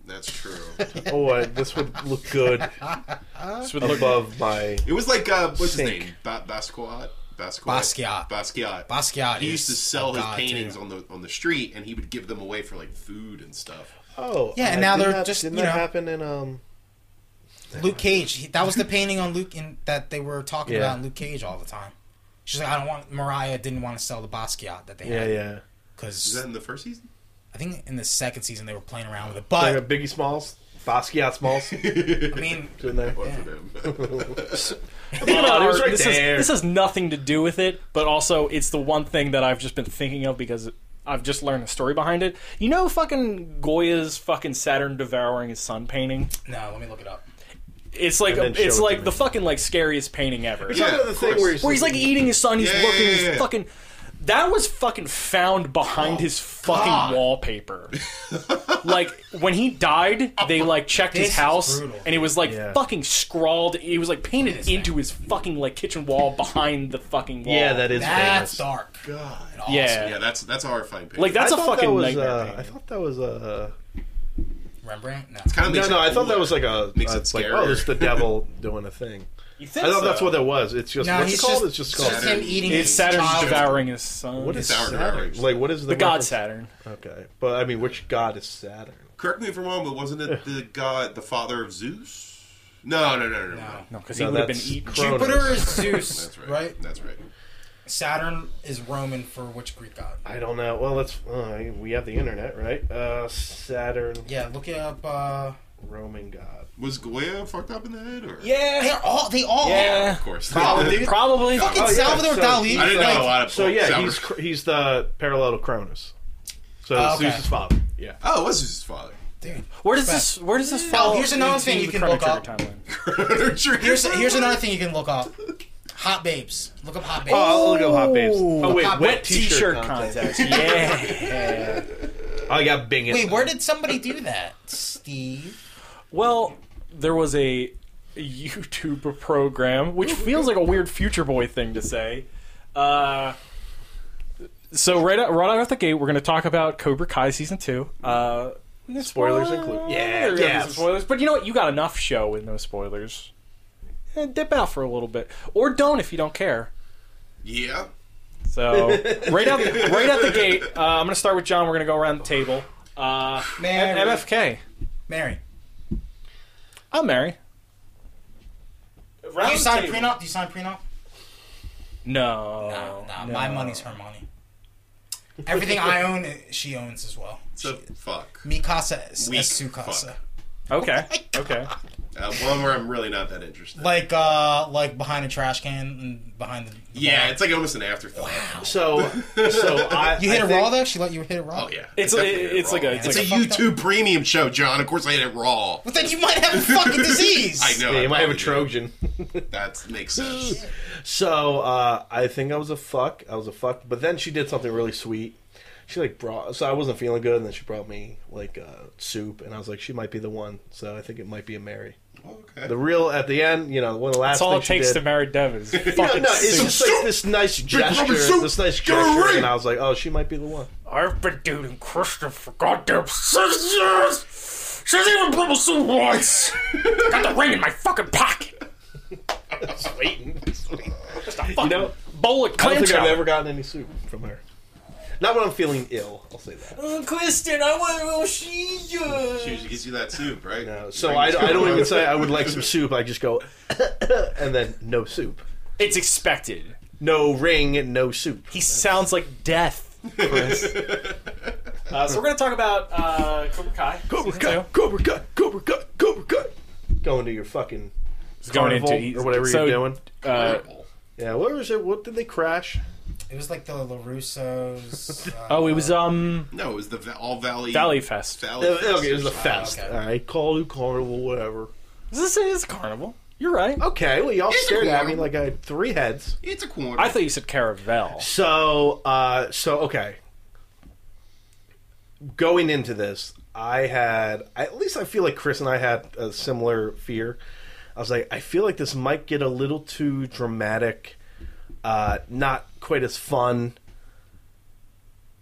Speaker 4: That's true.
Speaker 3: "Oh, uh, this would look good
Speaker 1: This would look
Speaker 3: above my."
Speaker 4: it was like uh, what's
Speaker 3: Sink.
Speaker 4: his name? Ba- Basquiat. Basquiat.
Speaker 2: Basquiat.
Speaker 4: Basquiat.
Speaker 2: Basquiat.
Speaker 4: He used to
Speaker 2: is
Speaker 4: sell
Speaker 2: a
Speaker 4: his
Speaker 2: god,
Speaker 4: paintings
Speaker 2: too.
Speaker 4: on the on the street, and he would give them away for like food and stuff.
Speaker 3: Oh,
Speaker 2: Yeah, and
Speaker 3: uh,
Speaker 2: now
Speaker 3: didn't
Speaker 2: they're
Speaker 3: that-
Speaker 2: just,
Speaker 3: didn't
Speaker 2: you
Speaker 3: that
Speaker 2: know-
Speaker 3: happen in um.
Speaker 2: Luke Cage. He, that was the painting on Luke in, that they were talking
Speaker 3: Yeah.
Speaker 2: about in Luke Cage all the time. She's like, I don't want Mariah didn't want to sell the Basquiat that they
Speaker 3: Yeah,
Speaker 2: had
Speaker 3: yeah.
Speaker 4: Is
Speaker 2: because
Speaker 4: that in the first season?
Speaker 2: I think in the second season they were playing around with it.
Speaker 3: Like
Speaker 2: But
Speaker 3: a Biggie Smalls, Basquiat Smalls,
Speaker 2: I mean,
Speaker 3: in there.
Speaker 4: What for them?
Speaker 1: Think about
Speaker 3: it
Speaker 1: it,
Speaker 3: was right
Speaker 1: this,
Speaker 3: there.
Speaker 1: Is, this has nothing to do with it, but also it's the one thing that I've just been thinking of because I've just learned the story behind it. You know, fucking Goya's fucking Saturn devouring his son painting.
Speaker 2: no, let me look it up.
Speaker 1: It's like
Speaker 3: And then show it
Speaker 1: it's
Speaker 3: to
Speaker 1: like
Speaker 3: me.
Speaker 1: the fucking like scariest painting ever.
Speaker 4: Yeah,
Speaker 3: Talking about the
Speaker 4: of
Speaker 3: thing
Speaker 4: course.
Speaker 3: where he's,
Speaker 1: Where he's like eating his son, he's
Speaker 4: Yeah,
Speaker 1: looking,
Speaker 4: yeah,
Speaker 1: he's
Speaker 4: yeah, yeah.
Speaker 1: fucking. That was fucking found behind his fucking
Speaker 2: God.
Speaker 1: wallpaper. like when he died, they like checked
Speaker 2: This
Speaker 1: his
Speaker 2: is
Speaker 1: house,
Speaker 2: brutal.
Speaker 1: and it was like
Speaker 3: Yeah.
Speaker 1: fucking scrawled. It was like painted
Speaker 2: This thing.
Speaker 1: into his fucking like kitchen wall behind the fucking wall.
Speaker 3: yeah, that is
Speaker 2: That's
Speaker 3: famous.
Speaker 2: dark.
Speaker 4: God.
Speaker 1: Yeah.
Speaker 4: Yeah, that's that's a horrifying painting.
Speaker 1: Like that's
Speaker 3: I
Speaker 1: a
Speaker 3: thought
Speaker 1: fucking
Speaker 3: that was,
Speaker 1: nightmare.
Speaker 3: Uh, I
Speaker 1: painting.
Speaker 3: thought that was uh, a.
Speaker 2: Rembrandt. No.
Speaker 4: Kinda
Speaker 3: No,
Speaker 4: makes
Speaker 3: no,
Speaker 4: it
Speaker 3: I thought that
Speaker 4: cooler.
Speaker 3: was like a.
Speaker 4: Makes
Speaker 3: uh,
Speaker 4: it
Speaker 3: it's like,
Speaker 4: scarier.
Speaker 3: oh, it's the devil doing a thing.
Speaker 1: you think
Speaker 3: I thought
Speaker 1: so?
Speaker 3: that's what that was. It's just
Speaker 2: No,
Speaker 3: what's it
Speaker 2: he's
Speaker 3: called?
Speaker 2: just-
Speaker 3: it's just
Speaker 2: it's
Speaker 3: called.
Speaker 2: just him eating
Speaker 1: It's
Speaker 2: his
Speaker 1: Saturn
Speaker 2: child.
Speaker 1: devouring his son.
Speaker 3: What is
Speaker 4: Sour
Speaker 3: Saturn?
Speaker 4: Orange.
Speaker 3: Like, what is the
Speaker 1: the god
Speaker 3: reference?
Speaker 1: Saturn?
Speaker 3: Okay, but I mean, which god is Saturn?
Speaker 4: Correct me if I'm wrong, but wasn't it the god, the father of Zeus? No, no, no, no, no.
Speaker 2: No.
Speaker 1: No, because
Speaker 3: No,
Speaker 1: he would have been
Speaker 3: that's
Speaker 1: eaten.
Speaker 3: Cro-
Speaker 2: Jupiter
Speaker 3: Cronus.
Speaker 2: is Zeus,
Speaker 4: That's right.
Speaker 2: right?
Speaker 4: That's right.
Speaker 2: Saturn is Roman for which Greek god?
Speaker 3: I don't know. Well, let's. Uh, we have the internet, right? Uh, Saturn,
Speaker 2: Yeah, look it up. Uh,
Speaker 3: Roman god.
Speaker 4: Was Goya fucked up in the head, or
Speaker 2: they
Speaker 1: Yeah,
Speaker 2: all they all
Speaker 1: Yeah.
Speaker 4: of course.
Speaker 3: Probably.
Speaker 1: probably.
Speaker 2: Fucking
Speaker 3: Oh, yeah,
Speaker 2: Salvador
Speaker 3: so-
Speaker 2: Dali.
Speaker 4: I didn't
Speaker 2: like,
Speaker 4: know a lot of.
Speaker 3: So yeah,
Speaker 4: Sour-
Speaker 3: he's cr- he's the parallel to Cronus. So
Speaker 2: Oh, okay.
Speaker 3: Zeus's father. Yeah.
Speaker 4: Oh, it was his father.
Speaker 2: Dude,
Speaker 1: Where does this? Where does this
Speaker 2: Oh,
Speaker 1: fall?
Speaker 2: here's another
Speaker 1: into
Speaker 2: thing
Speaker 1: the
Speaker 2: you can
Speaker 1: Chrono
Speaker 2: look up.
Speaker 1: Trigger timeline?
Speaker 2: here's here's another thing you can look up. Hot babes. Look up hot babes.
Speaker 3: Oh, I'll look up hot babes. Oh wait,
Speaker 2: Hot
Speaker 3: wet,
Speaker 2: wet
Speaker 3: t-shirt, contest.
Speaker 1: contest. Yeah.
Speaker 3: I got Oh, Bing it.
Speaker 2: Wait, where did somebody do that? Steve.
Speaker 1: well, there was a YouTube program, which feels like a weird future boy thing to say. Uh, so right out, right out of the gate, we're going to talk about Cobra Kai season two. Uh,
Speaker 3: Spoilers included. Yeah,
Speaker 1: there are gonna be
Speaker 3: yeah.
Speaker 1: some spoilers. But you know what? You got enough show with no spoilers. Eh, dip out for a little bit, or don't if you don't care.
Speaker 4: Yeah.
Speaker 1: So right out, right out the gate, uh, I'm going to start with John. We're going to go around the table. Uh,
Speaker 2: Mary.
Speaker 1: MFK.
Speaker 2: Mary.
Speaker 1: I'm Mary.
Speaker 2: Do you sign prenup? Do you sign prenup?
Speaker 1: No.
Speaker 2: No, no, My money's her money. Everything I own, she owns as well.
Speaker 4: So fuck.
Speaker 2: Mi casa es,
Speaker 4: Weak
Speaker 2: es su casa.
Speaker 4: fuck.
Speaker 3: Oh
Speaker 1: Okay. okay.
Speaker 4: Uh, one where I'm really not that interested.
Speaker 2: Like uh, like behind a trash can and behind the.
Speaker 4: yeah, it's like almost an afterthought.
Speaker 3: So so I
Speaker 2: You hit
Speaker 3: I
Speaker 2: her
Speaker 3: think-
Speaker 2: raw though. She let you hit her raw.
Speaker 4: Oh yeah.
Speaker 1: It's
Speaker 4: I
Speaker 1: a,
Speaker 4: definitely hit it
Speaker 1: it's like
Speaker 4: raw.
Speaker 1: a it's
Speaker 2: It's
Speaker 1: like
Speaker 4: It's
Speaker 1: a,
Speaker 4: a YouTube premium show, John. Of course, I hit it raw.
Speaker 2: But then you might have a fucking disease.
Speaker 4: I know.
Speaker 3: Yeah,
Speaker 4: I
Speaker 3: you might have a
Speaker 4: probably do.
Speaker 3: Trojan.
Speaker 4: That makes sense.
Speaker 3: so uh, I think I was a fuck. I was a fuck. But then she did something really sweet. She like brought. So I wasn't feeling good, and then she brought me like uh, soup, and I was like, she might be the one. So I think it might be a Mary.
Speaker 4: Okay.
Speaker 3: The real at the end, you know, one of the last.
Speaker 1: that's all it
Speaker 3: things she
Speaker 1: takes
Speaker 3: did-
Speaker 1: to marry Dev is fucking
Speaker 3: No, no, it's
Speaker 1: soup.
Speaker 3: just like this nice gesture,
Speaker 4: soup.
Speaker 3: this nice
Speaker 4: her a
Speaker 3: gesture,
Speaker 4: ring.
Speaker 3: and I was like, "Oh, she might be the one."
Speaker 1: I've been dating Kristen for goddamn six years. She's even purple soup once. Got the ring in my fucking pocket. Just a fucking bowl of
Speaker 3: I don't
Speaker 1: clam
Speaker 3: think I've
Speaker 1: chowder.
Speaker 3: ever gotten any soup from her. Not when I'm feeling ill. I'll say that.
Speaker 1: Kristen, I want to know she's yours.
Speaker 4: She usually gives you that soup, right?
Speaker 3: No, Uh, so I, I don't even say I would like some soup. I just go, and then no soup.
Speaker 1: It's expected.
Speaker 3: no ring and no soup.
Speaker 1: He sounds like death, Chris. uh, so we're gonna talk about uh, Cobra Kai.
Speaker 3: Cobra
Speaker 1: season two.
Speaker 3: Kai, Cobra Kai, Cobra Kai, Cobra Kai. Going to your fucking
Speaker 1: Going
Speaker 3: carnival
Speaker 1: into-
Speaker 3: or whatever
Speaker 1: so,
Speaker 3: you're doing.
Speaker 1: Uh,
Speaker 3: Yeah, what was it? What did they crash?
Speaker 2: It was like the LaRusso's. Uh,
Speaker 1: oh, it was um
Speaker 4: no, it was the Va- All Valley
Speaker 1: Valley Fest.
Speaker 4: Valley
Speaker 3: Uh, okay, it was a
Speaker 4: Fest.
Speaker 3: fest.
Speaker 2: okay.
Speaker 3: All right, call it carnival, whatever.
Speaker 1: Is this it is a carnival? You're right.
Speaker 3: Okay, well y'all
Speaker 4: It's a
Speaker 3: stared at me
Speaker 4: carnival.
Speaker 3: like I had three heads.
Speaker 4: It's a quarter.
Speaker 1: I thought you said Caravel.
Speaker 3: So, uh, so okay. Going into this, I had at least I feel like Chris and I had a similar fear. I was like, I feel like this might get a little too dramatic, uh, not quite as fun,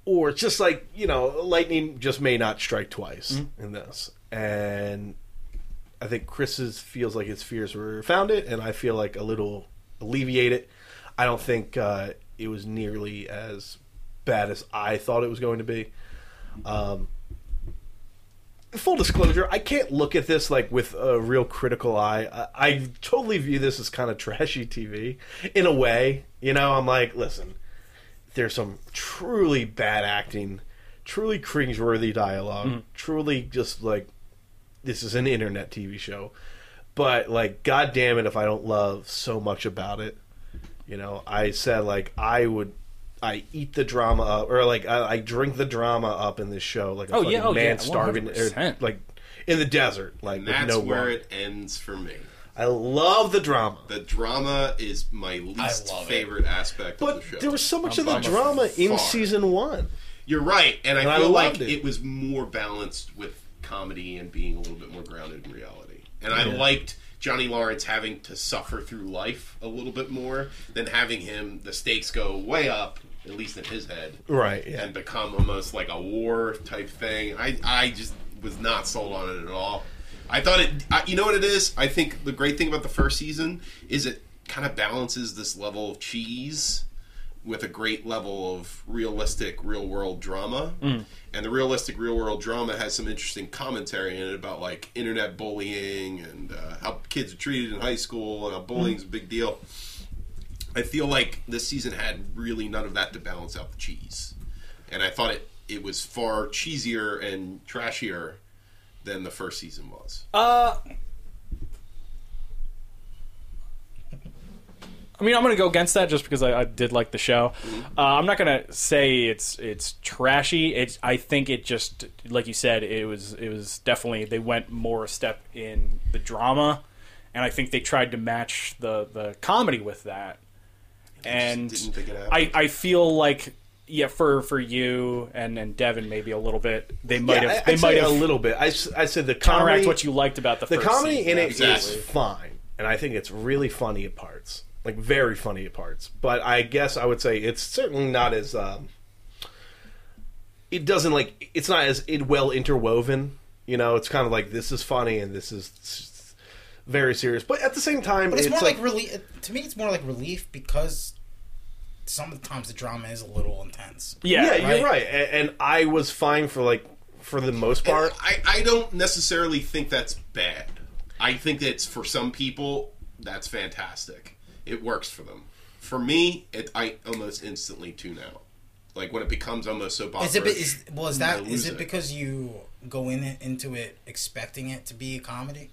Speaker 3: or it's just like you know, lightning just may not strike twice in this. And I think Chris's feels like his fears were founded, and I feel like a little alleviated. I don't think uh, it was nearly as bad as I thought it was going to be. Um, full disclosure, I can't look at this like with a real critical eye. I, I totally view this as kind of trashy TV in a way. You know, I'm like, listen, there's some truly bad acting, truly cringeworthy dialogue,
Speaker 1: Mm-hmm.
Speaker 3: truly just like this is an internet TV show, but like, goddamn it, if I don't love so much about it, you know, I said like I would, I eat the drama up, or like I, I drink the drama up in this show, like a
Speaker 1: Oh,
Speaker 3: fucking
Speaker 1: yeah, oh,
Speaker 3: man
Speaker 1: yeah,
Speaker 3: starving, or,
Speaker 1: 100%.
Speaker 3: like in the desert, like
Speaker 4: and
Speaker 3: with
Speaker 4: that's
Speaker 3: no
Speaker 4: where
Speaker 3: water.
Speaker 4: it ends for me.
Speaker 3: I love the drama,
Speaker 4: The drama is my least
Speaker 2: love it.
Speaker 4: favorite aspect of
Speaker 3: but
Speaker 4: the show.
Speaker 3: there was so much
Speaker 4: I'm
Speaker 3: of
Speaker 4: by
Speaker 3: the drama in
Speaker 4: far.
Speaker 3: season one.
Speaker 4: You're right, and I
Speaker 3: And I
Speaker 4: feel like
Speaker 3: loved it.
Speaker 4: it. was more balanced with comedy and being a little bit more grounded in reality. And I liked Johnny Lawrence having to suffer through life a little bit more than having him the stakes go way up, at least in his head,
Speaker 3: Right, yeah.
Speaker 4: and become almost like a war type thing. I I just was not sold on it at all. I thought it. I, you know what it is? I think the great thing about the first season is it kind of balances this level of cheese with a great level of realistic real world drama and the realistic real world drama has some interesting commentary in it about like internet bullying and uh, how kids are treated in high school and how bullying's a big deal i feel like this season had really none of that to balance out the cheese and i thought it, it was far cheesier and trashier than the first season was
Speaker 2: Uh,
Speaker 1: I mean, I'm going to go against that just because I, I did like the show. Uh, I'm not going to say it's it's trashy. It's I think it just like you said, it was it was definitely they went more a step in the drama, and I think they tried to match the the comedy with that. And
Speaker 4: didn't think it
Speaker 1: I
Speaker 4: happened.
Speaker 1: I feel like yeah for for you and and Devin maybe a little bit they might
Speaker 3: Yeah, I-
Speaker 1: have
Speaker 3: I'd
Speaker 1: they
Speaker 3: say
Speaker 1: might
Speaker 3: a
Speaker 1: have
Speaker 3: little bit. I, s- I said the
Speaker 1: counteract
Speaker 3: comedy,
Speaker 1: what you liked about the
Speaker 3: the
Speaker 1: first
Speaker 3: comedy
Speaker 1: season.
Speaker 3: in it is
Speaker 4: Exactly.
Speaker 3: fine, and I think it's really funny at parts, like very funny at parts. But I guess I would say it's certainly not as um, it doesn't like it's not as it well interwoven. You know, it's kind of like this is funny and this is s- very serious, but at the same time,
Speaker 2: But
Speaker 3: it's,
Speaker 2: it's, more like,
Speaker 3: like
Speaker 2: relief. To me, it's more like relief because sometimes the drama is a little intense.
Speaker 1: yeah,
Speaker 3: yeah,
Speaker 2: right.
Speaker 3: you're right. A- And, I was fine for like for the most part.
Speaker 4: I, I don't necessarily think that's bad. I think that's for some people that's fantastic. It works for them. For me, it, I almost instantly tune out. Like when it becomes almost soap opera.
Speaker 2: Is it? be- Is well? Is
Speaker 4: I
Speaker 2: that?
Speaker 4: lose
Speaker 2: Is
Speaker 4: it.
Speaker 2: it because you go in it, into it expecting it to be a comedy?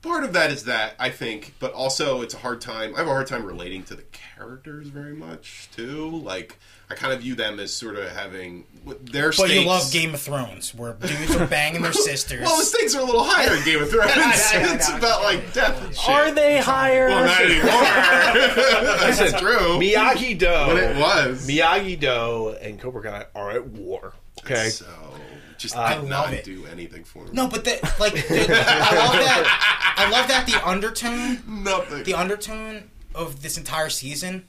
Speaker 4: Part of that is that I think, but also it's a hard time. I have a hard time relating to the characters very much too. Like I kind of view them as sort of having their.
Speaker 2: But you
Speaker 4: stakes-
Speaker 2: love Game of Thrones, where dudes are banging their sisters.
Speaker 4: Well, the stakes are a little higher in Game of Thrones.
Speaker 2: I know, I
Speaker 4: it's
Speaker 2: know.
Speaker 4: about like death and shit.
Speaker 1: Are they higher?
Speaker 4: Well, not anymore. That's true.
Speaker 3: Miyagi Do,
Speaker 4: But it was.
Speaker 3: Miyagi Do, and Cobra Kai are at war. Okay,
Speaker 4: So just
Speaker 2: I
Speaker 4: did
Speaker 2: love
Speaker 4: not
Speaker 2: it.
Speaker 4: do anything for me.
Speaker 2: no, but the, like the- I love that. I love that the undertone
Speaker 4: nothing.
Speaker 2: the undertone of this entire season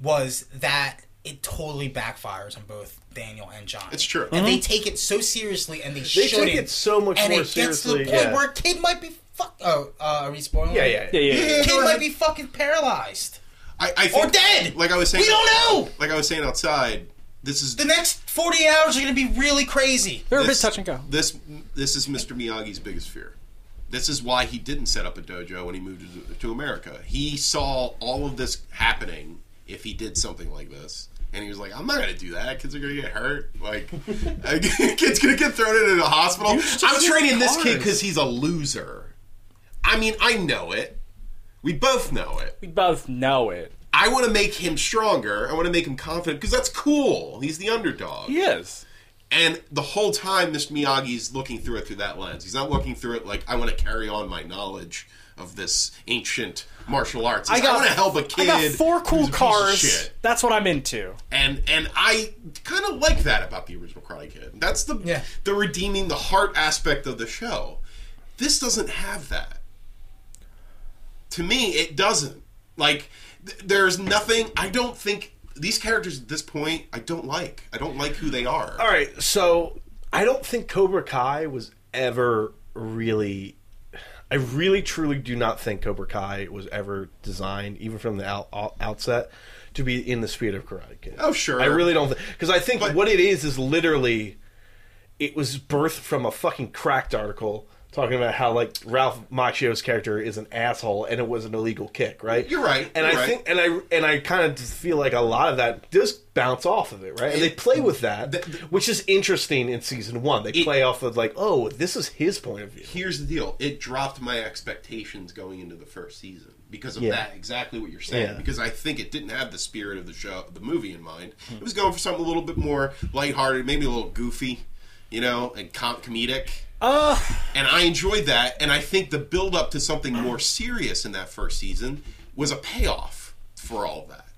Speaker 2: was that it totally backfires on both Daniel and John.
Speaker 4: It's true.
Speaker 2: And they take it so seriously, and they,
Speaker 3: They
Speaker 2: shouldn't.
Speaker 3: take it so much
Speaker 2: and
Speaker 3: more
Speaker 2: it gets to the
Speaker 3: seriously.
Speaker 2: point
Speaker 3: yeah.
Speaker 2: where a kid might be fuck. Oh, uh, are we spoiling?
Speaker 3: yeah,
Speaker 2: it?
Speaker 3: yeah,
Speaker 1: Yeah, yeah, yeah.
Speaker 4: Yeah,
Speaker 2: Kid
Speaker 4: go
Speaker 2: might
Speaker 4: ahead.
Speaker 2: be fucking paralyzed.
Speaker 4: I, I think,
Speaker 2: Or dead.
Speaker 4: Like I was saying,
Speaker 2: We don't know.
Speaker 4: Like I was saying outside, this is
Speaker 2: The next forty hours are gonna be really crazy.
Speaker 1: They're a bit
Speaker 4: this,
Speaker 1: touch and go.
Speaker 4: This this is Mr. Miyagi's biggest fear. This is why he didn't set up a dojo when he moved to, to America. He saw all of this happening if he did something like this. And he was like, "I'm not gonna do that. Kids are gonna get hurt. Like, a kid's gonna get thrown into the hospital. I'm training this kid because he's a loser. I mean, I know it. We both know it.
Speaker 1: We both know it.
Speaker 4: I want to make him stronger. I want to make him confident because that's cool. He's the underdog.
Speaker 1: He is.
Speaker 4: And the whole time, Mr. Miyagi's looking through it through that lens. He's not looking through it like I want to carry on my knowledge of this ancient martial arts. I,
Speaker 1: got-
Speaker 4: want to help a kid.
Speaker 1: I got four cool
Speaker 4: who's a piece of
Speaker 1: cars.
Speaker 4: shit."
Speaker 1: That's what I'm into.
Speaker 4: And and I kind of like that about the original Karate Kid. That's the
Speaker 2: Yeah.
Speaker 4: the redeeming the heart aspect of the show. This doesn't have that. To me, it doesn't. Like th- there's nothing. I don't think these characters at this point. I don't like. I don't like who they are.
Speaker 3: All right, so I don't think Cobra Kai was ever really. I really truly do not think Cobra Kai was ever designed, even from the out, out- outset, to be in the spirit of Karate Kid.
Speaker 4: Oh, sure.
Speaker 3: I really don't think because I think
Speaker 4: But-
Speaker 3: what it is is literally it was birthed from a fucking cracked article talking about how like Ralph Macchio's character is an asshole and it was an illegal kick, right?
Speaker 4: You're right,
Speaker 3: And I
Speaker 4: you're right.
Speaker 3: think and I and I kind of just feel like a lot of that does bounce off of it, right? And they play with that, which is interesting in season 1. They play off of like, "Oh, this is his point of view."
Speaker 4: here's the deal it dropped my expectations going into the first season because of
Speaker 3: Yeah.
Speaker 4: that exactly what you're saying
Speaker 3: Yeah.
Speaker 4: because i think it didn't have the spirit of the show the movie in mind
Speaker 2: Hmm.
Speaker 4: it was going for something a little bit more lighthearted maybe a little goofy you know and com- comedic
Speaker 1: Uh,
Speaker 4: and I enjoyed that. And I think the build up to something more serious in that first season was a payoff for all of that.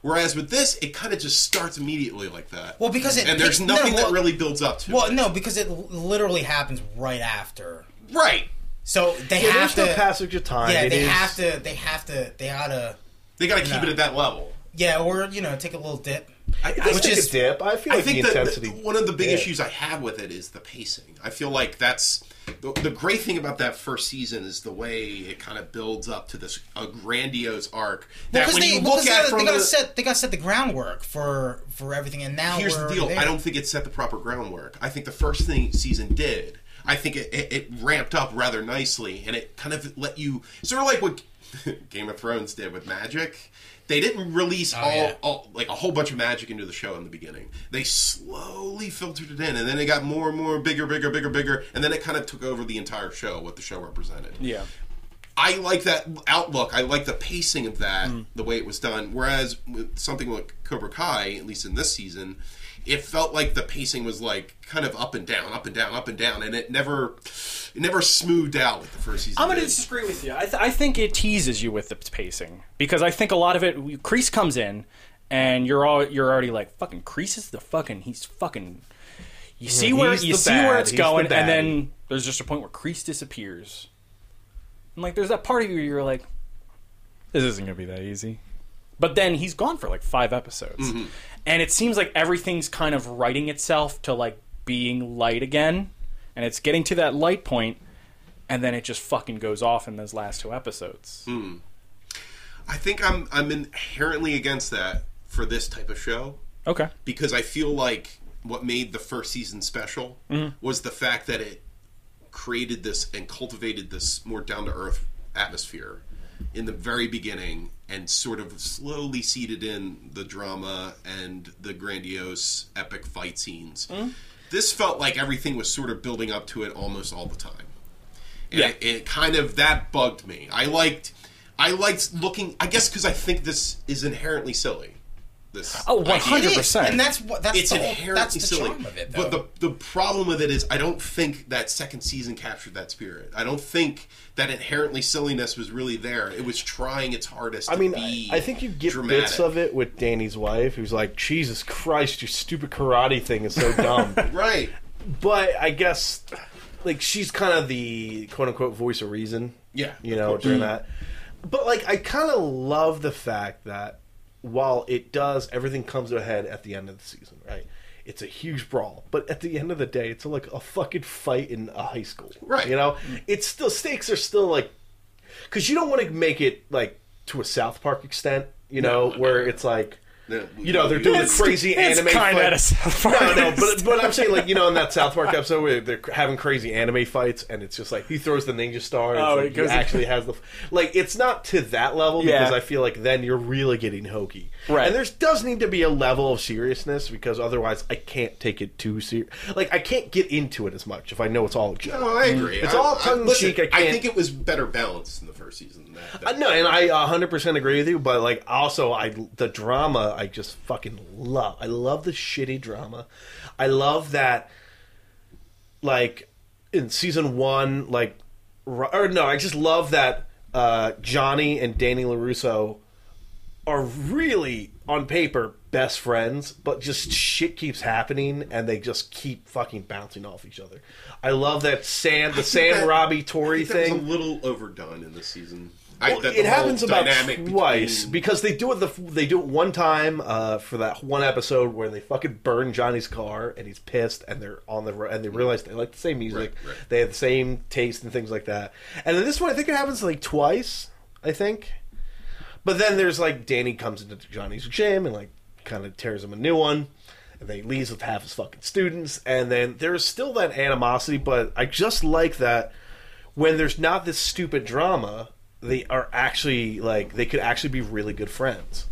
Speaker 4: Whereas with this, it kind of just starts immediately like that.
Speaker 2: Well, because it-
Speaker 4: and there's
Speaker 2: it- no,
Speaker 4: nothing
Speaker 2: well-
Speaker 4: that really builds up to
Speaker 2: Well,
Speaker 4: it.
Speaker 2: no, because it l- literally happens right after.
Speaker 4: Right?
Speaker 2: So they
Speaker 3: Yeah,
Speaker 2: have to.
Speaker 3: there's no passage of time.
Speaker 2: yeah,
Speaker 3: It
Speaker 2: they
Speaker 3: is-
Speaker 2: have to. They have to. They gotta.
Speaker 4: They got to keep it at that level.
Speaker 2: Yeah, or you know, take a little dip.
Speaker 3: I, I
Speaker 2: which
Speaker 3: think
Speaker 2: is-
Speaker 3: a dip. I feel
Speaker 4: I
Speaker 3: like
Speaker 4: think
Speaker 3: the
Speaker 4: that
Speaker 3: intensity.
Speaker 4: that one of the big
Speaker 3: Yeah.
Speaker 4: issues I have with it is the pacing. I feel like that's the, the great thing about that first season is the way it kind of builds up to this a grandiose arc that
Speaker 2: Because
Speaker 4: when
Speaker 2: they,
Speaker 4: you
Speaker 2: well,
Speaker 4: look
Speaker 2: 'cause
Speaker 4: at
Speaker 2: they,
Speaker 4: from
Speaker 2: they gotta
Speaker 4: the,
Speaker 2: set. They gotta set the groundwork for for everything. And now
Speaker 4: here's
Speaker 2: we're
Speaker 4: the deal
Speaker 2: there.
Speaker 4: i don't think it set the proper groundwork i think the first thing season did i think it, it, it ramped up rather nicely and it kind of let you sort of like what game of thrones did with magic they didn't release all,
Speaker 2: yeah.
Speaker 4: all like a whole bunch of magic into the show in the beginning they slowly filtered it in and then it got more and more bigger bigger bigger bigger and then it kind of took over the entire show what the show represented
Speaker 1: yeah.
Speaker 4: I like that outlook. I like the pacing of that, the way it was done. Whereas with something like Cobra Kai, at least in this season, it felt like the pacing was like kind of up and down, up and down, up and down, and it never, it never smoothed out with the first season.
Speaker 1: I'm going to
Speaker 4: did.
Speaker 1: disagree with you. I, th- I think it teases you with the pacing because I think a lot of it. we- Crease comes in, and you're all you're already like fucking Crease is the fucking he's fucking. You see where
Speaker 3: he's
Speaker 1: you
Speaker 3: the
Speaker 1: see where
Speaker 3: bad,
Speaker 1: it's
Speaker 3: he's the
Speaker 1: going, and
Speaker 3: baddie.
Speaker 1: then there's just a point where Crease disappears. And like, there's that part of you where you're like, this isn't gonna be that easy. But then he's gone for like five episodes,
Speaker 3: Mm-hmm.
Speaker 1: and it seems like everything's kind of writing itself to like being light again, and it's getting to that light point and then it just fucking goes off in those last two episodes.
Speaker 3: Mm.
Speaker 4: I think I'm I'm inherently against that for this type of show
Speaker 1: Okay.
Speaker 4: because I feel like what made the first season special
Speaker 1: Mm-hmm.
Speaker 4: was the fact that it created this and cultivated this more down to earth atmosphere in the very beginning and sort of slowly seeded in the drama and the grandiose epic fight scenes.
Speaker 1: Mm-hmm.
Speaker 4: This felt like everything was sort of building up to it almost all the time. And
Speaker 1: Yeah.
Speaker 4: it, it kind of that bugged me. I liked I liked looking I guess cuz I think this is inherently silly. This
Speaker 1: Oh,
Speaker 4: idea.
Speaker 2: It is,
Speaker 1: 100%.
Speaker 2: And that's what. That's
Speaker 4: It's
Speaker 2: the whole,
Speaker 4: inherently
Speaker 2: That's the
Speaker 4: silly.
Speaker 2: charm of it, though.
Speaker 4: but the the problem with it is I don't think that second season captured that spirit. I don't think that inherently silliness was really there. It was trying its hardest
Speaker 3: I mean,
Speaker 4: to be
Speaker 3: I, I think you get
Speaker 4: dramatic.
Speaker 3: bits of it with Danny's wife, who's like, "Jesus Christ, your stupid karate thing is so dumb."
Speaker 4: Right.
Speaker 3: but I guess, like, she's kind of the quote unquote voice of reason.
Speaker 4: Yeah,
Speaker 3: you
Speaker 4: of
Speaker 3: know,
Speaker 4: course.
Speaker 3: during that. But like, I kind of love the fact that while it does, everything comes to a head at the end of the season, right? It's a huge brawl, but at the end of the day, it's like a fucking fight in a high school,
Speaker 4: Right.
Speaker 3: You know, it's still stakes are still like because you don't want to make it like to a South Park extent, you know, where it's like you know they're doing crazy
Speaker 1: it's
Speaker 3: anime
Speaker 1: kind
Speaker 3: fight-
Speaker 1: of South Park.
Speaker 3: No, no, but but I'm saying like you know in that South Park episode where they're having crazy anime fights and it's just like he throws the ninja star and
Speaker 1: Oh,
Speaker 3: it's like,
Speaker 1: it goes-
Speaker 3: he actually has the like it's not to that level
Speaker 1: Yeah.
Speaker 3: because I feel like then you're really getting hokey.
Speaker 1: Right.
Speaker 3: And there's does need to be a level of seriousness because otherwise I can't take it too serious. Like I can't get into it as much if I know it's all a joke.
Speaker 4: No, I agree.
Speaker 3: Mm. It's
Speaker 4: I-
Speaker 3: all
Speaker 4: I-
Speaker 3: tongue-in-cheek,
Speaker 4: listen,
Speaker 3: I
Speaker 4: I
Speaker 3: can't-
Speaker 4: think it was better balanced in the first season than that.
Speaker 3: Uh, no, and I 100% agree with you, but like also I the drama I just fucking love. I love the shitty drama. I love that like in season 1 like Ro- or no, I just love that uh Johnny and Danny LaRusso are really on paper best friends, but just shit keeps happening and they just keep fucking bouncing off each other. I love that Sam the Sam
Speaker 4: that-
Speaker 3: Robbie
Speaker 4: I
Speaker 3: Tory
Speaker 4: think that was
Speaker 3: thing.
Speaker 4: a little overdone in this season. I,
Speaker 3: Well,
Speaker 4: that the
Speaker 3: it
Speaker 4: whole
Speaker 3: happens about
Speaker 4: dynamic
Speaker 3: twice
Speaker 4: between-
Speaker 3: because they do it. The they do it one time uh, for that one episode where they fucking burn Johnny's car and he's pissed and they're on the road and they realize they like the same music,
Speaker 4: Right, right.
Speaker 3: they have the same taste and things like that. And then this one, I think it happens like twice. I think, but then there's like Danny comes into Johnny's gym and like kind of tears him a new one. And they leaves with half his fucking students, and then there's still that animosity. But I just like that when there's not this stupid drama, they are actually like they could actually be really good friends.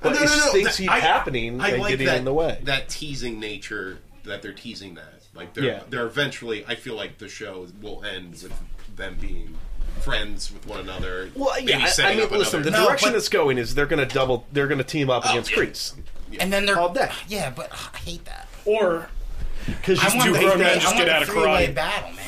Speaker 3: But if things keep
Speaker 4: I-
Speaker 3: happening,
Speaker 4: I
Speaker 3: they
Speaker 4: like
Speaker 3: get it
Speaker 4: that,
Speaker 3: in the way.
Speaker 4: That teasing nature that they're teasing that. Like they're
Speaker 3: Yeah.
Speaker 4: they're eventually I feel like the show will end with them being friends with one another.
Speaker 3: well,
Speaker 4: maybe
Speaker 3: yeah, I- I,
Speaker 4: setting
Speaker 3: mean,
Speaker 4: up
Speaker 3: listen, the
Speaker 4: another-
Speaker 2: No,
Speaker 3: direction
Speaker 2: but-
Speaker 3: it's going is they're going to double, they're going to team up against
Speaker 4: yeah.
Speaker 3: Greece
Speaker 2: And then they're
Speaker 3: all day
Speaker 2: yeah, but ugh, I hate that.
Speaker 1: or
Speaker 3: because
Speaker 2: I want
Speaker 1: two
Speaker 2: the
Speaker 1: grown
Speaker 2: three-
Speaker 1: men just
Speaker 2: I want
Speaker 1: get
Speaker 2: the
Speaker 1: out of
Speaker 2: three-way
Speaker 1: karate.
Speaker 2: battle, man.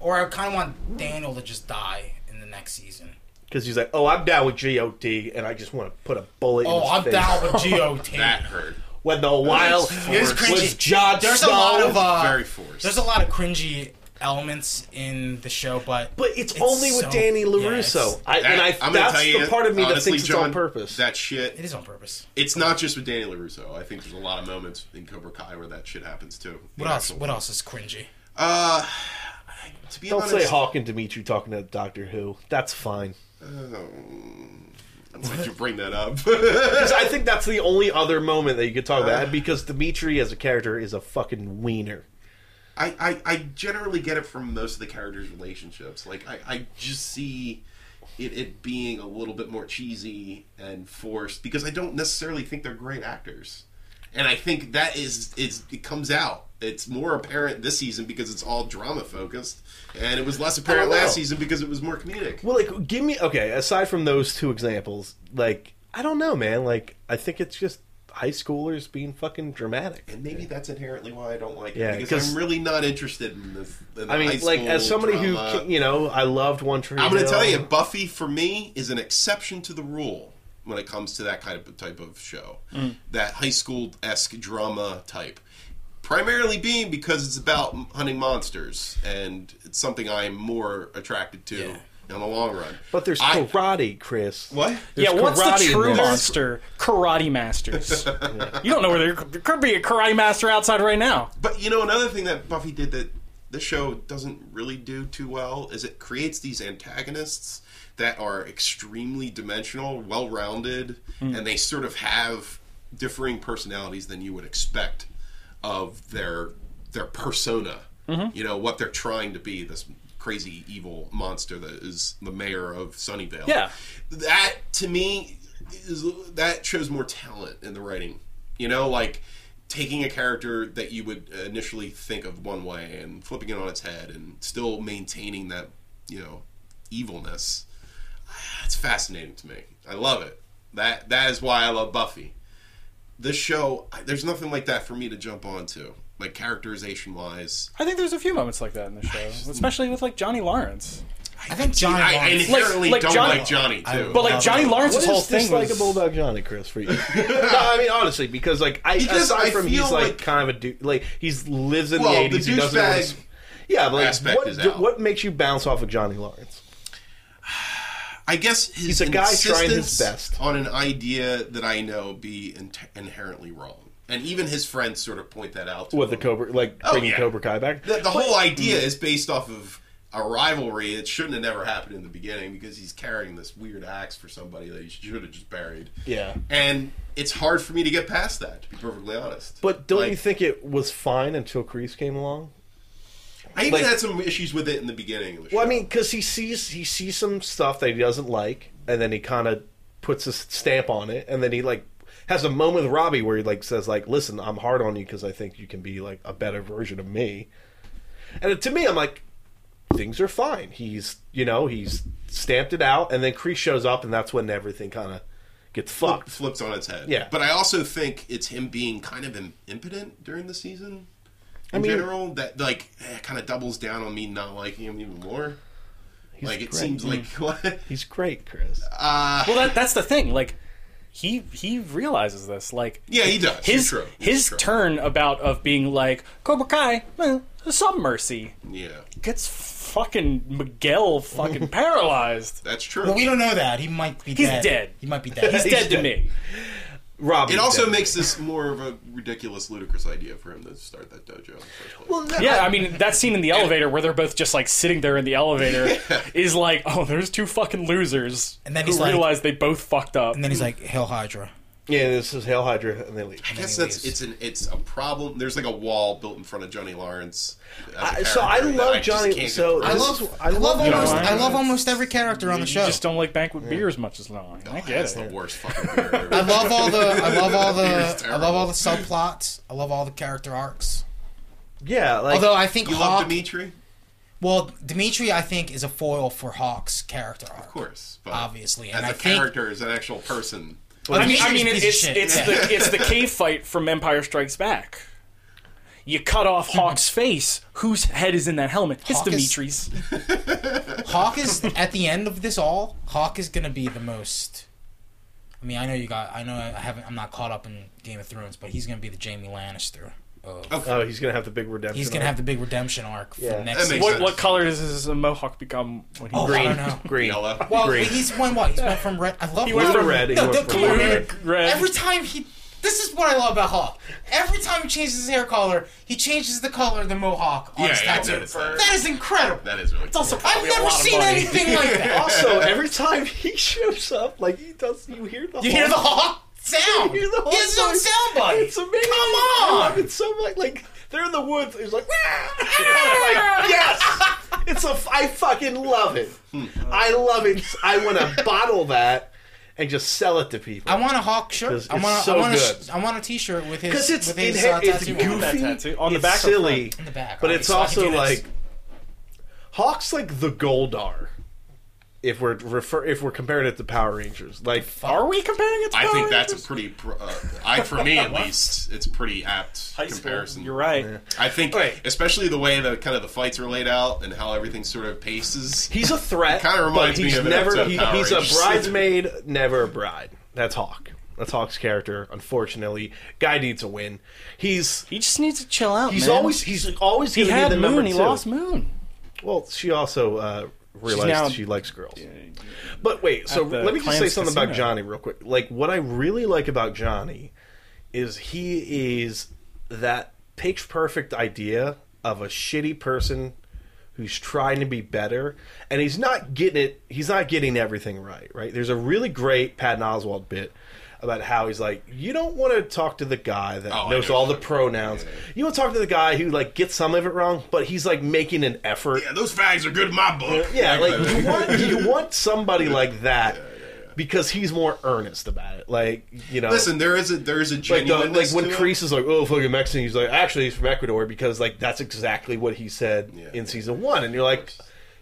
Speaker 2: Or I kind of want Daniel to just die in the next season.
Speaker 3: he's like, oh, I'm down with God, and I just want to put a bullet. in
Speaker 2: Oh,
Speaker 3: his
Speaker 2: I'm
Speaker 3: face.
Speaker 2: down with GOT.
Speaker 4: that hurt.
Speaker 3: When the while
Speaker 4: It's
Speaker 3: was
Speaker 2: cringy.
Speaker 3: Jon
Speaker 2: There's a
Speaker 3: Snow.
Speaker 2: lot of uh,
Speaker 4: Very forced.
Speaker 2: There's a lot of cringy elements in the show, but
Speaker 3: but it's, only with
Speaker 2: so-
Speaker 3: Danny
Speaker 2: yeah,
Speaker 3: Larusso,
Speaker 2: it's-
Speaker 3: I,
Speaker 4: That-
Speaker 3: and I,
Speaker 4: I'm gonna
Speaker 3: that's
Speaker 4: tell you,
Speaker 3: the part of me that
Speaker 4: honestly,
Speaker 3: thinks
Speaker 4: John,
Speaker 3: it's on purpose.
Speaker 4: That shit
Speaker 2: it is on purpose.
Speaker 4: It's not just with Danny LaRusso. I think there's a lot of moments in Cobra Kai where that shit happens too.
Speaker 2: What else? What else is cringy?
Speaker 4: Uh, to be
Speaker 3: Don't
Speaker 4: honest,
Speaker 3: say Hawk and Dimitri talking to Doctor Who. That's fine.
Speaker 4: I'm glad you bring that up.
Speaker 3: Because I think that's the only other moment that you could talk about. Because Dimitri as a character is a fucking wiener.
Speaker 4: I, I, I generally get it from most of the characters' relationships. Like, I, I just see it, it being a little bit more cheesy and forced because I don't necessarily think they're great actors. And I think that is, is it comes out. It's more apparent this season because it's all drama focused, and it was less apparent
Speaker 3: know.
Speaker 4: last season because it was more comedic.
Speaker 3: Well, like, give me okay. Aside from those two examples, like, I don't know, man. Like, I think it's just high schoolers being fucking dramatic.
Speaker 4: And maybe that's inherently why I don't like
Speaker 3: Yeah,
Speaker 4: it because
Speaker 3: 'cause-
Speaker 4: I'm really not interested in this. In the
Speaker 3: I
Speaker 4: high
Speaker 3: mean, like,
Speaker 4: school
Speaker 3: as somebody
Speaker 4: drama.
Speaker 3: who who you know, I loved One Tree.
Speaker 4: I'm going to
Speaker 3: Hill.
Speaker 4: tell you, Buffy for me is an exception to the rule when it comes to that kind of type of show, that high school esque drama type. Primarily being because it's about hunting monsters, and it's something I'm more attracted to in the long run.
Speaker 3: but there's
Speaker 4: I-
Speaker 3: karate, Chris.
Speaker 4: what?
Speaker 1: yeah,
Speaker 3: There's
Speaker 1: what's
Speaker 3: karate
Speaker 1: the
Speaker 3: in
Speaker 1: true
Speaker 3: this.
Speaker 1: monster? Karate masters. You don't know where there, there could be a karate master outside right now.
Speaker 4: But you know, another thing that Buffy did that this show doesn't really do too well is it creates these antagonists that are extremely dimensional, well rounded, and they sort of have differing personalities than you would expect of their their persona. You know what they're trying to be. This crazy evil monster that is the mayor of Sunnyvale.
Speaker 1: Yeah.
Speaker 4: that to me is that shows more talent in the writing. You know, like taking a character that you would initially think of one way and flipping it on its head and still maintaining that you know evilness. It's fascinating to me. I love it. That that is why I love Buffy this show I- there's nothing like that for me to jump onto like characterization wise
Speaker 1: I think there's a few moments like that in the show, especially with like Johnny Lawrence.
Speaker 2: I think Johnny
Speaker 4: i, I
Speaker 2: Lawrence.
Speaker 4: inherently
Speaker 1: like
Speaker 4: don't
Speaker 1: Johnny-
Speaker 4: like johnny too
Speaker 1: But like
Speaker 2: Love
Speaker 1: Johnny
Speaker 2: it.
Speaker 3: What
Speaker 1: Lawrence's
Speaker 3: is
Speaker 1: whole thing was
Speaker 3: dislikable about Johnny Chris for you? no, I mean honestly, because like I
Speaker 4: Because
Speaker 3: aside
Speaker 4: I
Speaker 3: from he's
Speaker 4: feel
Speaker 3: like,
Speaker 4: like-
Speaker 3: kind of a du- like he's lives in
Speaker 4: Well,
Speaker 3: the
Speaker 4: the
Speaker 3: eighties. he doesn't really
Speaker 4: douchebag
Speaker 3: s- yeah, but like
Speaker 4: aspect
Speaker 3: what,
Speaker 4: is
Speaker 3: do-
Speaker 4: out.
Speaker 3: what makes you bounce off of Johnny Lawrence?
Speaker 4: i guess his
Speaker 3: He's a guy trying his
Speaker 4: insistence
Speaker 3: best.
Speaker 4: on an idea that i know be in- inherently wrong and even his friends sort of point that out to
Speaker 3: With the Mm-hmm.
Speaker 4: him.
Speaker 3: Cobra, like
Speaker 4: Oh,
Speaker 3: bringing
Speaker 4: yeah.
Speaker 3: Cobra Kai back.
Speaker 4: the, the whole idea is based off of a rivalry that shouldn't have never happened in the beginning because he's carrying this weird axe for somebody that he should have just buried.
Speaker 3: Yeah.
Speaker 4: And it's hard for me to get past that, to be perfectly honest.
Speaker 3: But don't you
Speaker 4: Like,
Speaker 3: think it was fine until Kreese came along?
Speaker 4: I even
Speaker 3: like-
Speaker 4: had some issues with it in the beginning. Of the
Speaker 3: Well, I
Speaker 4: show.
Speaker 3: mean, because he sees he sees some stuff that he doesn't like, and then he kind of puts his stamp on it, and then he like has a moment with Robbie where he like says like, "Listen, I'm hard on you because I think you can be like a better version of me." And to me, I'm like, things are fine. He's you know he's stamped it out, and then Kreese shows up, and that's when everything kind of gets
Speaker 4: Flip-
Speaker 3: fucked.
Speaker 4: flips on its head.
Speaker 3: Yeah.
Speaker 4: But I also think it's him being kind of im- impotent during the season. In
Speaker 3: mean-
Speaker 4: general, that like kind of doubles down on me not liking him even more.
Speaker 3: He's
Speaker 4: like it
Speaker 3: great. Mm.
Speaker 4: seems like
Speaker 3: He's great, Chris.
Speaker 1: Well, that, that's the thing. Like, he he realizes this. Like,
Speaker 4: yeah, he does.
Speaker 1: his
Speaker 4: It's true. It's
Speaker 1: his
Speaker 4: true.
Speaker 1: turn about of being like Cobra Kai, eh, some mercy
Speaker 4: Yeah,
Speaker 1: gets fucking Miguel fucking paralyzed.
Speaker 4: that's true.
Speaker 2: But we don't know that. He might be
Speaker 1: He's
Speaker 2: dead.
Speaker 1: dead.
Speaker 2: He might be dead.
Speaker 1: He's,
Speaker 2: He's-
Speaker 1: dead, to
Speaker 3: dead.
Speaker 1: me.
Speaker 3: Robbie.
Speaker 4: it also makes this more of a ridiculous, ludicrous idea for him to start that dojo. In the first place.
Speaker 1: Yeah, I mean that scene in the elevator where they're both just like sitting there in the elevator is like, oh, there's two fucking losers,
Speaker 2: And then
Speaker 1: who
Speaker 2: he's like-
Speaker 1: realize they both fucked up.
Speaker 2: and then he's like, Hail Hydra.
Speaker 3: yeah. This is Hail Hydra, and they leave.
Speaker 4: I guess
Speaker 2: Many
Speaker 4: that's
Speaker 2: ways.
Speaker 4: it's an it's a problem. There's like a wall built in front of Johnny Lawrence. as a
Speaker 3: I- so I
Speaker 4: character that
Speaker 3: love
Speaker 4: just
Speaker 3: Johnny-
Speaker 4: can't
Speaker 3: so
Speaker 4: get past.
Speaker 3: this-
Speaker 2: Love,
Speaker 3: I
Speaker 2: I
Speaker 3: love
Speaker 2: love
Speaker 3: John
Speaker 2: almost. I
Speaker 1: Lawrence.
Speaker 2: love almost every character on the
Speaker 1: you
Speaker 2: show.
Speaker 1: just don't like banquet beer as much as Long. I
Speaker 4: Oh,
Speaker 1: get
Speaker 4: that's
Speaker 1: it.
Speaker 4: the worst fucking. beer
Speaker 2: I love all the. I love all
Speaker 4: It's
Speaker 2: the. I
Speaker 4: terrible.
Speaker 2: love all the subplots. I love all the character arcs.
Speaker 3: Yeah, like
Speaker 2: Although I think
Speaker 4: You love
Speaker 2: Hawk.
Speaker 4: Dimitri,
Speaker 2: well, Dimitri, I think, is a foil for Hawk's character arc.
Speaker 4: of course, but
Speaker 2: Obviously,
Speaker 4: as
Speaker 2: and
Speaker 4: a
Speaker 2: I think-
Speaker 4: character, as an actual person.
Speaker 1: I mean, I
Speaker 2: Dimitri
Speaker 1: mean,
Speaker 2: is a
Speaker 1: it's
Speaker 2: piece of
Speaker 1: it's
Speaker 2: shit.
Speaker 1: the it's the cave fight from Empire Strikes Back. You cut off Hawk's face. Whose head is in that helmet? It's
Speaker 2: Hmm. Hawk is-
Speaker 1: Dimitri's.
Speaker 2: Hawk is at the end of this all. Hawk is gonna be the most. I mean, I know you got. I know I haven't. I'm not caught up in Game of Thrones, but he's gonna be the Jamie Lannister. Of,
Speaker 3: oh, he's gonna have the big redemption.
Speaker 2: he's gonna
Speaker 3: arc.
Speaker 2: have the big redemption arc for
Speaker 3: Yeah.
Speaker 2: next
Speaker 4: That
Speaker 2: season.
Speaker 4: makes
Speaker 1: What, what color does his mohawk become when he
Speaker 2: Oh, I
Speaker 1: green?
Speaker 2: don't know.
Speaker 3: green.
Speaker 4: Yellow.
Speaker 2: Well,
Speaker 3: Green.
Speaker 2: he's went what? He's went from red. I love. He
Speaker 1: went from
Speaker 3: red, he
Speaker 2: No,
Speaker 3: went
Speaker 2: the-
Speaker 3: from
Speaker 2: come on,
Speaker 1: blue,
Speaker 2: man.
Speaker 1: red.
Speaker 2: Every time he. This is what I love about Hawk. Every time he changes his hair color, he changes the color of the mohawk on
Speaker 4: Yeah,
Speaker 2: his
Speaker 4: yeah, I
Speaker 2: tattoo.
Speaker 4: noticed that.
Speaker 2: that is incredible.
Speaker 4: That is really. It's
Speaker 1: also
Speaker 2: I've
Speaker 1: probably a
Speaker 2: never
Speaker 1: lot of
Speaker 2: seen
Speaker 1: money.
Speaker 2: anything like that.
Speaker 3: Also, every time he shows up, like he does, you hear the
Speaker 2: You hear the hawk sound.
Speaker 3: You hear the
Speaker 2: he has his own
Speaker 3: Hawk
Speaker 2: sound bite.
Speaker 3: It's amazing.
Speaker 2: Come
Speaker 3: I love
Speaker 2: on.
Speaker 3: it so much. Like they're in the woods. He's like, "Ah!" I'm like, yes. It's a. I fucking love it. I love it. I want to bottle that and just sell it to people.
Speaker 2: I want a hawk shirt.
Speaker 3: It's-
Speaker 2: I want.
Speaker 3: it's
Speaker 2: A,
Speaker 3: so
Speaker 2: I want a,
Speaker 3: good.
Speaker 2: sh- I want a T-shirt with his.
Speaker 3: Because it's
Speaker 2: with his
Speaker 3: inhe-
Speaker 2: uh,
Speaker 3: it's
Speaker 2: tattoo on it.
Speaker 3: goofy,
Speaker 1: That tattoo. On the
Speaker 3: it's
Speaker 1: back or
Speaker 3: silly,
Speaker 2: In the back.
Speaker 3: but
Speaker 2: Alright,
Speaker 3: it's
Speaker 2: so I can
Speaker 3: also
Speaker 2: do this.
Speaker 3: like Hawk's like the Goldar. If we're refer, if we're comparing it to Power Rangers, like
Speaker 1: Are we comparing it? To
Speaker 4: I
Speaker 1: Power
Speaker 4: think that's a
Speaker 1: Rangers?
Speaker 4: pretty. Pr- uh, I for me at least, it's pretty apt
Speaker 1: High school.
Speaker 4: comparison.
Speaker 1: You're right.
Speaker 4: I think,
Speaker 3: Right.
Speaker 4: especially the way that kind of the fights are laid out and how everything sort of paces.
Speaker 3: He's a threat.
Speaker 4: It kinda reminds
Speaker 3: but
Speaker 4: me
Speaker 3: he's
Speaker 4: of an
Speaker 3: never,
Speaker 4: episode of
Speaker 3: he-
Speaker 4: Power
Speaker 3: He's a
Speaker 4: Rangers.
Speaker 3: bridesmaid, never a bride. That's Hawk. That's Hawk's character. Unfortunately, guy needs a win. He's
Speaker 1: He just needs to chill out.
Speaker 3: he's
Speaker 1: man.
Speaker 3: always he's always
Speaker 1: he
Speaker 3: gonna be
Speaker 1: had
Speaker 3: the number
Speaker 1: Moon. He
Speaker 3: two.
Speaker 1: lost Moon.
Speaker 3: Well, she also uh, realized
Speaker 1: now-
Speaker 3: she likes girls. But wait, so
Speaker 1: At the
Speaker 3: let me just say
Speaker 1: Clams
Speaker 3: something about
Speaker 1: Casino.
Speaker 3: Johnny real quick. Like what I really like about Johnny is he is that pitch perfect idea of a shitty person who's trying to be better and he's not getting it he's not getting everything right, right? There's a really great Patton Oswald bit about how he's like, you don't want to talk to the guy that
Speaker 4: Oh, I
Speaker 3: knows
Speaker 4: know.
Speaker 3: all the pronouns.
Speaker 4: Yeah, yeah,
Speaker 3: You want to talk to the guy who like gets some of it wrong, but he's like making an effort.
Speaker 4: Yeah, those fags are good in my book.
Speaker 3: Yeah, like you want you want somebody like that because he's more earnest about it. Like you know,
Speaker 4: Listen, there is a there is a
Speaker 3: like the,
Speaker 4: genuineness
Speaker 3: like when
Speaker 4: to it.
Speaker 3: Kreese is like, "Oh, fucking Mexican," he's like, "Actually, he's from Ecuador," because like that's exactly what he said
Speaker 4: Yeah.
Speaker 3: in season one, and you're like,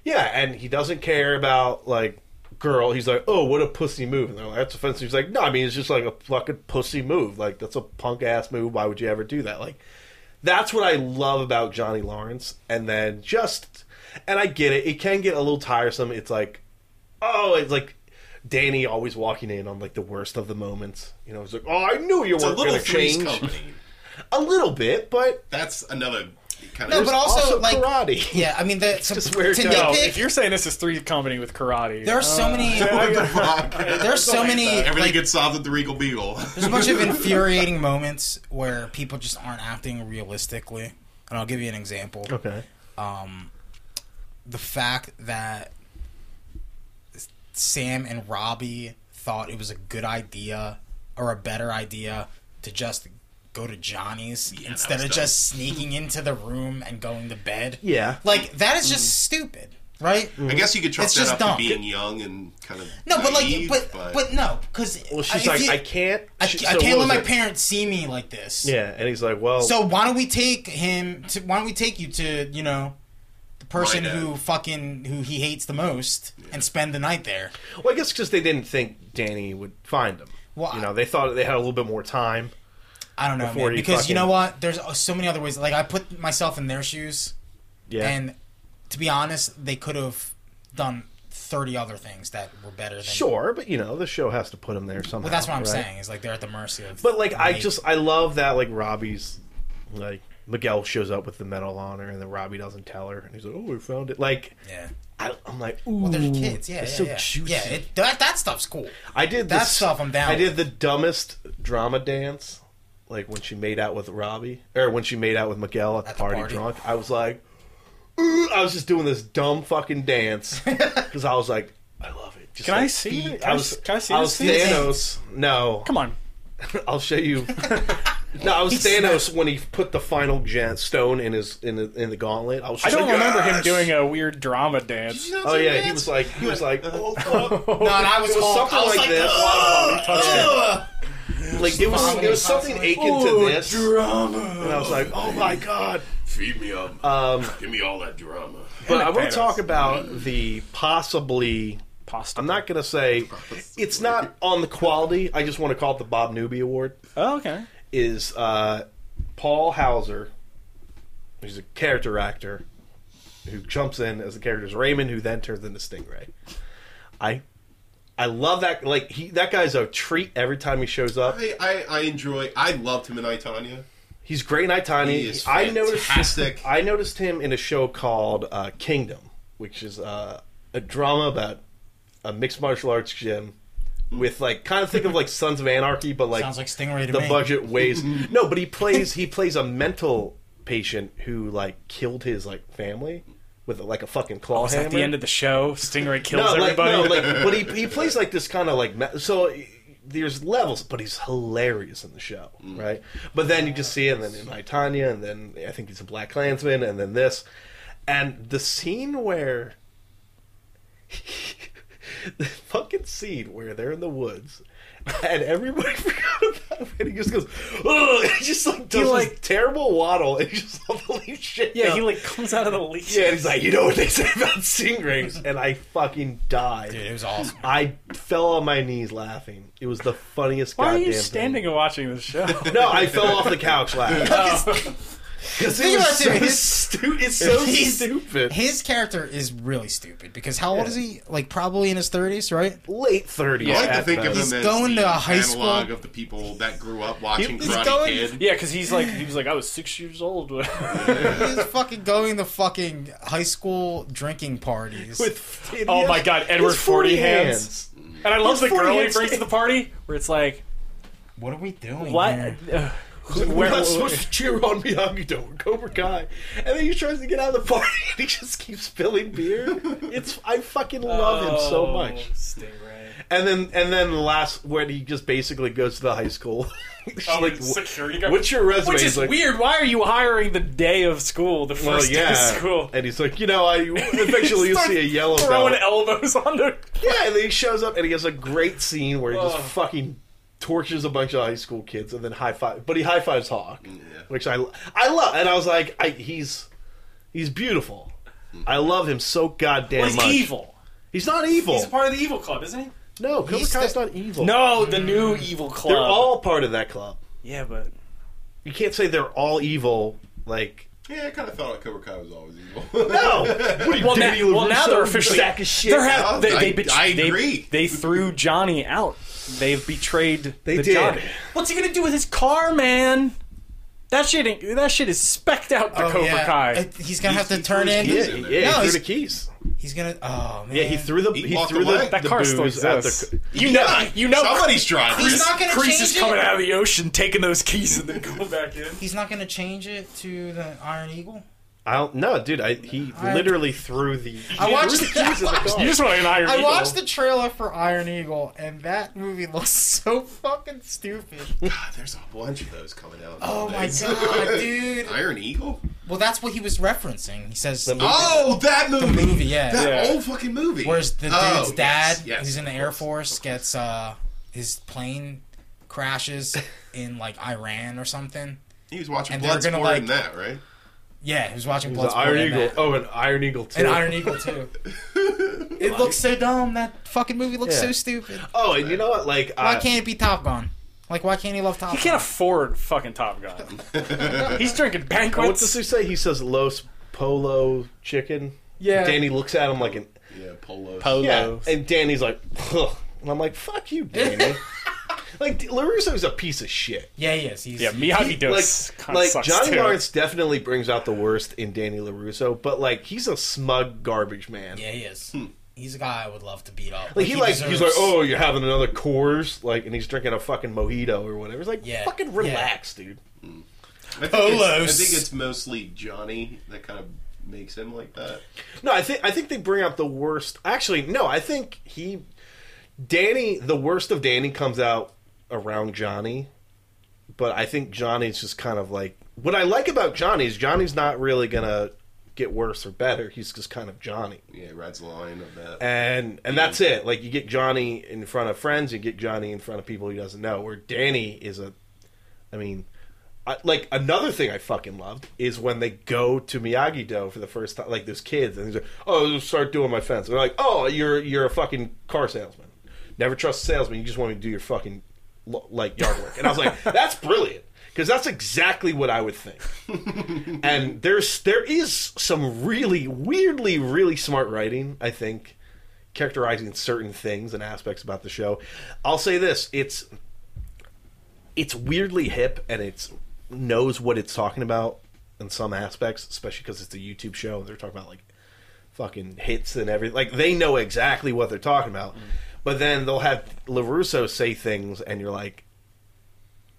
Speaker 3: "Yeah," and he doesn't care about like girl. He's like, "Oh, what a pussy move," and they're like, "That's offensive." He's like, "No, I mean it's just like a fucking pussy move. Like that's a punk ass move. Why would you ever do that?" Like that's what I love about Johnny Lawrence, and then just and I get it. It can get a little tiresome. It's like oh, it's like Danny always walking in on like the worst of the moments. You know, it's like, oh, I knew you
Speaker 4: It's a
Speaker 3: weren't
Speaker 4: little
Speaker 3: going to
Speaker 4: threes
Speaker 3: change.
Speaker 4: company.
Speaker 3: A little bit, but
Speaker 4: That's another kind
Speaker 2: No,
Speaker 4: of. uh,
Speaker 2: but also,
Speaker 3: also
Speaker 2: like
Speaker 3: karate.
Speaker 2: Yeah, I mean, the, to,
Speaker 3: just Oh, where it
Speaker 2: to
Speaker 3: goes.
Speaker 1: No,
Speaker 2: nitpick,
Speaker 1: Oh, if you're saying this is three comedy with karate, uh,
Speaker 2: there are so
Speaker 3: Uh,
Speaker 2: many.
Speaker 4: There's
Speaker 2: There's so many.
Speaker 4: Everything
Speaker 2: like,
Speaker 4: gets solved at the Regal Beagle.
Speaker 2: There's a bunch of infuriating moments where people just aren't acting realistically. And I'll give you an example.
Speaker 3: Okay.
Speaker 2: the fact that Sam and Robbie thought it was a good idea or a better idea to just go to Johnny's
Speaker 4: that
Speaker 2: instead
Speaker 4: was
Speaker 2: of
Speaker 4: dumb.
Speaker 2: just sneaking into the room and going to bed.
Speaker 3: Yeah. Mm.
Speaker 2: Like that is just stupid, right?
Speaker 4: I guess you could
Speaker 2: Mm-hmm.
Speaker 4: chalk
Speaker 2: It's
Speaker 4: that
Speaker 2: just
Speaker 4: up
Speaker 2: dumb.
Speaker 4: to being young and kind of
Speaker 2: No, but like,
Speaker 4: naive,
Speaker 2: but but, no, because
Speaker 3: Well, she's like, I can't.
Speaker 2: I,
Speaker 3: she-
Speaker 2: I
Speaker 3: so
Speaker 2: can't
Speaker 3: what
Speaker 2: let my
Speaker 3: was it?
Speaker 2: parents see me like this.
Speaker 3: Yeah, and he's like, well,
Speaker 2: So why don't we take him? To, why don't we take you to you know the person
Speaker 4: dad.
Speaker 2: who fucking who he hates the most and spend the night there?
Speaker 3: well, I guess because they didn't think Danny would find him.
Speaker 2: Well,
Speaker 3: you know, they thought they had a little bit more time.
Speaker 2: I don't know,
Speaker 3: Before
Speaker 2: man,
Speaker 3: you
Speaker 2: because you know
Speaker 3: fucking-
Speaker 2: what? There's uh, so many other ways. Like I put myself in their shoes,
Speaker 3: Yeah,
Speaker 2: and to be honest, they could have done thirty other things that were better. than
Speaker 3: sure, but you know, the show has to put him there somehow.
Speaker 2: But that's what I'm
Speaker 3: right?
Speaker 2: saying is like they're at the mercy of.
Speaker 3: But like, I
Speaker 2: me.
Speaker 3: just I love that like Robbie's like Miguel shows up with the medal on her, and then Robbie doesn't tell her, and he's like, oh, we found it. Like,
Speaker 2: yeah.
Speaker 3: I, I'm like, ooh,
Speaker 2: Well, they're kids. Yeah, yeah,
Speaker 3: it's
Speaker 2: yeah.
Speaker 3: so juicy.
Speaker 2: Yeah, it, that that stuff's cool.
Speaker 3: I did
Speaker 2: That
Speaker 3: this-
Speaker 2: stuff I'm down
Speaker 3: I did the dumbest drama dance, like when she made out with Robbie or when she made out with Miguel at the,
Speaker 2: At the
Speaker 3: party,
Speaker 2: party.
Speaker 3: drunk. I was like, "Ooh," I was just doing this dumb fucking dance because I was like, I love it. Just
Speaker 1: Can I
Speaker 3: like
Speaker 1: see
Speaker 3: be-
Speaker 1: it? Can
Speaker 3: I
Speaker 1: I
Speaker 3: was,
Speaker 1: s- can I see
Speaker 3: I was
Speaker 1: this thing?
Speaker 3: Thanos. No,
Speaker 1: Come on.
Speaker 3: I'll show you. no, I was Thanos when he put the final gen- stone in his in the, in the gauntlet. I was.
Speaker 1: I
Speaker 3: just
Speaker 1: don't
Speaker 3: like,
Speaker 1: remember him
Speaker 3: "Yes!"
Speaker 1: doing a weird drama dance.
Speaker 3: Oh yeah, he was like he was like oh fuck.
Speaker 2: No, and I was,
Speaker 3: It was
Speaker 2: all-
Speaker 3: something
Speaker 2: I was
Speaker 3: like
Speaker 2: like
Speaker 3: this.
Speaker 4: "Oh,
Speaker 2: "Ugh, ugh."
Speaker 3: like it was
Speaker 2: vomiting
Speaker 3: it was something akin to this. And I was like, oh my god.
Speaker 4: Feed me up. Um, Give me all that drama.
Speaker 3: But I want to talk about the possibly.
Speaker 1: Pasta.
Speaker 3: I'm not going to say it's not on the quality. I just want to call it the Bob Newby Award.
Speaker 1: Oh, okay.
Speaker 3: Is uh, Paul Hauser, who's a character actor, who jumps in as the character's Raymond, who then turns into Stingray. I, I love that. Like he, that guy's a treat every time he shows up.
Speaker 4: I, I, I enjoy. I loved him in I Tanya.
Speaker 3: He's great in Itani.
Speaker 4: He is
Speaker 3: I noticed
Speaker 4: fantastic.
Speaker 3: I noticed him in a show called uh, Kingdom, which is uh, a drama about a mixed martial arts gym with like kind of think of like Sons of Anarchy, but like
Speaker 2: Sounds like Stingray to
Speaker 3: the
Speaker 2: me.
Speaker 3: budget weighs no. But he plays he plays a mental patient who like killed his like family with like a fucking
Speaker 2: Oh,
Speaker 3: claw
Speaker 1: Was
Speaker 3: hammer.
Speaker 1: that the end of the show? Stingray kills
Speaker 3: no, like,
Speaker 1: everybody.
Speaker 3: no, like, but he he plays like this kind of like me- so. There's levels, but he's hilarious in the show,
Speaker 1: Mm.
Speaker 3: right? But then you just see him, and then in My Tanya, and then I think he's a Black Klansman, and then this, and the scene where the fucking scene where they're in the woods. And everybody forgot about him, and he just goes, "Ugh!" He just like does this
Speaker 1: like-
Speaker 3: terrible waddle, and he just holy shit.
Speaker 1: yeah,
Speaker 3: up.
Speaker 1: he like comes out of the leash.
Speaker 3: Yeah, and he's like, you know what they say about stingrays, and I fucking died.
Speaker 2: Dude, it was awesome.
Speaker 3: I fell on my knees laughing. It was the funniest.
Speaker 1: Why are
Speaker 3: goddamn
Speaker 1: you standing and watching this show?
Speaker 3: Thing. No, I fell off the couch laughing. Because it
Speaker 2: Think
Speaker 3: was
Speaker 2: about
Speaker 3: so
Speaker 2: it, his-
Speaker 3: stu- It's so
Speaker 2: He's-
Speaker 3: stupid.
Speaker 2: His character is really stupid because how old is he? Like probably in his thirties, right?
Speaker 3: Late thirties.
Speaker 4: I like to think of him as
Speaker 2: going
Speaker 4: the
Speaker 2: to a high
Speaker 4: analog
Speaker 2: school-
Speaker 4: of the people that grew up watching
Speaker 2: He's
Speaker 4: Karate
Speaker 2: going-
Speaker 4: Kid.
Speaker 1: yeah, because he's like he was like I was six years old.
Speaker 2: He's fucking going to fucking high school drinking parties.
Speaker 3: with.
Speaker 1: Oh my God, Edward
Speaker 3: It's 40
Speaker 1: Forty Hands. And I love the
Speaker 3: Those forty
Speaker 1: girl he
Speaker 3: hits-
Speaker 1: brings to the party, where it's like,
Speaker 2: what are we doing?
Speaker 1: what?
Speaker 2: here?
Speaker 1: Uh, who-
Speaker 3: We're
Speaker 1: where-
Speaker 3: not supposed to cheer on Miyagi Do or Cobra Kai, and then he tries to get out of the party, and he just keeps spilling beer. It's I fucking love him so
Speaker 1: Oh,
Speaker 3: much.
Speaker 1: Stingray.
Speaker 3: And then and then the last when he just basically goes to the high school. He's
Speaker 1: Oh,
Speaker 3: like,
Speaker 1: it's security guard.
Speaker 3: What's your resume?
Speaker 1: Which
Speaker 3: He's
Speaker 1: is
Speaker 3: like,
Speaker 1: weird. Why are you hiring the day of school, the first
Speaker 3: Well,
Speaker 1: day of
Speaker 3: yeah.
Speaker 1: school?
Speaker 3: And he's like, you know, I eventually you see a yellow
Speaker 1: throwing
Speaker 3: belt.
Speaker 1: elbows on the.
Speaker 3: yeah, and then he shows up and he has a great scene where he
Speaker 1: Ugh.
Speaker 3: just fucking torches a bunch of high school kids and then high five. But he high fives Hawk, which I I love. And I was like, I, he's he's beautiful. I love him so goddamn
Speaker 1: Well, he's
Speaker 3: much.
Speaker 1: evil.
Speaker 3: He's not evil.
Speaker 1: He's a part of the evil club, isn't he?
Speaker 3: no, Cobra
Speaker 2: He's
Speaker 3: Kai's
Speaker 2: the-
Speaker 3: not evil.
Speaker 1: No, the new evil club.
Speaker 3: they're all part of that club.
Speaker 1: Yeah, but
Speaker 3: you can't say they're all evil. Like
Speaker 4: Yeah, I kind of felt like Cobra Kai was always evil.
Speaker 3: no, what are you
Speaker 1: well,
Speaker 3: doing?
Speaker 1: now,
Speaker 3: you
Speaker 1: well, now
Speaker 3: Russo
Speaker 1: they're officially
Speaker 3: sack of shit.
Speaker 1: They're ha-
Speaker 4: Oh,
Speaker 1: they,
Speaker 4: I-
Speaker 1: they, bet-
Speaker 4: I
Speaker 1: they-
Speaker 4: agree.
Speaker 1: They, threw Johnny out. They've betrayed.
Speaker 3: They
Speaker 1: the
Speaker 3: did.
Speaker 1: Johnny. What's he gonna do with his car, man? That shit. ain't- That shit is specked out to
Speaker 2: Oh,
Speaker 1: Cobra
Speaker 2: yeah.
Speaker 1: Kai.
Speaker 2: Uh, He's gonna
Speaker 4: He's-
Speaker 2: have to
Speaker 4: he
Speaker 2: turn
Speaker 4: threw
Speaker 2: in.
Speaker 4: his
Speaker 3: yeah,
Speaker 4: keys
Speaker 3: yeah,
Speaker 4: in there.
Speaker 3: he
Speaker 2: No,
Speaker 3: threw
Speaker 2: he's-
Speaker 3: the keys.
Speaker 2: He's gonna. Oh man.
Speaker 3: Yeah, he threw the
Speaker 4: He
Speaker 3: he,
Speaker 4: walked
Speaker 3: threw
Speaker 4: away.
Speaker 3: the,
Speaker 1: that
Speaker 3: the
Speaker 1: car
Speaker 3: booze
Speaker 1: still
Speaker 3: out
Speaker 1: exists.
Speaker 3: the.
Speaker 1: you know. You know.
Speaker 4: Somebody's trying.
Speaker 2: He's not gonna
Speaker 1: Crease
Speaker 2: change
Speaker 1: is
Speaker 2: it.
Speaker 1: coming out of the ocean, taking those keys and then going back in.
Speaker 2: He's not gonna change it to the Iron Eagle.
Speaker 3: I don't. No, dude. I he
Speaker 2: I-
Speaker 3: literally threw the.
Speaker 2: I
Speaker 3: he
Speaker 2: watched
Speaker 3: threw
Speaker 2: it-
Speaker 3: the keys in the car.
Speaker 1: You just want an Iron
Speaker 2: I
Speaker 1: Eagle.
Speaker 2: watched the trailer for Iron Eagle, and that movie looks so fucking stupid.
Speaker 4: God, there's a bunch of those coming out.
Speaker 2: Oh my
Speaker 4: nowadays.
Speaker 2: god, dude!
Speaker 4: Iron Eagle?
Speaker 2: Well, that's what he was referencing. He says, uh,
Speaker 3: The movie.
Speaker 4: Oh, that movie!
Speaker 2: movie, yeah.
Speaker 4: That
Speaker 1: Yeah.
Speaker 4: old fucking movie.
Speaker 2: "Where's the dude's
Speaker 4: Oh,
Speaker 2: dad?
Speaker 4: yes, yes,
Speaker 2: who's in the
Speaker 4: of
Speaker 2: Air
Speaker 4: course,
Speaker 2: Force?
Speaker 4: of course.
Speaker 2: Gets uh, his plane crashes in like Iran or something."
Speaker 4: He was watching
Speaker 2: and they're gonna,
Speaker 4: Bloodsport
Speaker 2: like-
Speaker 4: and that, right?
Speaker 2: Yeah, he was watching
Speaker 3: It was
Speaker 2: Bloodsport.
Speaker 3: an Iron
Speaker 2: and
Speaker 3: Eagle.
Speaker 2: that.
Speaker 3: Oh, an Iron Eagle too.
Speaker 2: and Iron Eagle too. it looks so dumb. That fucking movie looks
Speaker 3: Yeah.
Speaker 2: so stupid.
Speaker 3: Oh, and you know what? Like, uh,
Speaker 2: Why
Speaker 3: I,
Speaker 2: can't it be Top Gun? Like, why can't he love Top
Speaker 1: He
Speaker 2: Gun?
Speaker 1: can't afford fucking Top Gun. He's drinking banquets.
Speaker 3: oh, what does he say? He says Los Polo Chicken.
Speaker 1: Yeah.
Speaker 3: Danny looks at him like an
Speaker 4: Yeah, Polo.
Speaker 1: Polo.
Speaker 3: yeah, and Danny's like, Ugh. and I'm like, fuck you, Danny. like Larusso's a piece of shit.
Speaker 2: yeah, he is. He's,
Speaker 1: yeah, Miyagi Do kind of
Speaker 3: like
Speaker 1: sucks
Speaker 3: Johnny
Speaker 1: too.
Speaker 3: Lawrence definitely brings out the worst in Danny Larusso, but like he's a smug garbage man.
Speaker 2: Yeah, he is. He's a guy I would love to beat up.
Speaker 3: Hmm. Like he, like he's
Speaker 2: deserves-
Speaker 3: like, oh, you're having another Coors, like, and he's drinking a fucking mojito or whatever. It's like,
Speaker 2: Yeah,
Speaker 3: fucking
Speaker 2: yeah.
Speaker 3: relax, dude.
Speaker 4: I think, it's, I
Speaker 2: Polos.
Speaker 4: think it's mostly Johnny that kind of makes him like that.
Speaker 3: No, I think I think they bring out the worst. Actually, no, I think he, Danny, the worst of Danny comes out around Johnny, but I think Johnny's just kind of like what I like about Johnny is Johnny's not really gonna get worse or better. He's just kind of Johnny,
Speaker 4: Yeah, rides the line of that.
Speaker 3: and and that's it. Like you get Johnny in front of friends, you get Johnny in front of people he doesn't know. Where Danny is a, I mean. I, like another thing I fucking loved is when they go to Miyagi Do for the first time, like those kids, and they're like, "Oh, I'll start doing my fence." And they're like, "Oh, you're you're a fucking car salesman. Never trust a salesman. You just want me to do your fucking lo- like yard work." And I was like, "That's brilliant." Because that's exactly what I would think, and there's there is some really weirdly really smart writing I think, characterizing certain things and aspects about the show. I'll say this: it's it's weirdly hip and it's knows what it's talking about in some aspects, especially because it's a YouTube show and they're talking about like fucking hits and everything. Like they know exactly what they're talking about, but then they'll have Larusso say things and you're like,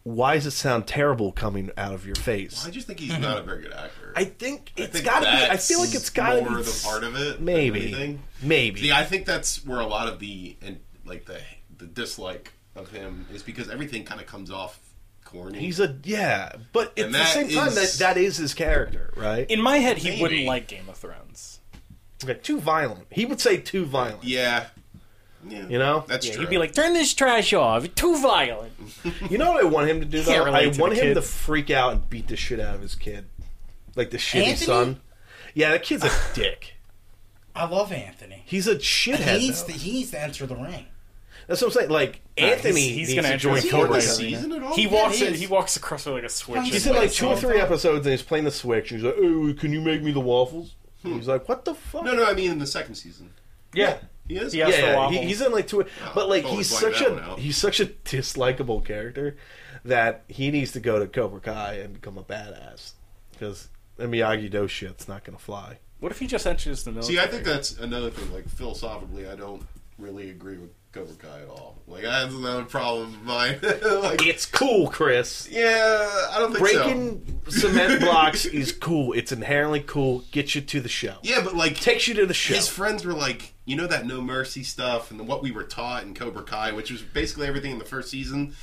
Speaker 3: why does it sound terrible coming out of your face?
Speaker 4: I just think he's not a very good actor.
Speaker 3: Mm-hmm. I think
Speaker 4: I
Speaker 3: it's
Speaker 4: think
Speaker 3: gotta be. I
Speaker 4: that's
Speaker 3: feel like it's gotta
Speaker 4: more
Speaker 3: be
Speaker 4: the part of it. than
Speaker 3: Maybe,
Speaker 4: anything.
Speaker 3: maybe.
Speaker 4: See, I think that's where a lot of the and like the the dislike of him is because everything kind of comes off corny.
Speaker 3: He's a yeah, but at
Speaker 4: And
Speaker 3: the
Speaker 4: that
Speaker 3: same time, that
Speaker 4: is-
Speaker 3: that is his character, right?
Speaker 1: In my head, he
Speaker 4: Maybe.
Speaker 1: wouldn't like Game of Thrones.
Speaker 3: Like, too violent. He would say too violent.
Speaker 4: yeah, yeah,
Speaker 3: You know?
Speaker 4: that's
Speaker 1: Yeah,
Speaker 4: true.
Speaker 1: he'd be like, "Turn this trash off. You're Too violent."
Speaker 3: You know what I want him to do
Speaker 1: Can't
Speaker 3: though?
Speaker 1: relate
Speaker 3: I
Speaker 1: to
Speaker 3: want
Speaker 1: the
Speaker 3: him to
Speaker 1: kids.
Speaker 3: freak out and beat the shit out of his kid, like the shitty
Speaker 2: Anthony?
Speaker 3: son. Yeah, that kid's a dick.
Speaker 2: I love Anthony.
Speaker 3: He's a
Speaker 2: He
Speaker 3: shithead.
Speaker 2: needs,
Speaker 3: though.
Speaker 2: to, he needs to enter the ring.
Speaker 3: That's what I'm saying. Like
Speaker 1: he's-
Speaker 3: Anthony,
Speaker 1: he's
Speaker 3: needs
Speaker 1: gonna
Speaker 3: to
Speaker 1: enter
Speaker 3: join
Speaker 1: the
Speaker 4: is he in the
Speaker 1: Fortnite
Speaker 3: Fortnite. right now.
Speaker 4: season at all?
Speaker 1: he walks.
Speaker 2: he
Speaker 1: in,
Speaker 2: is.
Speaker 1: he walks across her like a switch.
Speaker 2: He's
Speaker 3: He's
Speaker 1: and-
Speaker 3: in like
Speaker 2: Wait,
Speaker 3: two or
Speaker 2: so-
Speaker 3: three episodes, and he's playing the Switch. He's like, "Oh, can you make me the waffles?"
Speaker 4: Hmm.
Speaker 3: And He's like, "What the fuck?"
Speaker 4: No, no, I mean in the second season.
Speaker 1: yeah.
Speaker 4: He is.
Speaker 1: Yeah.
Speaker 3: yeah,
Speaker 1: That's the
Speaker 3: yeah.
Speaker 1: waffle.
Speaker 3: He, he's in like two, but like
Speaker 4: totally
Speaker 3: he's
Speaker 4: blanked
Speaker 3: such
Speaker 4: that
Speaker 3: a
Speaker 4: one out.
Speaker 3: he's such a dislikable character that he needs to go to Cobra Kai and become a badass because the Miyagi Do shit's not gonna fly.
Speaker 1: What if he just enters the military?
Speaker 4: See, I think that's another thing. Like philosophically, I don't really agree with Cobra Kai at all. Like that's another problem of mine. like,
Speaker 3: It's cool, Chris.
Speaker 4: yeah, I don't think so.
Speaker 3: Breaking cement blocks is cool. It's inherently cool. Gets you to the show.
Speaker 4: Yeah, but like
Speaker 3: Takes you to the show.
Speaker 4: His friends were like, you know, that no mercy stuff and the, what we were taught in Cobra Kai, which was basically everything in the first season,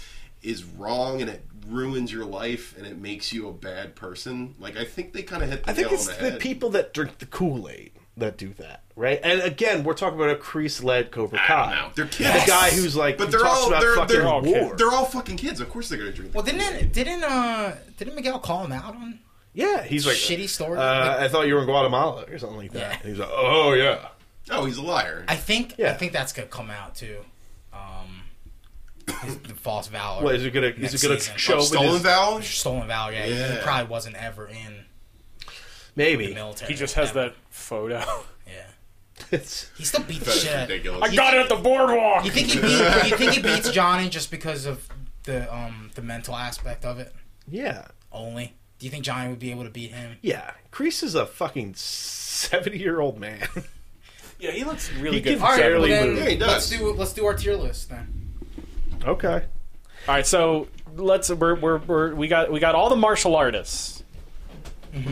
Speaker 4: is wrong and it ruins your life and it makes you a bad person. Like, I think they kind of hit the
Speaker 3: I think
Speaker 4: nail
Speaker 3: it's
Speaker 4: on the,
Speaker 3: the
Speaker 4: head.
Speaker 3: people that drink the Kool Aid that do that, right? And again, we're talking about a crease led Cobra
Speaker 4: I don't
Speaker 3: Kai.
Speaker 4: know. They're
Speaker 3: The
Speaker 4: kids.
Speaker 3: guy who's like,
Speaker 4: But
Speaker 3: who
Speaker 4: they're
Speaker 3: talks
Speaker 4: all-
Speaker 3: about
Speaker 4: they're-
Speaker 3: fucking
Speaker 4: they're all
Speaker 1: kids.
Speaker 3: war.
Speaker 4: They're all fucking kids. Of course they're going to drink.
Speaker 2: Well,
Speaker 4: the
Speaker 2: didn't
Speaker 4: Kool-Aid.
Speaker 2: it, didn't uh didn't Miguel call him out on?
Speaker 3: Yeah, he's like
Speaker 2: Shitty story.
Speaker 3: Uh, I thought you were in Guatemala or something like that.
Speaker 2: Yeah.
Speaker 3: And he's like, oh yeah,
Speaker 4: Oh, he's a liar.
Speaker 2: I think I
Speaker 3: Yeah.
Speaker 2: think that's gonna come out too. Um, his- the false valor.
Speaker 3: well, is it gonna
Speaker 2: Next
Speaker 3: is it gonna
Speaker 2: season.
Speaker 3: show
Speaker 4: Oh,
Speaker 3: with
Speaker 4: stolen
Speaker 3: his-
Speaker 4: valor?
Speaker 2: stolen valor? Yeah, he
Speaker 4: Yeah.
Speaker 2: probably wasn't ever in the
Speaker 3: maybe?
Speaker 2: military.
Speaker 1: he just has
Speaker 2: ever.
Speaker 1: that photo.
Speaker 2: Yeah,
Speaker 3: It's
Speaker 2: he still beat the
Speaker 4: That's
Speaker 2: shit. out-
Speaker 4: ridiculous.
Speaker 1: I got it at the boardwalk.
Speaker 2: You think he beat? You think he beats Johnny just because of the um the mental aspect of it
Speaker 3: yeah,
Speaker 2: only? Do you think Johnny would be able to beat him?
Speaker 3: yeah. Crease is a fucking seventy year old man.
Speaker 1: yeah, he looks really
Speaker 3: He
Speaker 1: good.
Speaker 3: can
Speaker 1: for seventy.
Speaker 2: well
Speaker 3: barely
Speaker 2: then,
Speaker 3: moved.
Speaker 4: Yeah, he does.
Speaker 2: let's do let's do our tier list then.
Speaker 3: okay.
Speaker 1: All right, so let's we're, we're, we're we got we got all the martial artists,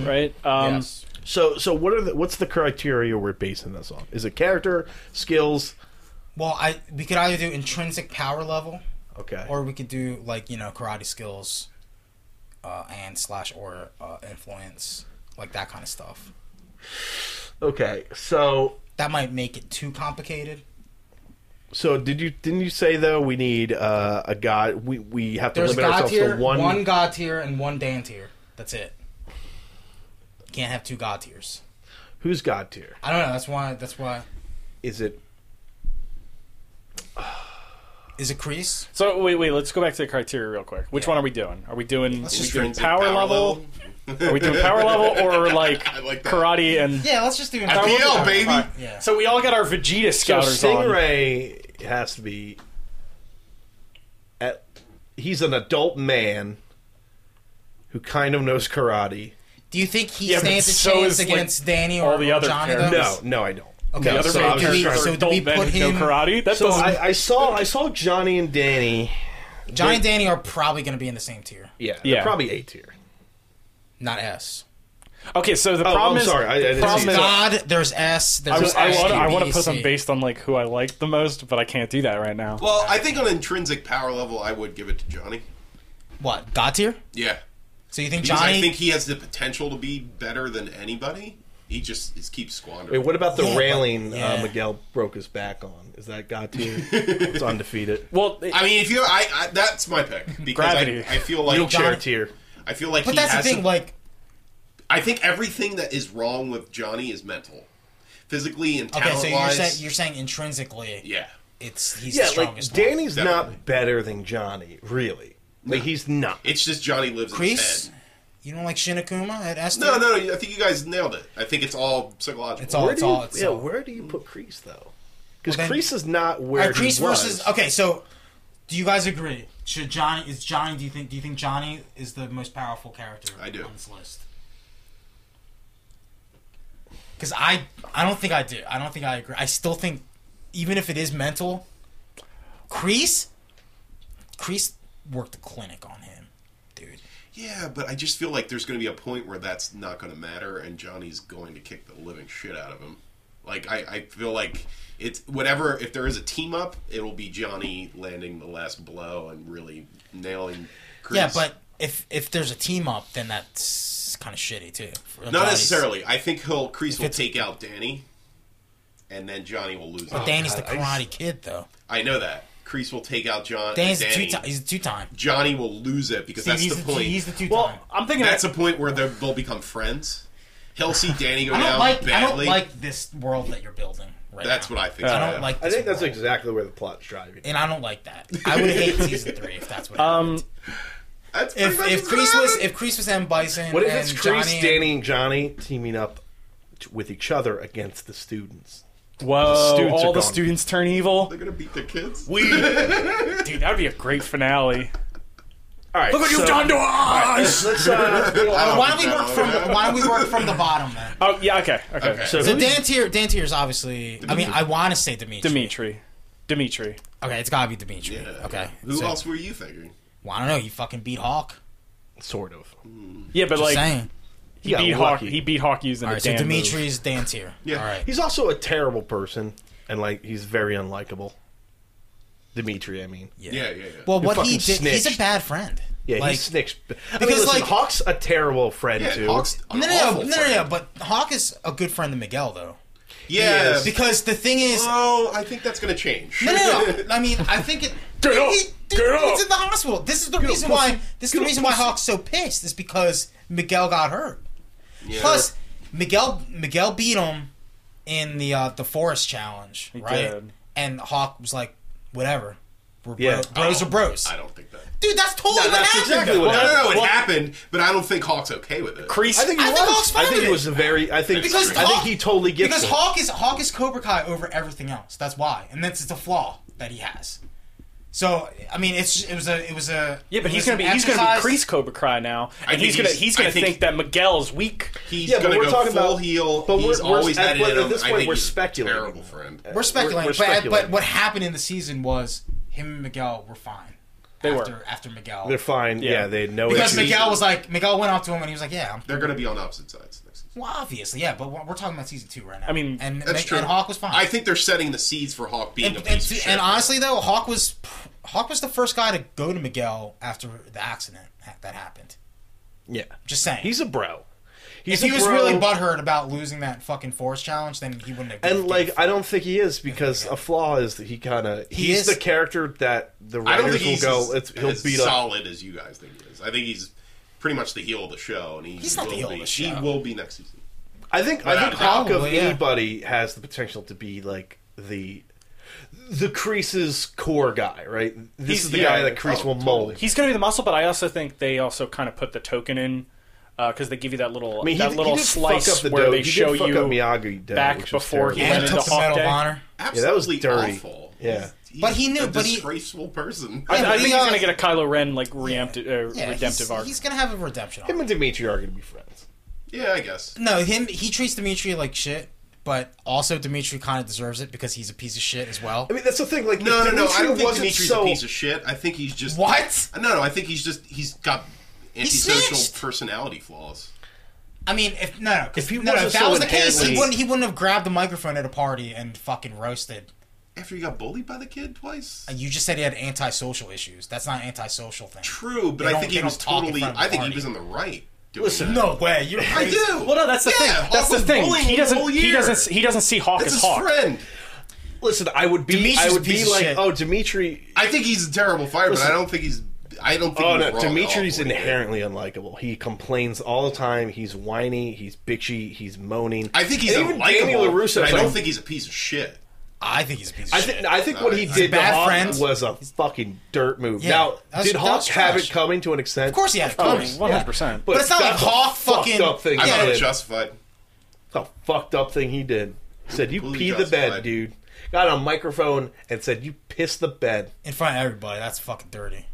Speaker 1: right? Um,
Speaker 3: So so what are the what's the criteria we're basing this on? Is it character, skills?
Speaker 2: Well, I we could either do intrinsic power level,
Speaker 3: Okay.
Speaker 2: or we could do like you know karate skills, uh, and slash or uh, influence, like that kind of stuff.
Speaker 3: okay. So
Speaker 2: That might make it too complicated.
Speaker 3: so did you didn't you say though we need uh, a god we we have to
Speaker 2: There's
Speaker 3: limit
Speaker 2: god
Speaker 3: ourselves
Speaker 2: tier,
Speaker 3: to
Speaker 2: one...
Speaker 3: one,
Speaker 2: god tier, and one dan tier. That's it. Can't have two god tiers.
Speaker 3: who's god tier?
Speaker 2: I don't know. That's why. That's why.
Speaker 3: Is it
Speaker 2: Is it crease?
Speaker 1: So wait, wait. Let's go back to the criteria real quick. Which one are we doing? Are we doing,
Speaker 2: Let's
Speaker 1: are we
Speaker 2: just
Speaker 1: doing
Speaker 4: Intrinsic
Speaker 1: power, level? Are we doing power level or like,
Speaker 4: I like that.
Speaker 1: karate and?
Speaker 2: Yeah, let's just do
Speaker 4: FPL,
Speaker 2: Alright,
Speaker 4: baby!
Speaker 2: Yeah.
Speaker 1: So we all got our Vegeta
Speaker 3: so
Speaker 1: scouters on.
Speaker 3: Stingray has to be at he's an adult man who kind of knows karate.
Speaker 2: Do you think he
Speaker 1: Yeah, but
Speaker 2: stands a
Speaker 1: so
Speaker 2: chance
Speaker 1: is, like,
Speaker 2: against Danny
Speaker 1: all
Speaker 2: or,
Speaker 1: the
Speaker 2: or
Speaker 1: other
Speaker 2: Johnny?
Speaker 1: characters.
Speaker 3: No, no, I don't.
Speaker 2: Okay,
Speaker 3: no,
Speaker 1: The other
Speaker 3: so
Speaker 2: main
Speaker 3: I was
Speaker 1: main characters
Speaker 2: character-
Speaker 3: just trying to-
Speaker 1: are
Speaker 2: so do
Speaker 1: adult
Speaker 2: we
Speaker 1: men
Speaker 2: put
Speaker 1: who
Speaker 2: him-
Speaker 1: know karate. That
Speaker 3: So
Speaker 1: doesn't.
Speaker 3: I, I saw I saw Johnny and Danny.
Speaker 2: though? Johnny and Danny are probably going to be in the same tier,
Speaker 3: Yeah,
Speaker 1: Yeah.
Speaker 3: yeah. probably A tier.
Speaker 2: not S.
Speaker 1: okay, so the
Speaker 3: Oh,
Speaker 1: problem
Speaker 3: I'm
Speaker 1: is.
Speaker 3: sorry. I, I didn't
Speaker 1: problem
Speaker 3: see
Speaker 1: is-
Speaker 3: that.
Speaker 2: God, there's S.
Speaker 1: I,
Speaker 2: There's S,
Speaker 1: want
Speaker 2: B,
Speaker 1: I want to
Speaker 2: B,
Speaker 1: put them
Speaker 2: C.
Speaker 1: based on like who I liked the most, but I can't do that right now.
Speaker 4: Well, I think on intrinsic power level, I would give it to Johnny.
Speaker 2: What God tier?
Speaker 4: Yeah,
Speaker 2: So you think
Speaker 4: because
Speaker 2: Johnny?
Speaker 4: I think he has the potential to be better than anybody. He just is, keeps squandering.
Speaker 3: Wait, what about the
Speaker 2: Yeah, but-
Speaker 3: railing
Speaker 2: yeah.
Speaker 3: uh, Miguel broke his back on? Is that God tier? it's undefeated.
Speaker 1: Well, it-
Speaker 4: I mean, if you, I, I that's my pick because
Speaker 1: Gravity.
Speaker 4: I, I feel like
Speaker 3: Wheelchair
Speaker 2: Johnny-
Speaker 3: tier.
Speaker 4: I feel like
Speaker 2: but
Speaker 4: he
Speaker 2: that's the
Speaker 4: has
Speaker 2: thing.
Speaker 4: some-
Speaker 2: Like,
Speaker 4: I think everything that is wrong with Johnny is mental, physically and
Speaker 2: okay,
Speaker 4: talent
Speaker 2: so you're
Speaker 4: wise.
Speaker 2: saying you're saying intrinsically,
Speaker 4: yeah,
Speaker 2: it's he's
Speaker 3: Yeah,
Speaker 2: the
Speaker 3: like
Speaker 2: strongest. one.
Speaker 3: Danny's
Speaker 4: Definitely.
Speaker 3: not better than Johnny, really. Like he's not.
Speaker 4: it's just Johnny lives
Speaker 2: Crease.
Speaker 4: in
Speaker 2: You don't like Shinakuma at S?
Speaker 4: his head. No, no, no. I think you guys nailed it. I think it's all psychological.
Speaker 2: It's all.
Speaker 3: Where
Speaker 2: It's
Speaker 3: do you,
Speaker 2: all. It's
Speaker 3: yeah,
Speaker 2: all.
Speaker 3: where do you put Crease though? Because
Speaker 2: Well, then-
Speaker 3: Crease is not where
Speaker 2: All right,
Speaker 3: he
Speaker 2: Crease
Speaker 3: was.
Speaker 2: versus.
Speaker 3: okay.
Speaker 2: Okay, so
Speaker 5: Do you guys agree? Should Johnny is Johnny? Do you think? Do you think Johnny is the most powerful character?
Speaker 4: I do.
Speaker 5: on this list.
Speaker 2: because I I don't think I do. I don't think I agree. I still think even if it is mental, Crease, Crease worked the clinic on him, dude.
Speaker 4: yeah, but I just feel like there's going to be a point where that's not going to matter, and Johnny's going to kick the living shit out of him. Like I, I feel like it's whatever. If there is a team up, it'll be Johnny landing the last blow and really nailing. Crease.
Speaker 2: Yeah, but if if there's a team up, then that's kind of shitty too. For
Speaker 4: Not
Speaker 2: Johnny's-
Speaker 4: necessarily. I think he'll Crease will
Speaker 2: it's-
Speaker 4: take out Danny, and then Johnny will lose. it.
Speaker 2: Danny's
Speaker 3: Oh, God,
Speaker 2: the
Speaker 3: I
Speaker 2: Karate
Speaker 3: just-
Speaker 2: Kid though.
Speaker 4: I know that Crease will take out John. uh,
Speaker 2: Danny's the
Speaker 4: Danny.
Speaker 2: two time. He's the two time.
Speaker 4: Johnny will lose it because
Speaker 2: he's
Speaker 4: that's the point.
Speaker 2: He's the two
Speaker 1: well,
Speaker 2: time.
Speaker 1: I'm thinking
Speaker 4: that's
Speaker 1: that's
Speaker 4: a point where they'll they'll become friends. He'll see Danny go
Speaker 2: I
Speaker 4: down
Speaker 2: don't like. I don't
Speaker 4: badly.
Speaker 2: like this world that you're building. Right
Speaker 4: that's
Speaker 2: now.
Speaker 4: what I think.
Speaker 2: I
Speaker 4: so.
Speaker 2: don't like.
Speaker 3: I
Speaker 2: This
Speaker 3: think that's
Speaker 2: world.
Speaker 3: exactly where the plot's driving.
Speaker 2: and I don't like that. I would hate season three if that's what.
Speaker 1: um
Speaker 2: Um,
Speaker 4: That's pretty
Speaker 2: if
Speaker 4: much
Speaker 2: if
Speaker 4: what's
Speaker 2: Kreese
Speaker 4: gonna
Speaker 2: was
Speaker 4: happen.
Speaker 2: if Kreese was M Bison,
Speaker 3: What if
Speaker 2: and
Speaker 3: it's Crease,
Speaker 2: Johnny,
Speaker 3: Danny, and Johnny teaming up t- with each other against the students?
Speaker 1: whoa,
Speaker 3: students are
Speaker 1: all the
Speaker 3: gone.
Speaker 1: students turn evil.
Speaker 4: they're gonna beat their kids.
Speaker 3: We all
Speaker 1: Dude, that'd be a great finale.
Speaker 3: right. Look so,
Speaker 1: to us.
Speaker 3: Let's, uh,
Speaker 4: I
Speaker 2: Why don't we
Speaker 4: think
Speaker 2: work
Speaker 4: that
Speaker 2: from
Speaker 4: would happen.
Speaker 2: Why don't we work from the bottom then?
Speaker 1: Oh yeah, okay, okay.
Speaker 4: Okay.
Speaker 3: so
Speaker 2: So
Speaker 3: who's-
Speaker 2: Dan Tier, Dan Tier is obviously. I mean, I want to say Dimitri.
Speaker 1: Dimitri, Dimitri.
Speaker 2: Okay, it's gotta be Dimitri.
Speaker 4: Yeah.
Speaker 2: Okay.
Speaker 4: Who
Speaker 2: so-
Speaker 4: else were you thinking?
Speaker 2: Well, I don't know. He fucking beat Hawk.
Speaker 3: sort of.
Speaker 1: Yeah, but
Speaker 2: Just
Speaker 1: like
Speaker 2: saying.
Speaker 1: he
Speaker 3: got
Speaker 1: beat Hawk.
Speaker 3: lucky.
Speaker 1: He beat Hawk using
Speaker 2: All
Speaker 1: a
Speaker 2: right, so
Speaker 1: damn move.
Speaker 2: Dimitri's Dan Tier.
Speaker 4: Yeah.
Speaker 2: All right.
Speaker 3: He's also a terrible person, and like he's very unlikable. Dimitri, I mean,
Speaker 2: Yeah.
Speaker 4: Yeah, yeah, yeah.
Speaker 2: Well, what
Speaker 3: fucking
Speaker 2: he did, he's a
Speaker 3: snitched.
Speaker 2: bad friend.
Speaker 3: yeah,
Speaker 2: Like-
Speaker 3: he snitched. I mean,
Speaker 2: because,
Speaker 3: listen,
Speaker 2: like-
Speaker 3: Hawk's a terrible friend
Speaker 4: yeah,
Speaker 3: too.
Speaker 4: Hawk's
Speaker 2: No,
Speaker 4: an
Speaker 2: no, no,
Speaker 4: awful
Speaker 2: no, no,
Speaker 4: friend.
Speaker 2: no. But Hawk is a good friend to Miguel, though.
Speaker 4: Yeah,
Speaker 3: Yes.
Speaker 4: because
Speaker 2: Because the thing is, no,
Speaker 4: oh, I think that's gonna change.
Speaker 2: no, no. I mean, I think it.
Speaker 1: Get
Speaker 2: he-
Speaker 1: up,
Speaker 2: he-
Speaker 1: get
Speaker 2: dude, He's
Speaker 1: up.
Speaker 2: in the hospital. This is the reason why. This is the reason why Hawk's so pissed. Is because Miguel got hurt.
Speaker 4: Yeah.
Speaker 2: Plus, Miguel Miguel beat him in the uh, the forest challenge, right?
Speaker 1: did.
Speaker 2: And Hawk was like, "Whatever, we're
Speaker 3: Yeah.
Speaker 2: bro- bros are bros."
Speaker 4: I don't think that.
Speaker 2: Dude, that's totally
Speaker 3: No,
Speaker 2: what
Speaker 3: that's
Speaker 2: happened.
Speaker 3: exactly what
Speaker 4: No,
Speaker 3: happened.
Speaker 4: no, no. It
Speaker 1: Well-
Speaker 4: happened, but I don't think Hawk's okay with it.
Speaker 1: Kreese-
Speaker 3: I think he
Speaker 2: I
Speaker 3: was.
Speaker 2: think Hawk's fine
Speaker 3: I think
Speaker 2: with
Speaker 3: he
Speaker 2: it.
Speaker 3: was a very. I think.
Speaker 2: Because
Speaker 3: I think
Speaker 2: Hawk-
Speaker 3: he totally gets
Speaker 2: because
Speaker 3: it.
Speaker 2: Hawk is Hawk is Cobra Kai over everything else. That's why, and that's it's a flaw that he has. So I mean, it's it was a it was a
Speaker 1: Yeah, but
Speaker 2: it
Speaker 1: he's
Speaker 2: was
Speaker 1: gonna be
Speaker 2: an
Speaker 1: he's gonna be
Speaker 2: exercise-
Speaker 1: crease Cobra Cry now, and
Speaker 4: think
Speaker 1: he's gonna
Speaker 4: he's-
Speaker 1: he's
Speaker 4: I
Speaker 1: gonna
Speaker 4: think-
Speaker 1: think that Miguel's weak.
Speaker 4: He's
Speaker 3: Yeah, but
Speaker 4: gonna
Speaker 3: we're
Speaker 4: go
Speaker 3: talking
Speaker 4: full
Speaker 3: about-
Speaker 4: heel.
Speaker 3: but we're-
Speaker 4: he's
Speaker 3: we're-
Speaker 4: always
Speaker 3: at-
Speaker 4: had it in
Speaker 3: at
Speaker 4: him.
Speaker 3: this
Speaker 4: I
Speaker 3: point,
Speaker 4: think
Speaker 3: we're
Speaker 4: he's a
Speaker 3: speculating.
Speaker 4: Terrible friend.
Speaker 2: We're speculating,
Speaker 3: we're
Speaker 2: but- But,
Speaker 3: speculating.
Speaker 2: what happened in the season was him and Miguel were fine.
Speaker 1: They were.
Speaker 2: after, after Miguel.
Speaker 3: They're fine.
Speaker 1: Yeah.
Speaker 3: Yeah, they had no
Speaker 2: because
Speaker 3: issues.
Speaker 2: Miguel was like Miguel went up to him and he was like, "Yeah, I'm
Speaker 4: They're going to be on opposite sides next season.
Speaker 2: Well, obviously, yeah, but we're we're talking about season two right now.
Speaker 1: I mean,
Speaker 2: and
Speaker 4: That's
Speaker 2: and,
Speaker 4: true.
Speaker 2: and Hawk was fine.
Speaker 4: I think they're setting the seeds for Hawk
Speaker 2: and,
Speaker 4: being a
Speaker 2: and,
Speaker 4: piece of shit.
Speaker 2: and honestly though, Hawk was Hawk was the first guy to go to Miguel after the accident ha- that happened.
Speaker 3: Yeah,
Speaker 2: Just saying.
Speaker 3: he's a bro.
Speaker 2: if
Speaker 3: He's
Speaker 2: he
Speaker 3: a
Speaker 2: was
Speaker 3: bro.
Speaker 2: really butthurt about losing that fucking force challenge, then he wouldn't have.
Speaker 3: and
Speaker 2: given-
Speaker 3: like I don't think he is because a flaw is that he kind of
Speaker 2: He
Speaker 3: he's
Speaker 2: is-
Speaker 3: the character that the
Speaker 4: I don't
Speaker 3: writers
Speaker 4: think
Speaker 3: will
Speaker 4: he's
Speaker 3: go.
Speaker 4: as,
Speaker 3: It's, he'll
Speaker 4: as
Speaker 3: beat up.
Speaker 4: solid as you guys think he is. I think he's pretty much the heel of the show, and he
Speaker 2: He's
Speaker 4: will
Speaker 2: not the heel
Speaker 4: be,
Speaker 2: of the
Speaker 4: He
Speaker 2: show.
Speaker 4: will be next season.
Speaker 3: I think I
Speaker 4: Without
Speaker 3: think
Speaker 4: a doubt.
Speaker 3: Hawk of
Speaker 2: Probably, yeah.
Speaker 3: anybody has the potential to be like the the creases core guy, right? This
Speaker 1: He's-
Speaker 3: is the
Speaker 1: yeah,
Speaker 3: guy that crease
Speaker 4: oh,
Speaker 3: will mold.
Speaker 4: totally.
Speaker 1: He's going to be the muscle, but I also think they also kind of put the token in because they give you that little
Speaker 3: I mean, he,
Speaker 1: that
Speaker 3: he
Speaker 1: little
Speaker 3: did
Speaker 1: slice
Speaker 3: fuck up the
Speaker 1: where
Speaker 3: dough.
Speaker 1: they
Speaker 3: he
Speaker 1: show
Speaker 3: did fuck
Speaker 1: you
Speaker 3: up Miyagi dough,
Speaker 1: back
Speaker 3: which was
Speaker 1: before he
Speaker 3: terrible.
Speaker 2: and
Speaker 1: went
Speaker 2: he
Speaker 1: into
Speaker 2: took the
Speaker 1: Hawk
Speaker 2: Medal
Speaker 1: Day.
Speaker 2: of Honor.
Speaker 4: Absolutely
Speaker 3: that was dirty.
Speaker 4: awful.
Speaker 3: Yeah.
Speaker 4: He's- he's
Speaker 2: But he knew-
Speaker 4: a
Speaker 2: but he-
Speaker 4: disgraceful person.
Speaker 1: I,
Speaker 2: Yeah,
Speaker 1: I
Speaker 2: but
Speaker 1: think
Speaker 2: he
Speaker 1: he's going
Speaker 2: has-
Speaker 1: to get a Kylo Ren like reamptive, uh,
Speaker 2: Yeah,
Speaker 1: redemptive
Speaker 2: he's,
Speaker 1: arc.
Speaker 2: He's gonna have a redemption arc.
Speaker 3: Him and Dimitri are gonna be friends.
Speaker 4: yeah, I guess.
Speaker 2: No, him. He treats Dimitri like shit, but also Dimitri kind of deserves it because he's a piece of shit as well.
Speaker 3: I mean, that's the thing. Like,
Speaker 4: No,
Speaker 3: if
Speaker 4: no, no.
Speaker 3: Dimitri
Speaker 4: I don't think
Speaker 3: wasn't
Speaker 4: Dimitri's
Speaker 3: so.
Speaker 4: a piece of shit. I think he's just
Speaker 2: What?
Speaker 4: No, no. I think he's just he's got antisocial
Speaker 2: snitched.
Speaker 4: personality flaws.
Speaker 2: I mean, if no, no, 'cause-
Speaker 3: If he
Speaker 2: no, no,
Speaker 3: wasn't
Speaker 2: if that
Speaker 3: so
Speaker 2: was the case, he
Speaker 3: inherently-
Speaker 2: wouldn't. He wouldn't have grabbed the microphone at a party and fucking roasted.
Speaker 4: After you got bullied by the kid twice.
Speaker 2: You just said he had antisocial issues. That's not an antisocial thing.
Speaker 4: True, but
Speaker 2: They
Speaker 4: I
Speaker 2: don't-
Speaker 4: think
Speaker 2: they
Speaker 4: he was
Speaker 2: don't talk in
Speaker 4: totally.
Speaker 2: front of
Speaker 4: I think he
Speaker 2: Arnie.
Speaker 4: was on the right. Doing
Speaker 3: Listen,
Speaker 4: that.
Speaker 2: No way. You're
Speaker 4: I
Speaker 2: crazy.
Speaker 4: do.
Speaker 1: well, no, that's the
Speaker 4: Yeah,
Speaker 1: thing.
Speaker 4: Hawk
Speaker 1: that's the
Speaker 4: was
Speaker 1: thing.
Speaker 4: bullying
Speaker 1: He
Speaker 4: him the
Speaker 1: doesn't.
Speaker 4: whole
Speaker 1: He
Speaker 4: year.
Speaker 1: doesn't. He doesn't see Hawk as
Speaker 4: That's his
Speaker 1: Hawk.
Speaker 4: friend.
Speaker 3: Listen, I would be.
Speaker 2: Dimitri's
Speaker 3: I
Speaker 2: a
Speaker 3: would be
Speaker 2: piece of
Speaker 3: like,
Speaker 2: shit.
Speaker 3: oh, Dimitri.
Speaker 4: I think he's a terrible fighter,
Speaker 3: Listen.
Speaker 4: but I don't think he's. I don't think.
Speaker 3: Oh
Speaker 4: he was
Speaker 3: no,
Speaker 4: wrong at all
Speaker 3: Dimitri's
Speaker 4: for what he did.
Speaker 3: inherently unlikable. He complains all the time. He's whiny. He's bitchy. He's moaning.
Speaker 4: I think he's
Speaker 3: And
Speaker 4: unlikable.
Speaker 3: even Danny LaRusso.
Speaker 4: but I don't
Speaker 3: like,
Speaker 4: think he's a piece of shit.
Speaker 2: I think he's a piece of
Speaker 3: I
Speaker 2: shit.
Speaker 3: think I think what he
Speaker 4: He's
Speaker 3: did to
Speaker 2: bad
Speaker 3: Hawk
Speaker 2: friend.
Speaker 3: was a fucking dirt move.
Speaker 2: Yeah,
Speaker 3: now,
Speaker 2: that's-
Speaker 3: did Hawk
Speaker 2: that's
Speaker 3: have it
Speaker 2: trash.
Speaker 3: coming to an extent?
Speaker 2: of course he had it
Speaker 1: Oh,
Speaker 2: coming.
Speaker 1: 100 percent.
Speaker 2: But it's not
Speaker 3: that's
Speaker 2: like
Speaker 3: a
Speaker 2: Hawk
Speaker 3: fucked
Speaker 2: fucking-
Speaker 3: up thing.
Speaker 4: I'm
Speaker 3: he
Speaker 2: Yeah.
Speaker 4: not
Speaker 3: did.
Speaker 4: justified.
Speaker 3: the fucked up thing he did. He said you
Speaker 4: Completely
Speaker 3: pee the bed,
Speaker 4: justified.
Speaker 3: dude. Got on a microphone and said you piss the bed,
Speaker 2: In front of everybody. That's fucking dirty.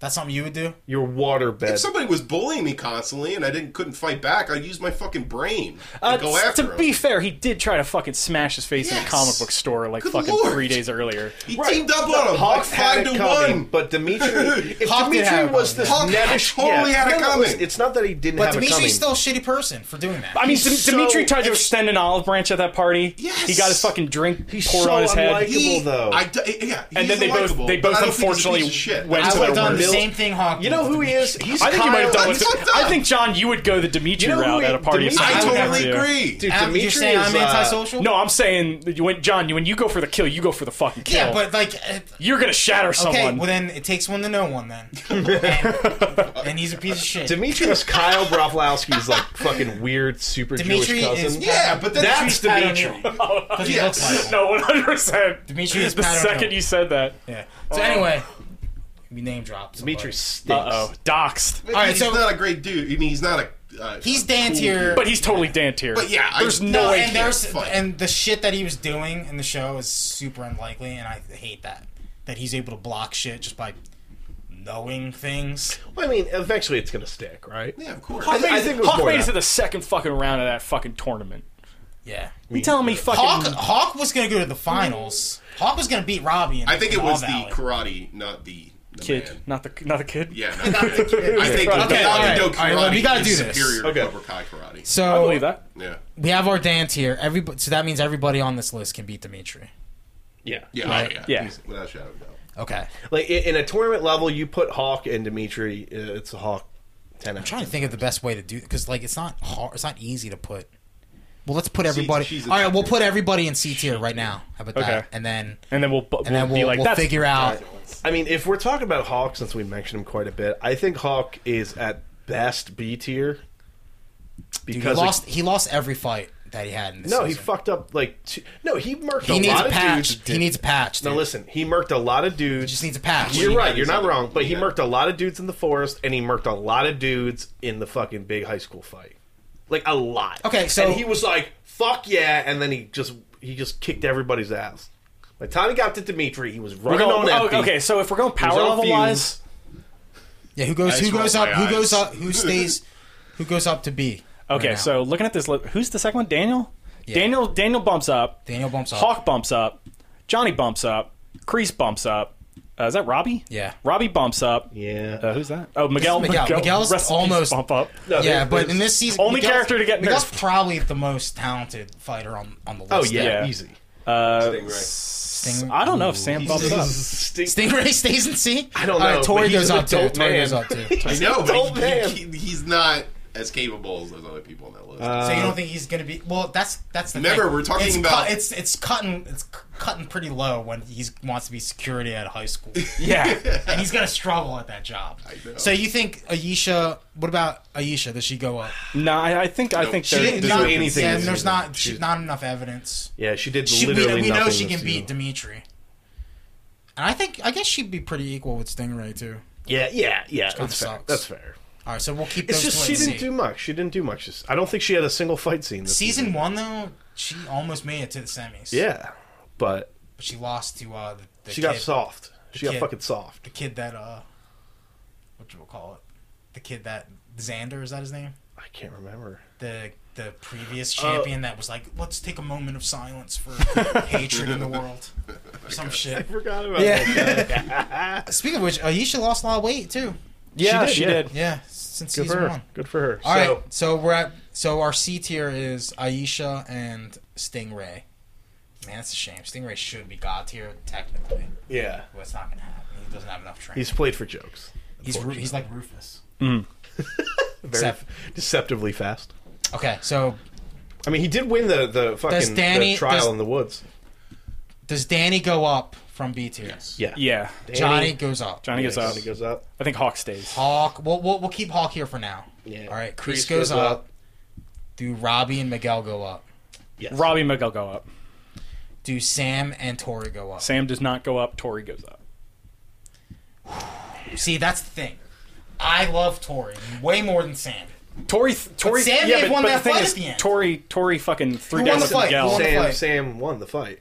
Speaker 2: That's something you would do?
Speaker 3: your water bed.
Speaker 4: If somebody was bullying me constantly and I didn't couldn't fight back, I'd use my fucking brain and
Speaker 1: Uh, t-
Speaker 4: go after
Speaker 1: to
Speaker 4: him.
Speaker 1: be fair, he did try to fucking smash his face in a
Speaker 4: Yes.
Speaker 1: comic book store like
Speaker 4: Good
Speaker 1: fucking
Speaker 4: lord.
Speaker 1: three days earlier.
Speaker 4: he teamed up on him.
Speaker 3: Hawks
Speaker 4: like
Speaker 3: had
Speaker 4: five
Speaker 3: it
Speaker 4: to
Speaker 3: coming,
Speaker 4: one.
Speaker 3: but Dimitri, if
Speaker 2: Hawk did have
Speaker 3: Dimitri
Speaker 2: it
Speaker 3: was
Speaker 2: coming,
Speaker 3: this
Speaker 4: yeah. Hawk
Speaker 3: nebbish,
Speaker 4: totally had it
Speaker 3: no, no, it's-
Speaker 4: coming.
Speaker 3: It's not that he didn't
Speaker 2: But
Speaker 3: have it coming.
Speaker 2: Dimitri's still a shitty person for doing that.
Speaker 1: I mean,
Speaker 3: He's
Speaker 1: Dim- Dimitri
Speaker 3: so-
Speaker 1: tried to
Speaker 3: it's-
Speaker 1: extend an olive branch at that party.
Speaker 4: Yes.
Speaker 1: He got his fucking drink
Speaker 3: He's
Speaker 1: poured
Speaker 3: so
Speaker 1: on his head.
Speaker 3: unlike- likable, though.
Speaker 4: I d- yeah,
Speaker 1: And
Speaker 4: he's
Speaker 1: then they both-
Speaker 4: likable,
Speaker 1: they
Speaker 4: but
Speaker 1: both
Speaker 4: I don't think he's a
Speaker 1: unfortunately
Speaker 4: piece of shit.
Speaker 1: went
Speaker 2: I
Speaker 1: to
Speaker 2: would have
Speaker 1: their
Speaker 2: done the
Speaker 1: worst.
Speaker 2: same thing Hawk
Speaker 3: you know
Speaker 2: did to
Speaker 3: who he
Speaker 2: Dimitri.
Speaker 3: is? He's
Speaker 1: I think you might have
Speaker 3: Kyle-
Speaker 1: done
Speaker 4: That's
Speaker 1: with.
Speaker 4: fucked
Speaker 1: I
Speaker 4: up.
Speaker 1: think John, you would go the Dimitri
Speaker 3: You know who
Speaker 1: route
Speaker 3: he-
Speaker 1: at a party. if
Speaker 3: Dimitri-
Speaker 1: somebody
Speaker 2: I
Speaker 4: I
Speaker 1: would
Speaker 2: would
Speaker 1: have
Speaker 4: totally
Speaker 1: to.
Speaker 4: agree.
Speaker 3: Dude,
Speaker 2: Ab-
Speaker 3: Dimitri's,
Speaker 2: You're saying I'm
Speaker 3: uh,
Speaker 2: antisocial?
Speaker 1: No, I'm saying that you went, John. You when you go for the kill, you go for the fucking kill.
Speaker 2: Yeah, but like. uh,
Speaker 1: you're gonna shatter
Speaker 2: Okay,
Speaker 1: someone.
Speaker 2: well then it takes one to know one then. and, and he's a piece of shit.
Speaker 3: Dimitri is Kyle Broflowski's like fucking weird super
Speaker 2: Dimitri
Speaker 3: Jewish cousin.
Speaker 2: is
Speaker 4: Yeah, but then
Speaker 3: That's
Speaker 2: Pat
Speaker 3: Dimitri.
Speaker 2: O'Neill. 'Cause he looks like him.
Speaker 1: no, 100. percent
Speaker 2: Dimitri is
Speaker 1: The
Speaker 2: Pat O'Neill.
Speaker 1: second you said that,
Speaker 2: Yeah. So anyway, we name drop. somebody.
Speaker 3: Dimitri stinks.
Speaker 1: uh oh, doxed.
Speaker 2: right,
Speaker 4: All right, he's
Speaker 2: so-
Speaker 4: not a great dude. I mean, he's not a. Uh,
Speaker 2: He's
Speaker 4: a
Speaker 2: Dan
Speaker 4: cool
Speaker 2: tier.
Speaker 4: dude.
Speaker 1: But he's totally Dan tier.
Speaker 4: But yeah, I-
Speaker 1: there's no,
Speaker 2: No,
Speaker 1: way.
Speaker 2: and there's
Speaker 4: Fuck.
Speaker 2: and the shit that he was doing in the show is super unlikely, and I hate that that he's able to block shit just by knowing things.
Speaker 3: I mean, eventually it's gonna stick, right?
Speaker 4: Yeah, of course.
Speaker 1: Hawk
Speaker 3: think-
Speaker 1: made,
Speaker 3: I
Speaker 1: it-
Speaker 3: think it was
Speaker 1: Hawk
Speaker 3: more
Speaker 1: made it
Speaker 3: that.
Speaker 1: to the second fucking round of that fucking tournament.
Speaker 2: Yeah,
Speaker 1: You telling me fucking
Speaker 2: Hawk Hawk was gonna go to the finals. Hawk was gonna beat Robbie. In
Speaker 4: I think it
Speaker 2: in
Speaker 4: was the
Speaker 2: All Valley.
Speaker 4: karate, not the, the
Speaker 1: kid,
Speaker 4: man.
Speaker 1: not the not the kid?
Speaker 4: Yeah, not the kid. I
Speaker 2: Okay,
Speaker 4: think the
Speaker 2: all right,
Speaker 4: Aikido
Speaker 2: all right, well,
Speaker 4: karate
Speaker 2: we gotta
Speaker 4: is
Speaker 2: do this.
Speaker 4: superior to
Speaker 3: Okay.
Speaker 4: Cobra Kai karate.
Speaker 2: So
Speaker 1: I believe that.
Speaker 4: Yeah,
Speaker 2: we have our dance here. Everybody, so that means everybody on this list can beat Dimitri.
Speaker 3: Yeah.
Speaker 4: yeah,
Speaker 2: Right.
Speaker 4: oh, yeah.
Speaker 1: Yeah.
Speaker 4: He's- Without a shadow of a doubt.
Speaker 2: Okay,
Speaker 3: Like i- in a tournament level, you put Hawk and Dimitri. uh, It's a Hawk ten.
Speaker 2: I'm trying to think of the best way to do because like it's not hard, it's not easy to put. Well, let's put everybody.
Speaker 4: she's a-
Speaker 2: all right, we'll put everybody in C tier right now. How about
Speaker 1: Okay.
Speaker 2: that? And then
Speaker 1: And then we'll, bu-
Speaker 2: and then
Speaker 1: we'll be
Speaker 2: we'll,
Speaker 1: like
Speaker 2: we'll
Speaker 1: that's
Speaker 2: figure out.
Speaker 3: I mean, if we're talking about Hawk, since we mentioned him quite a bit, I think Hawk is at best B tier
Speaker 2: Dude,
Speaker 3: because
Speaker 2: he lost. he lost every fight that he had in this.
Speaker 3: no, he
Speaker 2: season.
Speaker 3: fucked up like two, no, he murked
Speaker 2: He
Speaker 3: a
Speaker 2: needs
Speaker 3: lot
Speaker 2: a
Speaker 3: of
Speaker 2: patch.
Speaker 3: dudes.
Speaker 2: He needs a patch.
Speaker 3: now
Speaker 2: dude.
Speaker 3: listen, he murked a lot of dudes.
Speaker 2: He just needs a patch.
Speaker 3: You're
Speaker 2: He-
Speaker 3: right. You're not
Speaker 4: Yeah.
Speaker 3: wrong. But he murked a lot of dudes in the forest, and he murked a lot of dudes in the fucking big high school fight, like a lot.
Speaker 2: Okay, so-
Speaker 3: and he was like, "Fuck yeah!" And then he just he just kicked everybody's ass. By the time he got to Dimitri, he was
Speaker 1: We're
Speaker 3: running
Speaker 1: going,
Speaker 3: on
Speaker 1: oh,
Speaker 3: empty.
Speaker 1: okay, so if we're going power
Speaker 3: on
Speaker 1: level
Speaker 3: fumes.
Speaker 1: wise,
Speaker 2: Yeah, who goes?
Speaker 4: I
Speaker 2: Who
Speaker 4: just
Speaker 2: goes up?
Speaker 4: rolled my
Speaker 2: Who goes
Speaker 4: eyes.
Speaker 2: up? Who stays? Who goes up to B? right
Speaker 1: okay,
Speaker 2: now?
Speaker 1: so looking at this, li- who's the second one? Daniel. Daniel Daniel bumps up.
Speaker 2: Daniel bumps up.
Speaker 1: Hawk bumps up. Johnny bumps up. Crease bumps up. Uh, is that Robbie?
Speaker 2: Yeah.
Speaker 1: Robbie bumps up.
Speaker 3: Yeah.
Speaker 1: Uh, who's that? Oh, Miguel.
Speaker 2: Miguel. Miguel's
Speaker 1: Rest in peace,
Speaker 2: almost-
Speaker 1: bump up.
Speaker 3: No,
Speaker 2: yeah,
Speaker 3: they-
Speaker 2: but
Speaker 3: they-
Speaker 2: in this season,
Speaker 1: Only character to get
Speaker 2: Miguel's
Speaker 1: nerfed.
Speaker 2: probably the most talented fighter on on the list.
Speaker 3: oh yeah,
Speaker 1: Yeah.
Speaker 3: easy.
Speaker 1: Uh,
Speaker 4: Stingray.
Speaker 1: Sting- I don't know if Sam bumps up.
Speaker 3: Stink-
Speaker 2: Stingray stays in C.
Speaker 3: I don't
Speaker 2: All right,
Speaker 3: know,
Speaker 2: Tori
Speaker 3: but he's
Speaker 2: goes
Speaker 3: an
Speaker 2: up too.
Speaker 3: adult
Speaker 2: Tori
Speaker 3: man.
Speaker 2: goes up too. So
Speaker 4: I know,
Speaker 3: Don't
Speaker 4: but
Speaker 3: ban.
Speaker 4: he, he- he's not as capable as those other people on that list.
Speaker 3: Uh,
Speaker 2: you don't think he's gonna be? Well, that's that's the
Speaker 4: Remember,
Speaker 2: thing.
Speaker 4: we're talking
Speaker 2: it's
Speaker 4: about-
Speaker 2: cut, it's it's cutting it's c- cutting pretty low when he wants to be security at high school,
Speaker 1: Yeah.
Speaker 2: and he's gonna struggle at that job.
Speaker 4: know.
Speaker 2: So you think Ayesha? What about Ayesha? Does she go up?
Speaker 1: no, I, I think I
Speaker 4: No,
Speaker 1: think
Speaker 4: she
Speaker 1: they're-
Speaker 3: didn't- do anything
Speaker 2: Yeah,
Speaker 3: this
Speaker 2: there's
Speaker 3: season.
Speaker 2: not she,
Speaker 3: She's-
Speaker 2: not enough evidence.
Speaker 3: Yeah, she did
Speaker 2: She, we,
Speaker 3: literally
Speaker 2: we know
Speaker 3: nothing
Speaker 2: she can
Speaker 3: this
Speaker 2: beat
Speaker 3: season.
Speaker 2: Dimitri, and I think I guess she'd be pretty equal with Stingray too.
Speaker 3: Yeah, yeah, yeah.
Speaker 2: kinda
Speaker 3: That's fair.
Speaker 2: sucks.
Speaker 3: That's fair.
Speaker 2: All right, so we'll keep.
Speaker 3: It's
Speaker 2: those
Speaker 3: just
Speaker 2: two
Speaker 3: she
Speaker 2: at
Speaker 3: didn't
Speaker 2: C.
Speaker 3: do much. She didn't do much. This- I don't think she had a single fight scene this
Speaker 2: Season one though, she almost made it to the semis.
Speaker 3: Yeah, but
Speaker 2: but she lost to uh, the, the
Speaker 3: she
Speaker 2: kid,
Speaker 3: got soft. She got
Speaker 2: kid.
Speaker 3: fucking soft.
Speaker 2: the kid that uh, what you will call it, the kid that Xander is that his name?
Speaker 3: I can't remember.
Speaker 2: The the previous
Speaker 3: Uh,
Speaker 2: champion that was like, let's take a moment of silence for hatred in the world, or some shit.
Speaker 3: Forgot about
Speaker 2: Yeah. Speaking of which, Aisha lost a lot of weight too.
Speaker 1: yeah, she
Speaker 3: yeah.
Speaker 1: did.
Speaker 2: Yeah, since
Speaker 3: Good for
Speaker 2: season
Speaker 3: her.
Speaker 2: one.
Speaker 3: Good for her.
Speaker 2: All right,
Speaker 3: so,
Speaker 2: so we're at so our C tier is Aisha and Stingray. Man, that's a shame. Stingray should be God tier technically,
Speaker 3: yeah,
Speaker 2: but it's not gonna happen. He doesn't have enough training.
Speaker 3: he's played for jokes.
Speaker 2: He's Ru- he's like Rufus.
Speaker 3: Very
Speaker 2: Seth.
Speaker 3: deceptively fast.
Speaker 2: Okay, so
Speaker 3: I mean, he did win the the
Speaker 2: Does
Speaker 3: fucking
Speaker 2: Danny-
Speaker 3: the trial
Speaker 2: does-
Speaker 3: in the woods.
Speaker 2: does Danny go up from B tier?
Speaker 3: Yeah,
Speaker 1: Yeah.
Speaker 3: Danny-
Speaker 2: Johnny goes up.
Speaker 1: Johnny gets up.
Speaker 3: Johnny goes up.
Speaker 1: I think Hawk stays.
Speaker 2: Hawk. We'll, we'll we'll keep Hawk here for now.
Speaker 3: Yeah.
Speaker 2: All right, Chris, goes, up. Do Robbie and Miguel go up?
Speaker 3: Yes.
Speaker 1: Robbie Miguel go up.
Speaker 2: Do Sam and Tori go up?
Speaker 1: Sam does not go up. Tori goes up.
Speaker 2: See, that's the thing. I love Tori way more than Sam.
Speaker 1: Tori, Tori,
Speaker 2: Sam
Speaker 1: yeah,
Speaker 2: may have
Speaker 1: but,
Speaker 2: won
Speaker 1: but
Speaker 2: that
Speaker 1: the thing
Speaker 2: fight
Speaker 1: is,
Speaker 2: at the end.
Speaker 1: Tori, Tori fucking threw
Speaker 2: Who
Speaker 1: down
Speaker 2: won the
Speaker 1: with
Speaker 2: fight? Who
Speaker 1: Miguel.
Speaker 2: won the
Speaker 3: Sam
Speaker 2: fight.
Speaker 3: Sam won the fight.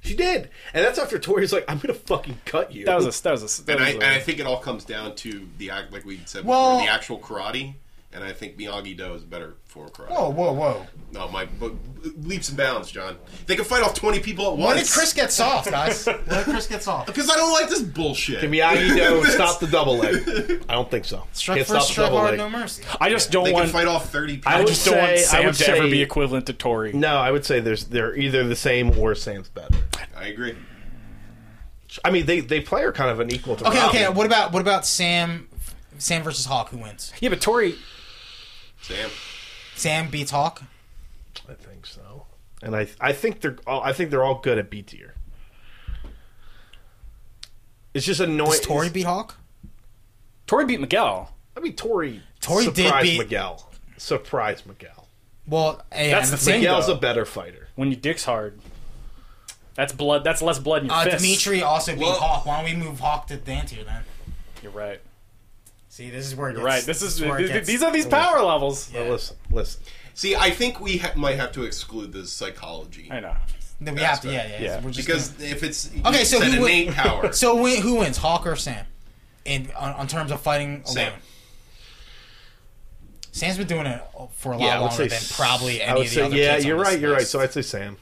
Speaker 3: She did, and that's after Tori's like, "I'm gonna fucking cut you."
Speaker 1: That was a, that was a, that
Speaker 4: and, I,
Speaker 1: was
Speaker 4: and
Speaker 1: a-
Speaker 4: I think it all comes down to the act, like we said
Speaker 2: Well-
Speaker 4: before, the actual karate. And I think Miyagi Do is better for karate.
Speaker 2: Whoa, whoa, whoa!
Speaker 4: No, my but leaps and bounds, John. They can fight off twenty people at
Speaker 2: When did
Speaker 4: once.
Speaker 2: Chris get soft, guys? When did Chris get soft?
Speaker 4: Because I don't like this bullshit.
Speaker 3: Can Miyagi Do stop the double leg? I don't think so.
Speaker 2: Strike
Speaker 3: Can't
Speaker 2: first,
Speaker 3: stop the
Speaker 2: strike
Speaker 3: double
Speaker 2: hard,
Speaker 3: leg.
Speaker 2: no mercy.
Speaker 1: I just don't
Speaker 4: they can
Speaker 1: want.
Speaker 4: fight off thirty people.
Speaker 1: I
Speaker 3: would
Speaker 1: just don't want
Speaker 3: say- I
Speaker 1: Sam
Speaker 3: would
Speaker 1: to ever
Speaker 3: say-
Speaker 1: be equivalent to Tori.
Speaker 3: No, I would say there's they're either the same or Sam's better.
Speaker 4: I agree.
Speaker 3: I mean, they they play her kind of an equal. To
Speaker 2: Okay,
Speaker 3: Robbie.
Speaker 2: okay. What about what about Sam? Sam versus Hawk. Who wins?
Speaker 1: Yeah, but Tori,
Speaker 4: Sam.
Speaker 2: Sam beats Hawk.
Speaker 3: I think so. And I I think they're all I think they're all good at B tier. It's just annoying.
Speaker 2: Does Tori beat Hawk?
Speaker 1: Tori beat Miguel.
Speaker 3: I mean, Tori.
Speaker 2: Tori did
Speaker 3: surprised
Speaker 2: beat-
Speaker 3: Miguel. Surprise Miguel.
Speaker 2: Well, yeah,
Speaker 1: That's the
Speaker 2: and-
Speaker 1: thing.
Speaker 3: Miguel's
Speaker 1: though.
Speaker 3: a better fighter.
Speaker 1: when you dick's hard, that's blood. That's less blood in your
Speaker 2: Uh,
Speaker 1: fist.
Speaker 2: Dimitri also beat
Speaker 4: Well-
Speaker 2: Hawk. Why don't we move Hawk to Dantier then?
Speaker 1: You're right.
Speaker 2: See, this is where it
Speaker 1: You're
Speaker 2: gets-
Speaker 1: right. This is
Speaker 2: where it gets-
Speaker 1: these are these power levels.
Speaker 3: Now listen, listen.
Speaker 4: See, I think we ha- might have to exclude the psychology
Speaker 1: I know.
Speaker 2: No, we have to.
Speaker 4: That's
Speaker 2: Yeah,
Speaker 4: right.
Speaker 2: yeah.
Speaker 1: Yeah.
Speaker 2: We're just
Speaker 4: because
Speaker 2: gonna-
Speaker 4: if it's
Speaker 2: Okay, so
Speaker 4: it's an
Speaker 2: who would-
Speaker 4: innate power.
Speaker 2: so win, who wins, Hawk or Sam? In on, on terms of fighting alone.
Speaker 4: Sam.
Speaker 2: Sam's been doing it for a lot
Speaker 3: Yeah, I would
Speaker 2: longer
Speaker 3: say
Speaker 2: than
Speaker 3: s-
Speaker 2: probably
Speaker 3: I
Speaker 2: any
Speaker 3: would
Speaker 2: of the
Speaker 3: say-
Speaker 2: other
Speaker 3: yeah,
Speaker 2: kids on
Speaker 3: you're
Speaker 2: this
Speaker 3: right. You're right.
Speaker 2: list.
Speaker 3: So I'd say Sam.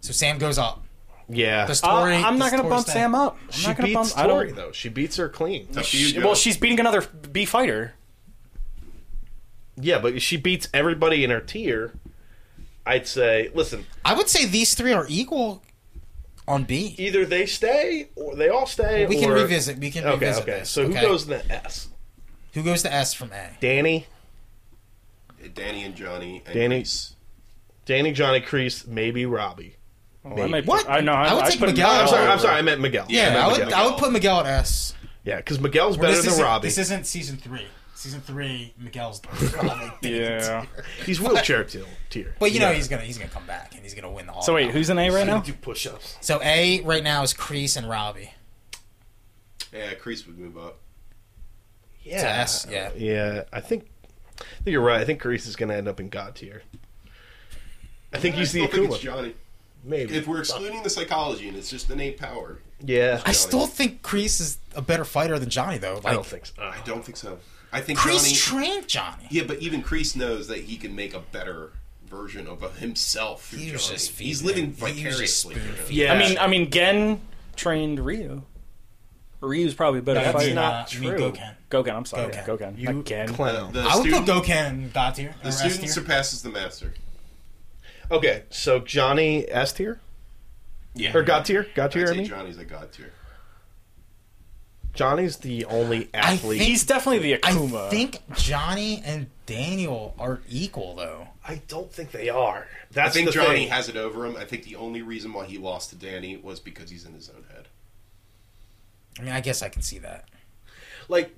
Speaker 2: So Sam goes up.
Speaker 3: Yeah.
Speaker 2: Does
Speaker 1: Uh,
Speaker 2: Tori,
Speaker 1: I'm
Speaker 2: does
Speaker 1: not gonna
Speaker 2: Tori
Speaker 1: bump
Speaker 2: stay?
Speaker 1: Sam up. I'm
Speaker 3: she
Speaker 1: not gonna
Speaker 3: beats
Speaker 1: bump. I
Speaker 3: Tori
Speaker 1: don't.
Speaker 3: though. She beats her clean.
Speaker 4: Up to you,
Speaker 1: She,
Speaker 4: Joe.
Speaker 1: well, she's beating another B fighter.
Speaker 3: Yeah, but she beats everybody in her tier. I'd say, listen,
Speaker 2: I would say these three are equal on B.
Speaker 3: either they stay or they all stay.
Speaker 2: We can
Speaker 3: or-
Speaker 2: revisit. We can
Speaker 3: Okay,
Speaker 2: revisit.
Speaker 3: okay.
Speaker 2: this,
Speaker 3: So who
Speaker 2: okay?
Speaker 3: goes in the S?
Speaker 2: Who goes to S from A?
Speaker 3: Danny,
Speaker 4: Danny and Johnny. And
Speaker 3: Danny.
Speaker 4: Chris.
Speaker 3: Danny, Johnny, Crease, maybe Robbie.
Speaker 4: Oh,
Speaker 1: Well,
Speaker 3: Maybe.
Speaker 1: I might
Speaker 2: What?
Speaker 1: Put, I know. I,
Speaker 2: I would
Speaker 1: I'd
Speaker 2: take
Speaker 1: put
Speaker 2: Miguel.
Speaker 3: I'm sorry.
Speaker 2: Oh,
Speaker 3: I'm sorry. I meant Miguel.
Speaker 2: Yeah,
Speaker 3: meant
Speaker 2: I would.
Speaker 3: Miguel.
Speaker 2: I would put Miguel at S.
Speaker 3: Yeah, because Miguel's
Speaker 2: Well,
Speaker 3: better
Speaker 2: this
Speaker 3: than
Speaker 2: isn't-
Speaker 3: Robbie.
Speaker 2: This isn't season three. Season three, Miguel's probably
Speaker 1: Yeah.
Speaker 3: He's wheelchair tier. tier.
Speaker 2: But you know
Speaker 3: Yeah.
Speaker 2: he's gonna he's gonna come back and he's gonna win the all.
Speaker 1: So wait, who's in A right
Speaker 3: Gonna
Speaker 1: now?
Speaker 3: do push-ups.
Speaker 2: So A right now is Crease and Robbie.
Speaker 4: Yeah, Crease would move up.
Speaker 3: Yeah.
Speaker 2: To S, yeah.
Speaker 3: Yeah, I think, I think you're right. I think Crease is going to end up in God tier. I think he's the
Speaker 4: I still
Speaker 3: equivalent.
Speaker 4: think it's Johnny.
Speaker 3: Maybe.
Speaker 4: If we're excluding the psychology and it's just innate power,
Speaker 3: yeah.
Speaker 2: I still think Crease is a better fighter than Johnny though. Like,
Speaker 3: I don't think so.
Speaker 4: I don't think so. I think
Speaker 2: Crease
Speaker 4: Johnny.
Speaker 2: trained Johnny.
Speaker 4: Yeah, but even Crease knows that he can make a better version of himself. through
Speaker 2: He was
Speaker 4: Johnny.
Speaker 2: just feeding
Speaker 4: He's living
Speaker 2: him. He was just
Speaker 4: vicariously. through him.
Speaker 2: spoon-feeding.
Speaker 3: Yeah.
Speaker 1: I mean, I mean, Gen trained Ryu. Ryu's probably a better
Speaker 3: That's
Speaker 1: fighter.
Speaker 3: not
Speaker 2: I mean,
Speaker 3: true.
Speaker 2: Goken.
Speaker 1: Goken, I'm sorry.
Speaker 2: Goken.
Speaker 1: Goken.
Speaker 3: You
Speaker 1: Again.
Speaker 3: clown.
Speaker 4: The
Speaker 2: I would
Speaker 4: student,
Speaker 2: put Goken God tier. or
Speaker 4: the
Speaker 2: S
Speaker 4: student
Speaker 2: tier.
Speaker 4: surpasses the master.
Speaker 3: Okay, so Johnny S tier
Speaker 4: Yeah.
Speaker 3: or God tier? God
Speaker 4: I'd
Speaker 3: tier. I
Speaker 4: say
Speaker 3: mean,
Speaker 4: Johnny's a god tier.
Speaker 3: Johnny's the only
Speaker 2: I
Speaker 3: athlete.
Speaker 2: think-
Speaker 1: He's definitely the
Speaker 2: I
Speaker 1: Akuma.
Speaker 2: think Johnny and Daniel are equal though.
Speaker 3: I don't think they are.
Speaker 4: I
Speaker 3: That's
Speaker 4: think
Speaker 3: the
Speaker 4: Johnny
Speaker 3: thing.
Speaker 4: has it over him. I think the only reason why he lost to Danny was because he's in his own head.
Speaker 2: I mean, I guess I can see that.
Speaker 3: like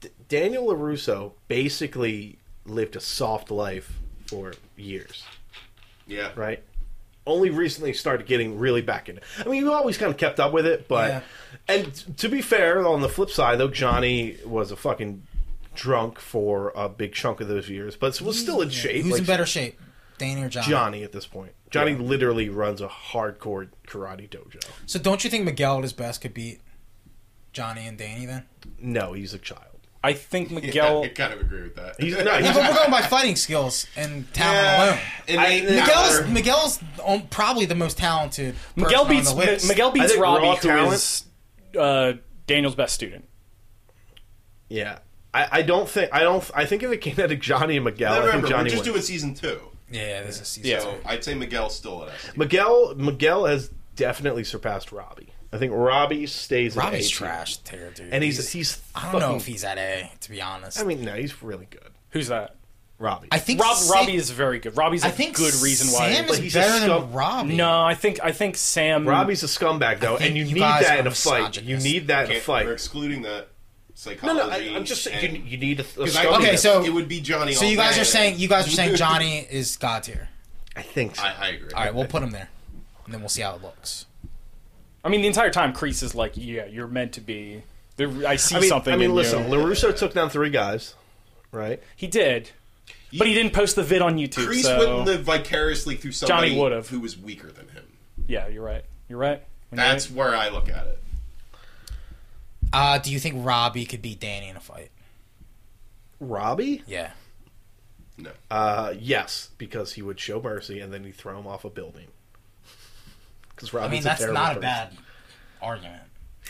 Speaker 3: D- Daniel Larusso basically lived a soft life for years,
Speaker 4: Yeah.
Speaker 3: right? Only recently started getting really back in. I mean, you always kind of kept up with it, but
Speaker 2: Yeah.
Speaker 3: and t- to be fair, on the flip side though, Johnny was a fucking drunk for a big chunk of those years, but was still in
Speaker 2: Yeah.
Speaker 3: shape.
Speaker 2: Who's
Speaker 3: like,
Speaker 2: in better shape, Danny or Johnny?
Speaker 3: Johnny at this point. Johnny literally runs a hardcore karate dojo.
Speaker 2: So don't you think Miguel at his best could beat Johnny and Danny then?
Speaker 3: No, he's a child.
Speaker 1: I think
Speaker 4: Yeah,
Speaker 1: Miguel.
Speaker 4: I kind of agree with that.
Speaker 3: He's no,
Speaker 2: Yeah,
Speaker 3: he's
Speaker 2: but we're going by fighting skills and talent
Speaker 4: Yeah.
Speaker 2: alone.
Speaker 4: Innate
Speaker 3: I-
Speaker 4: power.
Speaker 2: Miguel's Miguel's um, probably the most talented.
Speaker 1: Miguel
Speaker 2: person
Speaker 1: beats
Speaker 2: on the list.
Speaker 1: M- Miguel
Speaker 3: I
Speaker 1: beats
Speaker 3: think raw
Speaker 1: Robbie, who
Speaker 3: talent-
Speaker 1: is uh, Daniel's best student.
Speaker 3: Yeah. I, I don't think I don't I think if it came out of Johnny and Miguel,
Speaker 4: Now,
Speaker 3: I think
Speaker 4: remember, we're
Speaker 3: Johnny
Speaker 4: just
Speaker 3: wins.
Speaker 4: doing season two.
Speaker 2: Yeah, this is season.
Speaker 1: Yeah.
Speaker 2: two.
Speaker 4: So I'd say Miguel's still at us.
Speaker 3: Miguel Miguel has definitely surpassed Robbie. I think Robbie stays. at
Speaker 2: Robbie's
Speaker 3: A tier.
Speaker 2: trash tier, dude.
Speaker 3: and he's he's.
Speaker 2: I
Speaker 3: fucking-
Speaker 2: don't know if he's at A, to be honest.
Speaker 3: I mean, no, he's really good.
Speaker 1: Who's that?
Speaker 3: Robbie.
Speaker 2: I think
Speaker 1: Rob,
Speaker 2: Sa-
Speaker 1: Robbie is very good. Robbie's a
Speaker 2: I think
Speaker 1: good reason why.
Speaker 2: Sam
Speaker 3: But
Speaker 2: is
Speaker 3: he's a
Speaker 2: better than
Speaker 3: scum-
Speaker 2: Robbie.
Speaker 1: no, I think I think Sam.
Speaker 3: Robbie's a scumbag though,
Speaker 2: I think
Speaker 3: and you,
Speaker 2: you
Speaker 3: need
Speaker 2: guys
Speaker 3: that
Speaker 2: are
Speaker 3: in a fight. You
Speaker 2: misogynists.
Speaker 3: need that in a
Speaker 4: Can't- We're
Speaker 3: fight.
Speaker 4: excluding that
Speaker 3: No,
Speaker 4: psychology.
Speaker 3: no, I, I'm just saying you,
Speaker 4: and-
Speaker 3: you need a, a
Speaker 4: 'cause I-
Speaker 3: scumbag.
Speaker 2: Okay, so-
Speaker 4: it would be Johnny.
Speaker 2: So
Speaker 4: all
Speaker 2: you guys
Speaker 4: day.
Speaker 2: are saying you guys are saying Johnny is god tier.
Speaker 3: I think so.
Speaker 4: I, I agree.
Speaker 2: All right, we'll put him there, and then we'll see how it looks.
Speaker 1: I mean, the entire time, Crease is like, "Yeah, you're meant to be." There, I see
Speaker 3: I mean,
Speaker 1: something.
Speaker 3: I mean,
Speaker 1: in
Speaker 3: listen,
Speaker 1: you.
Speaker 3: Larusso took down three guys, right?
Speaker 1: he did, but he didn't post the vid on YouTube.
Speaker 4: Kreese
Speaker 1: so-
Speaker 4: wouldn't live vicariously through somebody
Speaker 1: Johnny would've.
Speaker 4: who was weaker than him.
Speaker 1: Yeah, you're right. You're right. When you're
Speaker 4: That's
Speaker 1: right.
Speaker 4: where I look at it.
Speaker 2: Uh, do you think Robbie could beat Danny in a fight?
Speaker 3: Robbie,
Speaker 2: Yeah.
Speaker 4: No.
Speaker 3: uh, yes, because he would show mercy and then he'd throw him off a building. Because
Speaker 2: I
Speaker 3: Robbie's
Speaker 2: mean,
Speaker 3: a
Speaker 2: that's
Speaker 3: terrible
Speaker 2: not a
Speaker 3: person.
Speaker 2: bad argument.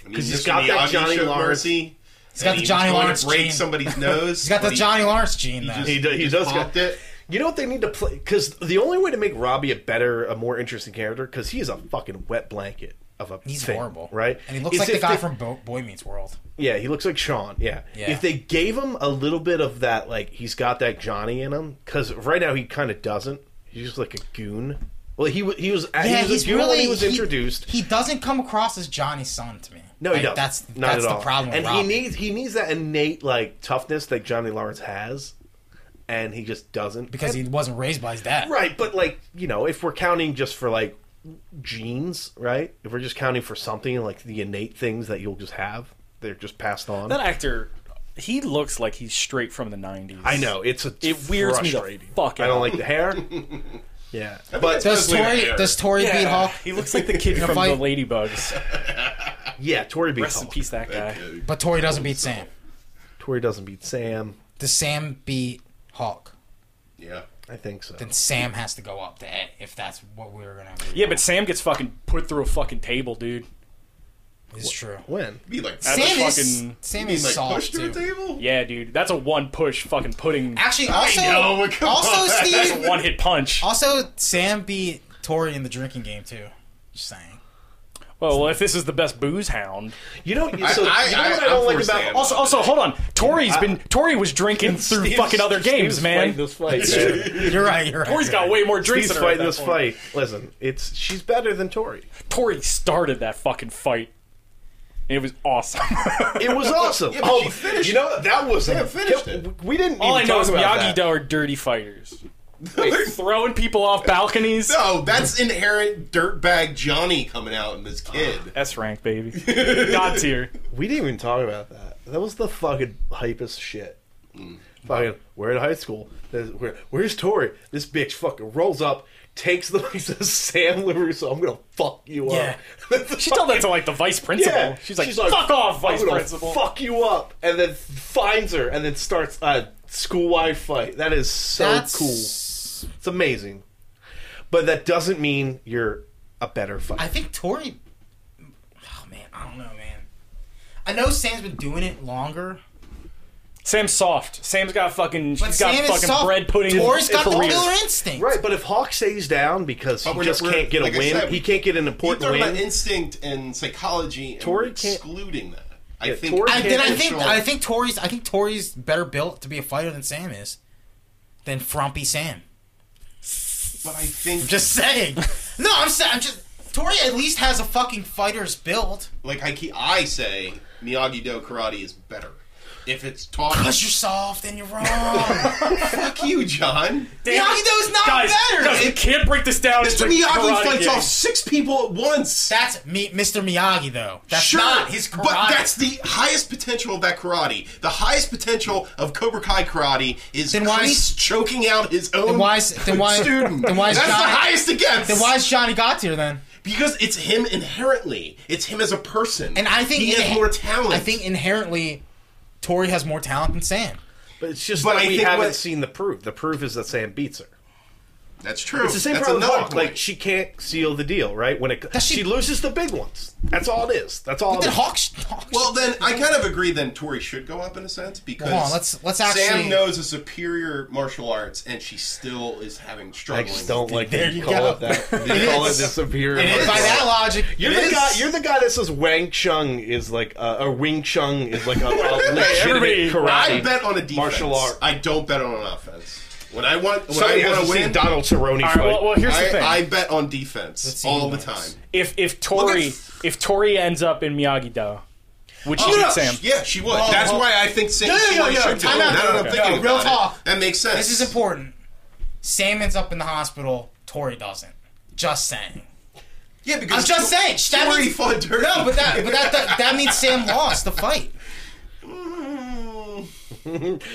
Speaker 4: I mean,
Speaker 3: 'Cause he's
Speaker 4: Mr.
Speaker 3: got that
Speaker 4: Miyagi
Speaker 3: Johnny
Speaker 4: showed
Speaker 3: Lawrence-
Speaker 4: mercy,
Speaker 2: He's got
Speaker 4: and
Speaker 2: the
Speaker 4: he
Speaker 2: Johnny
Speaker 4: was going to
Speaker 2: Lawrence
Speaker 4: break
Speaker 2: gene.
Speaker 4: somebody's nose.
Speaker 2: He's got the
Speaker 4: but he-
Speaker 2: Johnny Lawrence gene,
Speaker 4: He
Speaker 2: though.
Speaker 4: just,
Speaker 3: He do- he
Speaker 4: just
Speaker 3: does got-
Speaker 4: popped it.
Speaker 3: You know what they need to play? Because the only way to make Robbie a better, a more interesting character, because he is a fucking wet blanket of a.
Speaker 2: He's
Speaker 3: thing,
Speaker 2: horrible,
Speaker 3: right?
Speaker 2: And he looks
Speaker 3: Is
Speaker 2: like the
Speaker 3: if
Speaker 2: guy
Speaker 3: they-
Speaker 2: from Bo- Boy Meets World.
Speaker 3: Yeah, he looks like Sean. Yeah.
Speaker 2: Yeah.
Speaker 3: If they gave him a little bit of that, like he's got that Johnny in him, because right now he kind of doesn't. He's just like a goon. Well, he was he was
Speaker 2: Yeah,
Speaker 3: he was
Speaker 2: he's
Speaker 3: a goon
Speaker 2: really
Speaker 3: when he was introduced.
Speaker 2: He doesn't come across as Johnny's son to me.
Speaker 3: no, he
Speaker 2: Like,
Speaker 3: doesn't.
Speaker 2: That's
Speaker 3: Not
Speaker 2: that's
Speaker 3: at
Speaker 2: the
Speaker 3: all.
Speaker 2: problem. with
Speaker 3: And
Speaker 2: Robbie.
Speaker 3: he needs he needs that innate like toughness that Johnny Lawrence has, and he just doesn't
Speaker 2: because
Speaker 3: And-
Speaker 2: he wasn't raised by his dad.
Speaker 3: Right, but like, you know, if we're counting just for like genes, right? If we're just counting for something like the innate things that you'll just have, they're just passed on.
Speaker 1: that actor. He looks like he's straight from the '90s.
Speaker 3: I know, it's a
Speaker 1: It weirds me the
Speaker 3: frustrating.
Speaker 1: fuck
Speaker 3: I don't
Speaker 1: out.
Speaker 3: like the hair. yeah.
Speaker 4: But
Speaker 2: Does Tori does Tori
Speaker 1: Yeah.
Speaker 2: beat Hulk?
Speaker 1: He looks like the kid
Speaker 2: a
Speaker 1: from
Speaker 2: fight.
Speaker 1: the Ladybugs.
Speaker 3: Yeah, Tori beats
Speaker 1: Rest in
Speaker 3: Hulk.
Speaker 1: peace, that guy.
Speaker 2: But Tori doesn't beat Sam.
Speaker 3: Tori doesn't beat Sam.
Speaker 2: Does Sam beat Hulk?
Speaker 4: Yeah.
Speaker 3: I think so.
Speaker 2: Then Sam has to go up to A if that's what we were gonna. Agree
Speaker 1: Yeah, but Sam gets fucking put through a fucking table, dude.
Speaker 2: it's true.
Speaker 3: When?
Speaker 4: Be like,
Speaker 1: That's
Speaker 2: Sam
Speaker 1: a
Speaker 2: is
Speaker 1: fucking-
Speaker 2: Sam
Speaker 4: be
Speaker 2: is
Speaker 4: like
Speaker 2: soft
Speaker 4: pushed to
Speaker 2: too.
Speaker 4: a table.
Speaker 1: Yeah, dude. That's a one push fucking pudding.
Speaker 2: Actually, also
Speaker 4: know, but come
Speaker 2: also
Speaker 4: on.
Speaker 2: Steve
Speaker 1: One hit punch.
Speaker 2: also Sam beat Tori in the drinking game too. Just saying.
Speaker 1: Well, well, if this is the best booze hound.
Speaker 3: You know, so,
Speaker 4: I- I-
Speaker 3: you know what I,
Speaker 4: I-
Speaker 3: don't
Speaker 4: I'm
Speaker 3: like
Speaker 4: for
Speaker 3: about
Speaker 4: Sam.
Speaker 1: Also, also, hold on. Tori's been Tori was drinking through
Speaker 3: Steve's-
Speaker 1: fucking other games,
Speaker 3: Steve's
Speaker 1: man.
Speaker 3: fighting This fight, man.
Speaker 2: You're right. You're right.
Speaker 1: Tori's
Speaker 2: you're
Speaker 1: got
Speaker 2: right.
Speaker 1: way more drinks
Speaker 3: Steve's
Speaker 1: than her at
Speaker 3: fighting
Speaker 1: that
Speaker 3: this
Speaker 1: point.
Speaker 3: fight. Listen, it's she's better than Tori.
Speaker 1: Tori started that fucking fight. It was awesome.
Speaker 3: It was awesome. Oh,
Speaker 4: Yeah, but she finished
Speaker 3: you know that was
Speaker 4: Yeah, finished it.
Speaker 3: We didn't.
Speaker 1: All I
Speaker 3: even
Speaker 1: know
Speaker 3: talk
Speaker 1: is Miyagi
Speaker 3: about that.
Speaker 1: Do are dirty fighters. They're throwing people off balconies.
Speaker 4: No, that's inherent dirtbag Johnny coming out in this kid.
Speaker 1: S rank, baby. God tier.
Speaker 3: We didn't even talk about that. That was the fucking hypest shit. Fucking, we're at high school. There's- where- where's Tori? This bitch fucking rolls up, takes the he says, Sam LaRusso, I'm gonna fuck you
Speaker 2: Yeah.
Speaker 3: up.
Speaker 1: She told that to like the vice principal.
Speaker 3: Yeah.
Speaker 1: She's, like, fuck off, vice
Speaker 3: I'm gonna
Speaker 1: principal.
Speaker 3: Fuck you up. And then finds her and then starts a school wide fight. That is so
Speaker 2: That's
Speaker 3: cool. It's amazing. But that doesn't mean you're a better fighter.
Speaker 2: I think Tori. Oh man, I don't know, man. I know Sam's been doing it longer,
Speaker 1: Sam's soft. Sam's got fucking.
Speaker 2: but
Speaker 1: she's
Speaker 2: Sam
Speaker 1: got
Speaker 2: is
Speaker 1: fucking
Speaker 2: soft.
Speaker 1: bread pudding.
Speaker 2: Tori's got the
Speaker 1: career.
Speaker 2: killer instinct.
Speaker 3: Right, but if Hawk stays down because
Speaker 4: But
Speaker 3: he
Speaker 4: we're-
Speaker 3: just
Speaker 4: we're-
Speaker 3: can't get a
Speaker 4: like I
Speaker 3: win,
Speaker 4: said,
Speaker 3: he can't get an
Speaker 4: We're
Speaker 3: important
Speaker 4: talking about
Speaker 3: win.
Speaker 4: instinct and psychology, and
Speaker 3: Tori
Speaker 4: we're
Speaker 3: can't-
Speaker 4: excluding that. I
Speaker 3: Yeah,
Speaker 4: think
Speaker 3: Tori
Speaker 2: I,
Speaker 4: I,
Speaker 2: then I
Speaker 3: can't
Speaker 2: think
Speaker 4: control.
Speaker 2: I think Tori's I think Tori's better built to be a fighter than Sam is, than frumpy Sam.
Speaker 4: but I think
Speaker 2: Just saying. no, I'm saying I'm just Tori at least has a fucking fighter's build.
Speaker 4: like I keep, I say Miyagi Do karate is better if it's taught.
Speaker 2: Cause you're soft and you're wrong. Miyagi
Speaker 4: Fuck you, John.
Speaker 2: Do's not
Speaker 1: Guys,
Speaker 2: better.
Speaker 1: guys, we
Speaker 2: It-
Speaker 1: can't break this down.
Speaker 4: Mr.
Speaker 1: into
Speaker 4: Miyagi
Speaker 1: karate
Speaker 4: fights
Speaker 1: game.
Speaker 4: off six people at once.
Speaker 2: that's me, Mr. Miyagi though. That's
Speaker 4: Sure,
Speaker 2: not his karate.
Speaker 4: But that's the highest potential of that karate. The highest potential of Cobra Kai karate is
Speaker 2: Then why
Speaker 4: Kreese
Speaker 2: is-
Speaker 4: choking out his own
Speaker 2: Then why is- then why-
Speaker 4: student.
Speaker 2: then why is
Speaker 4: That's
Speaker 2: Johnny-
Speaker 4: the highest it gets.
Speaker 2: then why is Johnny got here then?
Speaker 4: Because it's him inherently. It's him as a person.
Speaker 2: And I think
Speaker 4: he has
Speaker 2: inhe-
Speaker 4: more talent.
Speaker 2: I think inherently, Tori has more talent than Sam.
Speaker 3: But it's just
Speaker 4: But
Speaker 3: that
Speaker 4: I
Speaker 3: we
Speaker 4: think
Speaker 3: haven't
Speaker 4: what-
Speaker 3: seen the proof. The proof is that Sam beats her.
Speaker 4: that's true.
Speaker 3: It's the same
Speaker 4: that's
Speaker 3: problem. with
Speaker 4: another
Speaker 3: Hawk.
Speaker 4: point.
Speaker 3: Like she can't seal the deal, right? When it
Speaker 2: she-
Speaker 3: she, loses the big ones. That's all it is. That's all. It
Speaker 2: Then
Speaker 3: is.
Speaker 2: Hawk. Hawk
Speaker 4: Oh. well, then I kind of agree. Then Tori should go up in a sense because
Speaker 2: Hold on, let's- let's actually-
Speaker 4: Sam knows a superior martial arts, and she still is having
Speaker 3: I
Speaker 4: struggling.
Speaker 3: just don't like
Speaker 2: There
Speaker 3: that
Speaker 2: you
Speaker 3: you call
Speaker 2: go.
Speaker 3: it that. You call it
Speaker 2: is.
Speaker 3: the superior.
Speaker 2: And if by
Speaker 3: martial
Speaker 2: that
Speaker 3: art.
Speaker 2: logic,
Speaker 3: You're
Speaker 2: it
Speaker 3: the
Speaker 2: is-
Speaker 3: guy. You're the guy that says Wang Chung is like a or Wing Chun is like a, a legitimate
Speaker 1: Everybody-
Speaker 3: karate.
Speaker 4: I bet on a defense.
Speaker 3: Martial art.
Speaker 4: I don't bet on an offense. When I want, when
Speaker 3: Somebody
Speaker 4: I want
Speaker 3: hasn't
Speaker 4: to
Speaker 3: seen
Speaker 4: win,
Speaker 3: Donald Cerrone
Speaker 1: All right,
Speaker 3: fight.
Speaker 1: well, well, here's the
Speaker 4: I,
Speaker 1: thing.
Speaker 4: I bet on defense
Speaker 2: see
Speaker 4: all
Speaker 2: who
Speaker 4: the time.
Speaker 2: wins.
Speaker 1: if if
Speaker 4: Look
Speaker 1: Tori
Speaker 4: at-
Speaker 1: if Tori ends up in Miyagi Do, which she
Speaker 4: Oh,
Speaker 1: did
Speaker 4: no,
Speaker 1: Sam.
Speaker 4: Yeah, she would.
Speaker 2: Oh,
Speaker 4: That's
Speaker 2: oh.
Speaker 4: why I think Sam
Speaker 2: No, no, no,
Speaker 4: Tori
Speaker 2: no,
Speaker 4: should go.
Speaker 2: time out,
Speaker 4: Now that
Speaker 2: no,
Speaker 4: I'm
Speaker 2: no,
Speaker 4: thinking
Speaker 2: no, real
Speaker 4: about it,
Speaker 2: talk.
Speaker 4: That makes sense.
Speaker 2: This is important. Sam ends up in the hospital. Tori doesn't. Just saying.
Speaker 4: Yeah, because
Speaker 2: I'm just
Speaker 4: Tor-
Speaker 2: saying, that
Speaker 4: Tori
Speaker 2: means-
Speaker 4: fought dirty.
Speaker 2: No, but that but that that, that means Sam lost the fight.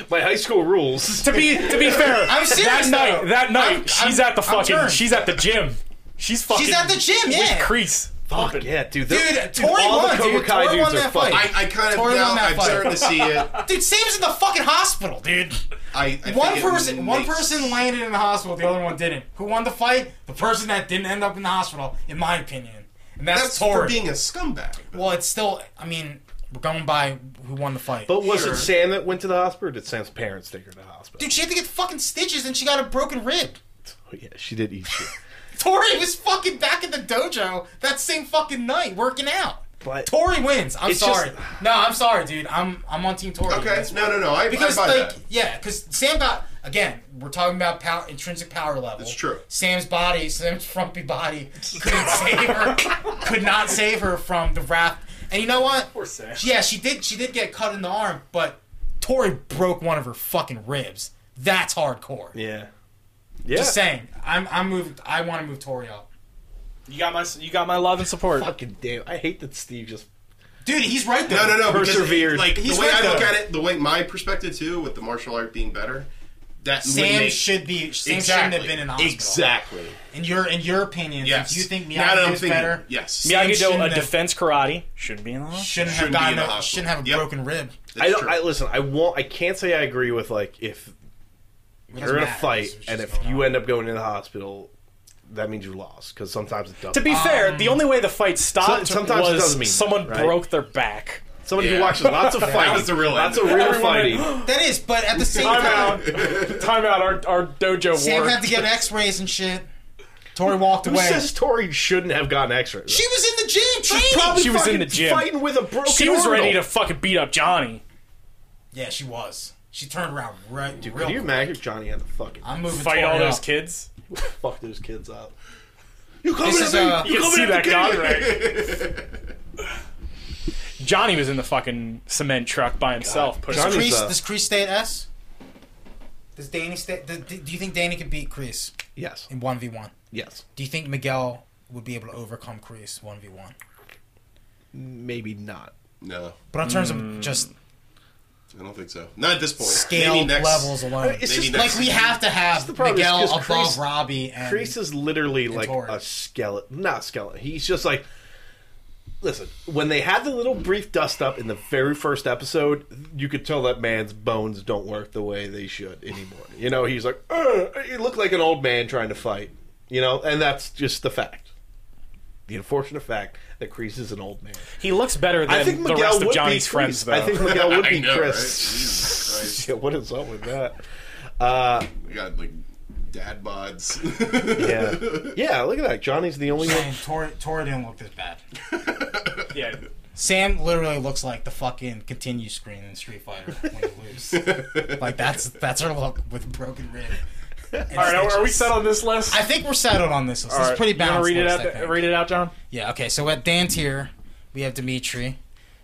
Speaker 3: My high school rules.
Speaker 1: To be to be fair,
Speaker 2: I'm
Speaker 1: that
Speaker 2: serious,
Speaker 1: night
Speaker 2: though.
Speaker 1: that night
Speaker 2: I'm-
Speaker 1: she's
Speaker 2: I'm-
Speaker 1: at the
Speaker 2: I'm
Speaker 1: fucking
Speaker 2: turned.
Speaker 1: she's at the gym. She's fucking
Speaker 2: She's at the gym. Yeah.
Speaker 1: crease.
Speaker 3: Fuck yeah,
Speaker 2: Dude,
Speaker 3: dude. They're-
Speaker 2: Tori
Speaker 3: all
Speaker 2: won,
Speaker 3: the Cobra
Speaker 2: dude.
Speaker 3: Kai
Speaker 2: Tori
Speaker 3: dudes
Speaker 2: won
Speaker 3: are
Speaker 2: that
Speaker 3: fucking.
Speaker 2: fight.
Speaker 4: I, I kind of
Speaker 2: Tori
Speaker 4: now
Speaker 2: won that
Speaker 4: I'm
Speaker 2: fight.
Speaker 4: starting to see it.
Speaker 2: Dude, Sam's in the fucking hospital, dude.
Speaker 4: I, I
Speaker 2: One
Speaker 4: think it
Speaker 2: person, one
Speaker 4: makes-
Speaker 2: person landed in the hospital. The other one didn't. Who won the fight? The person that didn't end up in the hospital, in my opinion. And that's,
Speaker 4: That's
Speaker 2: Tori.
Speaker 4: for being a scumbag.
Speaker 2: well, it's still. I mean, we're going by who won the fight.
Speaker 3: But was
Speaker 4: Sure.
Speaker 3: it Sam that went to the hospital? Or did Sam's parents take her to the hospital?
Speaker 2: dude, she had to get fucking stitches, and she got a broken rib.
Speaker 3: Oh, yeah, she did eat shit.
Speaker 2: Tori was fucking back at the dojo that same fucking night working out.
Speaker 3: But
Speaker 2: Tori wins. I'm
Speaker 3: It's
Speaker 2: sorry.
Speaker 3: just-
Speaker 2: No, I'm sorry, dude. I'm I'm on Team Tori.
Speaker 4: Okay,
Speaker 2: That's-
Speaker 4: no, no, no. I,
Speaker 2: Because
Speaker 4: I buy
Speaker 2: like
Speaker 4: that.
Speaker 2: yeah, because Sam got again. We're talking about power, intrinsic power level.
Speaker 4: It's true.
Speaker 2: Sam's body, Sam's frumpy body, couldn't save her. Could not save her from the wrath. And you know what?
Speaker 1: Poor Sam.
Speaker 2: Yeah, she did. She did get cut in the arm, but Tori broke one of her fucking ribs. That's hardcore.
Speaker 3: yeah, yeah.
Speaker 2: Just saying. I'm I'm moved. I want to move Tori up.
Speaker 1: You got my you got my love and support.
Speaker 3: Fucking damn! I hate that Steve just.
Speaker 2: Dude, he's right though.
Speaker 4: No, no, no. because,
Speaker 3: Persevered.
Speaker 4: Like
Speaker 2: He's
Speaker 4: the way
Speaker 2: right,
Speaker 4: I look
Speaker 2: though.
Speaker 4: at it, the way my perspective too, with the martial art being better, that would
Speaker 2: Sam
Speaker 4: make-
Speaker 2: should be. Sam shouldn't
Speaker 4: exactly
Speaker 2: have been in the hospital.
Speaker 4: Exactly.
Speaker 2: In your in your opinion,
Speaker 4: Yes.
Speaker 2: do you think
Speaker 4: Now that
Speaker 2: Miyagi
Speaker 4: I'm
Speaker 2: is
Speaker 4: thinking,
Speaker 2: better?
Speaker 4: Yes.
Speaker 2: Yeah,
Speaker 1: Miyagi Do
Speaker 2: shouldn't
Speaker 1: a
Speaker 2: have-
Speaker 1: defense karate shouldn't be in the hospital.
Speaker 2: Shouldn't have
Speaker 4: Shouldn't be in
Speaker 2: gotten.
Speaker 4: the
Speaker 2: A,
Speaker 4: hospital.
Speaker 2: shouldn't have a
Speaker 4: Yep.
Speaker 2: broken rib.
Speaker 4: That's
Speaker 3: I don't.
Speaker 4: true.
Speaker 3: I listen. I won't. I can't say I agree with like if you're in a
Speaker 2: matter.
Speaker 3: fight
Speaker 2: It's just
Speaker 3: and if
Speaker 2: going
Speaker 3: you end up going to the hospital, that means you lost because sometimes it doesn't.
Speaker 1: To be fair, the only way the fight stopped
Speaker 3: So- sometimes it
Speaker 1: was
Speaker 3: doesn't mean that,
Speaker 1: someone
Speaker 3: right?
Speaker 1: broke their back.
Speaker 3: Somebody
Speaker 4: Yeah.
Speaker 3: who watches lots of fighting.
Speaker 4: was the real
Speaker 3: Lots
Speaker 4: end.
Speaker 3: of real
Speaker 1: Everyone
Speaker 3: fighting.
Speaker 2: That is, but at the same
Speaker 1: Time
Speaker 2: time,
Speaker 1: out. Time out. Our, our dojo
Speaker 2: Sam
Speaker 1: war.
Speaker 2: had to get X-rays and shit. Tori walked
Speaker 3: Who
Speaker 2: away.
Speaker 3: says Tori shouldn't have gotten X-rays?
Speaker 2: she was in the gym training.
Speaker 1: probably- She was in the
Speaker 3: fucking
Speaker 1: gym.
Speaker 3: fighting with a broken.
Speaker 1: she was ready to
Speaker 3: orbital.
Speaker 1: fucking beat up Johnny.
Speaker 2: yeah, she was. She turned around right.
Speaker 3: Dude,
Speaker 2: real
Speaker 3: could you
Speaker 2: quick.
Speaker 3: imagine if Johnny had to fucking
Speaker 2: I'm moving.
Speaker 1: Fight
Speaker 2: Tori
Speaker 1: all those
Speaker 2: up.
Speaker 1: kids.
Speaker 3: fuck those kids up? You coming
Speaker 2: This is uh,
Speaker 1: You can see that guy, right? Johnny was in the fucking cement truck by himself. pushing
Speaker 3: Johnny-
Speaker 2: Crease.
Speaker 3: uh,
Speaker 2: Does Crease stay at S? Does Danny stay? Do, do you think Danny could beat Crease
Speaker 3: Yes.
Speaker 2: in one v one?
Speaker 3: Yes.
Speaker 2: Do you think Miguel would be able to overcome Crease one v one?
Speaker 3: Maybe not.
Speaker 4: No,
Speaker 2: But in terms
Speaker 1: Mm.
Speaker 2: of just
Speaker 4: I don't think so. Not at this point.
Speaker 2: scale
Speaker 4: Maybe next,
Speaker 2: levels alone,
Speaker 3: It's
Speaker 4: Maybe
Speaker 3: just
Speaker 4: next
Speaker 2: like we have to have
Speaker 3: problem, it's
Speaker 2: Miguel above
Speaker 3: just Kreese-
Speaker 2: Robbie and
Speaker 3: Kreese is literally like
Speaker 2: Tori.
Speaker 3: a skeleton. Not a skeleton. He's just like. Listen, when they had the little brief dust up in the very first episode, you could tell that man's bones don't work the way they should anymore. You know, he's like, "Ugh," he looked like an old man trying to fight. You know, and that's just the fact. the unfortunate fact that Kreese is an old man.
Speaker 1: He looks better than
Speaker 3: I think
Speaker 1: the
Speaker 3: Miguel
Speaker 1: rest
Speaker 3: would
Speaker 1: of
Speaker 3: be
Speaker 1: Johnny's
Speaker 3: Kreese.
Speaker 1: friends, though.
Speaker 3: I think Miguel would
Speaker 4: I
Speaker 3: be
Speaker 4: know, right? Jesus
Speaker 3: Chris.
Speaker 4: Christ.
Speaker 3: yeah, what is up with that? Uh,
Speaker 4: We got like dad bods.
Speaker 3: yeah, yeah. Look at that. Johnny's the only one.
Speaker 2: And Tora, Tora didn't look this bad.
Speaker 1: yeah,
Speaker 2: Sam literally looks like the fucking continue screen in Street Fighter when you lose. like that's that's her look with a broken rib. All
Speaker 1: All right, are we set on this list?
Speaker 2: I think we're settled on this list.
Speaker 1: All
Speaker 2: It's
Speaker 1: right,
Speaker 2: pretty
Speaker 1: you wanna
Speaker 2: balanced.
Speaker 1: Read it
Speaker 2: list,
Speaker 1: out.
Speaker 2: I think.
Speaker 1: Read it out, John.
Speaker 2: Yeah, okay. So at Dan tier, we have Dimitri.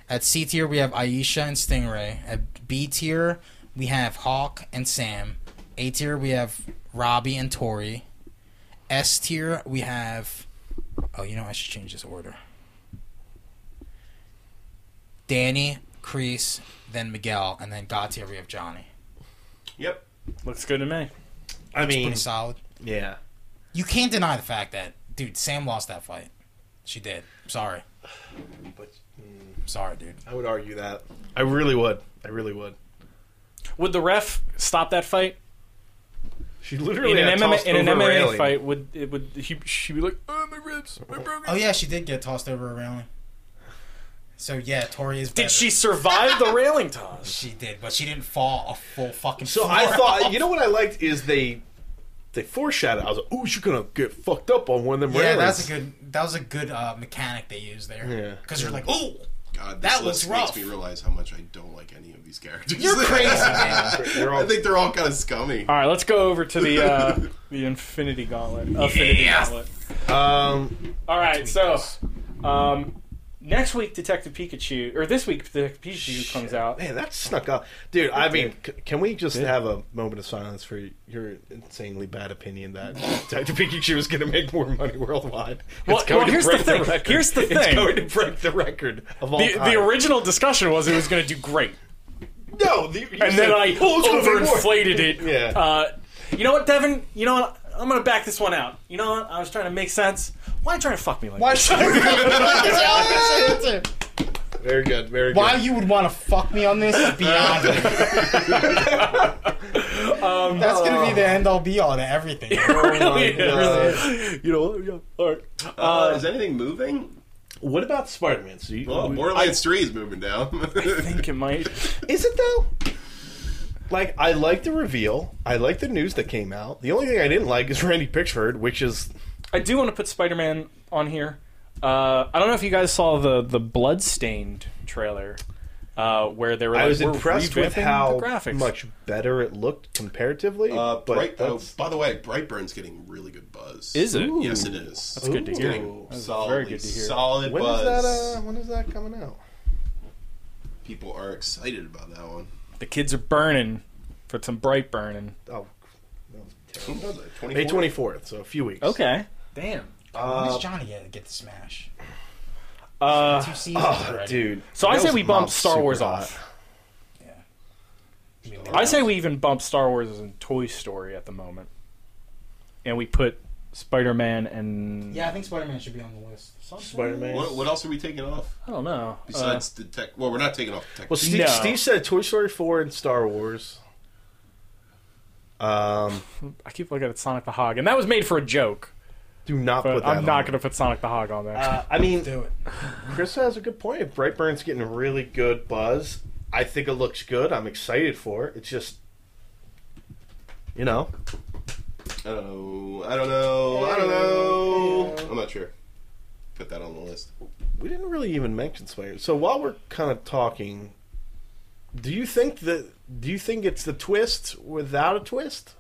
Speaker 2: At C tier, we have Aisha and Stingray. At B tier, we have Hawk and Sam. A tier, we have Robbie and Tori. S tier, we have. Oh, you know, I should change this order. Danny, Crease, then Miguel, and then God tier, we have Johnny.
Speaker 4: yep.
Speaker 1: Looks good to me.
Speaker 3: I mean,
Speaker 2: Pretty solid.
Speaker 3: yeah.
Speaker 2: You can't deny the fact that, dude, Sam lost that fight. She did. Sorry.
Speaker 3: But
Speaker 2: Sorry, dude.
Speaker 3: I would argue that. I really would. I really would.
Speaker 1: Would the ref stop that fight
Speaker 3: She literally
Speaker 1: in an
Speaker 3: got
Speaker 1: MMA,
Speaker 3: tossed
Speaker 1: in an
Speaker 3: over a
Speaker 1: MMA
Speaker 3: railing.
Speaker 1: fight? Would it would he she be like, oh my ribs, my broken.
Speaker 2: Oh yeah, she did get tossed over a railing. So yeah, Tori is. better.
Speaker 1: Did she survive the railing toss?
Speaker 2: She did, but she didn't fall a full fucking.
Speaker 3: So I
Speaker 2: floor.
Speaker 3: thought, you know what I liked is they they foreshadowed. I was like, "Ooh, she's gonna get fucked up on one of them
Speaker 2: Yeah,
Speaker 3: railings."
Speaker 2: that's a good. That was a good uh, mechanic they used there.
Speaker 3: Yeah.
Speaker 2: Because you're like, oh,
Speaker 4: God, this
Speaker 2: That
Speaker 4: list
Speaker 2: was rough.
Speaker 4: makes me realize how much I don't like any of these characters.
Speaker 2: you're crazy, man.
Speaker 3: They're all-
Speaker 4: I think they're all kind of scummy.
Speaker 3: Uh,
Speaker 1: All right, let's go over to the uh, the Infinity Gauntlet. Infinity Gauntlet.
Speaker 3: um,
Speaker 1: All right, so um, next week Detective Pikachu, or this week Detective Pikachu comes out.
Speaker 3: man, that snuck up, dude. I mean, c- can we just have a moment of silence for your insanely bad opinion that Detective Pikachu is gonna make more money worldwide? It's
Speaker 1: Well- well, here's the thing.
Speaker 3: record.
Speaker 1: Here's the
Speaker 3: It's
Speaker 1: thing.
Speaker 3: going to break the record of all
Speaker 1: The,
Speaker 3: time.
Speaker 1: the original discussion was it was going to do great,
Speaker 3: no, the, you
Speaker 1: and then
Speaker 3: said,
Speaker 1: I
Speaker 3: "Oh, it's gonna be more."
Speaker 1: overinflated it.
Speaker 3: Yeah.
Speaker 1: Uh, you know what, Devin? You know what? I'm going to back this one out. You know what? I was trying to make sense. Why are you trying to fuck me like
Speaker 2: Why
Speaker 1: this?
Speaker 2: should I be on this?
Speaker 3: Very good, very good.
Speaker 2: Why you would want to fuck me on this is beyond me.
Speaker 3: Um,
Speaker 2: That's gonna be the end all be all to everything.
Speaker 1: really
Speaker 3: my
Speaker 1: is. You know, what? yeah. All right.
Speaker 4: Uh, is anything moving?
Speaker 3: What about Spider-Man? So you,
Speaker 4: Well, Borderlands 3 is moving now.
Speaker 1: I think it might.
Speaker 3: Is it though? Like I like the reveal. I like the news that came out. The only thing I didn't like is Randy Pitchford, which is
Speaker 1: I do want to put Spider Man on here. Uh, I don't know if you guys saw the the Bloodstained trailer, uh, where they were. Like,
Speaker 3: I was
Speaker 1: "We're
Speaker 3: impressed with
Speaker 1: revamping
Speaker 3: how
Speaker 1: the graphics.
Speaker 3: much better it looked comparatively.
Speaker 4: uh,
Speaker 3: but
Speaker 4: Bright, oh,
Speaker 3: that's-
Speaker 4: by the way, Brightburn's getting really good buzz.
Speaker 1: is it?
Speaker 4: Yes, it is. That's
Speaker 1: good to hear.
Speaker 4: Getting
Speaker 1: That's
Speaker 4: solid,
Speaker 1: very good to hear.
Speaker 4: solid
Speaker 3: when is
Speaker 4: buzz.
Speaker 3: that? Uh, when is that coming out?
Speaker 4: People are excited about that one.
Speaker 1: The kids are burning for some bright burning.
Speaker 3: Oh, that was terrible.
Speaker 4: When was it?
Speaker 3: May
Speaker 4: 24th?
Speaker 3: twenty fourth, so a few weeks.
Speaker 1: Okay.
Speaker 2: Damn. when
Speaker 3: Uh,
Speaker 2: does Johnny get, get to smash?
Speaker 1: Uh,
Speaker 2: Two seasons
Speaker 3: oh,
Speaker 2: already.
Speaker 3: dude.
Speaker 1: so I
Speaker 3: That
Speaker 1: say
Speaker 3: was
Speaker 1: we bump
Speaker 3: mouth
Speaker 1: Star
Speaker 3: super
Speaker 1: Wars
Speaker 3: hot.
Speaker 1: off.
Speaker 2: I mean,
Speaker 1: I say we even bump Star Wars and Toy Story at the moment, and we put Spider Man and
Speaker 2: Yeah, I think Spider Man should be on the list.
Speaker 3: Spider-Man.
Speaker 4: What, what else are we taking off
Speaker 1: I don't know.
Speaker 4: besides the tech? Well, we're not taking off the tech.
Speaker 3: Well, Steve,
Speaker 1: No.
Speaker 3: Steve said Toy Story four and Star Wars. Um,
Speaker 1: Uh, I keep looking at Sonic the Hog, and that was made for a joke.
Speaker 3: do not put
Speaker 1: But
Speaker 3: that.
Speaker 1: I'm
Speaker 3: on
Speaker 1: not
Speaker 3: there.
Speaker 1: going to put Sonic the Hog on there.
Speaker 3: Uh, I mean,
Speaker 2: Do it.
Speaker 3: Chris has a good point. If Brightburn's getting a really good buzz, I think it looks good. I'm excited for it. It's just, you know,
Speaker 4: oh, I don't know. I don't know. I'm not sure. Put that on the list.
Speaker 3: we didn't really even mention Spider. So while we're kind of talking, do you think that do you think it's the twist without a twist?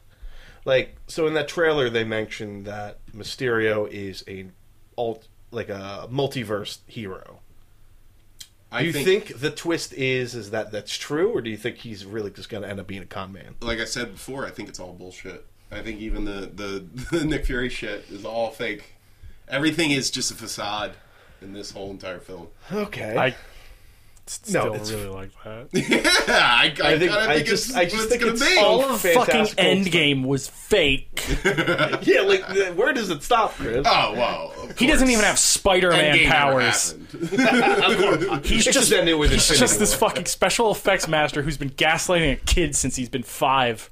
Speaker 3: Like so in that trailer they mentioned that Mysterio is a alt like a multiverse hero.
Speaker 4: I
Speaker 3: Do you think, the twist is is that that's true, or do you think he's really just going to end up being a con man?
Speaker 4: like I said before, I think it's all bullshit. I think even the, the, the Nick Fury shit is all fake. Everything is just a facade in this whole entire film.
Speaker 3: Okay,
Speaker 1: I still
Speaker 3: eh? it's-
Speaker 1: really like that.
Speaker 4: yeah, I, I,
Speaker 3: I think-
Speaker 4: kinda
Speaker 3: I
Speaker 4: think
Speaker 3: just-
Speaker 4: it's
Speaker 3: I just
Speaker 4: what
Speaker 3: think
Speaker 4: it's gonna
Speaker 3: it's
Speaker 4: be.
Speaker 3: all-
Speaker 1: All of fucking
Speaker 3: Fantastical
Speaker 1: Endgame was fake.
Speaker 3: yeah, like th- where does it stop,
Speaker 1: Uh,
Speaker 3: Chris?
Speaker 4: Oh wow! of
Speaker 1: He doesn't
Speaker 4: course.
Speaker 1: even have Spider-Man
Speaker 4: Endgame never
Speaker 1: powers.
Speaker 4: happened.
Speaker 1: He's
Speaker 3: It's
Speaker 1: just,
Speaker 3: ended with
Speaker 1: he's
Speaker 3: Infinity
Speaker 1: just this
Speaker 3: War.
Speaker 1: fucking special effects master who's been gaslighting a kid since he's been five.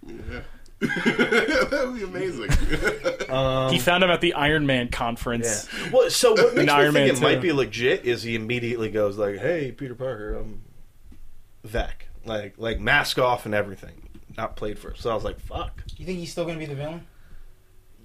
Speaker 4: that would be amazing.
Speaker 3: Um,
Speaker 1: he found him at the Iron Man conference.
Speaker 3: Well, so what makes me
Speaker 1: Iron
Speaker 3: think
Speaker 1: Man
Speaker 3: it might
Speaker 1: 2.
Speaker 3: be legit is he immediately goes like, "Hey, Peter Parker, I'm Vec," like like mask off and everything, not played for. So I was like, "Fuck."
Speaker 5: You think he's still gonna be the villain?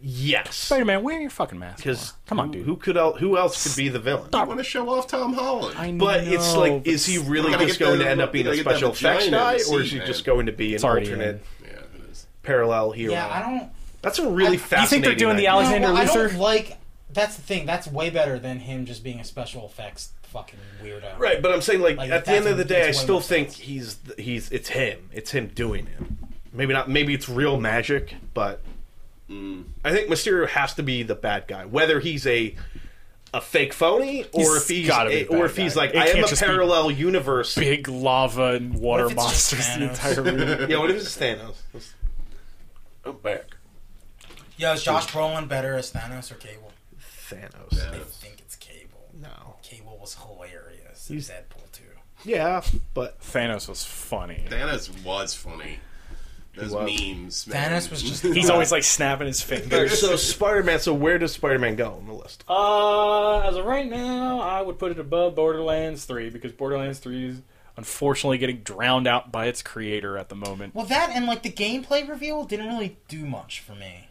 Speaker 3: Yes,
Speaker 1: Spider Man, wear your fucking mask.
Speaker 3: because
Speaker 1: for. come on, dude.
Speaker 3: Who could el- who else could be the villain?
Speaker 4: I want to show off Tom Holland.
Speaker 1: I know,
Speaker 3: But it's like,
Speaker 1: but
Speaker 3: is he really
Speaker 4: Gotta
Speaker 3: just
Speaker 4: get
Speaker 3: going
Speaker 4: the-
Speaker 3: to end up being a
Speaker 4: gotta get that
Speaker 3: special effects
Speaker 4: vagina in
Speaker 3: guy,
Speaker 4: the
Speaker 3: or is
Speaker 4: scene,
Speaker 3: he
Speaker 4: man.
Speaker 3: just going to be an
Speaker 1: It's already
Speaker 3: alternate
Speaker 1: in.
Speaker 4: yeah, it is.
Speaker 3: parallel hero?
Speaker 5: Yeah, I don't.
Speaker 3: That's a really
Speaker 1: you
Speaker 3: fascinating.
Speaker 1: think they're doing the
Speaker 3: idea.
Speaker 1: Alexander
Speaker 5: no, I
Speaker 1: Luther?
Speaker 5: don't like. That's the thing. That's way better than him just being a special effects fucking weirdo.
Speaker 3: Right, but I'm saying like,
Speaker 5: Like,
Speaker 3: at the end
Speaker 5: that's-
Speaker 3: of the day, I
Speaker 5: that's way
Speaker 3: still
Speaker 5: more
Speaker 3: think
Speaker 5: sense.
Speaker 3: he's th- he's it's him. It's him doing it. Maybe not. Maybe it's real magic, but I think Mysterio has to be the bad guy, whether he's a a fake phony or
Speaker 1: He's
Speaker 3: if he's
Speaker 1: gotta be
Speaker 3: a,
Speaker 1: the bad
Speaker 3: or if he's
Speaker 1: guy.
Speaker 3: like
Speaker 1: It
Speaker 3: I am
Speaker 1: can't
Speaker 3: a
Speaker 1: just be
Speaker 3: parallel universe.
Speaker 1: Big lava and water
Speaker 5: What if it's
Speaker 1: monsters
Speaker 5: just
Speaker 1: the
Speaker 5: Thanos?
Speaker 1: entire movie.
Speaker 3: Yeah, what if it's Thanos?
Speaker 1: Oh,
Speaker 3: I'm back.
Speaker 2: Yo, is Josh Brolin better as Thanos or Cable?
Speaker 3: Thanos.
Speaker 2: I
Speaker 4: Yeah.
Speaker 2: think it's Cable.
Speaker 3: No.
Speaker 2: Cable was hilarious.
Speaker 3: He's-
Speaker 2: He's Deadpool too.
Speaker 3: Yeah, but
Speaker 1: Thanos was funny.
Speaker 4: Thanos was funny. Those
Speaker 3: was.
Speaker 4: memes. Man.
Speaker 2: Thanos was just
Speaker 1: He's always like snapping his fingers.
Speaker 3: so Spider Man. So where does Spider Man go on the list?
Speaker 1: Uh, as of right now, I would put it above Borderlands 3 because Borderlands 3 is unfortunately getting drowned out by its creator at the moment.
Speaker 2: Well, that and like the gameplay reveal didn't really do much for me.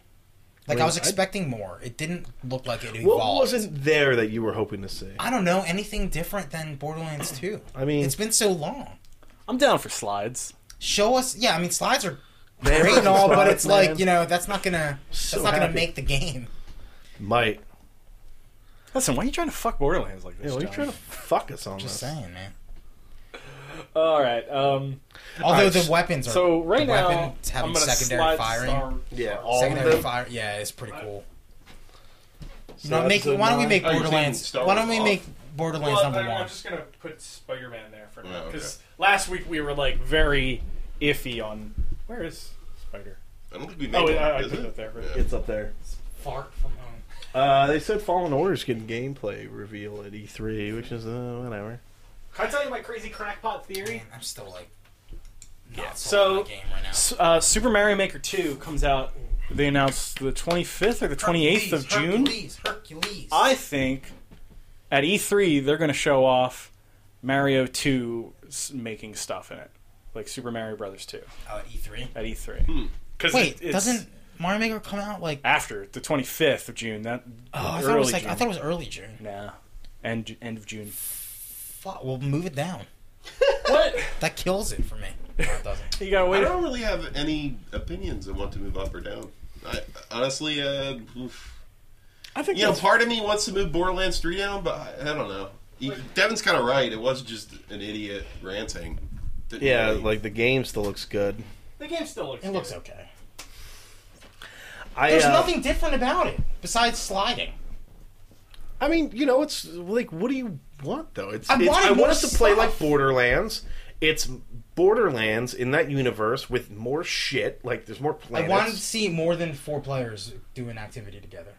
Speaker 2: Like I was
Speaker 3: I-
Speaker 2: expecting more. It didn't look like it
Speaker 3: What
Speaker 2: evolved.
Speaker 3: wasn't there that you were hoping to see?
Speaker 2: I don't know anything different than Borderlands 2.
Speaker 3: I mean-
Speaker 2: it's been so long.
Speaker 1: I'm down for slides.
Speaker 2: Show us. Yeah, I mean slides are
Speaker 3: Man,
Speaker 2: great and all, but it's
Speaker 3: man.
Speaker 2: like you know that's not gonna
Speaker 3: So
Speaker 2: that's not
Speaker 3: happy.
Speaker 2: gonna make the game.
Speaker 3: Might.
Speaker 1: Listen, why are you trying to fuck Borderlands like this?
Speaker 3: Yeah, why are you
Speaker 1: John?
Speaker 3: trying to fuck us on
Speaker 2: Just
Speaker 3: this?
Speaker 2: saying, man.
Speaker 1: All right. Um,
Speaker 2: Although
Speaker 3: Alright,
Speaker 2: the
Speaker 3: s-
Speaker 2: weapons are
Speaker 1: so right
Speaker 2: the
Speaker 1: now,
Speaker 2: weapons
Speaker 1: I'm
Speaker 2: having
Speaker 1: gonna
Speaker 2: secondary
Speaker 1: slide
Speaker 2: firing,
Speaker 1: Star-
Speaker 3: Yeah, all
Speaker 2: secondary
Speaker 3: of them.
Speaker 2: fire. Yeah, it's pretty cool.
Speaker 3: So
Speaker 2: You know, make,
Speaker 3: that's a
Speaker 2: why don't we
Speaker 3: nine.
Speaker 2: make
Speaker 4: Oh, you're saying
Speaker 2: Borderlands?
Speaker 4: Star
Speaker 2: Why don't we
Speaker 4: Wars
Speaker 2: make
Speaker 4: off?
Speaker 2: Borderlands
Speaker 1: Well,
Speaker 2: number
Speaker 1: I-
Speaker 2: one?
Speaker 1: I'm just gonna put Spider-Man there for now
Speaker 4: Oh, okay.
Speaker 1: because last week we were like very iffy on where is Spider.
Speaker 4: I don't think we made
Speaker 1: Oh,
Speaker 4: one.
Speaker 1: I, I
Speaker 4: is
Speaker 1: put
Speaker 4: it?
Speaker 1: it there.
Speaker 4: Yeah.
Speaker 3: It's up there.
Speaker 2: Fart from home.
Speaker 3: Uh, they said Fallen Order's getting gameplay reveal at E3, which is uh, whatever.
Speaker 1: Can I tell you my crazy crackpot theory?
Speaker 2: Man, I'm still like. Yeah.
Speaker 1: so-
Speaker 2: So game right now.
Speaker 1: S- uh, Super Mario Maker 2 comes out. They announced the 25th or the 28th of June.
Speaker 2: Hercules, Hercules.
Speaker 1: I think at E3 they're going to show off Mario 2 's making stuff in it, like Super Mario Brothers 2
Speaker 2: oh, at E3.
Speaker 1: at E E3. Because
Speaker 2: Wait, doesn't Mario Maker come out like?
Speaker 1: after the 25th of June? That
Speaker 2: Oh, I
Speaker 1: early
Speaker 2: thought it was like
Speaker 1: June.
Speaker 2: I thought it was early June.
Speaker 1: nah, end end of June.
Speaker 2: Fuck, well move it down.
Speaker 1: what?
Speaker 2: That kills it for me. No, it doesn't.
Speaker 1: You gotta
Speaker 4: I
Speaker 1: wait.
Speaker 4: don't really have any opinions on what to move up or down. I, honestly, uh, oof.
Speaker 1: I think
Speaker 4: you know,
Speaker 1: that's-
Speaker 4: part of me wants to move Borderlands 3 down, but I, I don't know. You- Devin's kind of right. It was just an idiot ranting. Didn't
Speaker 3: Yeah,
Speaker 4: really-
Speaker 3: like the game still looks good.
Speaker 1: the game still looks.
Speaker 2: It looks
Speaker 1: good.
Speaker 2: okay.
Speaker 3: I,
Speaker 2: There's
Speaker 3: uh,
Speaker 2: nothing different about it besides sliding.
Speaker 3: I mean, you know, it's like, what do you want though? It's,
Speaker 2: I
Speaker 3: it's-
Speaker 2: wanted
Speaker 3: I want
Speaker 2: more
Speaker 3: us to play
Speaker 2: stuff.
Speaker 3: like Borderlands. It's Borderlands in that universe with more shit. Like, there's more
Speaker 2: I
Speaker 3: planets.
Speaker 2: wanted to see more than four players do an activity together.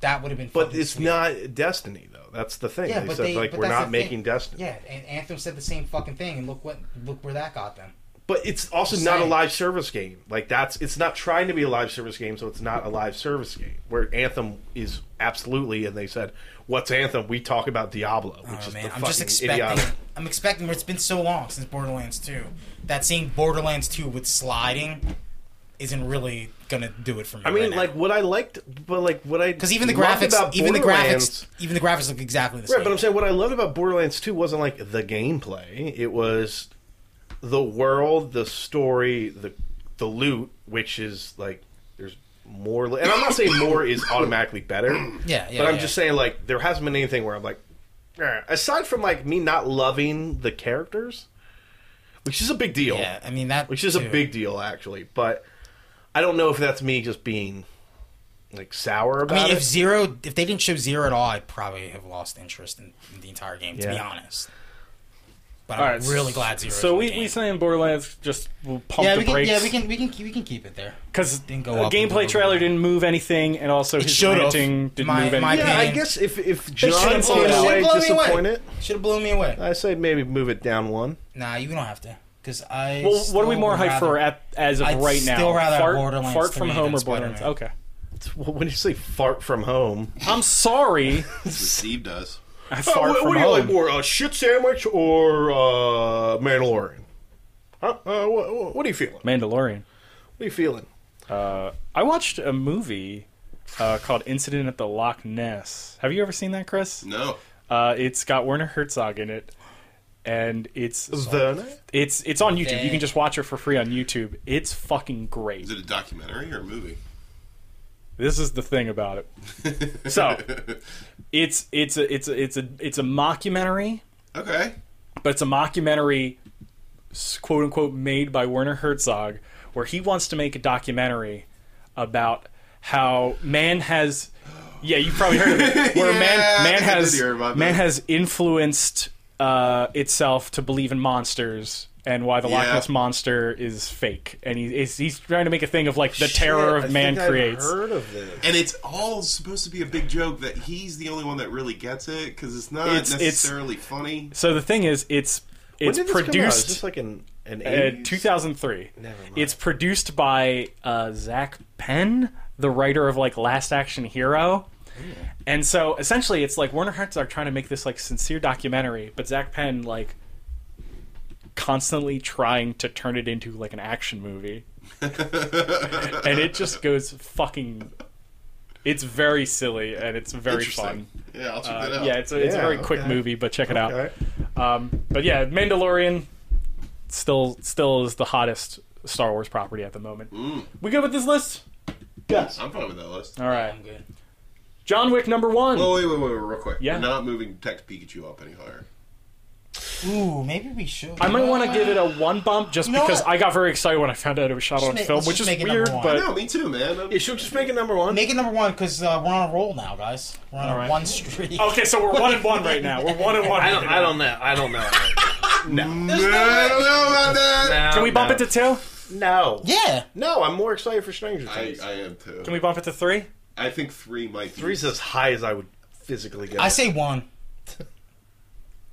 Speaker 2: That would have been.
Speaker 3: but
Speaker 2: fucking
Speaker 3: it's
Speaker 2: sweet.
Speaker 3: not Destiny though. That's the thing.
Speaker 2: Yeah,
Speaker 3: they
Speaker 2: but
Speaker 3: said
Speaker 2: they-
Speaker 3: like
Speaker 2: but
Speaker 3: we're
Speaker 2: that's
Speaker 3: not
Speaker 2: the
Speaker 3: making
Speaker 2: thing.
Speaker 3: Destiny.
Speaker 2: Yeah, and Anthem said the same fucking thing, and look what look where that got them.
Speaker 3: But it's also
Speaker 2: Just
Speaker 3: not a
Speaker 2: saying.
Speaker 3: live service game. Like that's it's not trying to be a live service game, so it's not a live service game. Where Anthem is absolutely, and they said, "What's Anthem?" We talk about Diablo, which
Speaker 2: Oh
Speaker 3: is
Speaker 2: man,
Speaker 3: the
Speaker 2: I'm
Speaker 3: fucking
Speaker 2: just expecting.
Speaker 3: idiotic.
Speaker 2: I'm expecting. It's been so long since Borderlands 2 that seeing Borderlands 2 with sliding isn't really gonna do it for me.
Speaker 3: I mean, like what I liked, but like what I
Speaker 2: because even the
Speaker 3: loved
Speaker 2: graphics, even the
Speaker 3: Borderlands-
Speaker 2: graphics, even the graphics look exactly the same.
Speaker 3: Right, but I'm saying what I loved about Borderlands 2 wasn't like the gameplay. It was the world, the story, the the loot, which is like there's more. li- And I'm not saying more is automatically better.
Speaker 2: Yeah, yeah,
Speaker 3: But I'm
Speaker 2: yeah.
Speaker 3: just saying like there hasn't been anything where I'm like, "Eh." aside from like me not loving the characters, which is a big deal.
Speaker 2: yeah, I mean that
Speaker 3: Which is a
Speaker 2: too.
Speaker 3: big deal actually. But I don't know if that's me just being like sour
Speaker 2: I
Speaker 3: about
Speaker 2: mean,
Speaker 3: it.
Speaker 2: if zero, if they didn't show zero at all, I probably have lost interest in, in the entire game. To be
Speaker 3: Yeah.
Speaker 2: honest, but
Speaker 1: All
Speaker 2: I'm
Speaker 1: right,
Speaker 2: really glad zero.
Speaker 1: So we
Speaker 2: game.
Speaker 1: we saying Borderlands just will pump
Speaker 2: yeah,
Speaker 1: the
Speaker 2: we can,
Speaker 1: brakes.
Speaker 2: yeah, we can, we can, keep- we can keep it there.
Speaker 1: Because the
Speaker 2: Didn't go up.
Speaker 1: gameplay trailer didn't move anything, and also his
Speaker 2: should've.
Speaker 1: ranting didn't
Speaker 2: My-
Speaker 1: move anything.
Speaker 2: my
Speaker 3: yeah, I
Speaker 2: opinion.
Speaker 3: guess if if John
Speaker 1: shouldn't blow
Speaker 3: came
Speaker 1: it
Speaker 3: away
Speaker 2: Should have blown me away.
Speaker 3: disappointed,
Speaker 1: Uh,
Speaker 2: Should have blown me away.
Speaker 3: I say maybe move it down one.
Speaker 2: Nah, you don't have to. Because I.
Speaker 1: Well, what are we
Speaker 2: still
Speaker 1: more
Speaker 2: would
Speaker 1: hyped
Speaker 2: rather-
Speaker 1: for at, as of
Speaker 2: I'd
Speaker 1: right now?
Speaker 2: still rather have
Speaker 1: fart,
Speaker 2: Borderlands
Speaker 1: fart
Speaker 2: 3
Speaker 1: from
Speaker 2: than
Speaker 1: home or
Speaker 2: Spider-Man.
Speaker 1: Borderlands? Okay.
Speaker 3: Well, when you say fart from home,
Speaker 1: I'm sorry.
Speaker 4: Deceived us.
Speaker 1: I
Speaker 3: Uh,
Speaker 1: fart
Speaker 3: what,
Speaker 1: from
Speaker 3: what do you
Speaker 1: home.
Speaker 3: like more, a shit sandwich or uh, Mandalorian? Huh? Uh, what, what are you feeling? What
Speaker 1: Mandalorian.
Speaker 3: are you feeling?
Speaker 1: Uh, I watched a movie uh, called Incident at the Loch Ness. Have you ever seen that, Chris?
Speaker 4: No.
Speaker 1: Uh, it's got Werner Herzog in it, and it's
Speaker 3: The
Speaker 1: it's it's on YouTube. You
Speaker 2: Dang.
Speaker 1: can just watch it for free on YouTube. It's fucking great.
Speaker 4: Is it a documentary or a movie?
Speaker 1: This is the thing about it. so, it's it's a it's a it's a it's a mockumentary,
Speaker 4: Okay.
Speaker 1: but it's a mockumentary, s- quote unquote, made by Werner Herzog, where he wants to make a documentary about how man has. Yeah, you probably heard of it. Where
Speaker 4: Yeah,
Speaker 1: man
Speaker 4: I
Speaker 1: man
Speaker 4: think I
Speaker 1: has
Speaker 4: did hear about
Speaker 1: man
Speaker 4: that.
Speaker 1: has influenced uh, itself to believe in monsters and why the Loch
Speaker 4: Yeah.
Speaker 1: Ness monster is fake, and he, he's he's trying to make a thing of like the terror of man creates.
Speaker 3: heard of this?
Speaker 4: And it's all supposed to be a big joke that he's the only one that really gets it because it's not
Speaker 1: It's- it's-
Speaker 4: necessarily funny.
Speaker 1: So the thing is, it's it's produced.
Speaker 3: Just like an an
Speaker 1: Uh,
Speaker 3: 80s?
Speaker 1: 2003.
Speaker 3: Never mind.
Speaker 1: It's produced by uh, Zach Penn, the writer of like Last Action Hero.
Speaker 3: Hmm.
Speaker 1: And so essentially, it's like Werner Herzog trying to make this like sincere documentary, but Zach Penn like constantly trying to turn it into like an action movie, and it just goes fucking. It's very silly and it's very fun.
Speaker 4: Interesting. Yeah, I'll check that
Speaker 1: Uh,
Speaker 4: out.
Speaker 1: yeah, it's a, it's a
Speaker 3: Yeah,
Speaker 1: very quick
Speaker 3: okay.
Speaker 1: movie, but check it out.
Speaker 3: Okay.
Speaker 1: Um, but yeah, Mandalorian still still is the hottest Star Wars property at the moment. We good with this list?
Speaker 3: Yes.
Speaker 4: Mm, I'm fine with that list.
Speaker 1: All right.
Speaker 2: I'm good.
Speaker 1: John Wick number one.
Speaker 4: Oh, wait, wait, wait, wait, real quick.
Speaker 1: Yeah.
Speaker 4: We're not moving Detective Pikachu up any higher.
Speaker 2: Ooh, maybe we should.
Speaker 1: I might want to give it a one bump just
Speaker 2: You know
Speaker 1: because
Speaker 2: what?
Speaker 1: I got very excited when I found out it was shot on
Speaker 2: ma-
Speaker 1: film,
Speaker 2: let's
Speaker 1: which is
Speaker 2: just make it
Speaker 1: weird.
Speaker 2: number one.
Speaker 1: But
Speaker 4: No, me too, man. I'm-
Speaker 3: You should just make it number one.
Speaker 2: Make it number one because uh, we're on a roll now, guys. We're on a
Speaker 1: right. Oh,
Speaker 2: one streak.
Speaker 1: okay, so we're one and one right now. We're one and one.
Speaker 3: I don't. I don't know. I don't know. no.
Speaker 4: Nah, I don't know about that.
Speaker 1: Can we bump
Speaker 3: no.
Speaker 1: it to two?
Speaker 3: No.
Speaker 2: Yeah.
Speaker 3: No. I'm more excited for Stranger
Speaker 4: I,
Speaker 3: Things.
Speaker 4: I am too.
Speaker 1: Can we bump it to three?
Speaker 4: I think three might be.
Speaker 3: Three's as high as I would physically go.
Speaker 2: I say one,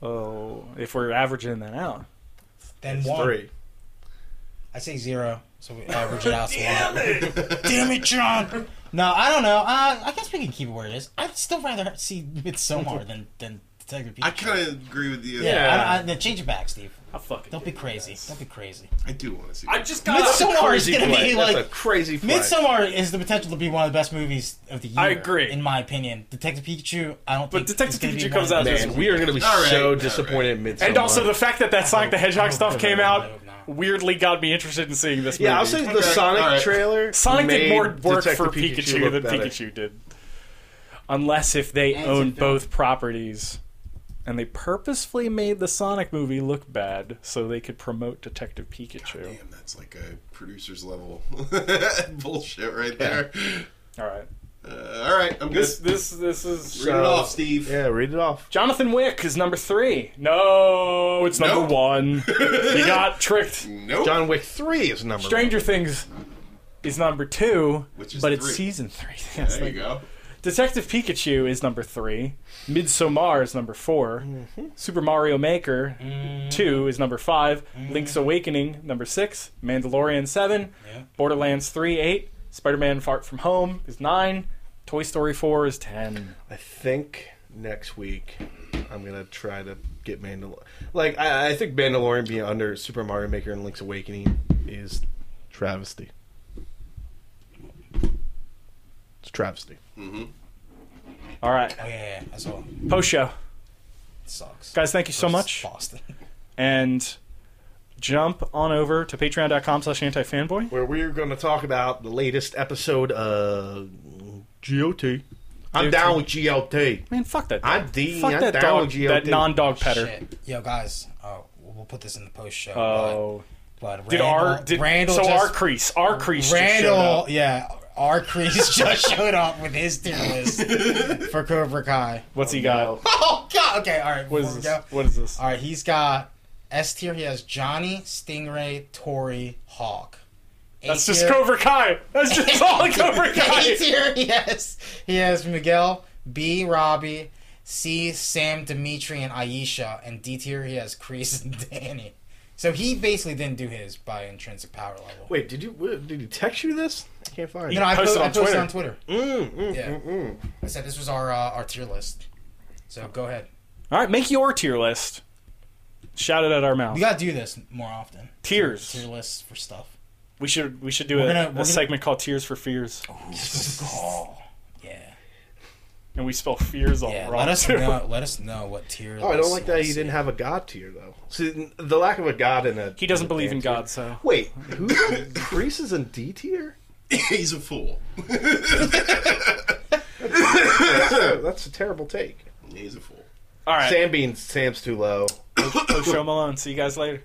Speaker 1: Oh, if we're averaging that out.
Speaker 2: then
Speaker 3: It's
Speaker 2: one.
Speaker 3: three.
Speaker 2: I say zero, so uh, we average it out. So Damn it! Damn it, John! No, I don't know. Uh, I guess we can keep it where it is. I'd still rather see Midsommar than than Detective Pikachu.
Speaker 4: I kind of agree with you.
Speaker 2: yeah.
Speaker 3: Yeah.
Speaker 2: I, I, then change it back, Steve.
Speaker 1: I fucking.
Speaker 2: Don't be crazy. Don't be crazy.
Speaker 4: I do want to see.
Speaker 1: I
Speaker 4: that.
Speaker 1: just
Speaker 2: Midsommar
Speaker 1: got. up-
Speaker 2: is
Speaker 3: Crazy
Speaker 2: gonna
Speaker 3: play.
Speaker 2: be
Speaker 3: That's
Speaker 2: like
Speaker 3: a crazy play.
Speaker 2: Midsommar is the potential to be one of the best movies of the year.
Speaker 1: I agree.
Speaker 2: in my opinion. Detective Pikachu, I don't.
Speaker 1: But
Speaker 2: think
Speaker 1: Detective
Speaker 2: is gonna be
Speaker 1: Pikachu
Speaker 2: one
Speaker 1: comes
Speaker 2: of
Speaker 1: out
Speaker 2: the
Speaker 1: this
Speaker 2: best.
Speaker 3: Man, we are going to be
Speaker 4: All right, all
Speaker 3: so
Speaker 4: right.
Speaker 3: disappointed in Midsummer.
Speaker 1: And also the fact that that Sonic the Hedgehog stuff came out
Speaker 2: not.
Speaker 1: weirdly got me interested in seeing this movie.
Speaker 3: yeah, I'll say the
Speaker 4: Okay,
Speaker 3: Sonic
Speaker 4: all right.
Speaker 3: trailer.
Speaker 1: Sonic did
Speaker 3: made
Speaker 1: more work
Speaker 3: Detective
Speaker 1: for Pikachu,
Speaker 3: look
Speaker 1: than
Speaker 3: better.
Speaker 1: Pikachu did. Unless if they
Speaker 2: And it's a
Speaker 1: owned
Speaker 2: film.
Speaker 1: both properties. And they purposefully made the Sonic movie look bad so they could promote Detective Pikachu.
Speaker 4: Damn, that's like a producer's level bullshit right there.
Speaker 1: All right.
Speaker 4: Uh, all right, I'm good.
Speaker 1: This this this is
Speaker 4: Read it off, Steve.
Speaker 3: Yeah, read it off.
Speaker 1: Jonathan Wick is number 3. No, it's number
Speaker 4: Nope.
Speaker 1: 1. you got tricked.
Speaker 4: Nope.
Speaker 3: John Wick Three is number
Speaker 1: Stranger Things is number 2,
Speaker 4: Which is
Speaker 1: but it's
Speaker 4: three.
Speaker 1: season 3. It's
Speaker 4: there you
Speaker 1: like-
Speaker 4: go.
Speaker 1: Detective Pikachu is number three. Midsommar is number 4
Speaker 2: Mm-hmm.
Speaker 1: Super Mario Maker two is number 5
Speaker 2: Mm-hmm.
Speaker 1: Link's Awakening number six. Mandalorian seven.
Speaker 2: Yeah.
Speaker 1: Borderlands three eight. Spider Man Fart from Home is nine. Toy Story four is ten.
Speaker 3: I think next week I'm gonna try to get Mandalorian. Like I, I think Mandalorian being under Super Mario Maker and Link's Awakening is travesty. It's travesty.
Speaker 1: All right,
Speaker 2: Oh yeah, yeah, yeah. that's all.
Speaker 1: post show
Speaker 2: It sucks.
Speaker 1: guys. Thank you so
Speaker 2: Versus
Speaker 1: much,
Speaker 2: Boston.
Speaker 1: and jump on over to Patreon.com/slash AntiFanboy.
Speaker 3: Where we're gonna talk about the latest episode of GOT. I'm
Speaker 1: GOT.
Speaker 3: down with GOT.
Speaker 1: Man, fuck that.
Speaker 3: I'm
Speaker 1: dog.
Speaker 3: D,
Speaker 1: Fuck
Speaker 3: I'm
Speaker 1: that
Speaker 3: down
Speaker 1: dog.
Speaker 3: with GLT.
Speaker 1: That non-dog petter.
Speaker 2: Shit. Yo, guys, uh, we'll put this in the post show.
Speaker 1: Oh.
Speaker 2: but, but
Speaker 1: Did
Speaker 2: Randall,
Speaker 1: our did,
Speaker 2: Randall
Speaker 1: so
Speaker 2: just,
Speaker 1: our crease our crease just showed
Speaker 2: Randall,
Speaker 1: up.
Speaker 2: yeah, our Crease just showed up with his tier list for Cobra Kai.
Speaker 1: What's he got?
Speaker 2: Oh God! Okay, all right.
Speaker 1: What
Speaker 2: before
Speaker 1: is
Speaker 2: we
Speaker 1: this?
Speaker 2: go-
Speaker 1: What is this?
Speaker 2: All right, he's got S tier. He has Johnny, Stingray, Tori, Hawk.
Speaker 1: That's
Speaker 2: A
Speaker 1: just
Speaker 2: tier-
Speaker 1: Cobra Kai. That's just all Cobra
Speaker 2: A
Speaker 1: Kai.
Speaker 2: tier. He has he has Miguel, B Robbie, C Sam, Dimitri, and Aisha. And D tier he has Crease and Danny. So he basically didn't do his by intrinsic power level.
Speaker 3: Wait, did you wh- did he text you this? I can't find
Speaker 2: you know, I,
Speaker 1: posted
Speaker 2: posted
Speaker 1: on
Speaker 2: I posted
Speaker 1: Twitter.
Speaker 2: on Twitter.
Speaker 3: it. Mm, mm,
Speaker 2: Yeah.
Speaker 3: mm, mm.
Speaker 2: I said this was our uh, our tier list. So go ahead.
Speaker 1: All right, make your tier list. Shout it at our mouth.
Speaker 2: We gotta do this more often.
Speaker 1: Tears.
Speaker 2: tier lists for stuff.
Speaker 1: We should we should do
Speaker 2: We're
Speaker 1: a,
Speaker 2: gonna- we're
Speaker 1: a
Speaker 2: gonna-
Speaker 1: segment called Tears for Fears,
Speaker 2: Oh, yeah,
Speaker 1: and we spell fears all
Speaker 2: yeah.
Speaker 1: Oh, wrong.
Speaker 2: Let us
Speaker 1: too.
Speaker 2: know. Let us know what tier.
Speaker 3: Oh, I
Speaker 2: list
Speaker 3: don't like
Speaker 2: you
Speaker 3: that
Speaker 2: wanna
Speaker 3: he
Speaker 2: see.
Speaker 3: didn't have a god tier though. See, the lack of a god in a
Speaker 1: He doesn't
Speaker 3: a
Speaker 1: believe in
Speaker 3: band tier.
Speaker 1: God, so
Speaker 3: Wait, who Priest is in D tier?
Speaker 4: He's a fool.
Speaker 3: That's, that's a terrible take.
Speaker 4: He's a fool.
Speaker 1: all right.
Speaker 3: Sam being Sam's too low.
Speaker 1: Show Malone. See you guys later.